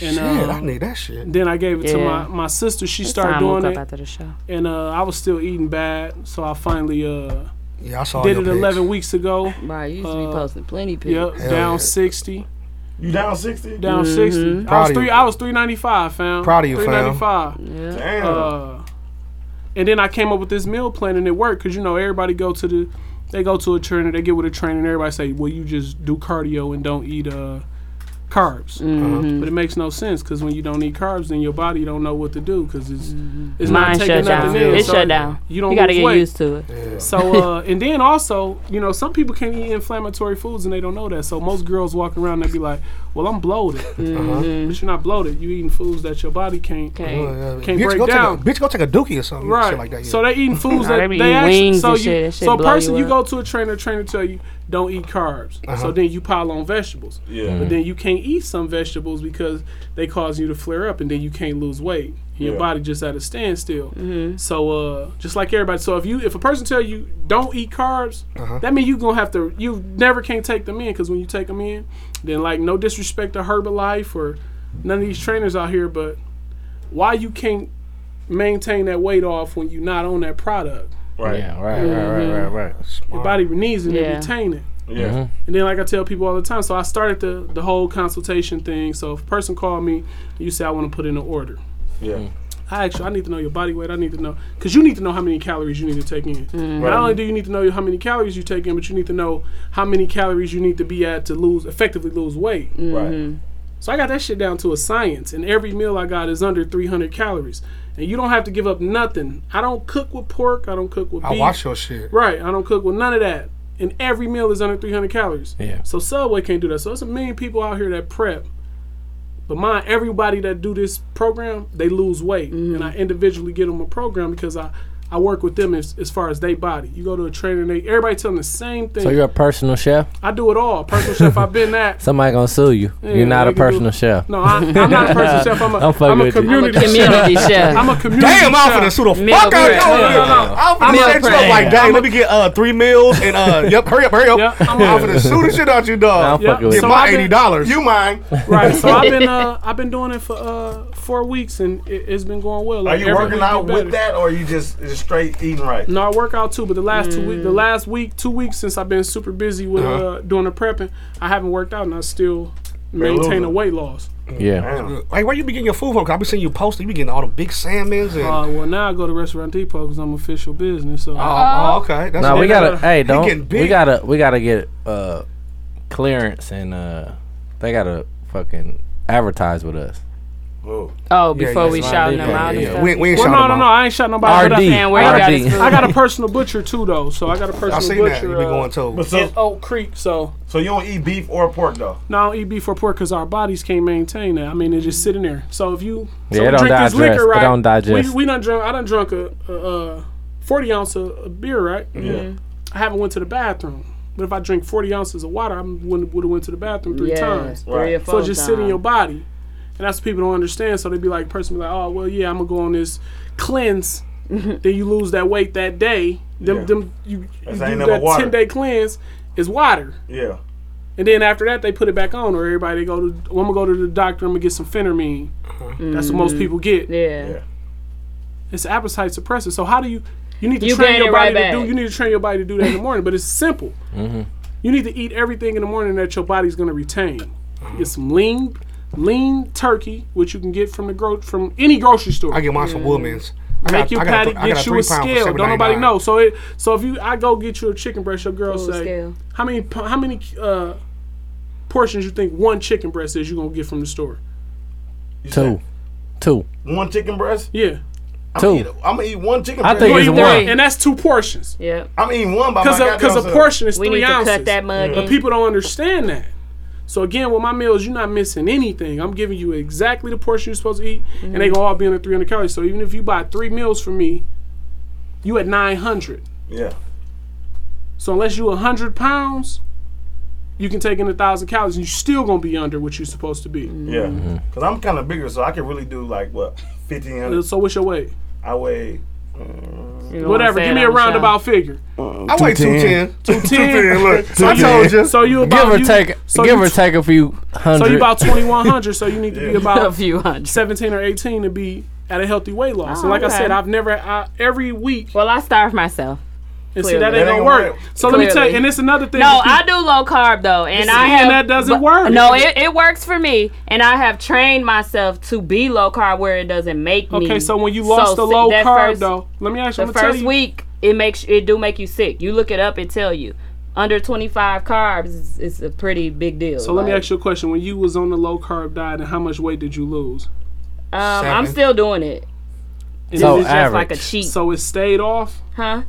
Speaker 7: And
Speaker 6: Shit, I
Speaker 7: uh,
Speaker 6: need that shit.
Speaker 7: then I gave it to
Speaker 4: Yeah.
Speaker 7: my, my sister. She
Speaker 4: Next
Speaker 7: started
Speaker 4: time we'll
Speaker 7: doing
Speaker 4: go
Speaker 7: it,
Speaker 4: after the show.
Speaker 7: and uh, I was still eating bad, so I finally uh,
Speaker 6: Yeah, I saw
Speaker 7: did
Speaker 6: your
Speaker 7: it
Speaker 6: pics.
Speaker 7: 11 weeks ago.
Speaker 4: Right, you used to
Speaker 7: Uh,
Speaker 4: be posting plenty pics.
Speaker 7: Yep, down
Speaker 6: yeah.
Speaker 7: 60,
Speaker 5: You down 60?
Speaker 7: down 60. I
Speaker 6: Proud
Speaker 4: Mm-hmm.
Speaker 7: was
Speaker 6: of
Speaker 7: three,
Speaker 6: you.
Speaker 7: I was 395, fam.
Speaker 6: Proud of you, fam.
Speaker 7: 395.
Speaker 5: Damn.
Speaker 7: Uh, and then I came up with this meal plan and it worked because you know everybody go to the they go to a trainer they get with a trainer and everybody say well you just do cardio and don't eat uh carbs
Speaker 4: Mm-hmm.
Speaker 7: but it makes no sense because when you don't eat carbs then your body don't know what to do because it's it's
Speaker 4: Mine
Speaker 7: not taking
Speaker 4: shut down.
Speaker 7: nothing in
Speaker 4: It
Speaker 7: so
Speaker 4: shut down.
Speaker 7: you don't
Speaker 4: you gotta
Speaker 7: lose
Speaker 4: get
Speaker 7: weight.
Speaker 4: used to it.
Speaker 7: so uh and then also you know some people can't eat inflammatory foods and they don't know that so most girls walk around and they be like well i'm bloated but you're not bloated you eating foods that your body can't
Speaker 4: Okay.
Speaker 7: Can't
Speaker 6: bitch,
Speaker 7: break
Speaker 6: go
Speaker 7: down.
Speaker 6: Take a, bitch, go take a dookie or something.
Speaker 7: Right.
Speaker 6: Shit like that. Yeah.
Speaker 7: So they eating foods
Speaker 4: Nah, they
Speaker 7: that they,
Speaker 4: be eating
Speaker 7: actually.
Speaker 4: wings
Speaker 7: so
Speaker 4: and
Speaker 7: you,
Speaker 4: shit. That shit
Speaker 7: so
Speaker 4: blow you
Speaker 7: person, you,
Speaker 4: up.
Speaker 7: go to a trainer. Trainer tell you don't eat carbs.
Speaker 6: Uh-huh.
Speaker 7: So then you pile on vegetables.
Speaker 5: Yeah.
Speaker 4: Mm-hmm.
Speaker 7: But then you can't eat some vegetables because they cause you to flare up, and then you can't lose weight. Your
Speaker 5: Yeah.
Speaker 7: body just at a standstill.
Speaker 4: Mm-hmm.
Speaker 7: So uh, just like everybody. So if you if a person tell you don't eat carbs,
Speaker 6: Uh-huh.
Speaker 7: that means you gonna have to. You never can't take them in because when you take them in, then like no disrespect to Herbalife or none of these trainers out here, but why you can't maintain that weight off when you're not on that product.
Speaker 5: Right.
Speaker 3: Yeah, right,
Speaker 7: Mm-hmm.
Speaker 3: right, right, Mm-hmm. right, right.
Speaker 7: Your body needs it
Speaker 4: Yeah.
Speaker 7: and retain it.
Speaker 5: Yeah.
Speaker 7: And then, like I tell people all the time, so I started the,
Speaker 3: Mm.
Speaker 7: the whole consultation thing. So if a person called me, you say, I want to put in an order.
Speaker 5: Yeah.
Speaker 7: I actually I need to know your body weight. I need to know because you need to know how many calories you need to take in. Not only do you need to know how many calories you take in, but you need to know how many calories you need to be at to lose effectively lose weight.
Speaker 5: Right.
Speaker 7: So I got that shit down to a science, and every meal I got is under 300 calories. And you don't have to give up nothing. I don't cook with pork. I don't cook with
Speaker 4: E
Speaker 6: I
Speaker 7: beef.
Speaker 6: watch your shit.
Speaker 7: Right. I don't cook with none of that. And every meal is under 300 calories.
Speaker 3: Yeah.
Speaker 7: So Subway can't do that. So it's a million people out here that prep. But mind, everybody that do this program, they lose weight.
Speaker 3: Mm-hmm.
Speaker 7: And I individually get them a program because I, I work with them as, as far as they body. You go to a trainer, they everybody telling the same thing.
Speaker 3: So you're a personal chef.
Speaker 7: I do it all. Personal chef, I've been that.
Speaker 3: Somebody gonna sue you.
Speaker 7: Yeah,
Speaker 3: you're not a
Speaker 7: we can do-
Speaker 3: personal chef.
Speaker 7: No, I, I'm not a personal chef. I'm a,
Speaker 3: I'm
Speaker 7: I'm
Speaker 3: fucking
Speaker 7: a
Speaker 3: with
Speaker 4: I'm
Speaker 3: you.
Speaker 4: a
Speaker 7: community chef.
Speaker 4: community chef.
Speaker 7: I'm a community
Speaker 6: Damn, I'm
Speaker 7: chef.
Speaker 6: finna sue the
Speaker 4: Meal
Speaker 6: fuck out
Speaker 4: prep.
Speaker 6: you over
Speaker 4: No,
Speaker 6: here.
Speaker 4: no, no.
Speaker 6: I'm
Speaker 4: Meal
Speaker 6: finna set you
Speaker 4: prep.
Speaker 6: up like, dang, let me get uh three meals and uh, yep, hurry up, hurry up.
Speaker 7: Yeah,
Speaker 6: I'm
Speaker 7: I'm a-
Speaker 6: finna sue the shit out you, dog.
Speaker 3: I'm fucking with
Speaker 6: Get
Speaker 3: you.
Speaker 6: my
Speaker 7: I've been-
Speaker 6: eighty dollars.
Speaker 8: You mine.
Speaker 7: Right, so I've been uh, I've been doing it for uh, four weeks and it, it's been going well.
Speaker 5: Are
Speaker 7: Like,
Speaker 5: you
Speaker 7: every
Speaker 5: working
Speaker 7: week get
Speaker 5: out
Speaker 7: better.
Speaker 5: with that, or you just, just straight eating right?
Speaker 7: No, I work out too, but the last two
Speaker 3: Mm.
Speaker 7: week, the last week, two weeks since I've been super busy with
Speaker 6: Uh-huh.
Speaker 7: uh doing the prepping, I haven't worked out and I still maintain
Speaker 5: losing.
Speaker 7: a weight loss.
Speaker 3: Yeah.
Speaker 6: Like, where you be getting your food from? Cause I be seeing you posting. You be getting all the big salmons and.
Speaker 7: Uh, well, now I go to Restaurant Depot because I'm official business. So
Speaker 6: oh, oh, okay. That's
Speaker 3: No, we
Speaker 6: good.
Speaker 3: gotta. Hey,
Speaker 6: getting
Speaker 3: don't.
Speaker 6: big.
Speaker 3: We gotta. We gotta get uh clearance and uh they gotta fucking advertise with us.
Speaker 4: Oh, before
Speaker 6: yeah,
Speaker 4: we
Speaker 6: it's
Speaker 4: shouting them
Speaker 3: yeah,
Speaker 4: out and
Speaker 3: yeah.
Speaker 4: stuff.
Speaker 6: We, we ain't
Speaker 7: well,
Speaker 6: shouting
Speaker 7: no, no,
Speaker 6: them
Speaker 7: no,
Speaker 6: out.
Speaker 7: I ain't shut nobody
Speaker 3: RD.
Speaker 7: but I-
Speaker 4: And where you got
Speaker 3: RD.
Speaker 4: his food.
Speaker 7: I got a personal butcher too, though. So I got a personal
Speaker 6: I seen
Speaker 7: butcher.
Speaker 6: that. You be
Speaker 7: uh,
Speaker 6: going to.
Speaker 5: So-
Speaker 7: in Oak Creek, so
Speaker 5: So you don't eat beef or pork though.
Speaker 7: now I don't eat beef or pork because our bodies can't maintain that. I mean, they're just sitting there. So if you
Speaker 3: Yeah,
Speaker 7: so
Speaker 3: it
Speaker 7: we
Speaker 3: don't
Speaker 7: drink this
Speaker 3: digest.
Speaker 7: liquor,
Speaker 3: It
Speaker 7: right?
Speaker 3: don't digest.
Speaker 7: We, we done drunk. I done drunk a, a, a forty ounce of of beer, right?
Speaker 5: Yeah.
Speaker 7: I haven't went to the bathroom. But if I drink 40 ounces of water, I would have went to the bathroom three
Speaker 4: yeah,
Speaker 7: times.
Speaker 4: three or
Speaker 5: Right.
Speaker 7: So
Speaker 4: four
Speaker 7: it just sit in your
Speaker 4: times.
Speaker 7: body. And that's what people don't understand. So they be like, person be like, oh, well, yeah, I'm going to go on this cleanse. then you lose that weight that day. Them,
Speaker 5: Yeah.
Speaker 7: them, you, you do
Speaker 5: ain't never
Speaker 7: that
Speaker 5: water.
Speaker 7: 10 day cleanse is water.
Speaker 5: Yeah.
Speaker 7: And then after that, they put it back on, or everybody go to, well, I'm going to go to the doctor, I'm going to get some phenermine. That's what most people get.
Speaker 4: Yeah.
Speaker 7: It's appetite suppressor. So how do you? You need to
Speaker 4: You
Speaker 7: train
Speaker 4: gain
Speaker 7: your
Speaker 4: it
Speaker 7: body
Speaker 4: right
Speaker 7: to do.
Speaker 4: back.
Speaker 7: You need to train your body to do that in the morning. But it's simple.
Speaker 3: Mm-hmm.
Speaker 7: You need to eat everything in the morning that your body's going to retain.
Speaker 6: Uh-huh.
Speaker 7: Get some lean, lean turkey, which you can get from the gro- from any grocery store.
Speaker 6: I get mine from Woodman's. I
Speaker 7: Make
Speaker 6: got,
Speaker 7: your
Speaker 6: I got,
Speaker 7: patty,
Speaker 6: a th- I got
Speaker 7: get you a
Speaker 6: three-pound for
Speaker 7: scale. Don't nobody
Speaker 6: $7.99.
Speaker 7: know. So it, so if you, I go get you a chicken breast, your girl
Speaker 4: Full
Speaker 7: say,
Speaker 4: scale.
Speaker 7: how many, p- how many uh, portions you think one chicken breast is you gonna get from the store?
Speaker 3: Two. Two.
Speaker 5: One chicken breast.
Speaker 7: Yeah,
Speaker 3: Two.
Speaker 5: I'm gonna eat one chicken
Speaker 3: I
Speaker 5: breast.
Speaker 3: think
Speaker 7: You
Speaker 3: it's
Speaker 7: eat
Speaker 4: three.
Speaker 3: one.
Speaker 7: and that's two portions.
Speaker 4: Yep.
Speaker 5: I'm eating one by my
Speaker 7: Because
Speaker 5: goddamn
Speaker 7: because a
Speaker 5: self.
Speaker 7: portion is
Speaker 4: We
Speaker 7: three
Speaker 4: need to
Speaker 7: ounces.
Speaker 4: cut that mug.
Speaker 7: But
Speaker 4: in.
Speaker 7: people don't understand that. So again, with my meals, you're not missing anything. I'm giving you exactly the portion you're supposed to eat, and they
Speaker 4: Mm-hmm.
Speaker 7: go all be under 300 calories. So even if you buy three meals from me, you at 900.
Speaker 5: Yeah.
Speaker 7: So unless you 100 pounds, you can take in a thousand calories, and you're still gonna be under what you're supposed to be.
Speaker 4: Mm-hmm.
Speaker 5: Yeah.
Speaker 3: Mm-hmm.
Speaker 5: Cause I'm kind of bigger, so I can really do like what fifteen hundred.
Speaker 7: So what's your weight?
Speaker 5: I weigh. uh,
Speaker 4: You know what I'm
Speaker 7: Whatever. Give
Speaker 4: saying
Speaker 7: me a
Speaker 4: on the show.
Speaker 7: roundabout figure.
Speaker 6: I weigh 210. 210. Look, I told you.
Speaker 7: So you about
Speaker 3: Give or
Speaker 7: you-
Speaker 3: take.
Speaker 7: So
Speaker 3: give
Speaker 7: you,
Speaker 3: or take a few
Speaker 7: So
Speaker 3: hundred.
Speaker 7: you about 2100. so you need to be
Speaker 4: A
Speaker 7: about
Speaker 4: few hundred.
Speaker 7: 17 or 18 to be at a healthy weight loss.
Speaker 4: Oh,
Speaker 7: and like
Speaker 4: okay.
Speaker 7: I said, I've never, I, every week,
Speaker 4: Well, I starve myself.
Speaker 7: and see, that
Speaker 4: Clearly.
Speaker 7: ain't gonna work. So let me tell you,
Speaker 4: Clearly.
Speaker 7: and it's another thing.
Speaker 4: No,
Speaker 7: that
Speaker 4: I
Speaker 7: people-
Speaker 4: do low carb though, and I
Speaker 7: See, and
Speaker 4: have
Speaker 7: that doesn't
Speaker 4: but-
Speaker 7: work.
Speaker 4: No, it, it works for me, and I have trained myself to be low carb where it doesn't make me.
Speaker 7: Okay, so when you lost the
Speaker 4: si-
Speaker 7: low
Speaker 4: that
Speaker 7: carb,
Speaker 4: first-
Speaker 7: though, let me ask you,
Speaker 4: the
Speaker 7: I'm gonna tell
Speaker 4: first
Speaker 7: you.
Speaker 4: week it makes it do make you sick. You look it up, it tell you under twenty five carbs is, is a pretty big deal.
Speaker 7: so let me ask you a question. When you was on the low carb diet, and how much weight did you lose?
Speaker 4: Um, I'm
Speaker 6: Seven.
Speaker 4: still doing it.
Speaker 7: And
Speaker 3: So
Speaker 7: is it
Speaker 4: Just like a
Speaker 3: Average.
Speaker 4: cheat,
Speaker 7: just- so it stayed off.
Speaker 4: huh?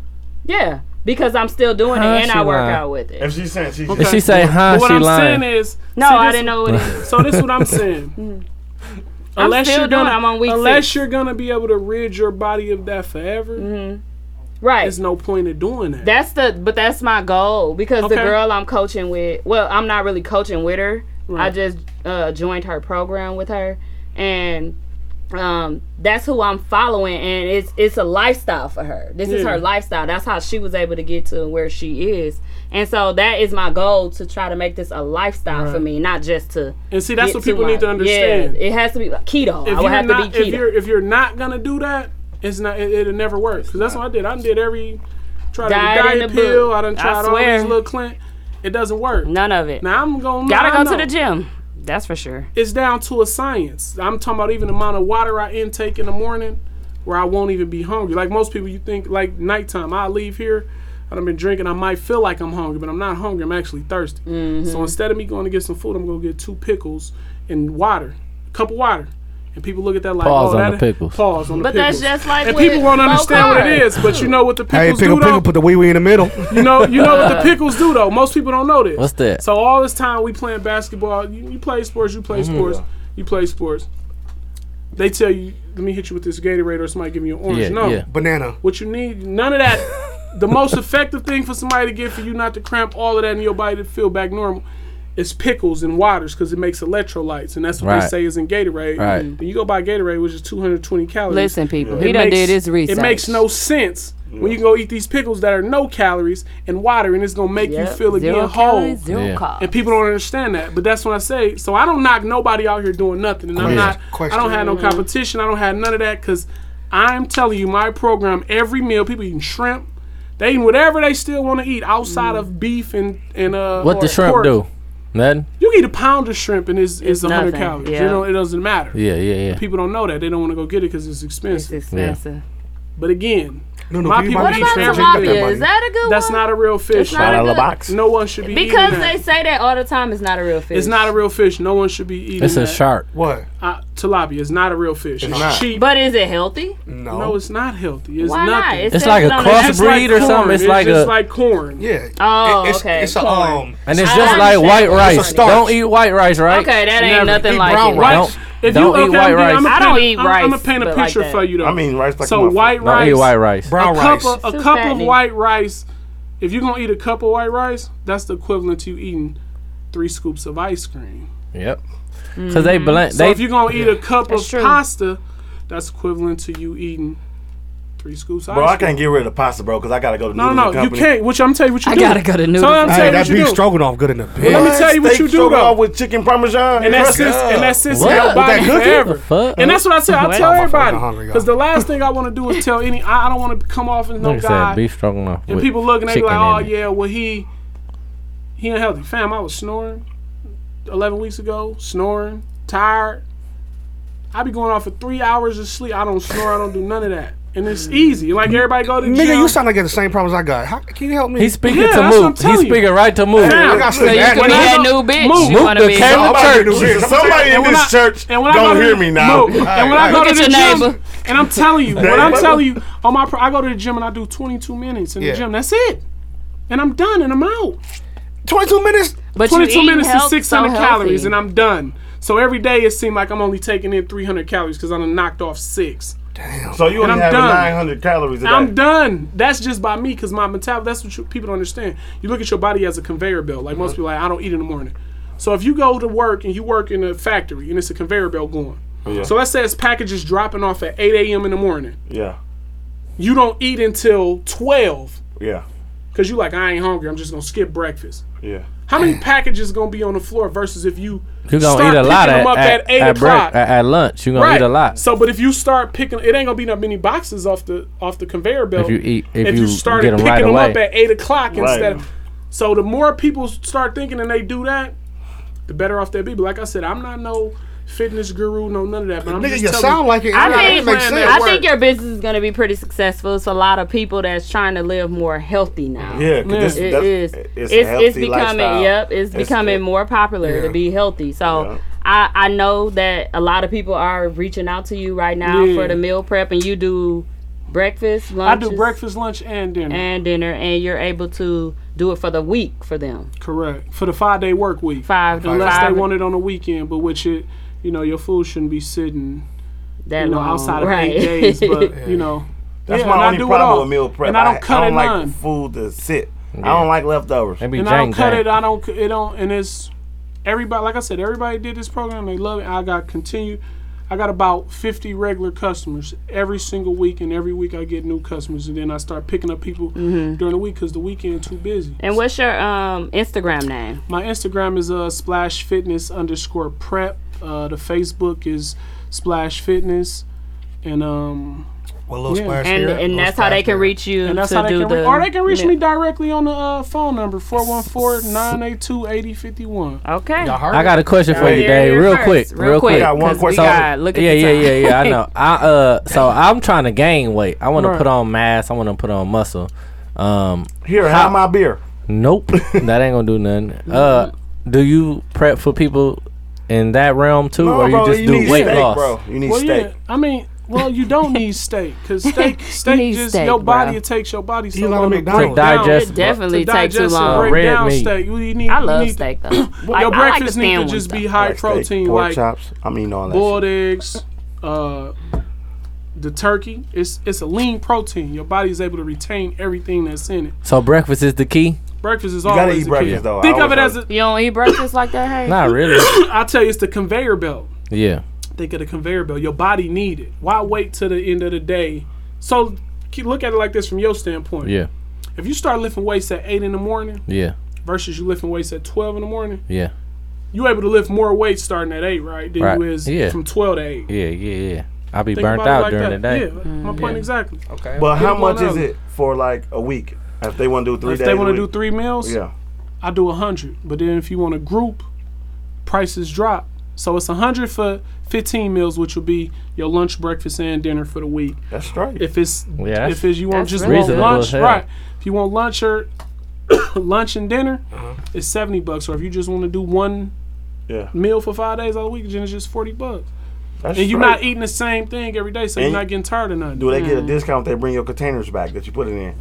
Speaker 4: Yeah, because I'm still doing
Speaker 3: Huh,
Speaker 4: it and I
Speaker 3: she
Speaker 4: work
Speaker 3: lying.
Speaker 4: out with it.
Speaker 5: If she's saying she's
Speaker 3: If she say, huh,
Speaker 7: But what
Speaker 3: she
Speaker 7: I'm
Speaker 3: lying.
Speaker 7: saying is,
Speaker 4: No,
Speaker 7: see,
Speaker 4: I
Speaker 7: this-
Speaker 4: didn't know what it is.
Speaker 7: So this is what I'm saying. Unless
Speaker 4: still
Speaker 7: you're
Speaker 4: doing
Speaker 7: gonna,
Speaker 4: it. I'm on week
Speaker 7: unless
Speaker 4: six.
Speaker 7: you're gonna be able to rid your body of that forever,
Speaker 4: Right.
Speaker 7: there's no point in doing that.
Speaker 4: That's the but that's my goal because the
Speaker 7: Okay.
Speaker 4: girl I'm coaching with, well, I'm not really coaching with her. I
Speaker 7: Right.
Speaker 4: just uh, joined her program with her, and um, that's who I'm following. And it's it's a lifestyle for her. This is
Speaker 7: Yeah.
Speaker 4: her lifestyle. That's how she was able to get to where she is. And so that is my goal to try to make this a lifestyle for me, not just to.
Speaker 7: and see, that's
Speaker 4: get
Speaker 7: what
Speaker 4: to
Speaker 7: people
Speaker 4: my-
Speaker 7: need to understand.
Speaker 4: Yeah, it has to be like keto.
Speaker 7: if
Speaker 4: I
Speaker 7: you're
Speaker 4: would have
Speaker 7: not,
Speaker 4: to be
Speaker 7: If
Speaker 4: keto.
Speaker 7: you're, if you're not gonna do that, it's not. It, it'll never work. Because that's what I did. I did every tried
Speaker 4: Diet
Speaker 7: every
Speaker 4: in
Speaker 7: diet
Speaker 4: the
Speaker 7: pill.
Speaker 4: book.
Speaker 7: I done
Speaker 4: I
Speaker 7: tried all
Speaker 4: swear.
Speaker 7: these little Clint. It doesn't work.
Speaker 4: None of it.
Speaker 7: Now I'm gonna
Speaker 4: Gotta
Speaker 7: now I
Speaker 4: go to the
Speaker 7: know.
Speaker 4: gym. That's for sure.
Speaker 7: It's down to a science. I'm talking about even the amount of water I intake in the morning. where I won't even be hungry. Like most people, you think like nighttime. I leave here. and I've been drinking. I might feel like I'm hungry, but I'm not hungry. I'm actually thirsty.
Speaker 4: Mm-hmm.
Speaker 7: So instead of me going to get some food, I'm gonna get two pickles and water, cup of water. And people look at that like,
Speaker 3: Pause
Speaker 7: oh, that
Speaker 3: on the pickles.
Speaker 7: Pause on the
Speaker 4: But that's
Speaker 7: pickles.
Speaker 4: just like
Speaker 7: and
Speaker 4: with
Speaker 7: people won't
Speaker 4: low
Speaker 7: understand what it
Speaker 4: carb.
Speaker 7: is. But you know what the pickles
Speaker 6: Hey, pickle,
Speaker 7: do though.
Speaker 6: pickle, put the wee wee in the middle.
Speaker 7: You know, you know what the pickles do though. Most people don't know this.
Speaker 3: What's that?
Speaker 7: So all this time we playing basketball. You, you play sports. You
Speaker 3: Mm-hmm.
Speaker 7: play sports. You play sports. They tell you, let me hit you with this Gatorade or somebody give me an orange.
Speaker 3: Yeah,
Speaker 7: no,
Speaker 3: yeah.
Speaker 6: Banana.
Speaker 7: what you need, none of that. the most effective thing for somebody to get for you not to cramp all of that in your body to feel back normal is pickles and waters because it makes electrolytes, and that's what they
Speaker 3: Right.
Speaker 7: say is in Gatorade.
Speaker 3: Right.
Speaker 7: And you go buy Gatorade, which is 220 calories.
Speaker 4: Listen, people,
Speaker 7: It
Speaker 4: he done
Speaker 7: makes-
Speaker 4: did his research.
Speaker 7: It makes no sense when you go eat these pickles that are no calories and water, and it's gonna make you
Speaker 4: Yep,
Speaker 7: feel again
Speaker 4: zero
Speaker 7: whole.
Speaker 4: calories, zero
Speaker 3: Yeah.
Speaker 4: carbs.
Speaker 7: And people don't understand that, but that's what I say. So I don't knock nobody out here doing nothing, and I'm
Speaker 3: Yeah.
Speaker 7: not.
Speaker 6: Question.
Speaker 7: I don't have no competition. I don't have none of that because I'm telling you, my program every meal, people eating shrimp, they eating whatever they still want to eat outside of beef and and uh.
Speaker 3: What
Speaker 7: or
Speaker 3: the shrimp
Speaker 7: pork.
Speaker 3: do? Nothing.
Speaker 7: You eat a pound of shrimp and it's it's,
Speaker 4: It's
Speaker 7: 100
Speaker 4: nothing,
Speaker 7: calories. You
Speaker 4: yeah.
Speaker 7: know it doesn't matter.
Speaker 3: Yeah, yeah, yeah.
Speaker 7: People don't know that. They don't want to go get it because it's
Speaker 4: It's
Speaker 7: expensive.
Speaker 4: expensive.
Speaker 7: but again,
Speaker 6: No, no,
Speaker 7: My
Speaker 6: you
Speaker 7: people
Speaker 6: might
Speaker 7: eat
Speaker 6: be
Speaker 4: What
Speaker 7: Fish
Speaker 4: about
Speaker 6: scratching
Speaker 7: salmon.
Speaker 6: that
Speaker 4: tilapia?
Speaker 6: money.
Speaker 4: Is that a good
Speaker 7: that's
Speaker 4: one?
Speaker 7: not a real fish.
Speaker 4: It's not
Speaker 5: Out
Speaker 4: a
Speaker 5: of the
Speaker 4: good-
Speaker 5: box.
Speaker 7: No one should be
Speaker 4: because
Speaker 7: eating that.
Speaker 4: they say that all the time. It's not a real fish.
Speaker 7: it's not a real fish. No one should be eating.
Speaker 3: It's a
Speaker 7: that.
Speaker 3: shark.
Speaker 6: What?
Speaker 7: Uh, tilapia is not a real fish. It's,
Speaker 6: not.
Speaker 7: cheap.
Speaker 4: But is it healthy?
Speaker 6: No.
Speaker 7: no, it's not healthy. It's
Speaker 4: Why
Speaker 7: nothing.
Speaker 4: not?
Speaker 3: It's
Speaker 4: says
Speaker 3: like
Speaker 4: it
Speaker 3: a
Speaker 4: on
Speaker 3: cross-
Speaker 4: the-
Speaker 7: It's like
Speaker 3: breed or something.
Speaker 7: corn.
Speaker 3: It's like
Speaker 7: just
Speaker 3: a-
Speaker 7: like corn.
Speaker 6: yeah.
Speaker 4: Oh,
Speaker 6: It- it's,
Speaker 4: okay,
Speaker 6: It's a
Speaker 4: corn.
Speaker 6: um.
Speaker 3: And it's
Speaker 4: I
Speaker 3: just like
Speaker 4: understand.
Speaker 3: white
Speaker 4: It's a
Speaker 3: rice.
Speaker 6: starch.
Speaker 3: Don't eat white rice, right?
Speaker 4: Okay, that ain't
Speaker 7: Never.
Speaker 4: nothing
Speaker 6: Eat
Speaker 4: like
Speaker 6: brown
Speaker 4: it.
Speaker 6: rice.
Speaker 3: Don't, don't eat white rice.
Speaker 4: I don't eat
Speaker 7: I'm
Speaker 4: rice,
Speaker 7: gonna paint a
Speaker 4: but like
Speaker 7: picture
Speaker 4: that.
Speaker 7: for you though.
Speaker 5: I mean, rice like a
Speaker 7: so
Speaker 5: motherfucker.
Speaker 7: white
Speaker 3: Don't
Speaker 7: rice,
Speaker 3: eat white rice.
Speaker 7: a
Speaker 6: Brown
Speaker 7: cup
Speaker 6: rice.
Speaker 7: of, a
Speaker 4: So
Speaker 7: cup of
Speaker 4: fattening.
Speaker 7: white rice. If you're gonna eat a cup of white rice, that's the equivalent to you eating three scoops of ice cream.
Speaker 3: Yep. Because
Speaker 4: Mm-hmm.
Speaker 3: they blend.
Speaker 7: So
Speaker 3: They
Speaker 7: if you're gonna eat a cup
Speaker 4: That's
Speaker 7: of
Speaker 4: true.
Speaker 7: pasta, that's equivalent to you eating three scoops of
Speaker 5: Bro, I
Speaker 7: ice cream.
Speaker 5: can't get rid of the pasta, bro, because I gotta go to
Speaker 7: No,
Speaker 5: Noodles
Speaker 7: no,
Speaker 5: and
Speaker 7: no, you
Speaker 5: Company.
Speaker 7: can't. Which I'm telling you what you
Speaker 4: I
Speaker 7: do.
Speaker 4: gotta go to
Speaker 7: So
Speaker 4: Noodles.
Speaker 7: I'm
Speaker 6: Hey,
Speaker 7: telling
Speaker 6: that
Speaker 7: you
Speaker 6: beef
Speaker 7: what you do.
Speaker 6: stroganoff good in the bitch.
Speaker 7: Let me tell you what
Speaker 5: Steak
Speaker 7: you do,
Speaker 5: stroganoff
Speaker 7: though.
Speaker 5: with chicken parmesan.
Speaker 7: And that's since
Speaker 5: Crust.
Speaker 7: and that's since
Speaker 3: What?
Speaker 7: your body
Speaker 6: With that cookie?
Speaker 7: forever.
Speaker 3: the fuck?
Speaker 7: And that's what I say. I
Speaker 4: What?
Speaker 7: tell
Speaker 4: I'm
Speaker 6: fucking
Speaker 7: everybody
Speaker 6: hungry, y'all.
Speaker 7: because the last thing I want to do is tell any. I I don't want to come off as no
Speaker 3: Like I said,
Speaker 7: guy.
Speaker 3: beef stroganoff
Speaker 7: And
Speaker 3: with
Speaker 7: people looking at me
Speaker 3: chicken
Speaker 7: like, oh
Speaker 3: in it.
Speaker 7: yeah, well he he unhealthy. Fam, I was snoring eleven weeks ago, snoring, tired. I be going off for three hours of sleep. I don't snore. I don't do none of that. And it's easy. Like everybody go to the
Speaker 6: Nigga,
Speaker 7: gym.
Speaker 6: you sound like you got the same problems I got. How, can you help me?
Speaker 3: He's speaking
Speaker 7: Yeah,
Speaker 3: to
Speaker 7: that's what I'm
Speaker 3: Mook.
Speaker 7: telling
Speaker 3: He's
Speaker 7: you.
Speaker 3: speaking right to Mook.
Speaker 7: Fam,
Speaker 6: I got
Speaker 4: So
Speaker 6: sleep
Speaker 4: you
Speaker 6: back.
Speaker 4: could be
Speaker 7: When I
Speaker 4: that
Speaker 7: go-
Speaker 4: new bitch.
Speaker 7: Move.
Speaker 4: you
Speaker 3: Mook
Speaker 4: wanna
Speaker 3: the
Speaker 4: be.
Speaker 3: camera-
Speaker 5: I'm about to do
Speaker 3: Church.
Speaker 5: this. Somebody in
Speaker 7: when
Speaker 5: this
Speaker 7: I-
Speaker 5: church
Speaker 7: and when I
Speaker 5: don't
Speaker 7: go to
Speaker 5: hear
Speaker 7: the-
Speaker 5: me now.
Speaker 7: Mook, and when I go
Speaker 4: Look
Speaker 7: to
Speaker 4: at
Speaker 7: the
Speaker 4: your
Speaker 7: gym,
Speaker 4: neighbor.
Speaker 7: and I'm telling you, when I'm
Speaker 5: Neighbor.
Speaker 7: telling you, on my pro- I go to the gym and I do 22 minutes in
Speaker 6: Yeah.
Speaker 7: the gym. That's it. And I'm done, and I'm out.
Speaker 6: 22 minutes?
Speaker 4: But you
Speaker 7: 22
Speaker 4: eating
Speaker 7: minutes is
Speaker 4: health-
Speaker 7: 600
Speaker 4: so
Speaker 7: calories,
Speaker 4: healthy.
Speaker 7: and I'm done. So every day it seemed like I'm only taking in 300 calories because I'm knocked off six.
Speaker 5: So you
Speaker 7: And
Speaker 5: only
Speaker 7: I'm
Speaker 5: have
Speaker 7: done.
Speaker 5: 900 calories a day.
Speaker 7: I'm done. That's just by me because my mentality. That's what you, people don't understand. You look at your body as a conveyor belt. Like most people, like I don't eat in the morning. So if you go to work and you work in a factory and it's a conveyor belt going.
Speaker 5: Yeah.
Speaker 7: So let's say it's packages dropping off at 8 a.m. in the morning.
Speaker 5: Yeah,
Speaker 7: You don't eat until 12
Speaker 5: yeah,
Speaker 7: because you like I ain't hungry. I'm just gonna skip breakfast.
Speaker 5: yeah.
Speaker 7: How many packages gonna be on the floor versus if you
Speaker 3: You're gonna
Speaker 7: start
Speaker 3: eat a lot
Speaker 7: picking
Speaker 3: at,
Speaker 7: them up
Speaker 3: at,
Speaker 7: at eight
Speaker 3: at, break,
Speaker 7: o'clock.
Speaker 3: at, at lunch. You're gonna eat a lot.
Speaker 7: So, but if you start picking, it ain't gonna be that many boxes off the off the conveyor belt.
Speaker 3: If you eat- if
Speaker 7: you,
Speaker 3: you
Speaker 7: started
Speaker 3: get 'em
Speaker 7: picking
Speaker 3: right
Speaker 7: them
Speaker 3: away.
Speaker 7: up at eight o'clock
Speaker 5: Right.
Speaker 7: instead. Of, so the more people start thinking and they do that, the better off they'll be. But like I said, I'm not no fitness guru, no none of that. But I'm
Speaker 6: Nigga,
Speaker 7: just
Speaker 6: you
Speaker 7: telling
Speaker 6: sound like it.
Speaker 4: I
Speaker 6: It
Speaker 4: think,
Speaker 6: makes
Speaker 7: man,
Speaker 6: sense.
Speaker 4: I
Speaker 7: work.
Speaker 4: think your business is going to be pretty successful. It's a lot of people that's trying to live more healthy now.
Speaker 5: Yeah, 'cause this-
Speaker 4: It
Speaker 5: that's-
Speaker 4: is.
Speaker 5: It's,
Speaker 4: It's,
Speaker 5: a
Speaker 4: it's,
Speaker 5: healthy
Speaker 4: becoming.
Speaker 5: lifestyle.
Speaker 4: Yep. It's,
Speaker 5: It's-
Speaker 4: becoming
Speaker 5: it-
Speaker 4: more popular
Speaker 6: Yeah.
Speaker 4: to be healthy. So
Speaker 5: Yeah.
Speaker 4: I I know that a lot of people are reaching out to you right now
Speaker 7: Yeah.
Speaker 4: for the meal prep, and you do breakfast,
Speaker 7: I
Speaker 4: lunch,
Speaker 7: do breakfast, lunch, and dinner.
Speaker 4: and dinner, and you're able to do it for the week for them.
Speaker 7: Correct for the five day work week.
Speaker 4: Five to
Speaker 7: Unless
Speaker 4: five.
Speaker 7: they want it on the weekend, but which it, you know, your food shouldn't be sitting
Speaker 4: that
Speaker 7: you know
Speaker 4: long,
Speaker 7: outside of
Speaker 4: right.
Speaker 7: eight days. But you know,
Speaker 5: That's
Speaker 7: yeah, and
Speaker 5: my
Speaker 7: I
Speaker 5: only
Speaker 7: do it
Speaker 5: problem
Speaker 7: all.
Speaker 5: with meal prep.
Speaker 7: and I don't cut
Speaker 5: I
Speaker 7: it
Speaker 5: don't like
Speaker 7: none.
Speaker 5: food to sit. I don't like leftovers.
Speaker 3: Maybe
Speaker 7: and I
Speaker 3: Jane
Speaker 7: don't cut
Speaker 3: Jane.
Speaker 7: it. I don't. c- It don't. And it's everybody. Like I said, everybody did this program. They love it. I got continued. I got about fifty regular customers every single week, and every week I get new customers, and then I start picking up people
Speaker 4: Mm-hmm.
Speaker 7: during the week because the weekend too busy.
Speaker 4: And what's your um Instagram name?
Speaker 7: My Instagram is uh, splash fitness underscore prep. Uh, the Facebook is splash fitness. and um
Speaker 6: With a little
Speaker 7: Yeah.
Speaker 6: splash
Speaker 4: and
Speaker 6: here, a
Speaker 4: and
Speaker 6: little
Speaker 4: that's how they
Speaker 6: splash
Speaker 4: can
Speaker 6: there.
Speaker 4: reach you
Speaker 7: and that's
Speaker 4: to
Speaker 7: how they
Speaker 4: do
Speaker 7: can
Speaker 4: the
Speaker 7: reach or they can reach me directly on the uh, phone number 414-982-8051
Speaker 4: Okay.
Speaker 6: Y'all heard?
Speaker 3: I got a question for
Speaker 4: Right
Speaker 3: you,
Speaker 4: here,
Speaker 3: Dave.
Speaker 4: here
Speaker 3: Real
Speaker 4: first,
Speaker 3: quick, real quick.
Speaker 5: got one
Speaker 4: 'cause
Speaker 5: question.
Speaker 4: We got, look at
Speaker 3: yeah,
Speaker 4: the
Speaker 3: yeah,
Speaker 4: time.
Speaker 3: yeah, yeah. I know. I uh, so I'm trying to gain weight. I want
Speaker 7: Right.
Speaker 3: to put on mass. I want to put on muscle. Um,
Speaker 5: Here, have my beer.
Speaker 3: nope, that ain't gonna do nothing. Uh, do you prep for people in that realm too, or you just do weight
Speaker 5: steak,
Speaker 3: loss?
Speaker 5: bro. You need
Speaker 7: well
Speaker 5: steak.
Speaker 7: yeah i mean well you don't need steak because steak steak
Speaker 4: need
Speaker 7: just
Speaker 4: steak,
Speaker 7: your
Speaker 4: bro.
Speaker 7: body it takes your body so
Speaker 6: like
Speaker 7: long to
Speaker 6: McDonald's.
Speaker 7: break down-
Speaker 3: To digest-
Speaker 4: It definitely
Speaker 7: to
Speaker 4: take too
Speaker 7: digest and
Speaker 3: Uh,
Speaker 7: break
Speaker 3: red
Speaker 4: long.
Speaker 7: down
Speaker 3: meat.
Speaker 7: steak You- you need-
Speaker 4: I
Speaker 7: you
Speaker 4: love
Speaker 7: need-
Speaker 4: steak though. Like, I
Speaker 7: your
Speaker 4: like
Speaker 7: breakfast
Speaker 4: the
Speaker 7: need
Speaker 4: thin
Speaker 7: to
Speaker 4: ones,
Speaker 7: just be
Speaker 4: though.
Speaker 7: high
Speaker 5: Like steak,
Speaker 7: protein
Speaker 5: pork
Speaker 7: like
Speaker 5: chops. I mean, all that.
Speaker 7: boiled
Speaker 5: Shit.
Speaker 7: eggs, uh, the turkey. It's it's a lean protein. Your body's able to retain everything that's in it.
Speaker 3: So breakfast is the key.
Speaker 7: Breakfast is
Speaker 5: gotta
Speaker 7: always
Speaker 5: eat
Speaker 7: the
Speaker 5: breakfast,
Speaker 7: key.
Speaker 5: though. I
Speaker 7: Think of
Speaker 5: always
Speaker 7: it as
Speaker 5: like-
Speaker 7: a.
Speaker 4: You don't eat breakfast like that, hey?
Speaker 3: Not really.
Speaker 7: I tell you, it's the conveyor belt.
Speaker 3: yeah.
Speaker 7: Think of the conveyor belt. Your body need it. Why wait till the end of the day? So keep- look at it like this from your standpoint.
Speaker 3: Yeah.
Speaker 7: If you start lifting weights at eight in the morning
Speaker 3: Yeah.
Speaker 7: versus you lifting weights at twelve in the morning,
Speaker 3: Yeah.
Speaker 7: you able to lift more weights starting at eight, right? Than
Speaker 3: Right.
Speaker 7: you is
Speaker 3: Yeah.
Speaker 7: from twelve to eight.
Speaker 3: Yeah. Yeah. Yeah. I be
Speaker 7: Think
Speaker 3: burnt
Speaker 7: about it
Speaker 3: out
Speaker 7: like
Speaker 3: during
Speaker 7: that.
Speaker 3: the day.
Speaker 7: Yeah,
Speaker 4: Mm.
Speaker 7: my point
Speaker 3: Yeah.
Speaker 7: exactly.
Speaker 3: Okay.
Speaker 5: But how
Speaker 7: People
Speaker 5: much is
Speaker 7: know.
Speaker 5: it for like a week? If they want to do three
Speaker 7: If
Speaker 5: days,
Speaker 7: they
Speaker 5: want to
Speaker 7: do three meals,
Speaker 5: yeah.
Speaker 7: I do a hundred. But then if you want a group, prices drop. So it's a hundred for fifteen meals, which will be your lunch, breakfast, and dinner for the week.
Speaker 5: That's straight.
Speaker 7: If it's
Speaker 3: Yeah, that's-
Speaker 7: if it's you want
Speaker 4: that's
Speaker 7: just
Speaker 4: really
Speaker 7: want
Speaker 3: Reasonable as
Speaker 7: lunch,
Speaker 3: hell.
Speaker 7: right? If you want lunch or lunch and dinner,
Speaker 5: Uh-huh.
Speaker 7: it's seventy bucks. Or if you just want to do one
Speaker 5: yeah.
Speaker 7: meal for five days all week, then it's just forty bucks.
Speaker 5: That's
Speaker 7: And you're
Speaker 5: straight.
Speaker 7: not eating the same thing every day, so you're
Speaker 5: And-
Speaker 7: not getting tired of nothing.
Speaker 5: Do they get
Speaker 3: Mm-hmm.
Speaker 4: Mm.
Speaker 5: a discount? if They bring your containers back that you put it in.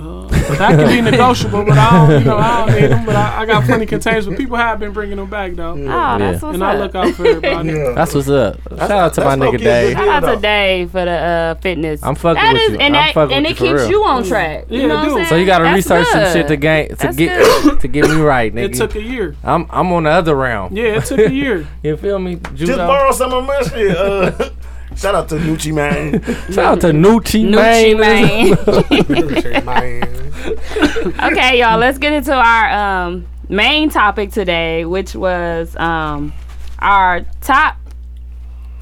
Speaker 7: Uh, That could be negotiable, but I don't, you know, I don't need them. But I, I got plenty of containers. But people have been bringing them back though,
Speaker 4: Oh, that's
Speaker 3: Yeah.
Speaker 4: what's
Speaker 7: and I
Speaker 4: up.
Speaker 7: look out for everybody.
Speaker 3: That's what's up. Shout out to my
Speaker 5: that's no
Speaker 3: nigga
Speaker 5: kid's
Speaker 3: Dave.
Speaker 5: business.
Speaker 4: Shout out
Speaker 5: Yeah,
Speaker 4: to Dave for the uh, fitness.
Speaker 3: I'm fucking
Speaker 4: That
Speaker 3: with
Speaker 4: is-
Speaker 3: you.
Speaker 4: And,
Speaker 3: I'm
Speaker 4: that,
Speaker 3: fucking
Speaker 4: and it
Speaker 3: with you for
Speaker 4: keeps
Speaker 3: real.
Speaker 4: you on track. You
Speaker 7: Yeah,
Speaker 4: know what I'm
Speaker 7: dude.
Speaker 4: saying?
Speaker 3: So you gotta
Speaker 4: That's
Speaker 3: research some
Speaker 4: good.
Speaker 3: shit to gain to
Speaker 4: That's
Speaker 3: get
Speaker 4: good.
Speaker 3: to get me right, nigga.
Speaker 7: It took a year.
Speaker 3: I'm I'm on the other round.
Speaker 7: Yeah, it took a year.
Speaker 3: You feel me?
Speaker 5: Just
Speaker 3: Judo.
Speaker 5: borrow some of my shit. Uh, shout out to Nucci man.
Speaker 3: Shout out to Nucci,
Speaker 4: Nucci,
Speaker 3: man.
Speaker 4: man.
Speaker 6: Shit, man.
Speaker 4: okay, y'all, let's get into our um, main topic today, which was um, our top.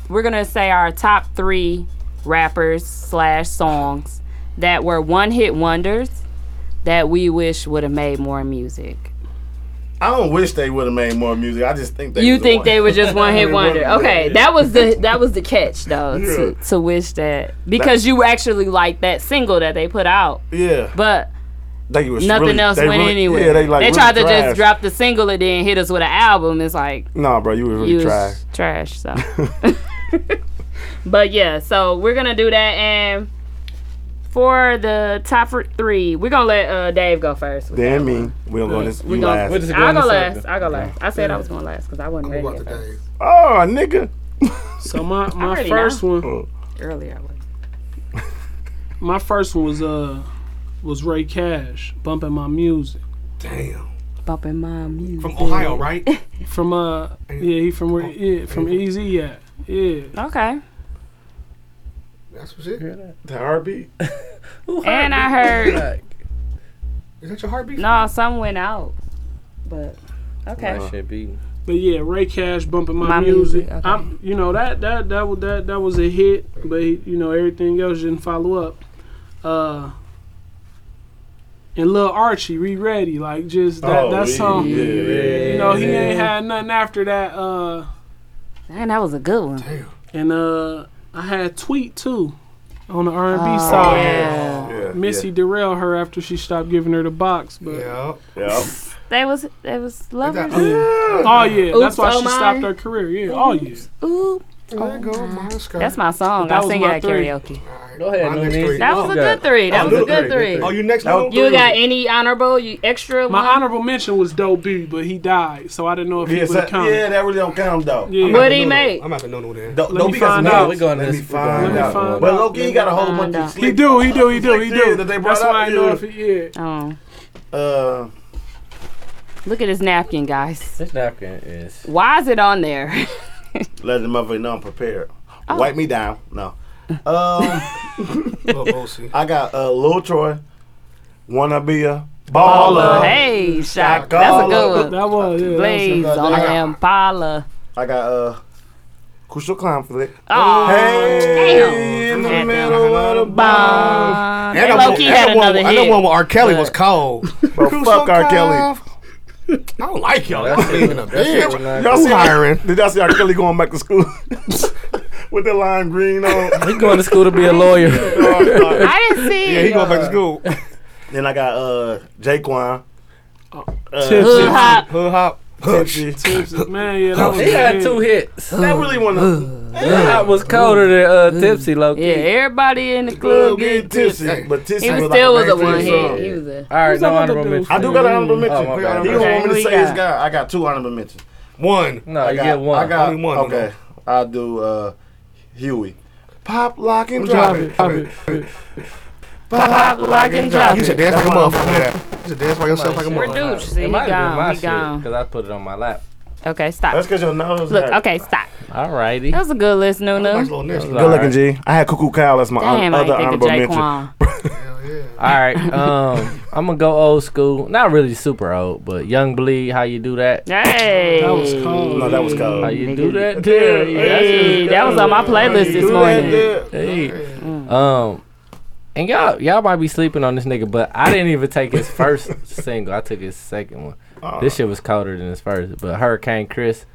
Speaker 4: We're gonna say our top three rappers slash songs that were one hit wonders that we wish would have made more music.
Speaker 5: I don't wish they would have made more music. I just think they.
Speaker 4: You
Speaker 5: was the
Speaker 4: think
Speaker 5: one.
Speaker 4: they were just one hit
Speaker 5: One hit
Speaker 4: wonder?
Speaker 5: wonder,
Speaker 4: Okay,
Speaker 5: yeah.
Speaker 4: that was the that was the catch though to,
Speaker 5: Yeah.
Speaker 4: to wish that because you actually liked that single that they put out,
Speaker 5: Yeah.
Speaker 4: but
Speaker 5: They was
Speaker 4: nothing
Speaker 5: really-
Speaker 4: else
Speaker 5: they
Speaker 4: went
Speaker 5: really-
Speaker 4: anywhere.
Speaker 5: Yeah, they like.
Speaker 4: they
Speaker 5: really
Speaker 4: tried to
Speaker 5: trash.
Speaker 4: just drop the single and then hit us with an album. It's like
Speaker 5: Nah, bro, you was really
Speaker 4: you was
Speaker 5: trash.
Speaker 4: trash. So, but yeah, so we're gonna do that and. For the top fr- three, we're gonna let uh, Dave go first. with
Speaker 5: Damn
Speaker 4: that
Speaker 5: me. We don't go this.
Speaker 4: one. We
Speaker 5: You
Speaker 4: gonna,
Speaker 5: last.
Speaker 4: I'll go last. I'll go last. I said I was gonna last because I wasn't ready
Speaker 8: What
Speaker 4: at
Speaker 8: about
Speaker 4: first.
Speaker 8: the
Speaker 5: Oh, nigga.
Speaker 7: So my my
Speaker 4: already
Speaker 7: first
Speaker 4: know.
Speaker 7: one,
Speaker 4: earlier. I was.
Speaker 7: my first one was uh was Ray Cash bumping my music
Speaker 6: Damn.
Speaker 4: Bumping my music.
Speaker 6: From Ohio, right?
Speaker 7: from uh yeah he from where yeah from Easy yeah yeah
Speaker 4: Okay.
Speaker 8: That's what's it.
Speaker 5: The heartbeat.
Speaker 4: And I heard
Speaker 6: Is that your heartbeat?
Speaker 4: no, some went out, but okay.
Speaker 7: Oh, but yeah Ray Cash bumping my,
Speaker 4: My
Speaker 7: music.
Speaker 4: music, okay.
Speaker 7: I'm you know that that that was that that was a hit, but he, you know everything else didn't follow up. Uh. And Lil Archie, Re Ready, like just that
Speaker 5: Oh,
Speaker 7: that
Speaker 5: yeah,
Speaker 7: song.
Speaker 5: yeah,
Speaker 7: You know he ain't had nothing after that. Uh.
Speaker 4: And that was a good one.
Speaker 7: And uh, I had tweet too on the R and B
Speaker 4: Oh,
Speaker 7: side.
Speaker 4: yeah.
Speaker 5: Yeah,
Speaker 7: Missy derailed her after she stopped giving her the box, but
Speaker 6: Yeah.
Speaker 5: Yeah. yeah.
Speaker 4: They was they was lovers.
Speaker 6: That-
Speaker 7: oh yeah, that's why
Speaker 4: oh
Speaker 7: she
Speaker 4: my.
Speaker 7: stopped her career. Yeah, oh yeah.
Speaker 4: Ooh,
Speaker 6: There go my sky.
Speaker 4: that's my song.
Speaker 7: That
Speaker 4: I
Speaker 7: was
Speaker 4: sing it
Speaker 7: my
Speaker 4: at
Speaker 7: three.
Speaker 4: karaoke.
Speaker 3: Go ahead,
Speaker 6: My next
Speaker 3: Nunes.
Speaker 6: three.
Speaker 4: That
Speaker 3: Oh,
Speaker 4: was a
Speaker 3: yeah.
Speaker 4: good three. That was a good three.
Speaker 6: Oh, you next
Speaker 5: That
Speaker 6: one?
Speaker 5: was-
Speaker 4: You got any honorable? You extra?
Speaker 7: My
Speaker 4: one?
Speaker 7: honorable mention was Dope B, but he died, so I didn't know if he
Speaker 5: Yeah,
Speaker 7: would
Speaker 5: so-
Speaker 7: have come.
Speaker 5: yeah, that really don't count though.
Speaker 7: Yeah.
Speaker 4: What he make?
Speaker 6: I'm at the no-no then.
Speaker 5: Don't,
Speaker 7: Let
Speaker 5: don't
Speaker 7: me
Speaker 5: be got some
Speaker 7: find
Speaker 5: knowledge.
Speaker 7: out.
Speaker 3: We're going
Speaker 5: Let
Speaker 3: this-
Speaker 5: me
Speaker 3: we're going
Speaker 5: find
Speaker 7: this
Speaker 5: out.
Speaker 7: one.
Speaker 5: But Loki he got a whole
Speaker 4: Find
Speaker 5: bunch
Speaker 4: out.
Speaker 5: of
Speaker 7: He do, he do, he do, he
Speaker 5: Slick
Speaker 7: do.
Speaker 5: dude that they brought
Speaker 7: That's why
Speaker 5: up,
Speaker 7: I didn't know
Speaker 5: yeah.
Speaker 7: if he, yeah.
Speaker 4: Oh,
Speaker 5: Uh,
Speaker 4: look at this napkin, guys.
Speaker 3: This napkin is.
Speaker 4: Why is it on there?
Speaker 5: let the motherfucker know I'm prepared.
Speaker 7: Oh.
Speaker 5: Wipe me down. No. Um,
Speaker 6: Little Boosie.
Speaker 5: I got uh, Lil Troy. Wanna be a baller.
Speaker 4: hey, shock. That's a good one.
Speaker 7: That was yeah. that was-
Speaker 4: Blaze on the Impala.
Speaker 5: I got uh, Crucial conflict.
Speaker 4: Oh,
Speaker 5: Hey, in the middle of the bomb.
Speaker 4: damn. uh, They low key Um, had
Speaker 6: one,
Speaker 4: another
Speaker 6: I know one
Speaker 4: hit.
Speaker 6: where R. Kelly was cold.
Speaker 5: Bro, fuck R. Kelly.
Speaker 6: I don't like y'all. That's even a bitch.
Speaker 5: Y'all see
Speaker 6: hiring?
Speaker 5: Did y'all see R. Kelly going back to school with the lime green on? Oh,
Speaker 3: He going to school to be a lawyer.
Speaker 4: I didn't see.
Speaker 6: Yeah, he going back to school.
Speaker 5: then I got uh Jaquan. Uh,
Speaker 4: Hood hop.
Speaker 6: Hood hop.
Speaker 5: Tipsy.
Speaker 7: Man, yeah, that was
Speaker 3: He had
Speaker 7: bad.
Speaker 3: two hits.
Speaker 5: That really want to
Speaker 3: That was colder than uh, Tipsy low
Speaker 4: Mm. Yeah,
Speaker 3: key.
Speaker 4: everybody in the club
Speaker 5: get
Speaker 4: get
Speaker 5: tipsy, but tipsy
Speaker 4: He was
Speaker 5: was
Speaker 4: still
Speaker 5: like
Speaker 4: was a
Speaker 5: main
Speaker 4: one
Speaker 5: thing.
Speaker 4: hit. He was a.
Speaker 3: All right,
Speaker 7: Who's
Speaker 3: no
Speaker 7: that other
Speaker 3: honorable
Speaker 7: dude?
Speaker 3: mention.
Speaker 5: I do got an honorable mention.
Speaker 3: Oh, my
Speaker 5: he
Speaker 3: bad.
Speaker 5: don't
Speaker 4: Okay,
Speaker 5: want me
Speaker 4: who
Speaker 5: to
Speaker 4: you
Speaker 5: say his
Speaker 4: got?
Speaker 5: guy. I got two honorable mentions.
Speaker 6: One.
Speaker 3: No,
Speaker 5: I
Speaker 3: you
Speaker 5: got,
Speaker 3: get one.
Speaker 5: I got
Speaker 6: Only one,
Speaker 5: Okay, I'll do uh, Huey. Pop, lock, and drop it.
Speaker 7: Drop it.
Speaker 5: Pop, lock, and drop
Speaker 6: You should dance like a motherfucker. You should dance by yourself like a
Speaker 4: We're
Speaker 6: motherfucker.
Speaker 4: douche. See,
Speaker 3: It
Speaker 4: he
Speaker 3: might have been
Speaker 4: gone.
Speaker 3: my
Speaker 4: He
Speaker 3: shit
Speaker 4: gone.
Speaker 3: because I put it on my lap.
Speaker 4: Okay,
Speaker 5: That's
Speaker 4: stop.
Speaker 5: because your nose.
Speaker 4: Look, okay, stop.
Speaker 3: All righty.
Speaker 4: That was a good list, Nunu.
Speaker 6: Little nasty.
Speaker 5: Good looking, G. I had Cuckoo Kyle as my
Speaker 4: Damn, I
Speaker 5: other
Speaker 4: didn't think
Speaker 5: honorable
Speaker 4: of
Speaker 5: mention.
Speaker 4: Jaquan.
Speaker 3: All right, um, I'm gonna go old school. Not really super old, but Young Bleed. How you do that?
Speaker 4: Hey.
Speaker 7: That was cold.
Speaker 5: No, that was cold.
Speaker 3: How you do that?
Speaker 4: Yeah, hey, that was on my playlist this morning.
Speaker 3: Hey. Um, and y'all y'all might be sleeping on this nigga, but I didn't even take his first single. I took his second one.
Speaker 5: Uh.
Speaker 3: This shit was colder than his first. But Hurricane Chris,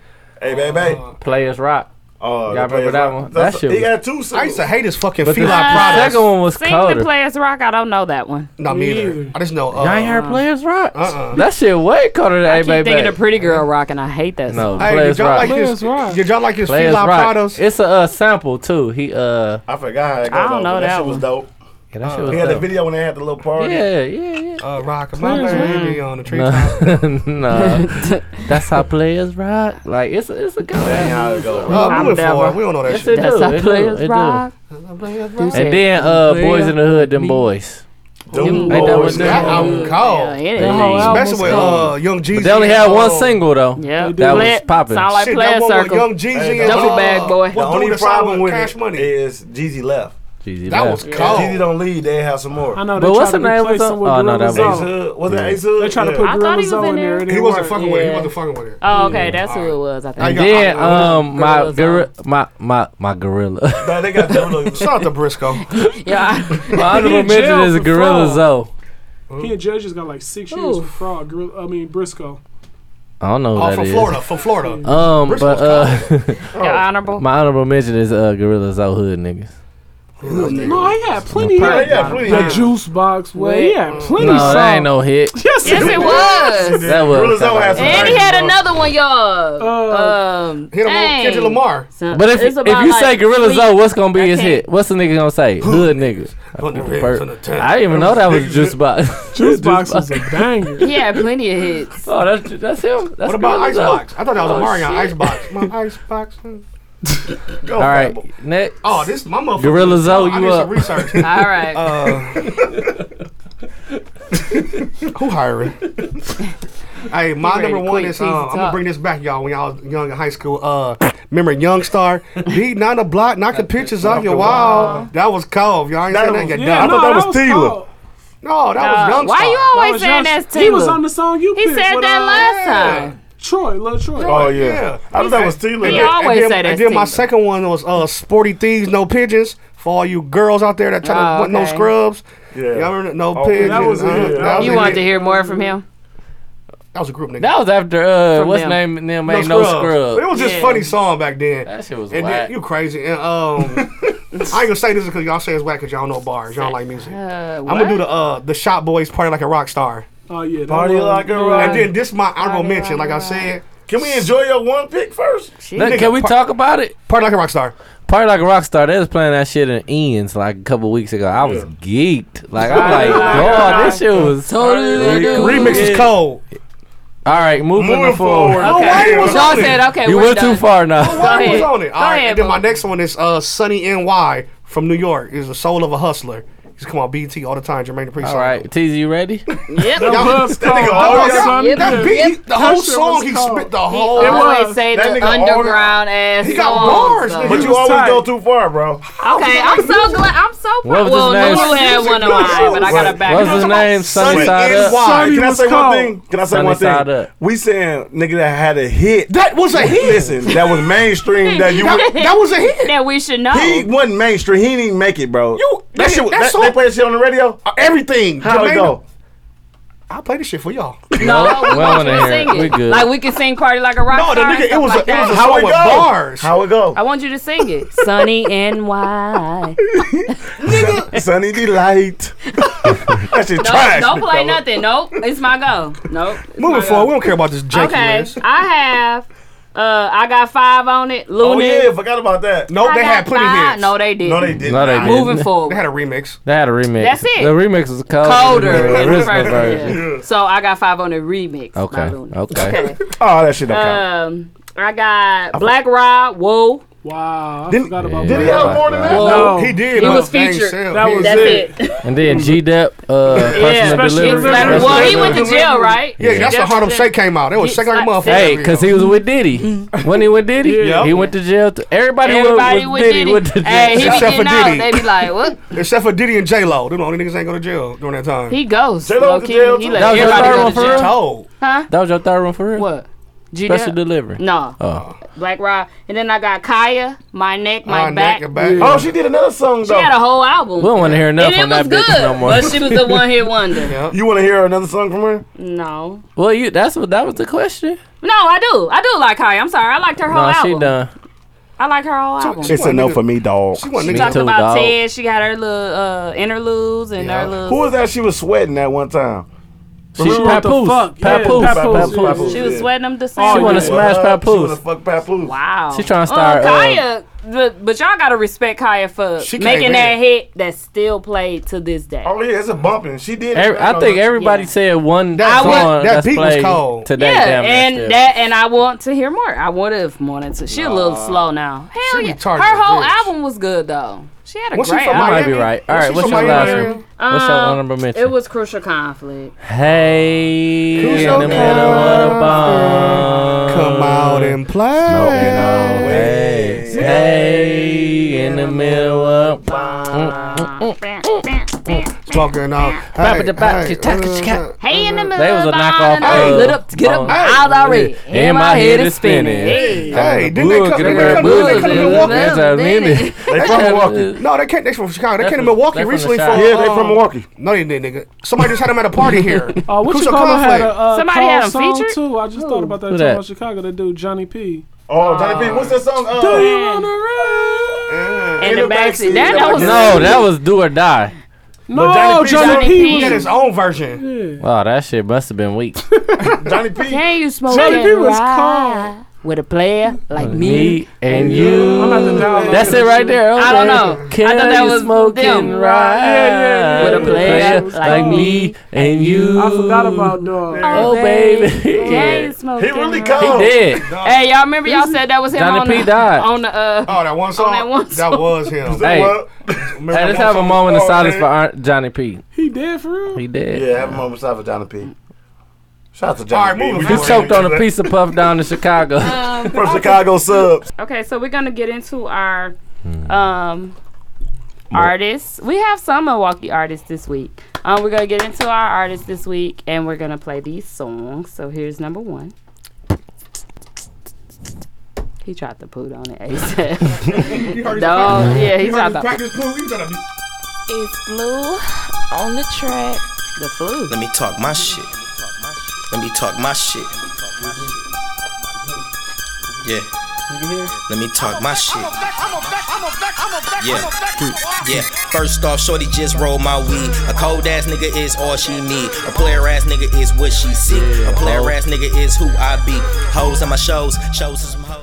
Speaker 5: Hey, baby.
Speaker 3: Players Rock.
Speaker 5: Oh,
Speaker 3: Y'all remember that one?
Speaker 5: That's
Speaker 3: That shit
Speaker 5: He
Speaker 3: was-
Speaker 5: got two.
Speaker 6: I used to hate his fucking
Speaker 3: But the
Speaker 6: feline
Speaker 3: second
Speaker 6: products.
Speaker 3: one was
Speaker 4: Sing the
Speaker 3: colder.
Speaker 4: Players Rock. I don't know that one.
Speaker 6: No, me either. I just know. Uh,
Speaker 3: Y'all ain't heard Players Rock?
Speaker 6: Uh-uh.
Speaker 3: That shit way colder than
Speaker 4: I
Speaker 3: Hey
Speaker 4: keep
Speaker 3: Baby.
Speaker 4: thinking of Pretty Girl Rock, and I hate that.
Speaker 3: no,
Speaker 6: Hey,
Speaker 3: Players
Speaker 6: did y'all
Speaker 3: Rock.
Speaker 6: like his?
Speaker 7: Players Rock.
Speaker 6: Did y'all like his
Speaker 3: Players
Speaker 6: feline
Speaker 3: Rock.
Speaker 6: products?
Speaker 3: It's a uh, sample too. He uh,
Speaker 5: I forgot how it goes.
Speaker 4: I don't know
Speaker 5: but
Speaker 4: that
Speaker 5: shit was
Speaker 4: one.
Speaker 5: dope. Uh,
Speaker 3: yeah, that shit was
Speaker 5: He had the
Speaker 3: dope.
Speaker 5: video when they had the little party.
Speaker 3: yeah, yeah, yeah.
Speaker 6: Uh, rock my baby
Speaker 4: Mm.
Speaker 6: on the treetop.
Speaker 3: No, no. that's how players rock. Like it's a, it's a good.
Speaker 5: That ain't
Speaker 3: ass-
Speaker 5: how it goes.
Speaker 6: Uh,
Speaker 4: I'm
Speaker 6: moving
Speaker 4: never-
Speaker 6: forward. We don't know that
Speaker 3: Yes,
Speaker 6: shit.
Speaker 3: it
Speaker 4: That's
Speaker 3: do,
Speaker 4: how
Speaker 3: it do,
Speaker 4: Players
Speaker 3: it do.
Speaker 4: Rock.
Speaker 3: And then uh, boys in the hood, them boys.
Speaker 5: Dude,
Speaker 3: Ain't that what
Speaker 5: boys,
Speaker 3: they-
Speaker 6: Oh, That
Speaker 5: that-
Speaker 6: album called.
Speaker 3: They
Speaker 6: Especially with uh, Young Jeezy.
Speaker 3: they only had
Speaker 6: and,
Speaker 3: one
Speaker 6: uh,
Speaker 3: single though.
Speaker 4: Yeah,
Speaker 3: that was popping.
Speaker 4: Sound like
Speaker 6: Shit,
Speaker 4: Player
Speaker 6: that one with
Speaker 4: Circle.
Speaker 6: Young Jeezy
Speaker 5: Hey,
Speaker 6: and
Speaker 4: Double
Speaker 6: uh,
Speaker 4: bag boy.
Speaker 5: The
Speaker 6: what dude
Speaker 5: only
Speaker 6: that signed
Speaker 5: problem with
Speaker 6: Cash
Speaker 5: it
Speaker 6: Money.
Speaker 5: is Jeezy left.
Speaker 3: Jeezy
Speaker 6: That
Speaker 3: Left.
Speaker 6: was
Speaker 5: If
Speaker 6: cold.
Speaker 5: Jeezy don't leave, they have some more.
Speaker 7: I know they
Speaker 3: But what's
Speaker 7: tried to
Speaker 3: the name of
Speaker 7: replace
Speaker 3: the-
Speaker 7: him with
Speaker 3: Oh, no,
Speaker 7: Gorilla
Speaker 3: that
Speaker 5: Ace
Speaker 3: was-
Speaker 7: Zoe.
Speaker 5: Hood, was that Ace Hood?
Speaker 7: They tried to put
Speaker 5: Yeah.
Speaker 4: I
Speaker 7: Gorilla
Speaker 4: thought he was
Speaker 7: Zoe
Speaker 4: in
Speaker 7: in there.
Speaker 4: there.
Speaker 7: It
Speaker 6: uh, He
Speaker 7: didn't
Speaker 6: wasn't
Speaker 7: work.
Speaker 6: fucking with it. He
Speaker 4: Yeah.
Speaker 6: wasn't fucking with it.
Speaker 4: Oh, okay, that's who it was. I
Speaker 3: And
Speaker 4: think.
Speaker 6: got-
Speaker 3: then
Speaker 6: I-
Speaker 3: um, my
Speaker 4: Gorilla
Speaker 3: gorilla, my my my gorilla.
Speaker 5: No, they got Jolo.
Speaker 6: uh, Shout out to Briscoe.
Speaker 4: Yeah,
Speaker 3: my
Speaker 7: He
Speaker 3: honorable
Speaker 7: in
Speaker 3: mention
Speaker 7: jail
Speaker 3: is
Speaker 7: for
Speaker 3: gorilla
Speaker 7: fraud.
Speaker 3: Zoe.
Speaker 7: He and Judge just got like six years for
Speaker 4: Ooh.
Speaker 7: fraud. Gorilla, I mean Briscoe.
Speaker 3: I don't know who
Speaker 6: Oh,
Speaker 3: that
Speaker 6: from
Speaker 3: is.
Speaker 6: Florida. From Florida.
Speaker 3: Um,
Speaker 6: Bristol's
Speaker 3: but uh,
Speaker 4: your honorable.
Speaker 3: my honorable mention is uh, gorilla Zoe hood niggas.
Speaker 7: No, I had plenty.
Speaker 5: Yeah,
Speaker 7: of
Speaker 5: yeah, plenty. Mm.
Speaker 7: The juice box. Well, he had plenty.
Speaker 3: No,
Speaker 7: songs.
Speaker 3: that ain't no hit.
Speaker 7: Yes,
Speaker 4: yes, it was.
Speaker 3: That was.
Speaker 5: Gorilla Zoe has some
Speaker 4: And he had another one, y'all.
Speaker 7: Uh,
Speaker 4: um,
Speaker 6: Hit him
Speaker 4: dang.
Speaker 6: with Kendrick Lamar.
Speaker 4: So-
Speaker 3: But if,
Speaker 4: it's
Speaker 3: if
Speaker 4: about,
Speaker 3: you
Speaker 4: like,
Speaker 3: say Gorilla
Speaker 4: sweet-
Speaker 3: Zoe, what's gonna be his
Speaker 4: Okay.
Speaker 3: hit? What's the nigga gonna say? Hood niggas.
Speaker 6: Put the
Speaker 3: I,
Speaker 6: ribs on the tongue.
Speaker 3: I didn't even know that was Juice Box.
Speaker 7: Juice box was a banger.
Speaker 4: He had plenty of hits.
Speaker 3: Oh, that's that's him. That's
Speaker 6: What about
Speaker 3: Gorilla Zoe.
Speaker 6: Icebox? I thought that was a
Speaker 3: Oh,
Speaker 6: Mario
Speaker 3: shit.
Speaker 6: Icebox. My Icebox. Go,
Speaker 3: All right,
Speaker 6: Fable.
Speaker 3: next.
Speaker 6: Oh, this is my motherfucker.
Speaker 3: Gorilla Zoe,
Speaker 6: I
Speaker 3: you
Speaker 6: did some
Speaker 3: up?
Speaker 6: research.
Speaker 4: All right.
Speaker 6: Uh, who hiring? hey, my
Speaker 4: ready to
Speaker 6: number one
Speaker 4: quit,
Speaker 6: is
Speaker 4: cheesy
Speaker 6: uh, I'm gonna
Speaker 4: talk.
Speaker 6: bring this back, y'all. When y'all was young in high school, uh, remember Young Star beating down the block, knocking pictures off your wall. That was cold. Y'all ain't
Speaker 5: That
Speaker 6: saying that
Speaker 5: was-
Speaker 6: yet.
Speaker 7: Yeah,
Speaker 5: I
Speaker 7: no,
Speaker 6: No,
Speaker 5: thought that was Tila.
Speaker 7: cold.
Speaker 3: Oh,
Speaker 6: no, that
Speaker 4: Uh,
Speaker 6: was Young
Speaker 4: why
Speaker 6: Star.
Speaker 4: you
Speaker 7: That
Speaker 4: always
Speaker 7: was
Speaker 4: saying
Speaker 7: Young's-
Speaker 4: that's
Speaker 7: He was
Speaker 4: Tila?
Speaker 7: on the song you
Speaker 4: He
Speaker 7: picked.
Speaker 4: said
Speaker 7: with,
Speaker 4: that
Speaker 7: uh,
Speaker 4: last
Speaker 6: yeah.
Speaker 4: time.
Speaker 7: Troy, little Troy.
Speaker 5: Oh yeah.
Speaker 6: Yeah.
Speaker 5: I thought that was Tila.
Speaker 4: He
Speaker 5: Yeah.
Speaker 4: always-
Speaker 6: and then,
Speaker 4: say that,
Speaker 6: and then my
Speaker 4: Steven.
Speaker 6: second one was uh, sporty thieves, no pigeons. For all you girls out there that try to
Speaker 4: Oh,
Speaker 6: want no
Speaker 4: okay.
Speaker 6: scrubs,
Speaker 5: Yeah.
Speaker 6: y'all remember no
Speaker 5: Oh,
Speaker 6: pigeons.
Speaker 5: that
Speaker 7: was a
Speaker 6: uh,
Speaker 7: hit.
Speaker 6: that was
Speaker 4: You
Speaker 6: a
Speaker 4: wanted to
Speaker 6: hit.
Speaker 4: hear more from him?
Speaker 6: That was a group nigga.
Speaker 3: That was after uh,
Speaker 4: From
Speaker 3: what's
Speaker 4: them.
Speaker 3: name? and Them ain't no scrub.
Speaker 6: It was just
Speaker 4: Yeah.
Speaker 6: funny song back then.
Speaker 3: That shit was
Speaker 6: and
Speaker 3: whack.
Speaker 6: then, you crazy. And um, I ain't gonna say this because y'all say it's whack because y'all know bars. Y'all don't like music.
Speaker 4: Uh,
Speaker 6: I'm gonna do the uh the Shop Boys party like a rock star.
Speaker 7: Oh yeah. that
Speaker 5: Party
Speaker 7: was-
Speaker 5: like a
Speaker 6: And
Speaker 5: rock.
Speaker 6: then this my honorable
Speaker 4: Party
Speaker 6: mention. Like
Speaker 4: like
Speaker 6: I
Speaker 4: a
Speaker 6: said,
Speaker 5: Can we enjoy your one pick first?
Speaker 3: Look, Can we talk about it?
Speaker 6: party like a rock star.
Speaker 3: Party like a rock star. They was playing that shit in ends like a couple weeks ago. I was geeked. Like I'm like, God, this shit was totally.
Speaker 6: Remix is cold.
Speaker 3: All right, moving,
Speaker 5: Moving
Speaker 3: forward.
Speaker 5: forward.
Speaker 4: Okay.
Speaker 6: why you was
Speaker 4: Y'all
Speaker 6: on it?
Speaker 4: said okay.
Speaker 3: You
Speaker 4: we're
Speaker 3: went
Speaker 4: done.
Speaker 3: too far now.
Speaker 4: Go
Speaker 6: Who's
Speaker 4: ahead.
Speaker 6: on it? All
Speaker 4: Go
Speaker 6: right.
Speaker 4: ahead,
Speaker 6: And then my
Speaker 4: Bob.
Speaker 6: next one is uh Sunny NY from New York. Is the soul of a hustler. Just come on BT all the time, Jermaine Dupri.
Speaker 3: All right, TZ, you ready?
Speaker 4: Yep.
Speaker 7: Buzz
Speaker 6: That nigga
Speaker 7: called
Speaker 6: always-
Speaker 7: Buzz Sun
Speaker 4: Yeah, that
Speaker 7: Dip.
Speaker 4: beat-
Speaker 6: He- the whole
Speaker 7: That shit
Speaker 6: song
Speaker 7: was
Speaker 6: he
Speaker 7: cold.
Speaker 6: spit the
Speaker 4: He
Speaker 6: whole.
Speaker 4: always
Speaker 7: was.
Speaker 4: say
Speaker 6: That
Speaker 4: the
Speaker 6: nigga always-
Speaker 4: underground ass
Speaker 6: He got
Speaker 4: songs,
Speaker 6: bars,
Speaker 4: though.
Speaker 6: nigga.
Speaker 5: But
Speaker 7: He
Speaker 5: you
Speaker 7: was
Speaker 5: always
Speaker 7: tight.
Speaker 5: go too far, bro.
Speaker 4: Okay, I'm so glad. I'm so
Speaker 3: What
Speaker 4: proud.
Speaker 3: was
Speaker 4: Well,
Speaker 3: his name?
Speaker 4: Lulu had one of
Speaker 6: Right.
Speaker 4: mine, but I gotta back
Speaker 3: What's his
Speaker 4: up.
Speaker 3: name? Sunny
Speaker 5: Sunny
Speaker 3: Side
Speaker 5: and
Speaker 3: Up.
Speaker 5: wide.
Speaker 7: Sunny
Speaker 5: Can I
Speaker 7: was
Speaker 5: say one
Speaker 7: cold.
Speaker 5: thing? Can I say
Speaker 3: Sunny
Speaker 5: one
Speaker 3: side
Speaker 5: thing?
Speaker 3: up.
Speaker 5: We saying nigga that had a hit.
Speaker 6: That was a hit.
Speaker 5: Listen, that was mainstream. That you
Speaker 6: That, that was a hit.
Speaker 4: That we should know.
Speaker 5: he wasn't mainstream. He didn't even make it, bro.
Speaker 6: You-
Speaker 5: that shit. was-
Speaker 6: that
Speaker 5: That,
Speaker 6: song-
Speaker 5: they play that shit on the radio.
Speaker 6: Uh, Everything.
Speaker 5: How it
Speaker 6: Jermaine-
Speaker 5: go?
Speaker 6: I play this shit for y'all.
Speaker 4: no, we
Speaker 3: well,
Speaker 4: want you
Speaker 3: in
Speaker 4: to
Speaker 3: here.
Speaker 4: sing it.
Speaker 3: We good.
Speaker 4: Like we can sing "Party Like a Rock
Speaker 6: No, the
Speaker 4: Star" and
Speaker 6: nigga, it
Speaker 4: stuff
Speaker 6: was
Speaker 4: like
Speaker 6: a, it was
Speaker 4: that.
Speaker 6: a
Speaker 5: How
Speaker 6: song
Speaker 5: it
Speaker 6: with
Speaker 5: go?
Speaker 6: bars.
Speaker 5: How it go?
Speaker 4: I want you to sing it. Sunny and why?
Speaker 5: Sunny delight. that shit
Speaker 4: Nope,
Speaker 5: trash.
Speaker 4: don't
Speaker 5: nigga.
Speaker 4: play nothing. Nope, it's my go. Nope. it's my
Speaker 6: Moving
Speaker 4: go.
Speaker 6: forward, we don't care about this janky
Speaker 4: Okay,
Speaker 6: list.
Speaker 4: I have. Uh, I got five on it.
Speaker 5: Oh
Speaker 4: Luna.
Speaker 5: yeah, forgot about that.
Speaker 6: Nope,
Speaker 4: I
Speaker 6: they
Speaker 4: got
Speaker 6: had plenty
Speaker 4: five.
Speaker 6: hits.
Speaker 4: No, they didn't.
Speaker 5: No, they didn't.
Speaker 3: No, they
Speaker 5: Nah.
Speaker 3: didn't.
Speaker 4: Moving
Speaker 6: They
Speaker 4: forward.
Speaker 6: had a remix.
Speaker 3: They had a remix.
Speaker 4: That's it.
Speaker 3: The remix was colder,
Speaker 4: colder
Speaker 3: than the
Speaker 4: than the
Speaker 3: original
Speaker 4: first
Speaker 3: version.
Speaker 4: version. So I got five on the remix. by Luna.
Speaker 3: Okay. Okay.
Speaker 4: Okay.
Speaker 5: Oh, that shit don't count.
Speaker 4: um, I got Black Rod. Whoa.
Speaker 7: Wow, I
Speaker 5: Didn't-
Speaker 7: forgot about
Speaker 3: did
Speaker 7: that.
Speaker 3: he
Speaker 5: have more than that?
Speaker 4: Whoa.
Speaker 7: No.
Speaker 6: He did.
Speaker 4: He
Speaker 6: but
Speaker 4: was
Speaker 6: dang
Speaker 4: featured.
Speaker 6: self,
Speaker 7: That
Speaker 6: he-
Speaker 7: was
Speaker 4: That's
Speaker 7: it.
Speaker 4: it.
Speaker 3: And then G Dep, uh,
Speaker 4: Yeah.
Speaker 3: personal
Speaker 7: Special
Speaker 3: delivery.
Speaker 7: delivery.
Speaker 3: Special
Speaker 4: Well, he went to
Speaker 3: delivery.
Speaker 4: jail, right?
Speaker 6: Yeah, that's the
Speaker 4: Just-
Speaker 6: Harlem Shake came out. That was
Speaker 4: He-
Speaker 6: shake like a motherfucker.
Speaker 3: Hey, cause he was with Diddy. When he with Diddy,
Speaker 7: Yeah.
Speaker 3: he went to jail. Too. Everybody,
Speaker 4: Everybody
Speaker 3: went, was Diddy,
Speaker 4: with
Speaker 3: went to
Speaker 4: Diddy.
Speaker 3: jail.
Speaker 4: Hey, he be
Speaker 6: Except for
Speaker 4: getting out.
Speaker 6: Diddy.
Speaker 4: They be like, what?
Speaker 6: except for Diddy and J Lo. Them the only niggas ain't go to jail during that time.
Speaker 4: He goes.
Speaker 5: J-Lo
Speaker 4: Low
Speaker 5: was
Speaker 4: key.
Speaker 5: in jail
Speaker 4: He
Speaker 5: too.
Speaker 4: let
Speaker 3: That was your
Speaker 4: everybody
Speaker 3: third
Speaker 4: go
Speaker 3: one
Speaker 4: to
Speaker 3: for
Speaker 4: jail.
Speaker 3: real?
Speaker 6: told.
Speaker 4: Huh?
Speaker 3: that was your third one for real.
Speaker 4: What? G
Speaker 3: Special
Speaker 4: Dep?
Speaker 3: delivery.
Speaker 4: No.
Speaker 3: Oh,
Speaker 4: Black Rock. And then I got Kaya, My Neck, My
Speaker 6: Ah,
Speaker 4: Back.
Speaker 6: neck and back.
Speaker 5: Oh, she did another song
Speaker 4: She
Speaker 5: though.
Speaker 4: had a whole album.
Speaker 3: we don't want to hear enough
Speaker 4: and it
Speaker 3: on
Speaker 4: was
Speaker 3: that
Speaker 4: good,
Speaker 3: bitch no more.
Speaker 4: but she was the one hit wonder.
Speaker 5: you want to hear another song from her?
Speaker 4: No,
Speaker 3: well, you that's what that was the question.
Speaker 4: no, I do, I do like Kaya. I'm sorry, I liked her whole
Speaker 3: No,
Speaker 4: album.
Speaker 3: she done.
Speaker 4: I like her whole album.
Speaker 5: It's a no for me, dog.
Speaker 6: She wasn't
Speaker 3: Me
Speaker 6: niggas.
Speaker 4: talked
Speaker 3: too,
Speaker 4: about
Speaker 3: dog.
Speaker 4: Ted. She got her little uh, interludes and
Speaker 6: Yeah.
Speaker 4: her little.
Speaker 5: Who was that? She was sweating that one time.
Speaker 3: She
Speaker 7: Remember what the
Speaker 3: papoose.
Speaker 7: fuck? Yeah,
Speaker 3: Papoose.
Speaker 7: Papoose,
Speaker 3: Papoose.
Speaker 7: yeah.
Speaker 4: She was
Speaker 5: Yeah.
Speaker 4: sweating them to
Speaker 7: Oh,
Speaker 4: sing.
Speaker 7: She wanna
Speaker 5: Yeah.
Speaker 3: smash Papoose.
Speaker 5: She wanna fuck Papoose.
Speaker 4: Wow.
Speaker 3: She tryna
Speaker 4: Uh,
Speaker 3: start, uh,
Speaker 4: Kaya, the- but y'all gotta respect Kaya for
Speaker 6: She came
Speaker 4: making
Speaker 6: in.
Speaker 4: that hit that's still played to this day.
Speaker 5: Oh yeah, it's a bumping. She did.
Speaker 3: Every, I think everybody
Speaker 4: Yeah.
Speaker 3: said one
Speaker 6: That-
Speaker 3: song
Speaker 6: that- that
Speaker 3: that's
Speaker 6: beat was
Speaker 3: played
Speaker 6: cold.
Speaker 3: today.
Speaker 4: Yeah,
Speaker 3: damn,
Speaker 4: and
Speaker 3: that's it.
Speaker 4: that, and I want to hear more. I would have wanted to. She a little slow now. Hell
Speaker 6: She
Speaker 4: yeah,
Speaker 6: retarded
Speaker 4: her whole
Speaker 6: bitch.
Speaker 4: album was good though. She had a
Speaker 6: Wasn't she
Speaker 4: great
Speaker 6: from
Speaker 4: album.
Speaker 3: might be
Speaker 6: Miami?
Speaker 3: right. All
Speaker 6: Was
Speaker 3: right,
Speaker 6: she
Speaker 3: what's
Speaker 6: from
Speaker 3: your last
Speaker 6: Miami?
Speaker 3: one? What's your
Speaker 4: Um,
Speaker 3: honorable mention?
Speaker 4: It was crucial conflict.
Speaker 3: Hey,
Speaker 6: Crucial
Speaker 3: in the middle of
Speaker 6: Conflict.
Speaker 3: the bomb.
Speaker 6: Oh, Come out and play.
Speaker 3: Hey, hey, in the middle of the bomb.
Speaker 6: Smoking out. Hey,
Speaker 3: Bop it, bop it,
Speaker 6: hey,
Speaker 3: tack it,
Speaker 6: uh,
Speaker 3: tack.
Speaker 4: Hey, in the middle
Speaker 3: They was a
Speaker 4: of the
Speaker 3: knockoff.
Speaker 4: night,
Speaker 3: of,
Speaker 4: lit up to get
Speaker 3: um,
Speaker 4: up. I was already
Speaker 3: And my head is spinning.
Speaker 4: Hey.
Speaker 6: Hey, didn't they
Speaker 3: Boog,
Speaker 6: come?
Speaker 3: get
Speaker 6: Didn't they
Speaker 3: that
Speaker 6: come, didn't they
Speaker 3: boog,
Speaker 6: come to
Speaker 3: get that
Speaker 6: Milwaukee?
Speaker 3: boog. That's a minute.
Speaker 5: They from Milwaukee.
Speaker 6: No, they can't. They from Chicago. They came
Speaker 3: That's
Speaker 6: to
Speaker 3: from-
Speaker 6: Milwaukee
Speaker 3: that's from the
Speaker 6: recently for.
Speaker 3: shop.
Speaker 5: Yeah, they from
Speaker 6: uh,
Speaker 5: Milwaukee.
Speaker 6: No, they didn't, nigga. Somebody just had them at a party here.
Speaker 7: Oh, what you
Speaker 6: Crucial
Speaker 7: call had
Speaker 6: Conflict.
Speaker 7: a uh,
Speaker 4: Somebody had
Speaker 7: cold
Speaker 4: him
Speaker 7: song
Speaker 4: featured?
Speaker 7: too. I just thought about that.
Speaker 3: Who
Speaker 7: Talking
Speaker 3: that?
Speaker 7: about Chicago, that dude Johnny P.
Speaker 5: Oh, Johnny P. What's that song?
Speaker 7: Do
Speaker 5: Uh,
Speaker 7: you wanna ride?
Speaker 5: yeah.
Speaker 4: In the backseat. That, that was
Speaker 3: No, that was do or die.
Speaker 7: No,
Speaker 5: Johnny
Speaker 4: Oh,
Speaker 7: Johnny,
Speaker 5: P-
Speaker 4: Johnny
Speaker 7: P.
Speaker 4: P.
Speaker 6: He
Speaker 7: was-
Speaker 6: had his own version.
Speaker 3: Wow, that shit must have been weak.
Speaker 5: Johnny P.
Speaker 4: Can you smoke
Speaker 7: Johnny
Speaker 4: and
Speaker 7: P was
Speaker 4: ride with a player like me?
Speaker 3: Me and
Speaker 7: I'm about to
Speaker 3: you.
Speaker 7: download
Speaker 3: That's
Speaker 7: this
Speaker 3: it right
Speaker 7: shit.
Speaker 3: there.
Speaker 4: I don't know.
Speaker 3: Can
Speaker 4: I thought that
Speaker 3: you
Speaker 4: was
Speaker 3: smoke
Speaker 4: them.
Speaker 3: and ride
Speaker 7: Yeah, yeah, yeah.
Speaker 3: with a player like me and you?
Speaker 7: I forgot about dog.
Speaker 3: Oh baby.
Speaker 4: Can you smoke
Speaker 5: He
Speaker 4: and
Speaker 5: really
Speaker 4: ride?
Speaker 5: gone.
Speaker 3: Dead.
Speaker 4: Hey, y'all remember y'all said that was him
Speaker 3: Johnny
Speaker 4: on
Speaker 3: P
Speaker 4: the
Speaker 3: died.
Speaker 4: on the uh
Speaker 6: Oh, that one song.
Speaker 4: that one song.
Speaker 6: was him.
Speaker 3: Hey.
Speaker 5: What?
Speaker 6: Remember
Speaker 3: Hey,
Speaker 6: that
Speaker 3: let's
Speaker 6: one
Speaker 3: have a
Speaker 6: song?
Speaker 3: moment of
Speaker 5: Oh,
Speaker 3: silence
Speaker 5: man.
Speaker 3: for Ar- Johnny P.
Speaker 7: He dead for real?
Speaker 3: He dead.
Speaker 5: Yeah, have a moment aside for Johnny P. Shout out to
Speaker 6: All right,
Speaker 5: Johnny
Speaker 6: moving
Speaker 5: P.
Speaker 3: He
Speaker 6: forward.
Speaker 3: choked on a piece of puff down in Chicago.
Speaker 4: Um,
Speaker 5: From Chicago subs.
Speaker 4: Okay, so we're gonna get into our um artists. We have some Milwaukee artists this week. Um, we're gonna get into our artists this week, and we're gonna play these songs. So here's number one. He tried to put on it ASAP. Dog, yeah, he tried to.
Speaker 6: Practice pool. You gotta be-
Speaker 10: It's blue on the track.
Speaker 4: The flu.
Speaker 11: Let me talk my shit. Let me talk my shit. Yeah. Let me talk my shit. Yeah. Yeah. First off, Shorty just rolled my weed. A cold ass nigga is all she need. A player ass nigga is
Speaker 4: Oh.
Speaker 11: what she seek. A player ass nigga is who I be. Hoes on my shows. Shows is some hoes.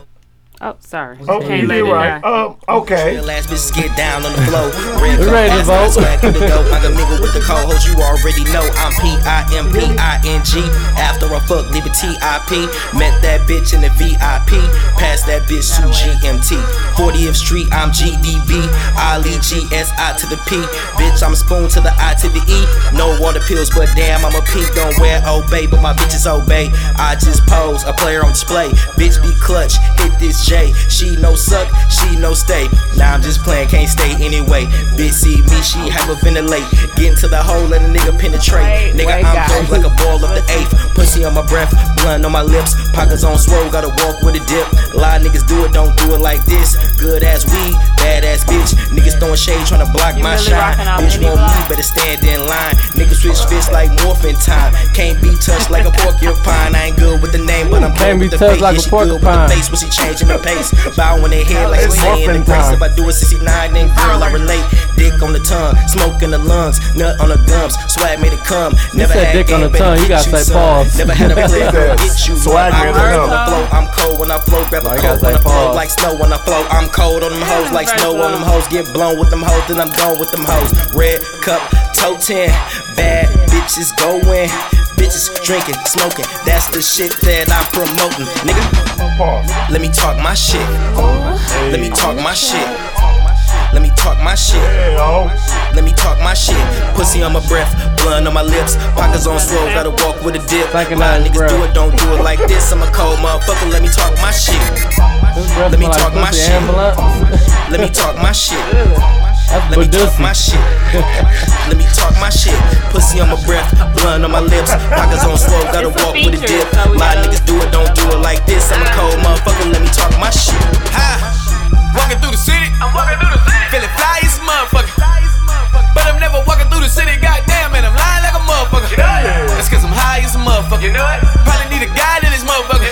Speaker 4: Oh, sorry.
Speaker 6: Okay,
Speaker 4: Can't let
Speaker 6: you're
Speaker 4: it
Speaker 6: right.
Speaker 4: die.
Speaker 6: Uh, okay.
Speaker 11: Real ass bitches get down on the floor. Red
Speaker 6: We
Speaker 11: cup,
Speaker 6: ready to
Speaker 11: ass
Speaker 6: vote.
Speaker 11: smack through the dough. I can mingle with the co-host. You already know I'm P-I-M-P-I-N-G. After I fuck, leave a T-I-P. Met that bitch in the VIP. Pass that bitch to GMT. 40th Street, I'm E GDB. Ali G-S-I to the P. Bitch, I'm spoon to the I to the E. No water pills, but damn, I'm a P. Don't wear obey, but my bitches obey. I just pose, a player on display. Bitch be clutch, hit this J. She no suck, she no stay. Nah, I'm just playing, can't stay anyway. Bitch see me, she hyperventilate. Get into the hole, let a nigga penetrate. nigga,
Speaker 12: wait,
Speaker 11: I'm
Speaker 12: guys.
Speaker 11: dope like a ball of the eighth. Pussy on my breath, blunt on my lips. Pockets on swole, gotta walk with a dip. A lot of niggas do it, don't do it like this. Good ass weed, bad ass bitch. Niggas throwing shade, trying to block
Speaker 12: You
Speaker 11: my
Speaker 12: really
Speaker 11: shine.
Speaker 12: rocking out
Speaker 11: Bitch
Speaker 12: Benny
Speaker 11: want me,
Speaker 12: Block.
Speaker 11: better stand in line. Niggas switch fists like morphin time. Can't be touched like a porcupine. I ain't good with the name, but I'm
Speaker 3: Can't be
Speaker 11: good with the
Speaker 3: touched
Speaker 11: face.
Speaker 3: like a
Speaker 11: yeah, she good with the
Speaker 3: porcupine.
Speaker 11: face, but she changing the pace. Bowing their head like
Speaker 3: It's
Speaker 11: swaying
Speaker 3: morphin
Speaker 11: the grace.
Speaker 3: time.
Speaker 11: If I do a 69, then girl, I relate. Dick on the tongue, smoke in the lungs, nut on the gums, swag made it come.
Speaker 3: You said dick
Speaker 11: game,
Speaker 3: on the tongue,
Speaker 11: better
Speaker 3: you
Speaker 11: get
Speaker 3: gotta say
Speaker 11: son.
Speaker 3: pause.
Speaker 11: Never had
Speaker 3: He
Speaker 11: a play,
Speaker 3: said
Speaker 11: girl, get you.
Speaker 3: swag
Speaker 11: I'm
Speaker 3: made it
Speaker 11: hurt
Speaker 3: come.
Speaker 11: on the flow, I'm cold when I flow, grab a cold when I flow like snow when I flow. I'm cold on them hoes like snow on them hoes. Get blown with them hoes, then I'm gone with them hoes. Red cup, toe 10, bad bitches going. Bitches drinking, smoking, that's the shit that I'm promoting, nigga. Let me talk my shit. Let me talk my shit. Let me talk my shit. Let me talk my shit. Pussy on my breath, blood on my lips. Pockets on slow, gotta walk with a dip. Like niggas do it, don't do it like this. I'm a cold motherfucker. Let me talk my shit. Let me
Speaker 3: smell like
Speaker 11: talk my
Speaker 3: pussy
Speaker 11: shit.
Speaker 3: and
Speaker 11: Let me talk my shit. Let me talk my shit. Let me talk my shit. Pussy on my breath, blood on my lips. Pockets on slow, gotta walk with a dip. My niggas do it, don't do it like this. I'm a cold motherfucker. Let me talk my shit.
Speaker 13: Walking through the city, I'm walking through the city. Feeling fly as a motherfucker. But I'm never walking through the city, goddamn, and I'm lying like a motherfucker. That's cause I'm high as a motherfucker. You know it? Probably need a guide in this motherfucker.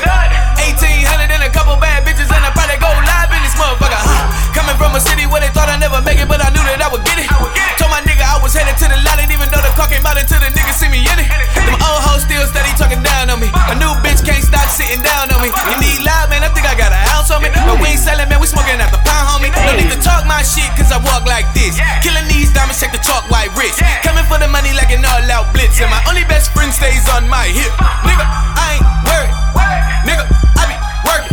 Speaker 13: 1800 and a couple bad bitches, and I probably go live in this motherfucker. Huh. Coming from a city where they thought I'd never make it, but I knew that I would get it. Told my nigga I was headed to the lot, didn't even know the car came out until the nigga see me in it. Them old hoes still steady talking down on me. A new bitch can't stop sitting down on me. You need loud, man, I think I got an ounce on me. But we ain't selling, man, we smoking out the pound, homie. No need to talk my shit, cause I walk like this. Killing these diamonds, check the chalk white wrist. Coming for the money like an all out blitz. And my only best friend stays on my hip. Nigga, I ain't worried. Nigga, I be working.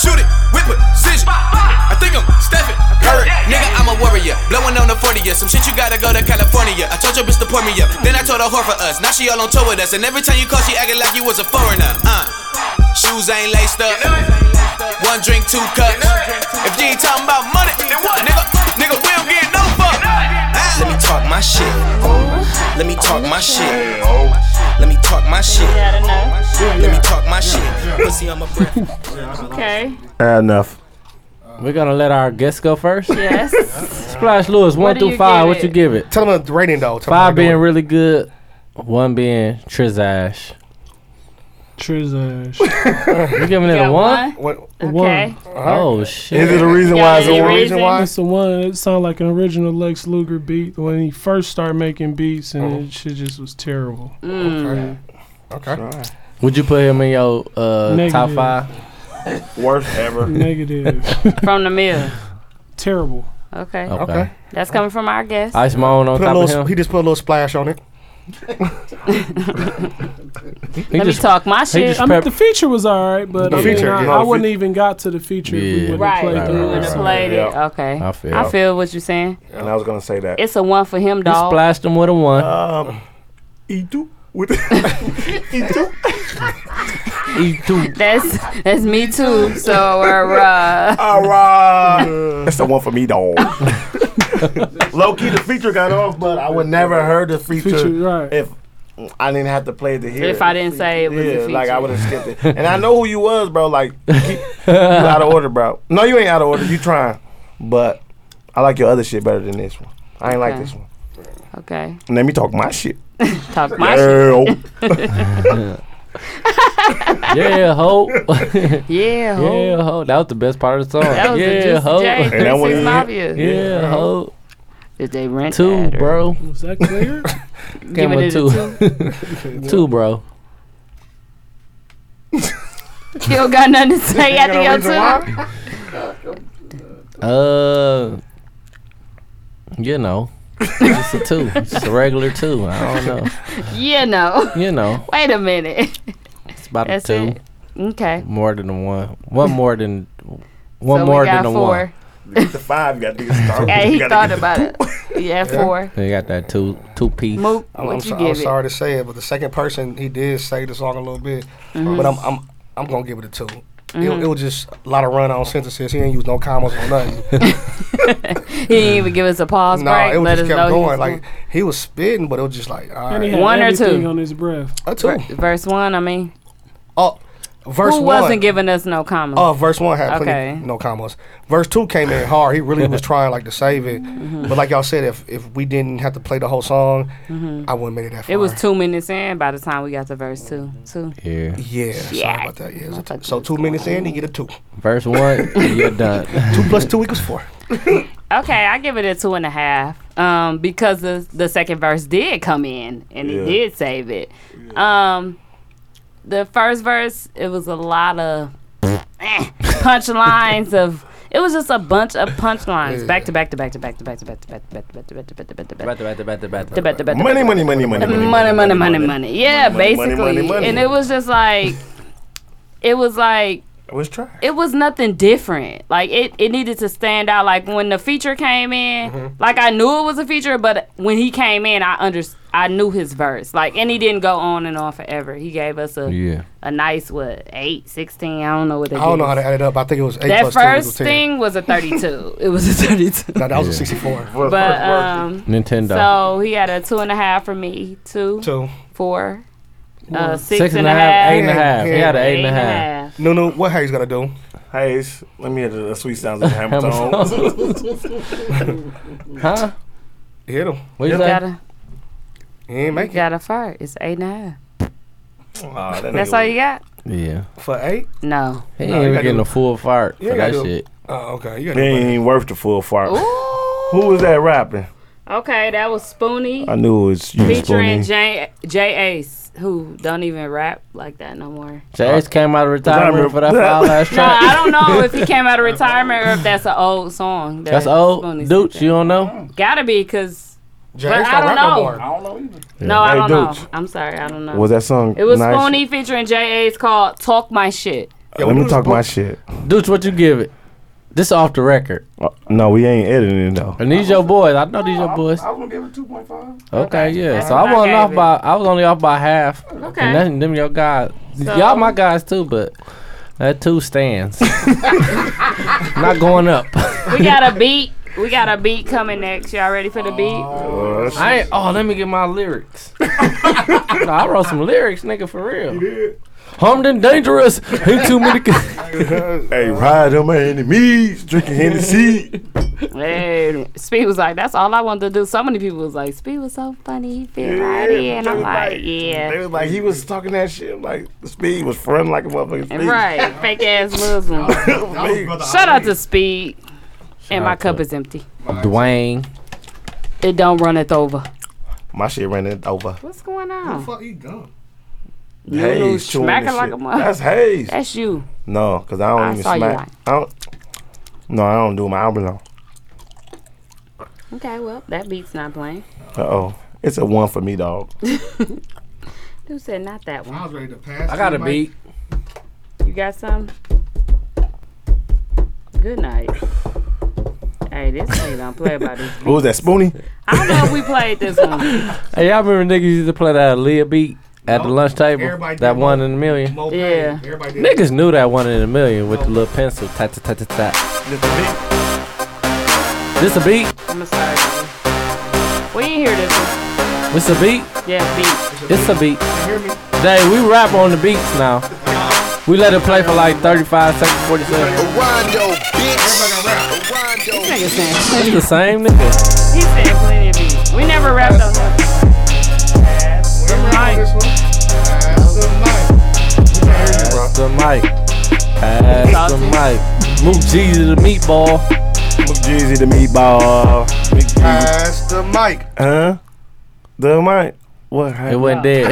Speaker 13: Shoot it, whip it, position. I think I'm Stephen Curry. Nigga, I'm a warrior. Blowing on the 40 year. Some shit you gotta go to California. I told your bitch to pour me up. Then I told her whore for us. Now she all on tour with us. And every time you call, she acting like you was a foreigner. Uh, shoes ain't laced up. One drink, two cups. If you ain't talking about money, then what? Nigga, nigga, we don't get no fuck.
Speaker 11: Let me talk my shit. Let me talk my shit. Let me talk my shit. Let me talk my shit. Pussy on my breath.
Speaker 4: Okay.
Speaker 5: enough.
Speaker 3: We're gonna let our guests go first.
Speaker 4: Yes.
Speaker 3: Splash Lewis,
Speaker 4: What
Speaker 3: one
Speaker 4: do
Speaker 3: through
Speaker 4: you
Speaker 3: five.
Speaker 4: give
Speaker 3: What
Speaker 4: it?
Speaker 3: you give it?
Speaker 6: Tell them the rating though. Tell 'em
Speaker 3: Five
Speaker 6: how you
Speaker 3: being
Speaker 6: doing.
Speaker 3: really good, one being trizash.
Speaker 7: Trizash.
Speaker 3: you giving it
Speaker 7: Got
Speaker 3: a one?
Speaker 6: What?
Speaker 7: Okay.
Speaker 3: Oh shit!
Speaker 7: It's a one. It sounded like an original Lex Luger beat when he first started making beats, and it shit just was terrible.
Speaker 6: Mm. Okay.
Speaker 3: Would you put him in your uh, top
Speaker 7: Negative.
Speaker 3: five?
Speaker 5: Worst ever.
Speaker 7: Negative.
Speaker 4: From the mill.
Speaker 7: Terrible.
Speaker 4: Okay.
Speaker 3: Okay. Okay.
Speaker 4: That's coming from our guest.
Speaker 3: Ice Moan on
Speaker 6: Put a
Speaker 3: top of
Speaker 6: little-
Speaker 3: him.
Speaker 6: He just put a little splash on it.
Speaker 3: He
Speaker 4: Let me
Speaker 3: just-
Speaker 4: talk my shit.
Speaker 7: I mean, the feature was all right, but
Speaker 3: The
Speaker 7: I, mean,
Speaker 3: feature,
Speaker 7: I,
Speaker 3: yeah.
Speaker 7: I wouldn't even got to the feature if we
Speaker 3: Yeah.
Speaker 7: wouldn't
Speaker 4: Right,
Speaker 7: played
Speaker 4: we
Speaker 7: the
Speaker 4: wouldn't have played it. Okay,
Speaker 3: I
Speaker 4: I
Speaker 3: feel-
Speaker 4: feel, what you're saying.
Speaker 5: And I was gonna say that.
Speaker 4: It's a one for him,
Speaker 3: You
Speaker 4: dog.
Speaker 3: splashed him with a one.
Speaker 5: Um, E2 with
Speaker 3: E2.
Speaker 4: That's that's me too. So we're uh,
Speaker 5: all right. That's the one for me, dog. Low key, the feature got off, but I would never heard the feature, if I didn't have to play it to hear
Speaker 4: If
Speaker 5: it.
Speaker 4: I didn't say it was a
Speaker 5: yeah, like I
Speaker 4: feature.
Speaker 5: would have skipped it. And I know who you was, bro. Like you keep- you out of order, bro. No, you ain't out of order. You trying, but I like your other shit better than this one. I ain't like
Speaker 4: Okay.
Speaker 5: this one.
Speaker 4: okay.
Speaker 5: Let me talk my shit.
Speaker 4: Talk my
Speaker 5: Yeah.
Speaker 4: shit.
Speaker 3: yeah, ho.
Speaker 4: yeah, ho.
Speaker 3: Yeah, ho. That was the best part of the song.
Speaker 4: That was the
Speaker 3: yeah,
Speaker 4: Juicy
Speaker 3: ho.
Speaker 4: J, And that 36 wasn't even- Mafias.
Speaker 3: Yeah, ho.
Speaker 4: Did they rent
Speaker 3: two,
Speaker 4: that or-
Speaker 3: bro?
Speaker 7: Was that clear?
Speaker 3: Give
Speaker 4: Giving
Speaker 3: him
Speaker 4: it a
Speaker 3: two. two, bro.
Speaker 4: You don't got nothing to say
Speaker 3: You
Speaker 4: after
Speaker 3: got a
Speaker 4: your
Speaker 3: reason
Speaker 4: two.
Speaker 3: Uh, you know, it's a two. It's a regular two. I don't know.
Speaker 4: You know.
Speaker 3: You know,
Speaker 4: Wait a minute.
Speaker 3: it's about
Speaker 4: That's
Speaker 3: a two.
Speaker 4: it. Okay.
Speaker 3: More than a one. One more than one
Speaker 4: So we
Speaker 3: more
Speaker 4: got
Speaker 3: than a
Speaker 4: four.
Speaker 5: Get the five. You got to get started.
Speaker 4: Hey, he
Speaker 5: You
Speaker 4: thought
Speaker 5: gotta get
Speaker 4: about it. Yeah, four.
Speaker 3: one. You got that two two piece.
Speaker 4: Mook,
Speaker 6: I'm, I'm
Speaker 4: what you
Speaker 6: so- I'm
Speaker 4: give it?
Speaker 6: sorry to say it, but the second person he did say the song a little bit,
Speaker 4: Mhm.
Speaker 6: but I'm I'm I'm gonna give it a 2 It,
Speaker 4: Mhm.
Speaker 6: it was just a lot of run on sentences. He ain't use no commas or nothing.
Speaker 4: He didn't even give us a pause
Speaker 6: no,
Speaker 4: break.
Speaker 6: it was
Speaker 4: Let
Speaker 6: just
Speaker 4: us know
Speaker 6: kept
Speaker 4: he
Speaker 6: going.
Speaker 4: was
Speaker 6: Like he was spitting, but it was just like all
Speaker 4: And he
Speaker 6: right.
Speaker 4: had One or everything two.
Speaker 7: on his breath.
Speaker 6: A two.
Speaker 4: Ver- verse one, I mean.
Speaker 6: Oh, verse
Speaker 4: Who
Speaker 6: one.
Speaker 4: wasn't giving us no comments?
Speaker 6: Oh, verse one had
Speaker 4: Okay.
Speaker 6: plenty no commas. Verse two came in hard. He really was trying like to save it,
Speaker 4: Mm-hmm.
Speaker 6: but like y'all said, if if we didn't have to play the whole song,
Speaker 4: Mm-hmm.
Speaker 6: I wouldn't made it that far.
Speaker 4: It was two minutes in by the time we got to verse two. Two.
Speaker 3: Yeah.
Speaker 6: Yeah. Sorry about that. Yeah. it was a two. So two minutes in, you get a two.
Speaker 3: Verse one, you're done.
Speaker 6: Two plus two equals four.
Speaker 4: Okay, I give it a two and a half. Um, because the the second verse did come in and
Speaker 10: Yeah.
Speaker 4: it did save it. Um, the first verse it was a lot of eh, punchlines of. It was just a bunch of punchlines back to back to back to back to back to back to back to back to back to back to back to back to back.
Speaker 3: Money,
Speaker 5: Money, money, money, money, money,
Speaker 4: money, money, money, money. Yeah,
Speaker 5: Money, money,
Speaker 4: basically.
Speaker 5: money, money.
Speaker 4: And it was just like, it was like,
Speaker 5: It was trash.
Speaker 4: it was nothing different. Like it, it needed to stand out. Like when the feature came in,
Speaker 10: Mhm.
Speaker 6: Mm-hmm.
Speaker 4: like I knew it was a feature, but when he came in, I under, I knew his verse. Like and he didn't go on and on forever. He gave us a
Speaker 6: Yeah.
Speaker 4: a nice what eight, sixteen. I don't know what.
Speaker 6: I
Speaker 4: It
Speaker 6: don't know
Speaker 4: is.
Speaker 6: how to add it up. I think it was eight
Speaker 4: that
Speaker 6: plus two
Speaker 4: first
Speaker 6: equals ten.
Speaker 4: thing was a thirty-two. it was a thirty-two.
Speaker 6: No, that was a
Speaker 3: Yeah.
Speaker 6: sixty-four.
Speaker 4: but um,
Speaker 3: Nintendo.
Speaker 4: So he had a two and a half for me. Two.
Speaker 6: Two.
Speaker 4: Four. Uh,
Speaker 3: One.
Speaker 4: six,
Speaker 3: Six
Speaker 4: and
Speaker 3: and
Speaker 4: a
Speaker 3: a half,
Speaker 4: half.
Speaker 3: eight and a half. He had an eight and a half.
Speaker 6: No, no. What Hayes gotta do?
Speaker 5: Hayes, let me hear the the sweet sounds of Hamilton.
Speaker 3: huh?
Speaker 6: Hit him.
Speaker 3: What
Speaker 4: You gotta,
Speaker 6: He ain't
Speaker 4: you
Speaker 6: make it.
Speaker 4: gotta fart. It's eight and a half.
Speaker 6: Aw, that
Speaker 4: That's
Speaker 6: nigga
Speaker 4: all
Speaker 6: was-
Speaker 4: you got?
Speaker 3: Yeah.
Speaker 6: For eight?
Speaker 4: No.
Speaker 3: He ain't even getting a full fart
Speaker 6: Yeah,
Speaker 3: for
Speaker 6: you
Speaker 3: that
Speaker 6: gotta do-
Speaker 3: shit.
Speaker 6: Oh, okay. You
Speaker 5: It
Speaker 6: gotta do
Speaker 5: ain't worth the full fart.
Speaker 4: Who
Speaker 5: was that rapping?
Speaker 4: Okay, that was Spoonie.
Speaker 5: I knew it was you,
Speaker 4: Featuring
Speaker 5: Spoonie.
Speaker 4: J, J Ace, who don't even rap like that no more.
Speaker 3: Jace came out of retirement for that foul last
Speaker 4: No,
Speaker 3: track.
Speaker 4: Uh, I don't know if he came out of retirement or if that's an old song. that
Speaker 3: That's old.
Speaker 4: Spoonie-
Speaker 3: Dude, you don't know?
Speaker 4: Gotta be, because.
Speaker 6: J
Speaker 4: But
Speaker 6: Ace
Speaker 4: I
Speaker 6: don't
Speaker 4: don't
Speaker 6: rap no
Speaker 4: know.
Speaker 6: more.
Speaker 4: I don't know either.
Speaker 5: Yeah.
Speaker 4: No, I
Speaker 5: Hey,
Speaker 4: don't
Speaker 5: Dooch.
Speaker 4: know. I'm sorry, I don't know.
Speaker 5: Was that song
Speaker 4: It was
Speaker 5: nice?
Speaker 4: Spoonie featuring J Ace called Talk My Shit.
Speaker 5: Let me talk my shit.
Speaker 3: Dudes, what you give it? This off the record.
Speaker 5: Uh, no, we ain't editing it though.
Speaker 3: And these your boys. I know these your boys.
Speaker 8: I was gonna give it two point five.
Speaker 3: Okay, yeah.
Speaker 8: That's
Speaker 3: So
Speaker 8: what
Speaker 3: I
Speaker 8: I
Speaker 3: wasn't
Speaker 8: gave
Speaker 3: off
Speaker 8: it.
Speaker 3: by. I was only off by half.
Speaker 8: Okay.
Speaker 3: And that, them your guys.
Speaker 8: So-
Speaker 3: Y'all my guys too, but that two stands. Not going up.
Speaker 4: We got a beat. We got a beat coming next. Y'all ready for the beat?
Speaker 3: I ain't, oh, let me get my lyrics. no, I wrote some lyrics, nigga, for real. You did. Harmed and dangerous. Ain't too many.
Speaker 5: hey, ride on my enemies, drinking Hennessy.
Speaker 4: Hey, Speed was like, that's all I wanted to do. So many people was like, Speed was so funny. He fit right in. I'm like,
Speaker 5: They
Speaker 4: yeah.
Speaker 5: was like, he was talking that shit. I'm Like, Speed was fronting like a motherfucking Speed.
Speaker 4: Right. Fake ass Muslim. Shout out to Speed. And my
Speaker 5: out
Speaker 4: cup
Speaker 5: to-
Speaker 4: is empty.
Speaker 3: Dwayne.
Speaker 4: It don't run it over.
Speaker 5: My shit ran it over.
Speaker 4: What's going
Speaker 8: Who
Speaker 4: on?
Speaker 8: the fuck eat gum?
Speaker 4: Lulu
Speaker 5: Hayes chewing
Speaker 4: smacking
Speaker 5: this
Speaker 4: like
Speaker 5: shit.
Speaker 4: a mother.
Speaker 5: That's Hayes.
Speaker 4: That's you.
Speaker 5: No, cause I don't
Speaker 4: I
Speaker 5: even
Speaker 4: saw you
Speaker 5: smack.
Speaker 4: lying.
Speaker 5: I don't. No, I don't do my album long.
Speaker 4: Okay, well, that beat's not playing.
Speaker 5: Uh oh, it's a one for me, dog.
Speaker 4: Who said not that one? I
Speaker 8: was ready to pass.
Speaker 3: I got a beat.
Speaker 4: You got some? Good night. Hey, this thing don't play about this.
Speaker 5: What was that, Spoonie?
Speaker 4: I don't know if we played this one.
Speaker 3: Hey, y'all remember niggas used to play that Leah beat at the lunch table?
Speaker 4: Oh, Everybody
Speaker 3: That
Speaker 4: did
Speaker 3: one in a million.
Speaker 4: Yeah.
Speaker 3: Niggas knew that one in a million with the little pencil. Tat tat tat tat tat. This a beat?
Speaker 4: I'm sorry. We ain't hear this one.
Speaker 3: This a beat?
Speaker 4: Yeah, beat.
Speaker 3: It's a beat.
Speaker 4: hear me?
Speaker 3: Jay, we rap on the beats now. We let it play for like 35 seconds, 40 seconds.
Speaker 12: Rondo, bitch.
Speaker 4: This nigga saying.
Speaker 3: It's the same nigga.
Speaker 4: He said plenty of beats. We never rapped on this.
Speaker 3: Pass the mic. Pass the mic. Move Jeezy the meatball.
Speaker 5: Move Jeezy the meatball. Big Jeezy.
Speaker 6: Pass the mic.
Speaker 5: Huh? The mic. What?
Speaker 3: It went dead.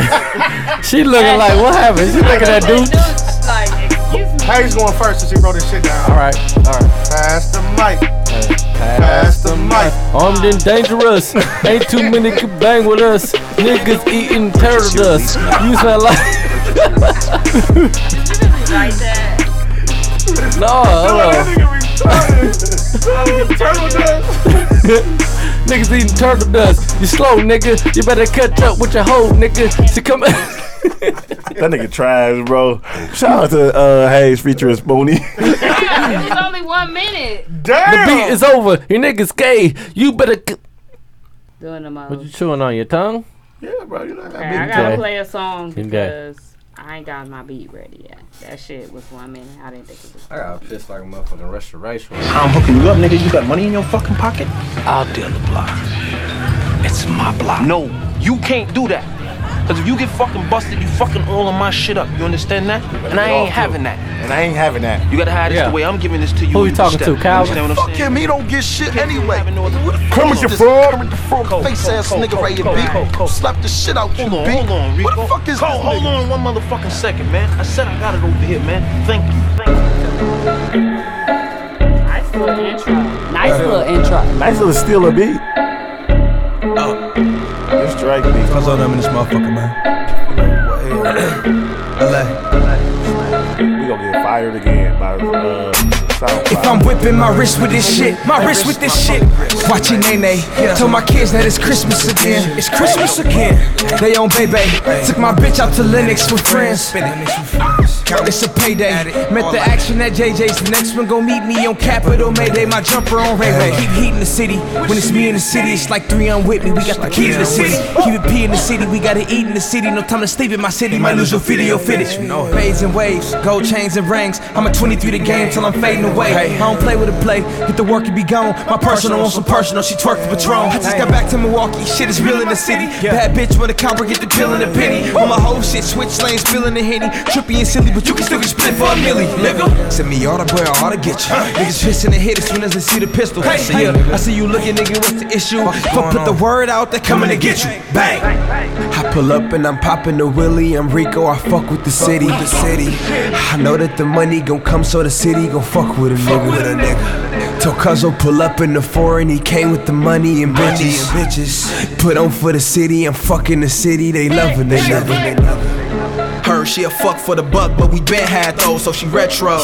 Speaker 3: she looking like, what happened? She looking at dude.
Speaker 4: Like, excuse
Speaker 6: Harry's going first since he wrote his shit down.
Speaker 3: All right, all right.
Speaker 6: Pass the mic.
Speaker 3: Pass the mic. Armed and dangerous. Ain't too many can bang with us. Niggas eating turtle dust. You smell like. no.
Speaker 14: Oh.
Speaker 3: Niggas eating turtle dust. You slow, nigga. You better catch up with your hoe, nigga. She come.
Speaker 5: That nigga trash, bro. Shout out to uh, Hayes featuring Spoonie.
Speaker 4: it's only one minute.
Speaker 3: The beat is over. Your niggas gay. You better. C-
Speaker 4: Doing them all.
Speaker 3: what you chewing on your tongue?
Speaker 5: Yeah, bro. You know
Speaker 4: Okay, I gotta
Speaker 3: Okay.
Speaker 4: play a song
Speaker 3: Okay.
Speaker 4: because I ain't got my beat ready yet. That shit was one minute. I didn't think it was.
Speaker 14: I got pissed like a motherfucking restoration.
Speaker 12: I'm hooking you up, nigga. You got money in your fucking pocket? I'll deal the block. It's my block. No, you can't do that. Cause if you get fucking busted, you fucking all of my shit up. You understand that? And I ain't having that.
Speaker 5: And I ain't having that.
Speaker 12: You gotta hide this
Speaker 5: Yeah.
Speaker 12: the way I'm giving this to you.
Speaker 5: Who
Speaker 12: and
Speaker 5: we
Speaker 12: you
Speaker 5: talking
Speaker 12: step.
Speaker 5: to,
Speaker 12: You
Speaker 5: Calvin?
Speaker 12: understand what I'm
Speaker 14: Fuck him, he don't get shit anyway.
Speaker 12: Kermit the
Speaker 14: Frog. Kermit the Frog, face ass nigga right here, B. Slap the shit out you,
Speaker 12: Hold on,
Speaker 14: B.
Speaker 12: hold on, Rico.
Speaker 14: What the fuck is
Speaker 12: Cole,
Speaker 14: this
Speaker 12: Hold
Speaker 14: nigga?
Speaker 12: on one motherfucking second, man. I said I gotta go over here, man. Thank you.
Speaker 4: Nice little intro. Uh, Nice little intro.
Speaker 5: Nice little steal a beat. Oh. It's Drake beat.
Speaker 15: What's up, them in this motherfucker, man?
Speaker 5: We gonna get fired again by uh,
Speaker 16: If I'm whipping my wrist with this shit, my wrist with this shit. Watching Nene, tell my kids that it's Christmas again. It's Christmas again. They on baby. Took my bitch out to Lennox with friends. It's a payday. Met the action at JJ's. The next one gon' meet me on Capitol Mayday. My jumper on Ray Ray. Keep heating the city. When it's me in the city, it's like three on with me. We got the key to the city. Keep it P in the city. We gotta eat in the city. No time to sleep in my city. Might lose your video footage. Fades and waves, gold chains and rings. I'm a 23 the game till I'm fading away. I don't play with a play. Get the work and be gone. My personal on some personal. She twerk for Patron. I just got back to Milwaukee. Shit is real in the city. Bad bitch with a copper, get the pill in the penny. On my whole shit, switch lanes, spilling the henny. Trippy and silly, but you can still get split for a milli, nigga. Send me all the boy, all to get you. Niggas pissing and hit as soon as they see the pistol.
Speaker 12: Hey,
Speaker 16: See ya.
Speaker 12: hey.
Speaker 16: I see you looking, nigga. What's the issue? If I
Speaker 14: going
Speaker 16: put the
Speaker 14: on?
Speaker 16: word out, they coming to get you. Bang.
Speaker 14: I pull up and I'm popping the willy. I'm Rico. I fuck with the city. The city. I know that the money gon' come, so the city gon' fuck with a nigga. With a nigga. Tokazo pull up in the foreign. He came with the money and bitches. bitches. Put on for the city. I'm fucking the city. They loving the nigga.
Speaker 17: Her, she a fuck for the buck, but we been had those, so she retro.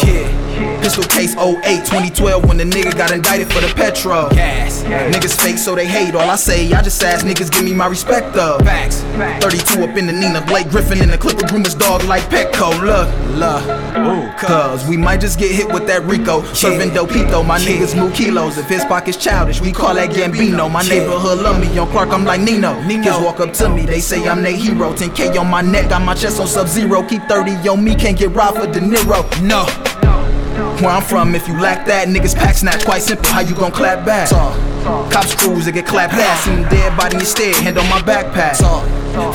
Speaker 17: Pistol case 08, 2012, when the nigga got indicted for the petrol. Gas. Niggas fake, so they hate. All I say, I just ask niggas, give me my respect though. Facts. 32 up in the Nina, Blake Griffin in the clip with groomers dog like Petco. Look, look. Cuz we might just get hit with that Rico. Serving Dopito, my niggas move kilos. If his pocket's childish, we call that Gambino. My neighborhood love me. On Clark, I'm like Nino. Kids walk up to me, they say I'm their hero. 10K on my neck, got my chest on Sub Zero. Keep 30 on me, can't get robbed for De Niro. No. Where I'm from, if you lack that, niggas pack snatch. Quite simple, how you gon' clap back? Cops crews that get clapped ass, seen a dead body instead, hand on my backpack.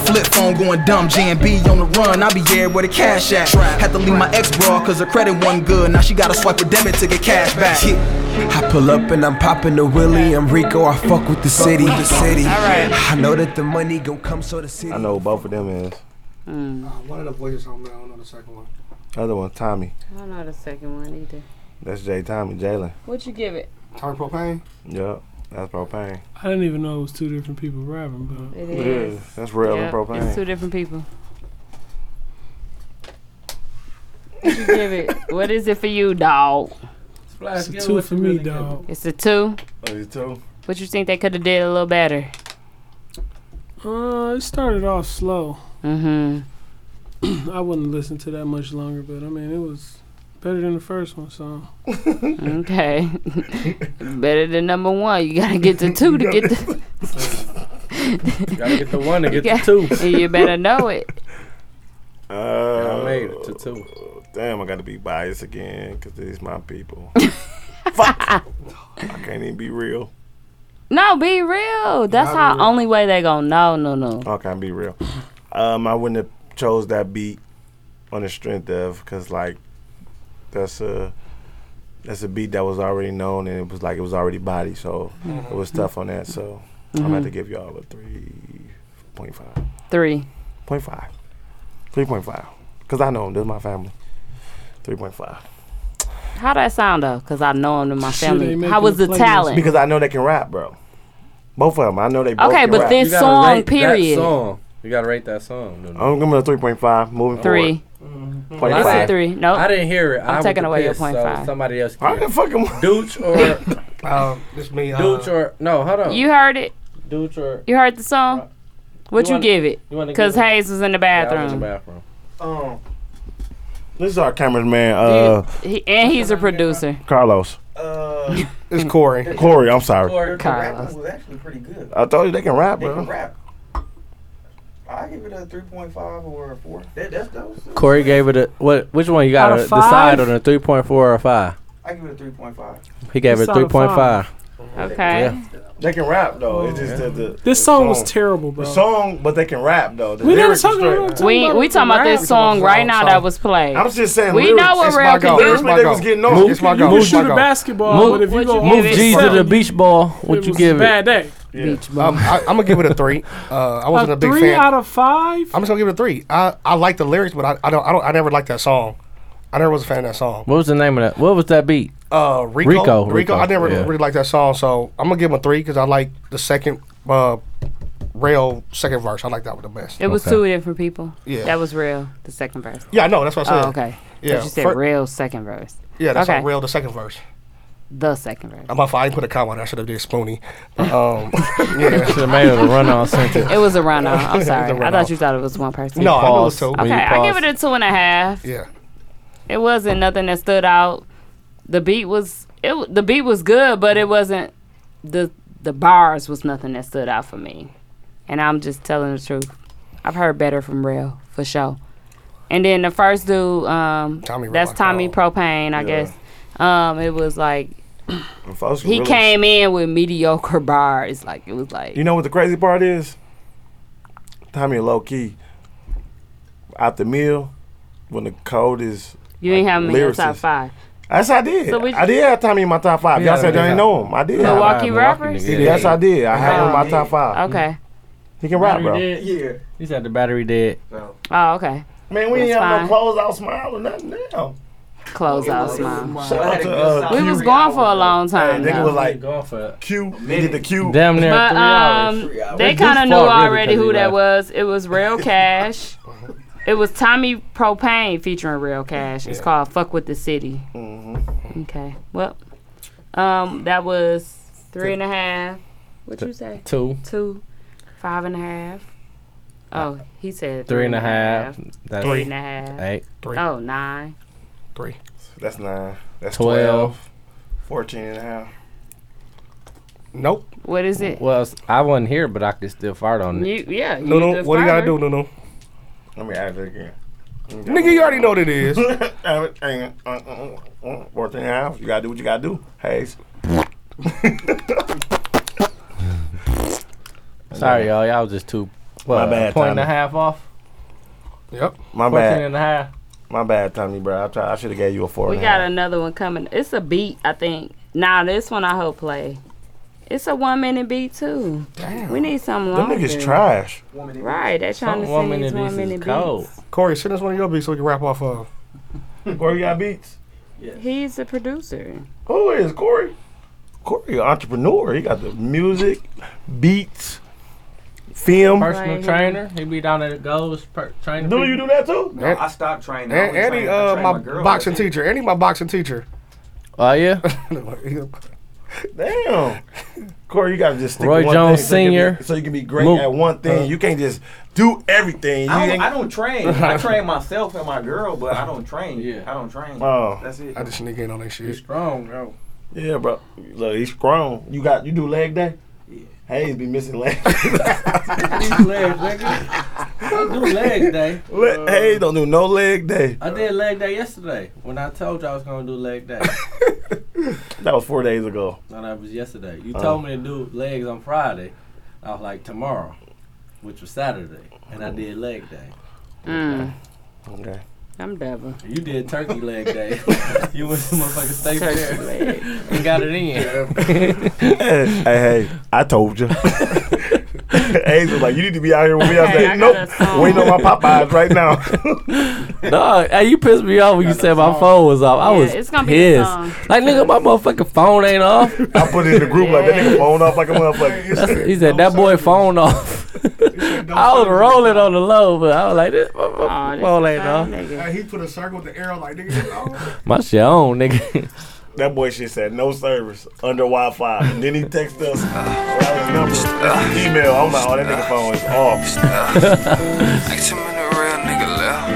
Speaker 17: Flip phone going dumb, JB on the run, I be here where the cash at. Had to leave my ex broad cause her credit wasn't good, now she gotta swipe her debit to get cash back.
Speaker 14: I pull up and I'm popping the willy. I'm Rico. I fuck with the city. The city. I know that the money gon' come, so the city.
Speaker 5: I know both of them is.
Speaker 4: Mm.
Speaker 6: Uh, One of the voices on there, I don't know the second one.
Speaker 5: Other one, Tommy.
Speaker 4: I don't know the second one either.
Speaker 5: That's Jay Tommy Jalen.
Speaker 4: What you give it?
Speaker 6: Turn propane.
Speaker 5: Yup. That's propane.
Speaker 7: I didn't even know it was two different people rapping, but
Speaker 4: It
Speaker 5: is. Yeah, that's real and propane.
Speaker 4: It's two different people. What you give it? What is it for you, dog?
Speaker 7: It's a two for me, dog.
Speaker 4: It's a two.
Speaker 5: Oh, you too.
Speaker 4: What you think they could have did a little better?
Speaker 7: Uh, it started off slow.
Speaker 4: Mm-hmm.
Speaker 7: I wouldn't listen to that much longer, but I mean, it was better than the first one. So
Speaker 4: Okay. Better than number one. You gotta get to two to get the.
Speaker 3: Gotta get the one to
Speaker 4: You got-
Speaker 3: get the two.
Speaker 4: You better know it.
Speaker 5: Uh,
Speaker 3: I made it to two.
Speaker 5: Oh, Damn, I gotta be biased again because these my people. Fuck. I can't even be real.
Speaker 4: No, be real. That's
Speaker 5: Not
Speaker 4: how
Speaker 5: real.
Speaker 4: only way they gonna know. No, no.
Speaker 5: Okay, I'm be real. Um, I wouldn't have chose that beat on the strength of because like that's a that's a beat that was already known and it was like it was already body, so it was
Speaker 3: Mm-hmm.
Speaker 5: tough on that. So I'm about to
Speaker 4: Mhm.
Speaker 5: give y'all a three point five.
Speaker 4: Three.
Speaker 5: Point five. Three point five. Cause I know them. They're my family. Three point five.
Speaker 4: How that sound though? Because I know him in my
Speaker 5: Shit,
Speaker 4: family.
Speaker 5: ain't
Speaker 4: How
Speaker 5: making
Speaker 4: was the
Speaker 5: playlist.
Speaker 4: talent?
Speaker 5: Because I know they can rap, bro. Both of them, I know they. both
Speaker 4: Okay,
Speaker 5: can
Speaker 4: but
Speaker 5: rap.
Speaker 4: this You gotta song, rate that
Speaker 3: That
Speaker 4: period.
Speaker 3: song. You gotta rate that song.
Speaker 5: I'm giving it a three point five. Moving
Speaker 4: Three.
Speaker 5: forward.
Speaker 3: Well, I said-
Speaker 4: three. Nope.
Speaker 3: I didn't hear it.
Speaker 4: I'm
Speaker 3: I was
Speaker 4: taking away your
Speaker 3: pissed, so
Speaker 4: 0.5.
Speaker 3: Somebody else.
Speaker 5: I didn't fucking
Speaker 3: Dooch or
Speaker 6: uh, this me.
Speaker 3: uh, Dooch or no? Hold on.
Speaker 4: You heard it.
Speaker 3: Dooch or
Speaker 4: You heard the song. What
Speaker 3: You
Speaker 4: you,
Speaker 3: wanna-
Speaker 4: give it?
Speaker 3: you wanna give
Speaker 4: Because
Speaker 3: it?
Speaker 4: Hayes was in the
Speaker 3: Yeah, I was
Speaker 4: bathroom.
Speaker 3: in the bathroom.
Speaker 6: Um,
Speaker 5: This is our cameraman, uh,
Speaker 4: he, and he's a producer.
Speaker 5: Carlos.
Speaker 6: Uh,
Speaker 5: It's Corey. Corey, I'm sorry.
Speaker 4: Carlos.
Speaker 8: was actually pretty good.
Speaker 5: I told you they can rap,
Speaker 8: They
Speaker 5: bro.
Speaker 8: can rap. I give it a 3.5 or a 4. That, that's those.
Speaker 3: Corey gave it a what? Which one you
Speaker 8: Out
Speaker 3: got
Speaker 8: of
Speaker 3: to decide
Speaker 8: five?
Speaker 3: on a three point four or five?
Speaker 8: I give it a 3.5.
Speaker 3: He gave
Speaker 8: It's
Speaker 3: it
Speaker 8: out
Speaker 3: three
Speaker 8: of
Speaker 3: point
Speaker 8: five.
Speaker 3: five.
Speaker 4: Okay.
Speaker 3: Yeah.
Speaker 5: They can rap though. It's just that the,
Speaker 7: This
Speaker 5: the
Speaker 7: song was terrible, bro.
Speaker 5: The song, but they can rap though. The
Speaker 7: We never
Speaker 5: lyrics are
Speaker 7: talking
Speaker 5: straight.
Speaker 7: about
Speaker 4: We we talking about this song right now that was played.
Speaker 5: I'm just saying
Speaker 4: We
Speaker 5: lyrics.
Speaker 4: know what
Speaker 5: It's
Speaker 4: real
Speaker 5: my
Speaker 4: can
Speaker 5: goal.
Speaker 4: do.
Speaker 5: Lyrics my goal. getting on. It's my
Speaker 7: you
Speaker 5: goal.
Speaker 7: can
Speaker 5: It's my
Speaker 7: shoot a
Speaker 5: goal.
Speaker 7: basketball,
Speaker 3: Move-
Speaker 7: but if you go
Speaker 3: Move G's to the beach ball. What
Speaker 7: It
Speaker 3: you
Speaker 7: was
Speaker 3: give
Speaker 7: a bad
Speaker 3: it?
Speaker 7: day.
Speaker 6: Um, I, I'm gonna give it a three. Uh, I wasn't a, big
Speaker 7: three
Speaker 6: fan.
Speaker 7: out of five.
Speaker 6: I'm just gonna give it a three. I, I like the lyrics, but I, I don't I don't I never liked that song. I never was a fan of that song.
Speaker 3: What was the name of that? What was that beat?
Speaker 6: Uh, Rico,
Speaker 3: Rico,
Speaker 6: Rico,
Speaker 3: Rico,
Speaker 6: I never
Speaker 3: yeah.
Speaker 6: really liked that song, so I'm gonna give him a three because I like the second uh, rail second verse. I like that one the best.
Speaker 4: It was two different people.
Speaker 6: Yeah.
Speaker 4: That was real. The second verse.
Speaker 6: Yeah, I know, that's what I said.
Speaker 4: Oh, okay.
Speaker 6: Yeah,
Speaker 4: Yeah. you said
Speaker 6: fir-
Speaker 4: real second verse.
Speaker 6: Yeah, that's
Speaker 4: okay.
Speaker 6: like real the second verse.
Speaker 4: The second verse.
Speaker 6: I'm off, I didn't put a comma. on it. I should have did Spoonie. But, um, yeah,
Speaker 3: Should have made it a run-on sentence.
Speaker 4: It was a run off.
Speaker 6: It
Speaker 4: I'm
Speaker 6: was
Speaker 4: sorry.
Speaker 6: a
Speaker 4: I
Speaker 6: runoff.
Speaker 4: thought you thought it was one person.
Speaker 6: No, I knew it was two.
Speaker 4: Okay, I give it a two and a half.
Speaker 6: Yeah.
Speaker 4: It wasn't nothing that stood out. The beat was it. w- The beat was good, but it wasn't the the bars was nothing that stood out for me. And I'm just telling the truth. I've heard better from Real for sure. And then the first dude, um,
Speaker 6: Tommy
Speaker 4: that's
Speaker 6: Rock,
Speaker 4: Tommy Propane, I
Speaker 6: Yeah.
Speaker 4: guess. Um, it was like
Speaker 5: Folks can
Speaker 4: he
Speaker 5: really-
Speaker 4: came in with mediocre bars. Like it was like
Speaker 5: You know what the crazy part is? Tommy low key. Out the meal, when the code is.
Speaker 4: you ain't have me in your
Speaker 5: lyricist.
Speaker 4: top five.
Speaker 5: Yes, I did.
Speaker 4: So which-
Speaker 5: I did have Tommy in my top five.
Speaker 6: Yeah,
Speaker 5: Y'all said
Speaker 6: yeah.
Speaker 5: y'all didn't know him. I did.
Speaker 4: Milwaukee rappers?
Speaker 3: nigga.
Speaker 5: Yes, I did. I had him in my
Speaker 4: Oh.
Speaker 5: top five.
Speaker 4: Okay.
Speaker 5: He can rap,
Speaker 3: Battery
Speaker 5: bro.
Speaker 3: dead? He said the battery dead.
Speaker 4: Oh, okay.
Speaker 5: Man, we
Speaker 4: That's
Speaker 5: ain't have no
Speaker 4: fine.
Speaker 5: clothes out smile or nothing now.
Speaker 4: Close out smile.
Speaker 5: Shout out to, uh,
Speaker 4: we
Speaker 5: Q.
Speaker 4: was gone for a long time.
Speaker 5: Nigga
Speaker 4: though.
Speaker 5: was like
Speaker 3: for
Speaker 5: Q. They did the Q.
Speaker 3: Damn near
Speaker 4: but
Speaker 3: three hours.
Speaker 4: um, they kind
Speaker 3: This far
Speaker 4: of knew
Speaker 3: really
Speaker 4: already
Speaker 3: 'cause he
Speaker 4: who that
Speaker 3: laughed.
Speaker 4: was. It was Real Cash. it was Tommy Propane featuring Real Cash. It's called "Fuck with the City."
Speaker 3: Mm-hmm.
Speaker 4: Okay. Well, um, that was three and a half. What you say?
Speaker 3: Two. Uh,
Speaker 4: Two. Five and a half. Oh, he said
Speaker 3: Three and a half. That's
Speaker 4: Three and a half.
Speaker 3: eight. Three.
Speaker 4: Oh, nine.
Speaker 6: Three.
Speaker 5: That's nine. That's 12.
Speaker 3: Twelve.
Speaker 5: 14 and a half.
Speaker 6: Nope.
Speaker 4: What is it?
Speaker 3: Well, s- I wasn't here, but I could still fart on it.
Speaker 4: You, yeah.
Speaker 6: No, no.
Speaker 4: the
Speaker 6: What do you gotta
Speaker 4: farmer.
Speaker 6: do, no, no?
Speaker 5: Let me add it again.
Speaker 6: Nigga, you already know what it is.
Speaker 5: Average, uh, uh, uh, uh, 14 and a half. You gotta do what you gotta do. Hayes.
Speaker 3: Sorry, y'all. Y'all was just two. What,
Speaker 5: My bad,
Speaker 3: Point and a
Speaker 5: Tommy.
Speaker 3: half off.
Speaker 6: Yep.
Speaker 5: My
Speaker 3: 14
Speaker 5: bad.
Speaker 3: and a half.
Speaker 5: My bad, Tommy, bro. I, try, I should have gave you a four.
Speaker 4: We
Speaker 5: and a
Speaker 4: got
Speaker 5: half.
Speaker 4: another one coming. It's a beat, I think. Now this one I hope play. It's a one minute beat too. We need something
Speaker 5: Them
Speaker 4: longer.
Speaker 5: niggas trash.
Speaker 4: Right, they're trying to
Speaker 3: Some one
Speaker 4: send these
Speaker 3: minute
Speaker 4: one
Speaker 3: beats
Speaker 4: minute
Speaker 3: is
Speaker 4: beats.
Speaker 8: Oh.
Speaker 3: cold.
Speaker 6: Corey, send us one of your beats so we can rap off of.
Speaker 5: Corey got beats.
Speaker 4: He's the producer.
Speaker 5: Who is Corey? Corey, an entrepreneur. He got the music, beats, film.
Speaker 3: Personal
Speaker 4: Right.
Speaker 3: trainer. He be down at the Gold's per- Eh, trainer.
Speaker 5: Do you do that too?
Speaker 6: And-
Speaker 8: I stopped training.
Speaker 6: And,
Speaker 8: I only
Speaker 6: and he,
Speaker 8: trained- I
Speaker 6: uh,
Speaker 8: trained
Speaker 6: my
Speaker 8: girl.
Speaker 6: boxing teacher. And he my boxing teacher.
Speaker 3: Oh yeah.
Speaker 5: Damn. Corey, you gotta just stick
Speaker 3: Roy
Speaker 5: to one
Speaker 3: Jones
Speaker 5: thing so you can
Speaker 3: Senior.
Speaker 5: be- So you can be great
Speaker 3: Luke.
Speaker 5: at one thing.
Speaker 3: Uh,
Speaker 5: you can't just do everything. You
Speaker 8: I don't,
Speaker 5: ain't-
Speaker 8: I don't train. I train myself and my girl, but I don't train. Yeah. I don't train.
Speaker 5: Oh.
Speaker 8: That's it.
Speaker 6: I just sneak in on that shit.
Speaker 3: Strong, bro.
Speaker 5: Yeah, bro. Look, he's strong. You got you do leg day? Yeah. Hayes be missing leg.
Speaker 3: legs, nigga. I do leg day.
Speaker 5: Le- Hayes don't do no leg day.
Speaker 3: I did leg day yesterday when I told you I was gonna do leg day.
Speaker 5: That was four days ago.
Speaker 3: no, that was yesterday. You
Speaker 5: Oh.
Speaker 3: told me to do legs on Friday. I was like tomorrow, which was Saturday, and I did leg day.
Speaker 4: Mm,
Speaker 5: Okay.
Speaker 4: I'm devil.
Speaker 3: You did turkey leg day. you went to motherfucking state
Speaker 4: Turkey
Speaker 3: fair
Speaker 4: leg.
Speaker 3: and got it in.
Speaker 5: hey, hey, I told you. Ace was like, you need to be out here with me. I was
Speaker 3: Hey,
Speaker 5: like,
Speaker 3: I
Speaker 5: nope,
Speaker 3: got a song.
Speaker 5: waiting on my Popeyes right now.
Speaker 3: Dog, hey, you pissed me off when you said my phone was off. I
Speaker 5: Yeah,
Speaker 3: was
Speaker 5: it's gonna be the
Speaker 3: pissed.
Speaker 5: song.
Speaker 3: like, nigga, my motherfucking phone ain't off.
Speaker 5: I put it in the group like that nigga phone off like a motherfucker.
Speaker 3: That's- he said that boy phone off. I was rolling on the low, but I was like, this my, my phone ain't off.
Speaker 6: Hey, he put a circle with the arrow like nigga.
Speaker 3: My shit on, nigga.
Speaker 5: That boy shit said no service under Wi Fi. And then he texted us without his number, that's his email. I'm like, oh, that nigga phone is off.
Speaker 18: Like too many real nigga left.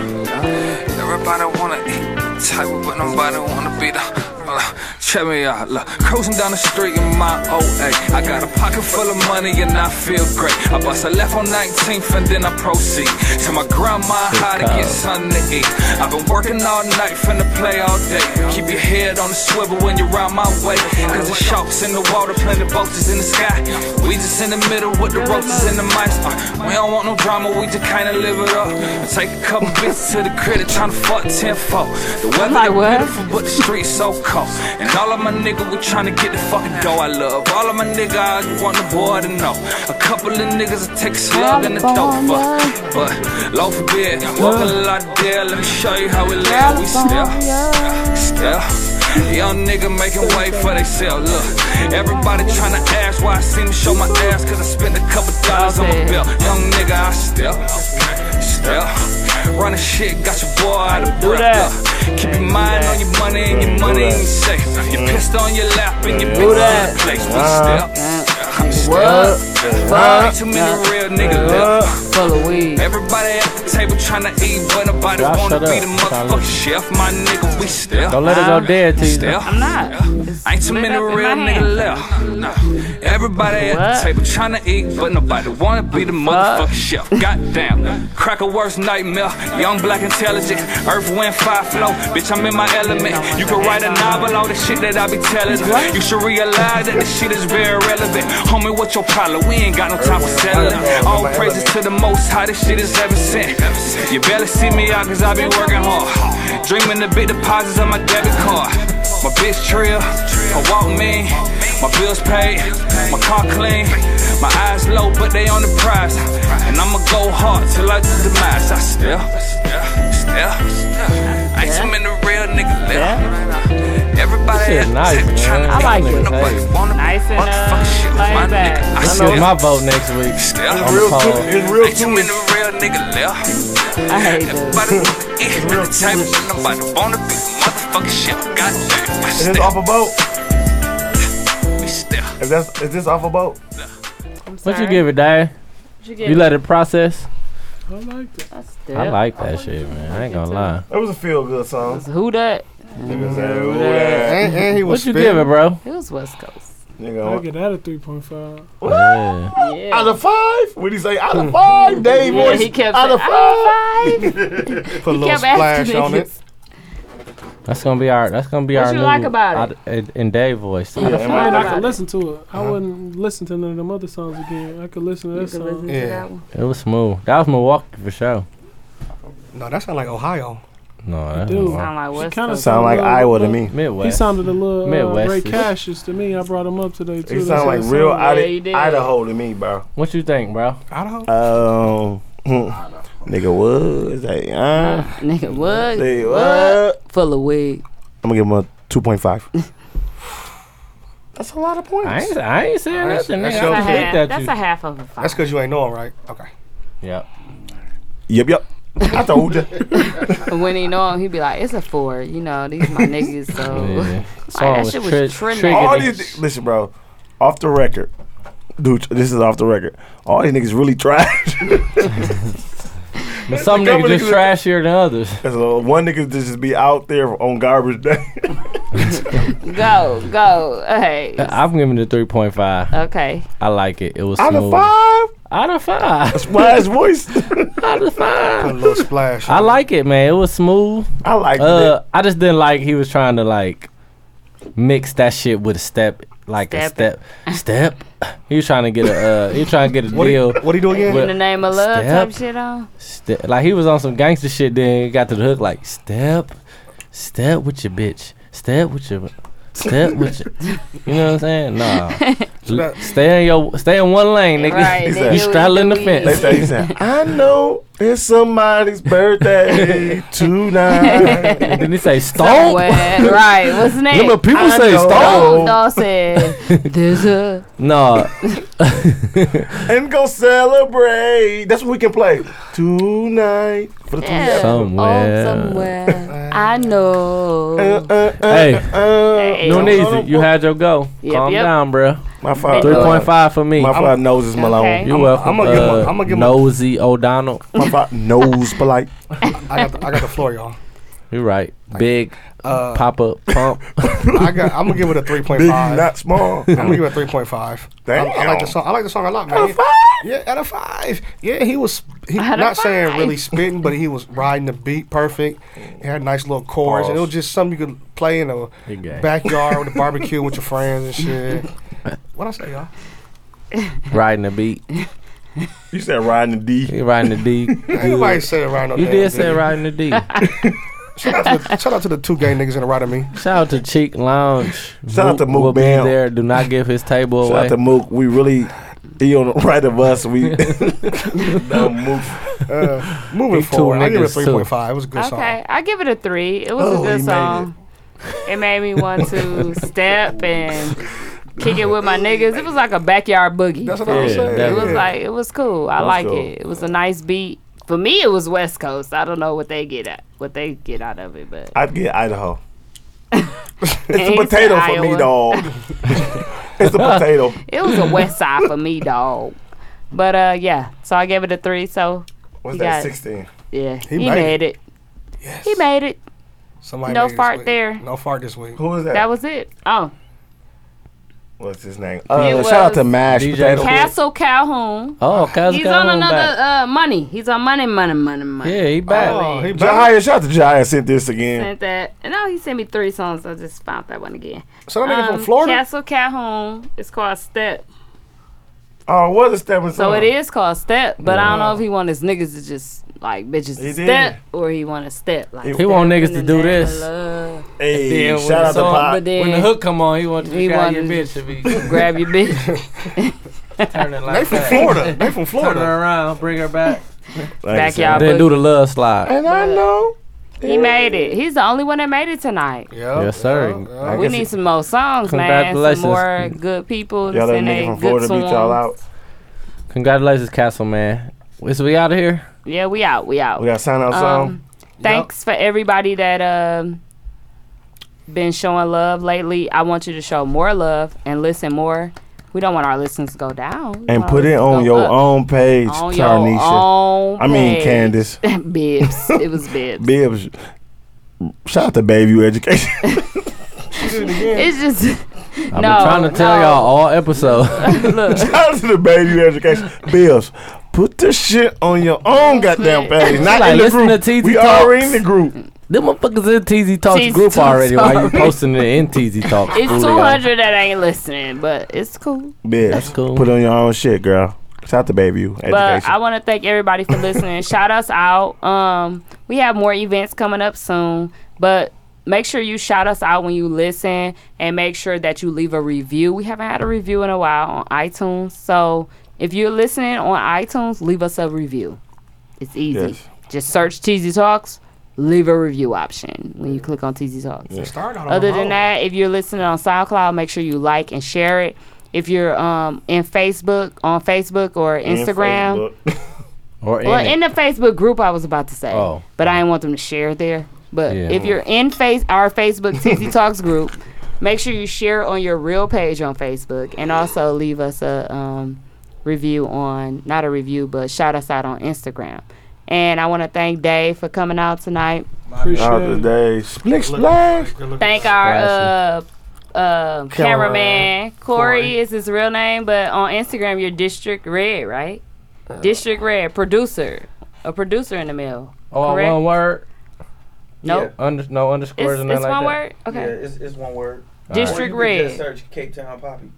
Speaker 18: Everybody wanna eat type, but nobody wanna be the. uh, Check me out, look. Cruising down the street in my OA. I got a pocket full of money and I feel great. I bust a left on 19th and then I proceed to my grandma how to get something to eat. I've been working all night, finna play all day. Keep your head on the swivel when you're around my way. Cause the sharks in the water, plenty vultures in the sky. We just in the middle with the roaches and the mice. Uh, we don't want no drama, we just kinda live it up. Take a couple bitches to the credit, tryna fuck tenfold. The weather like beautiful, but the streets so cold. And all of my nigga, we tryna get the fucking dough I love. All of my nigga, I want the boy to know. A couple of niggas will take a slug in the dope. But, but low forbid, walk a lot there. Let me show you how we live. We still, still. Young nigga making way for themselves. Look, everybody tryna ask why I seem to show my ass. Cause I spent a couple dollars on a bill. Young nigga, I still, still. Running shit, got your boy out of breath. Look, keep your mind on your money and your money ain't safe.
Speaker 3: Mm.
Speaker 18: You pissed on your lap and you
Speaker 13: Do
Speaker 18: bitch on
Speaker 13: that.
Speaker 18: the place. We still. I'm still.
Speaker 13: What?
Speaker 18: Ain't too many real nigga left. Full of weed. Everybody at the table tryna eat, but nobody
Speaker 3: Y'all
Speaker 18: wanna
Speaker 3: shut
Speaker 18: be
Speaker 3: up,
Speaker 18: the
Speaker 3: Tyler.
Speaker 18: motherfucking chef. My nigga, we still.
Speaker 3: Don't let it go dead to you.
Speaker 18: Still.
Speaker 4: I'm not.
Speaker 18: Ain't too many
Speaker 4: up in
Speaker 18: real
Speaker 4: my
Speaker 18: niggas left. No. Everybody at the table tryna eat, but nobody wanna be the motherfucking chef. Goddamn. Crack a worst nightmare. Young, black, intelligent. Earth, wind, fire, flow. Bitch, I'm in my element. You can write a novel, all the shit that I be telling. her. You should realize that this shit is very relevant. Homie, what's your problem? We ain't got no time for settling. All praises to the most high, this shit is ever sent. You barely see me out cause I be working hard. Dreaming the big deposits on my debit card. My bitch trill, her walk me, my bills paid, my car clean, my eyes low, but they on the prize. And I'ma go hard till I do demise. I still, still, ain't too many real niggas left.
Speaker 3: This
Speaker 18: Everybody
Speaker 3: shit
Speaker 18: at
Speaker 3: nice,
Speaker 18: the table
Speaker 3: man. I
Speaker 18: trying
Speaker 3: like
Speaker 18: to
Speaker 3: it.
Speaker 18: nobody
Speaker 3: Hey.
Speaker 18: wanna nice and, uh, my nigga. I
Speaker 3: I know
Speaker 18: still,
Speaker 3: my vote next week.
Speaker 18: It's
Speaker 3: On
Speaker 18: real
Speaker 3: the poll.
Speaker 18: ain't too many real niggas left.
Speaker 4: I hate
Speaker 18: Everybody wanna eat, entertainment, but nobody wanna be the motherfucking shit. Goddamn, I
Speaker 5: Is
Speaker 18: still.
Speaker 5: this off a boat?
Speaker 18: We still.
Speaker 5: Is, that, is this off a boat?
Speaker 3: What you give it, Dad?
Speaker 4: you
Speaker 3: You,
Speaker 4: give
Speaker 3: let
Speaker 4: it?
Speaker 3: it process.
Speaker 7: I like that.
Speaker 4: That's
Speaker 3: I like that shit, man. I ain't gonna lie.
Speaker 5: That was a feel good song.
Speaker 4: Who that?
Speaker 5: Nigga said, who that?
Speaker 3: what you give it, bro?
Speaker 4: It was West Coast.
Speaker 7: I
Speaker 5: Nigga,
Speaker 7: get out of 3.5.
Speaker 3: Yeah.
Speaker 5: out of five? What did he say? Out of five, Dave
Speaker 4: Yeah,
Speaker 5: voice.
Speaker 4: he kept
Speaker 5: out of
Speaker 4: saying,
Speaker 5: five. Put a
Speaker 4: He
Speaker 5: little
Speaker 4: kept asking
Speaker 5: splash on it.
Speaker 3: That's gonna be our. That's gonna be
Speaker 4: What
Speaker 3: our.
Speaker 4: you
Speaker 3: new
Speaker 4: like about
Speaker 3: it? In Dave voice.
Speaker 7: I feel like I could
Speaker 3: it
Speaker 7: listen to it.
Speaker 6: Uh-huh.
Speaker 7: I wouldn't listen to none of them other songs again. I could listen to
Speaker 4: could
Speaker 7: that song.
Speaker 4: listen to Yeah. that one.
Speaker 3: was smooth. That was Milwaukee for sure.
Speaker 6: No, that sound like Ohio.
Speaker 3: No, that's
Speaker 7: Dude,
Speaker 3: Milwaukee.
Speaker 7: West
Speaker 6: Sound
Speaker 7: Coast.
Speaker 5: Sound like
Speaker 7: a little-
Speaker 5: Iowa to me.
Speaker 7: He
Speaker 3: Midwest.
Speaker 7: sounded a little uh, Ray
Speaker 3: Midwest.
Speaker 7: Cassius to me. I brought him up today too.
Speaker 5: He
Speaker 7: That's
Speaker 5: sound
Speaker 7: what
Speaker 5: like
Speaker 7: it
Speaker 5: real
Speaker 7: sounded
Speaker 5: Ida- Idaho to me, bro.
Speaker 3: What you think, bro?
Speaker 6: Idaho.
Speaker 5: Um, nigga, what is that? Uh,
Speaker 4: Nigga, what?
Speaker 5: Say
Speaker 4: what? Full of weed.
Speaker 5: I'm gonna give him a two point five.
Speaker 6: That's a lot of points.
Speaker 3: I ain't, I ain't saying nothing.
Speaker 6: That's
Speaker 3: nigga.
Speaker 6: your
Speaker 3: I
Speaker 6: kid.
Speaker 3: hate that
Speaker 4: That's
Speaker 3: you.
Speaker 4: a half of a five.
Speaker 6: That's because you ain't know him, right? Okay.
Speaker 3: Yep.
Speaker 5: Yep, yep. I told you.
Speaker 4: when he know him, he be like, "It's a four. You know, these my niggas. So
Speaker 5: Yeah.
Speaker 4: like, that shit was trending.
Speaker 5: All these, thi- listen, bro. Off the record, dude. This is off the record. All these niggas really tried.
Speaker 3: But some niggas just trashier than others.
Speaker 5: one nigga just be out there on garbage day.
Speaker 4: go, go. Hey,
Speaker 3: I'm giving it a three point five.
Speaker 4: okay.
Speaker 3: I like it. It was
Speaker 4: Out of
Speaker 3: smooth.
Speaker 5: five.
Speaker 3: Out of five.
Speaker 5: Splash voice.
Speaker 3: Out of five.
Speaker 6: Put a little splash.
Speaker 3: I like it, man. It was smooth.
Speaker 5: I liked
Speaker 3: uh, I just didn't like he was trying to like mix that shit with a step, like a
Speaker 4: Step
Speaker 3: step, step. He was trying to get a, uh, he was trying to get a
Speaker 6: What he-
Speaker 3: deal.
Speaker 6: what he do again?
Speaker 4: In the name of love, type shit on.
Speaker 3: Step, like he was on some gangster shit. Then he got to the hook like step, step with your bitch, step with your. Step with you. You know what I'm saying? Nah. L- stay in your stay in one lane, nigga.
Speaker 5: Right, they do
Speaker 3: you
Speaker 5: it,
Speaker 3: straddling the
Speaker 5: do it.
Speaker 3: fence.
Speaker 5: They say- he said, I know it's somebody's birthday tonight.
Speaker 3: and then he say, "Stomp."
Speaker 4: Somewhere. right. What's his name?
Speaker 3: Remember, people say
Speaker 4: Dog
Speaker 3: "Stomp."
Speaker 4: Dog said, "There's a."
Speaker 3: Nah.
Speaker 5: and go celebrate. That's what we can play tonight. For the
Speaker 4: Yeah.
Speaker 5: tonight.
Speaker 3: Somewhere.
Speaker 4: Oh, somewhere. I know.
Speaker 6: Uh,
Speaker 3: Hey,
Speaker 4: Hey.
Speaker 3: no easy. You had your go.
Speaker 4: Yep,
Speaker 3: Calm
Speaker 4: yep.
Speaker 3: down, bro.
Speaker 5: My five-
Speaker 3: Three point five for me.
Speaker 5: My five I'm- noses, Malone. Okay.
Speaker 3: You
Speaker 5: I'm-
Speaker 3: welcome.
Speaker 5: I'ma give my-
Speaker 3: uh,
Speaker 5: I'ma give my-
Speaker 3: nosy O'Donnell.
Speaker 5: My five nose polite.
Speaker 6: I got the, I got the floor, y'all.
Speaker 3: You right. Big
Speaker 6: Uh,
Speaker 3: pop up pump.
Speaker 6: I got. I'm gonna give it a three point
Speaker 5: Big,
Speaker 6: five.
Speaker 5: not small.
Speaker 6: I'm gonna give it a three point five. I, I like the
Speaker 5: Damn.
Speaker 6: song. I like the song a lot, man.
Speaker 5: Out of five?
Speaker 6: Yeah, out of five. Yeah, he was he,
Speaker 5: Out of
Speaker 6: not saying
Speaker 5: five.
Speaker 6: really spitting, but he was riding the beat perfect. He had nice little chords, and it was just something you could play in a
Speaker 3: He gay.
Speaker 6: backyard with a barbecue with your friends and shit. What I say, y'all?
Speaker 3: riding the beat.
Speaker 5: You said riding the D.
Speaker 3: He riding the D.
Speaker 6: Anybody said riding no
Speaker 3: You
Speaker 6: damn
Speaker 3: did
Speaker 6: dick.
Speaker 3: say riding the D.
Speaker 6: Shout out, to the, shout out to the two gay niggas in the ride of me.
Speaker 3: Shout out to Cheek Lounge.
Speaker 5: Shout out to Mook
Speaker 3: will be
Speaker 5: Bam.
Speaker 3: there. Do not give his table
Speaker 5: Shout
Speaker 3: away.
Speaker 5: out to Mook. We really, he on the right of us. We no Mook.
Speaker 6: Uh, moving
Speaker 5: He two
Speaker 6: forward, I give it a
Speaker 5: niggas, too.
Speaker 6: three point five. It was a good song.
Speaker 4: Okay, I give it a three. It was
Speaker 6: Oh,
Speaker 4: a
Speaker 6: he
Speaker 4: good
Speaker 6: made
Speaker 4: song. It. made me want to step and kick it with my niggas. It was like a backyard boogie. That's
Speaker 6: what I was Yeah, saying,
Speaker 4: It was
Speaker 6: yeah.
Speaker 4: like it was cool. I
Speaker 6: That's
Speaker 4: like
Speaker 6: cool.
Speaker 4: it. It was a nice beat. For me, it was West Coast. I don't know what they get at what they get out of it, but
Speaker 5: I'd get Idaho.
Speaker 4: He
Speaker 5: it's a
Speaker 4: said
Speaker 5: potato for
Speaker 4: Iowa.
Speaker 5: me, dog. it's a potato.
Speaker 4: it was a West Side for me, dog. But uh, yeah. So I gave it a three. So
Speaker 5: What's
Speaker 4: you
Speaker 5: that?
Speaker 4: got-
Speaker 5: Sixteen.
Speaker 4: Yeah, he,
Speaker 6: He made
Speaker 4: made, it. He made it.
Speaker 6: Somebody
Speaker 4: no
Speaker 6: made it this
Speaker 4: fart
Speaker 6: week.
Speaker 4: there.
Speaker 6: No fart this week.
Speaker 5: Who is that?
Speaker 4: That was it. Oh,
Speaker 5: What's his name?
Speaker 4: It
Speaker 5: Uh, shout out to
Speaker 4: was
Speaker 5: Mash
Speaker 3: DJ
Speaker 5: Potato.
Speaker 4: Castle Calhoun.
Speaker 3: Oh, Castle
Speaker 4: He's
Speaker 3: Calhoun
Speaker 4: on another
Speaker 3: back.
Speaker 4: uh, money. He's on money, money, money, money.
Speaker 3: Yeah, he back.
Speaker 6: Oh, he
Speaker 5: Jahia, shout out to Jahia. Sent this again.
Speaker 4: Sent that. And now he sent me three songs. I just found that one again. Um,
Speaker 6: So that nigga from Florida?
Speaker 4: Castle Calhoun. It's called Step.
Speaker 5: Oh, what is that?
Speaker 4: So it is called Step, but I don't know
Speaker 5: Wow.
Speaker 4: if he want his niggas to just like bitches to
Speaker 5: He did.
Speaker 4: step or he want to step like.
Speaker 3: He want niggas to do this. And
Speaker 5: Hey,
Speaker 3: then when
Speaker 5: shout
Speaker 3: the
Speaker 5: out to
Speaker 3: song-
Speaker 5: Pop.
Speaker 4: But then-
Speaker 3: When the hook come on, he wants you
Speaker 4: He
Speaker 3: to grab your
Speaker 4: wanted-
Speaker 3: bitch if he
Speaker 4: grab your bitch.
Speaker 3: turn it like
Speaker 6: They from
Speaker 3: that.
Speaker 6: Florida. They from Florida.
Speaker 3: Turn her around, bring her back.
Speaker 4: Back y'all
Speaker 3: Then
Speaker 4: boogie.
Speaker 3: do the love slide.
Speaker 5: And I know.
Speaker 4: He made it. He's the only one that made it tonight.
Speaker 3: Yes, sir. I
Speaker 4: we
Speaker 3: guess
Speaker 4: need
Speaker 3: it-
Speaker 4: some more songs, man. Some
Speaker 3: Congratulations.
Speaker 4: more good people.
Speaker 3: Y'all
Speaker 4: to
Speaker 3: let
Speaker 4: send
Speaker 3: a nigga
Speaker 4: they good
Speaker 3: from Florida beat y'all
Speaker 4: songs.
Speaker 5: out.
Speaker 3: Congratulations, Castle Man. Is we out of here?
Speaker 4: Yeah, we out. We out. Um,
Speaker 3: We got sign out song?
Speaker 4: Thanks for everybody that um been showing love lately. I want you to show more love and listen more. We don't want our listens to go down.
Speaker 5: And put it on your own page,
Speaker 4: On your
Speaker 5: Tarnisha.
Speaker 4: own
Speaker 5: I mean,
Speaker 4: page.
Speaker 5: Candace.
Speaker 4: Bibs. It was Bibs.
Speaker 5: Bibbs. Shout out to Baby You Education.
Speaker 4: It's just
Speaker 3: I've
Speaker 4: no.
Speaker 3: been trying to tell
Speaker 4: no.
Speaker 3: y'all all episode.
Speaker 5: Shout out to the Baby You Education. Bibbs. Put this shit on your own goddamn page. Not
Speaker 3: Like,
Speaker 5: in the
Speaker 3: listen
Speaker 5: group.
Speaker 3: to TZ
Speaker 5: we
Speaker 3: Talks.
Speaker 5: already in the group.
Speaker 3: Them motherfuckers in TZ Talks
Speaker 4: TZ
Speaker 3: group
Speaker 4: Talks
Speaker 3: already. Why you
Speaker 4: already.
Speaker 3: posting it in TZ Talks?
Speaker 4: It's
Speaker 3: Really,
Speaker 4: two
Speaker 3: y'all.
Speaker 4: hundred that ain't listening, but it's cool.
Speaker 5: Bibbs.
Speaker 3: That's cool.
Speaker 5: Put on your own shit, girl. Shout out to Baby You Education.
Speaker 4: But I want to thank everybody for listening. shout us out. Um, we have more events coming up soon, but make sure you shout us out when you listen, and make sure that you leave a review. We haven't had a review in a while on iTunes, so if you're listening on iTunes, leave us a review. It's easy.
Speaker 5: Yes.
Speaker 4: Just search TZ Talks. Leave a review option when you click on TZ Talks.
Speaker 6: They started out on
Speaker 4: Other
Speaker 6: the
Speaker 4: than
Speaker 6: road.
Speaker 4: that, if you're listening on SoundCloud, make sure you like and share it. If you're um, in Facebook, on Facebook or Instagram,
Speaker 3: Or
Speaker 4: well,
Speaker 3: in it.
Speaker 4: in the Facebook group, I was about to say,
Speaker 3: Oh.
Speaker 4: but I didn't want them to share there. But
Speaker 3: Yeah.
Speaker 4: if you're in face our Facebook TZ Talks group, make sure you share on your real page on Facebook, and also leave us a um, review on not a review, but shout us out on Instagram. And I want to thank Dave for coming out tonight.
Speaker 5: Shout out to Dave. Splish splash.
Speaker 4: Thank our uh,
Speaker 5: Classy.
Speaker 4: uh,
Speaker 5: Camera-
Speaker 4: cameraman Corey,
Speaker 5: Corey.
Speaker 4: is his real name, but on Instagram you're District Red, right?
Speaker 5: Uh,
Speaker 4: District Red producer, a producer in the mail.
Speaker 3: Oh,
Speaker 4: correct?
Speaker 3: one word.
Speaker 4: Nope.
Speaker 3: Under, no underscores
Speaker 4: It's-
Speaker 3: and nothing
Speaker 4: it's one
Speaker 3: like that.
Speaker 4: word? Okay.
Speaker 8: Yeah, it's, it's one word.
Speaker 3: District
Speaker 8: Or you could
Speaker 4: Red.
Speaker 8: Just search Cape Town Poppy.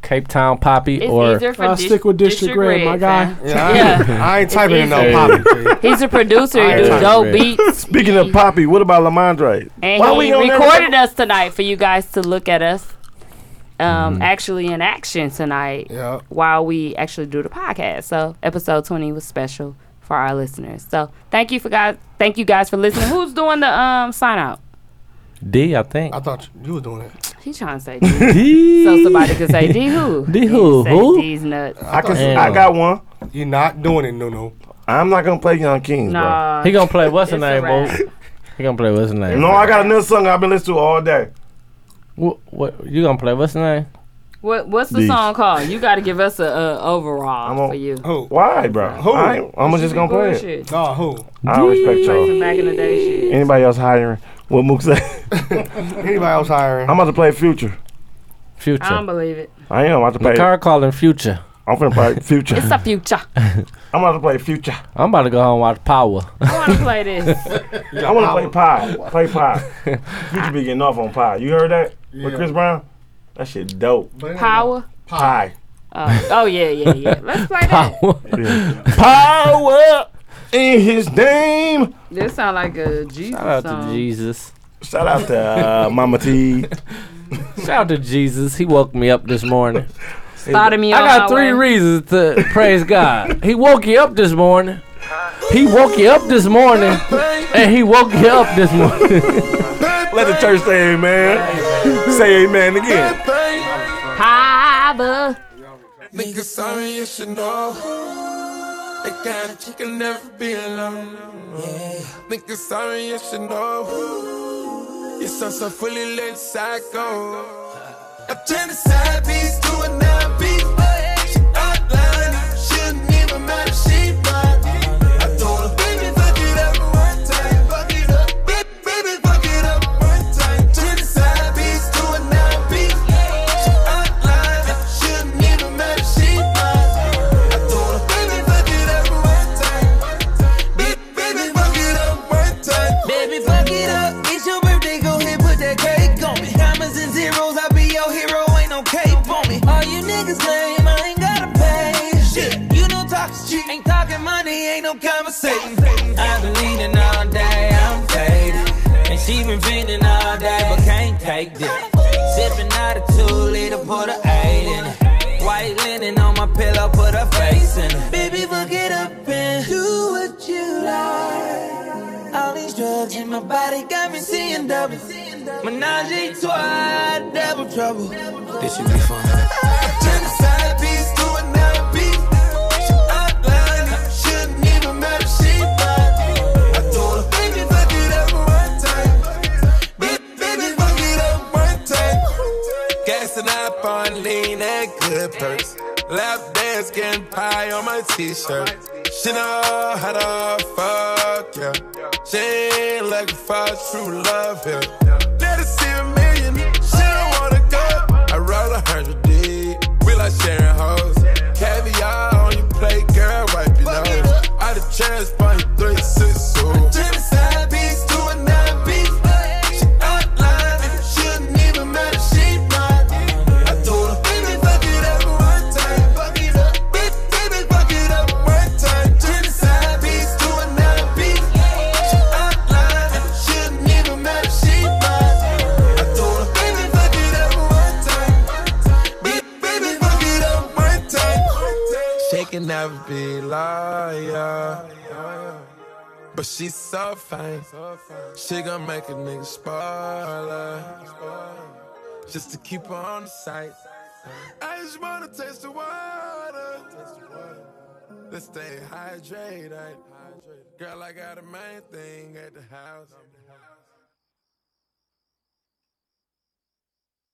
Speaker 3: Cape Town Poppy
Speaker 4: It's
Speaker 3: or
Speaker 4: easier for
Speaker 7: I'll
Speaker 4: dis-
Speaker 7: Uh, stick with District Red, my guy.
Speaker 4: fam.
Speaker 7: Yeah, I ain't- I ain't
Speaker 4: It's
Speaker 5: typing in no
Speaker 4: easier.
Speaker 5: Poppy,
Speaker 4: He's a producer.
Speaker 5: I
Speaker 4: He
Speaker 5: ain't
Speaker 4: do
Speaker 5: typing
Speaker 4: dope
Speaker 5: Red.
Speaker 4: beats.
Speaker 5: Speaking of Poppy, what about Lamondre?
Speaker 4: And
Speaker 5: Why
Speaker 4: he
Speaker 5: we on
Speaker 4: recorded us tonight for you guys to look at us.
Speaker 5: Mm-hmm.
Speaker 4: Um, actually in action tonight while we actually do the podcast. So episode twenty was special for our listeners. So thank you for guys. Thank you guys for listening. Who's doing the um sign out?
Speaker 3: D, I think.
Speaker 6: I thought you was doing it.
Speaker 4: He trying to say D. so somebody could say D who?
Speaker 3: D who?
Speaker 4: Say
Speaker 3: Who?
Speaker 4: D's nuts.
Speaker 5: I can.
Speaker 3: Damn.
Speaker 5: I got one.
Speaker 6: You're not doing it, no, no.
Speaker 5: I'm not gonna play Young Kings,
Speaker 4: Nah.
Speaker 5: bro.
Speaker 3: He gonna play what's the
Speaker 5: It's
Speaker 3: name, bro? He gonna play what's the name?
Speaker 5: No, I got another song I've been listening to all day.
Speaker 3: What, what you gonna play what's the name?
Speaker 4: What What's the
Speaker 3: D's.
Speaker 4: song called? You got to give us a, uh overall for you.
Speaker 6: Who?
Speaker 5: Why, bro?
Speaker 6: Who?
Speaker 5: I ain't- I'm just gonna play it.
Speaker 4: Bullshit.
Speaker 6: Nah, who?
Speaker 5: I don't respect
Speaker 4: Play some
Speaker 5: y'all.
Speaker 4: back in the day shit.
Speaker 5: Anybody else hiring? What Mook say?
Speaker 6: Anybody else hiring?
Speaker 5: I'm about to play Future.
Speaker 3: Future.
Speaker 4: I don't believe it.
Speaker 5: I am about to play.
Speaker 3: McCarr calling Future.
Speaker 5: I'm finna play Future.
Speaker 4: It's a future.
Speaker 5: I'm about to play Future.
Speaker 3: I'm about to go home and watch Power.
Speaker 4: I want to play this.
Speaker 5: I want to play Pie. Play Pie. Future be getting off on Pie. You heard that with
Speaker 4: Yeah.
Speaker 5: Chris Brown? That shit dope.
Speaker 4: Power.
Speaker 5: Pie.
Speaker 4: Oh, oh yeah, yeah, yeah. Let's play that.
Speaker 3: Power.
Speaker 5: Power in His name.
Speaker 4: This sound like a Jesus
Speaker 3: Shout out
Speaker 4: song.
Speaker 3: to Jesus.
Speaker 5: Shout out to uh, Mama T.
Speaker 3: Shout out to Jesus. He woke me up this morning.
Speaker 4: Started me
Speaker 3: I
Speaker 4: on
Speaker 3: got
Speaker 4: my
Speaker 3: three
Speaker 4: way.
Speaker 3: reasons to praise God. He woke you up this morning. He woke you up this morning. And he woke you up this morning.
Speaker 5: Let the church say amen. Say amen again.
Speaker 4: Power.
Speaker 12: Nigga, sorry, you should know. They got it, you can never be alone. Nigga, sorry, you should know. You're so, so fully lit psycho. I turn the side piece to a nine piece. She outline, shouldn't even matter, she mine. I told her, baby, fuck it up one time. Fuck it up, ba- baby, fuck it up one time. Turn the side piece to a nine piece. She outline, shouldn't even matter, she mine. I told her, baby, fuck it up one time. Ba- Baby, fuck it up one time.
Speaker 14: Baby, fuck it up. It's your birthday. Go ahead, put that cake on me. Diamonds and zeros. I'll be your hero. Ain't no cape on me. All you niggas lame. I ain't gotta pay. Shit, you know talk is cheap. Ain't talking money. Ain't no conversating. I've been leaning all day. I'm faded. And she been feeling all day, but can't take this. Sipping out a two liter, put a eight in it. White linen on my pillow, put her face in it. Baby, fuck it up and do what you like. All these drugs in my body got me seeing double. Menage a trois, double trouble.
Speaker 12: This should be fun. Turn the side piece to a nine piece. She outline it, shouldn't even matter, she fine. I told her, baby, fuck it up one time. Ba- Baby, fuck it up one time. Gassing up on lean and good perks. Lap dance, getting pie on my t-shirt. She know how to fuck, yeah. She ain't looking for true love here. Let her see a million. She don't wanna go. I roll a hundred D. We like sharing hoes. Caviar on your plate, girl. Wipe your nose. Out of chairs, find three six so.
Speaker 14: Genocide beats to a nine beat.
Speaker 12: She outline and it shouldn't even matter. She mine. I told her, baby, fuck it up one time. Fuck it up, Ba- baby, fuck it up one time. Genocide beats to a nine beat. She outline and it shouldn't even matter. She mine. I told her, baby, fuck it up one time. Ba- Baby, fuck it up one time. She can never be liar. But she's so fine. She gon' make a nigga spoiler. Just to keep her on the site. I just wanna taste the water. Let's stay hydrated. Girl, I got a main thing at the house.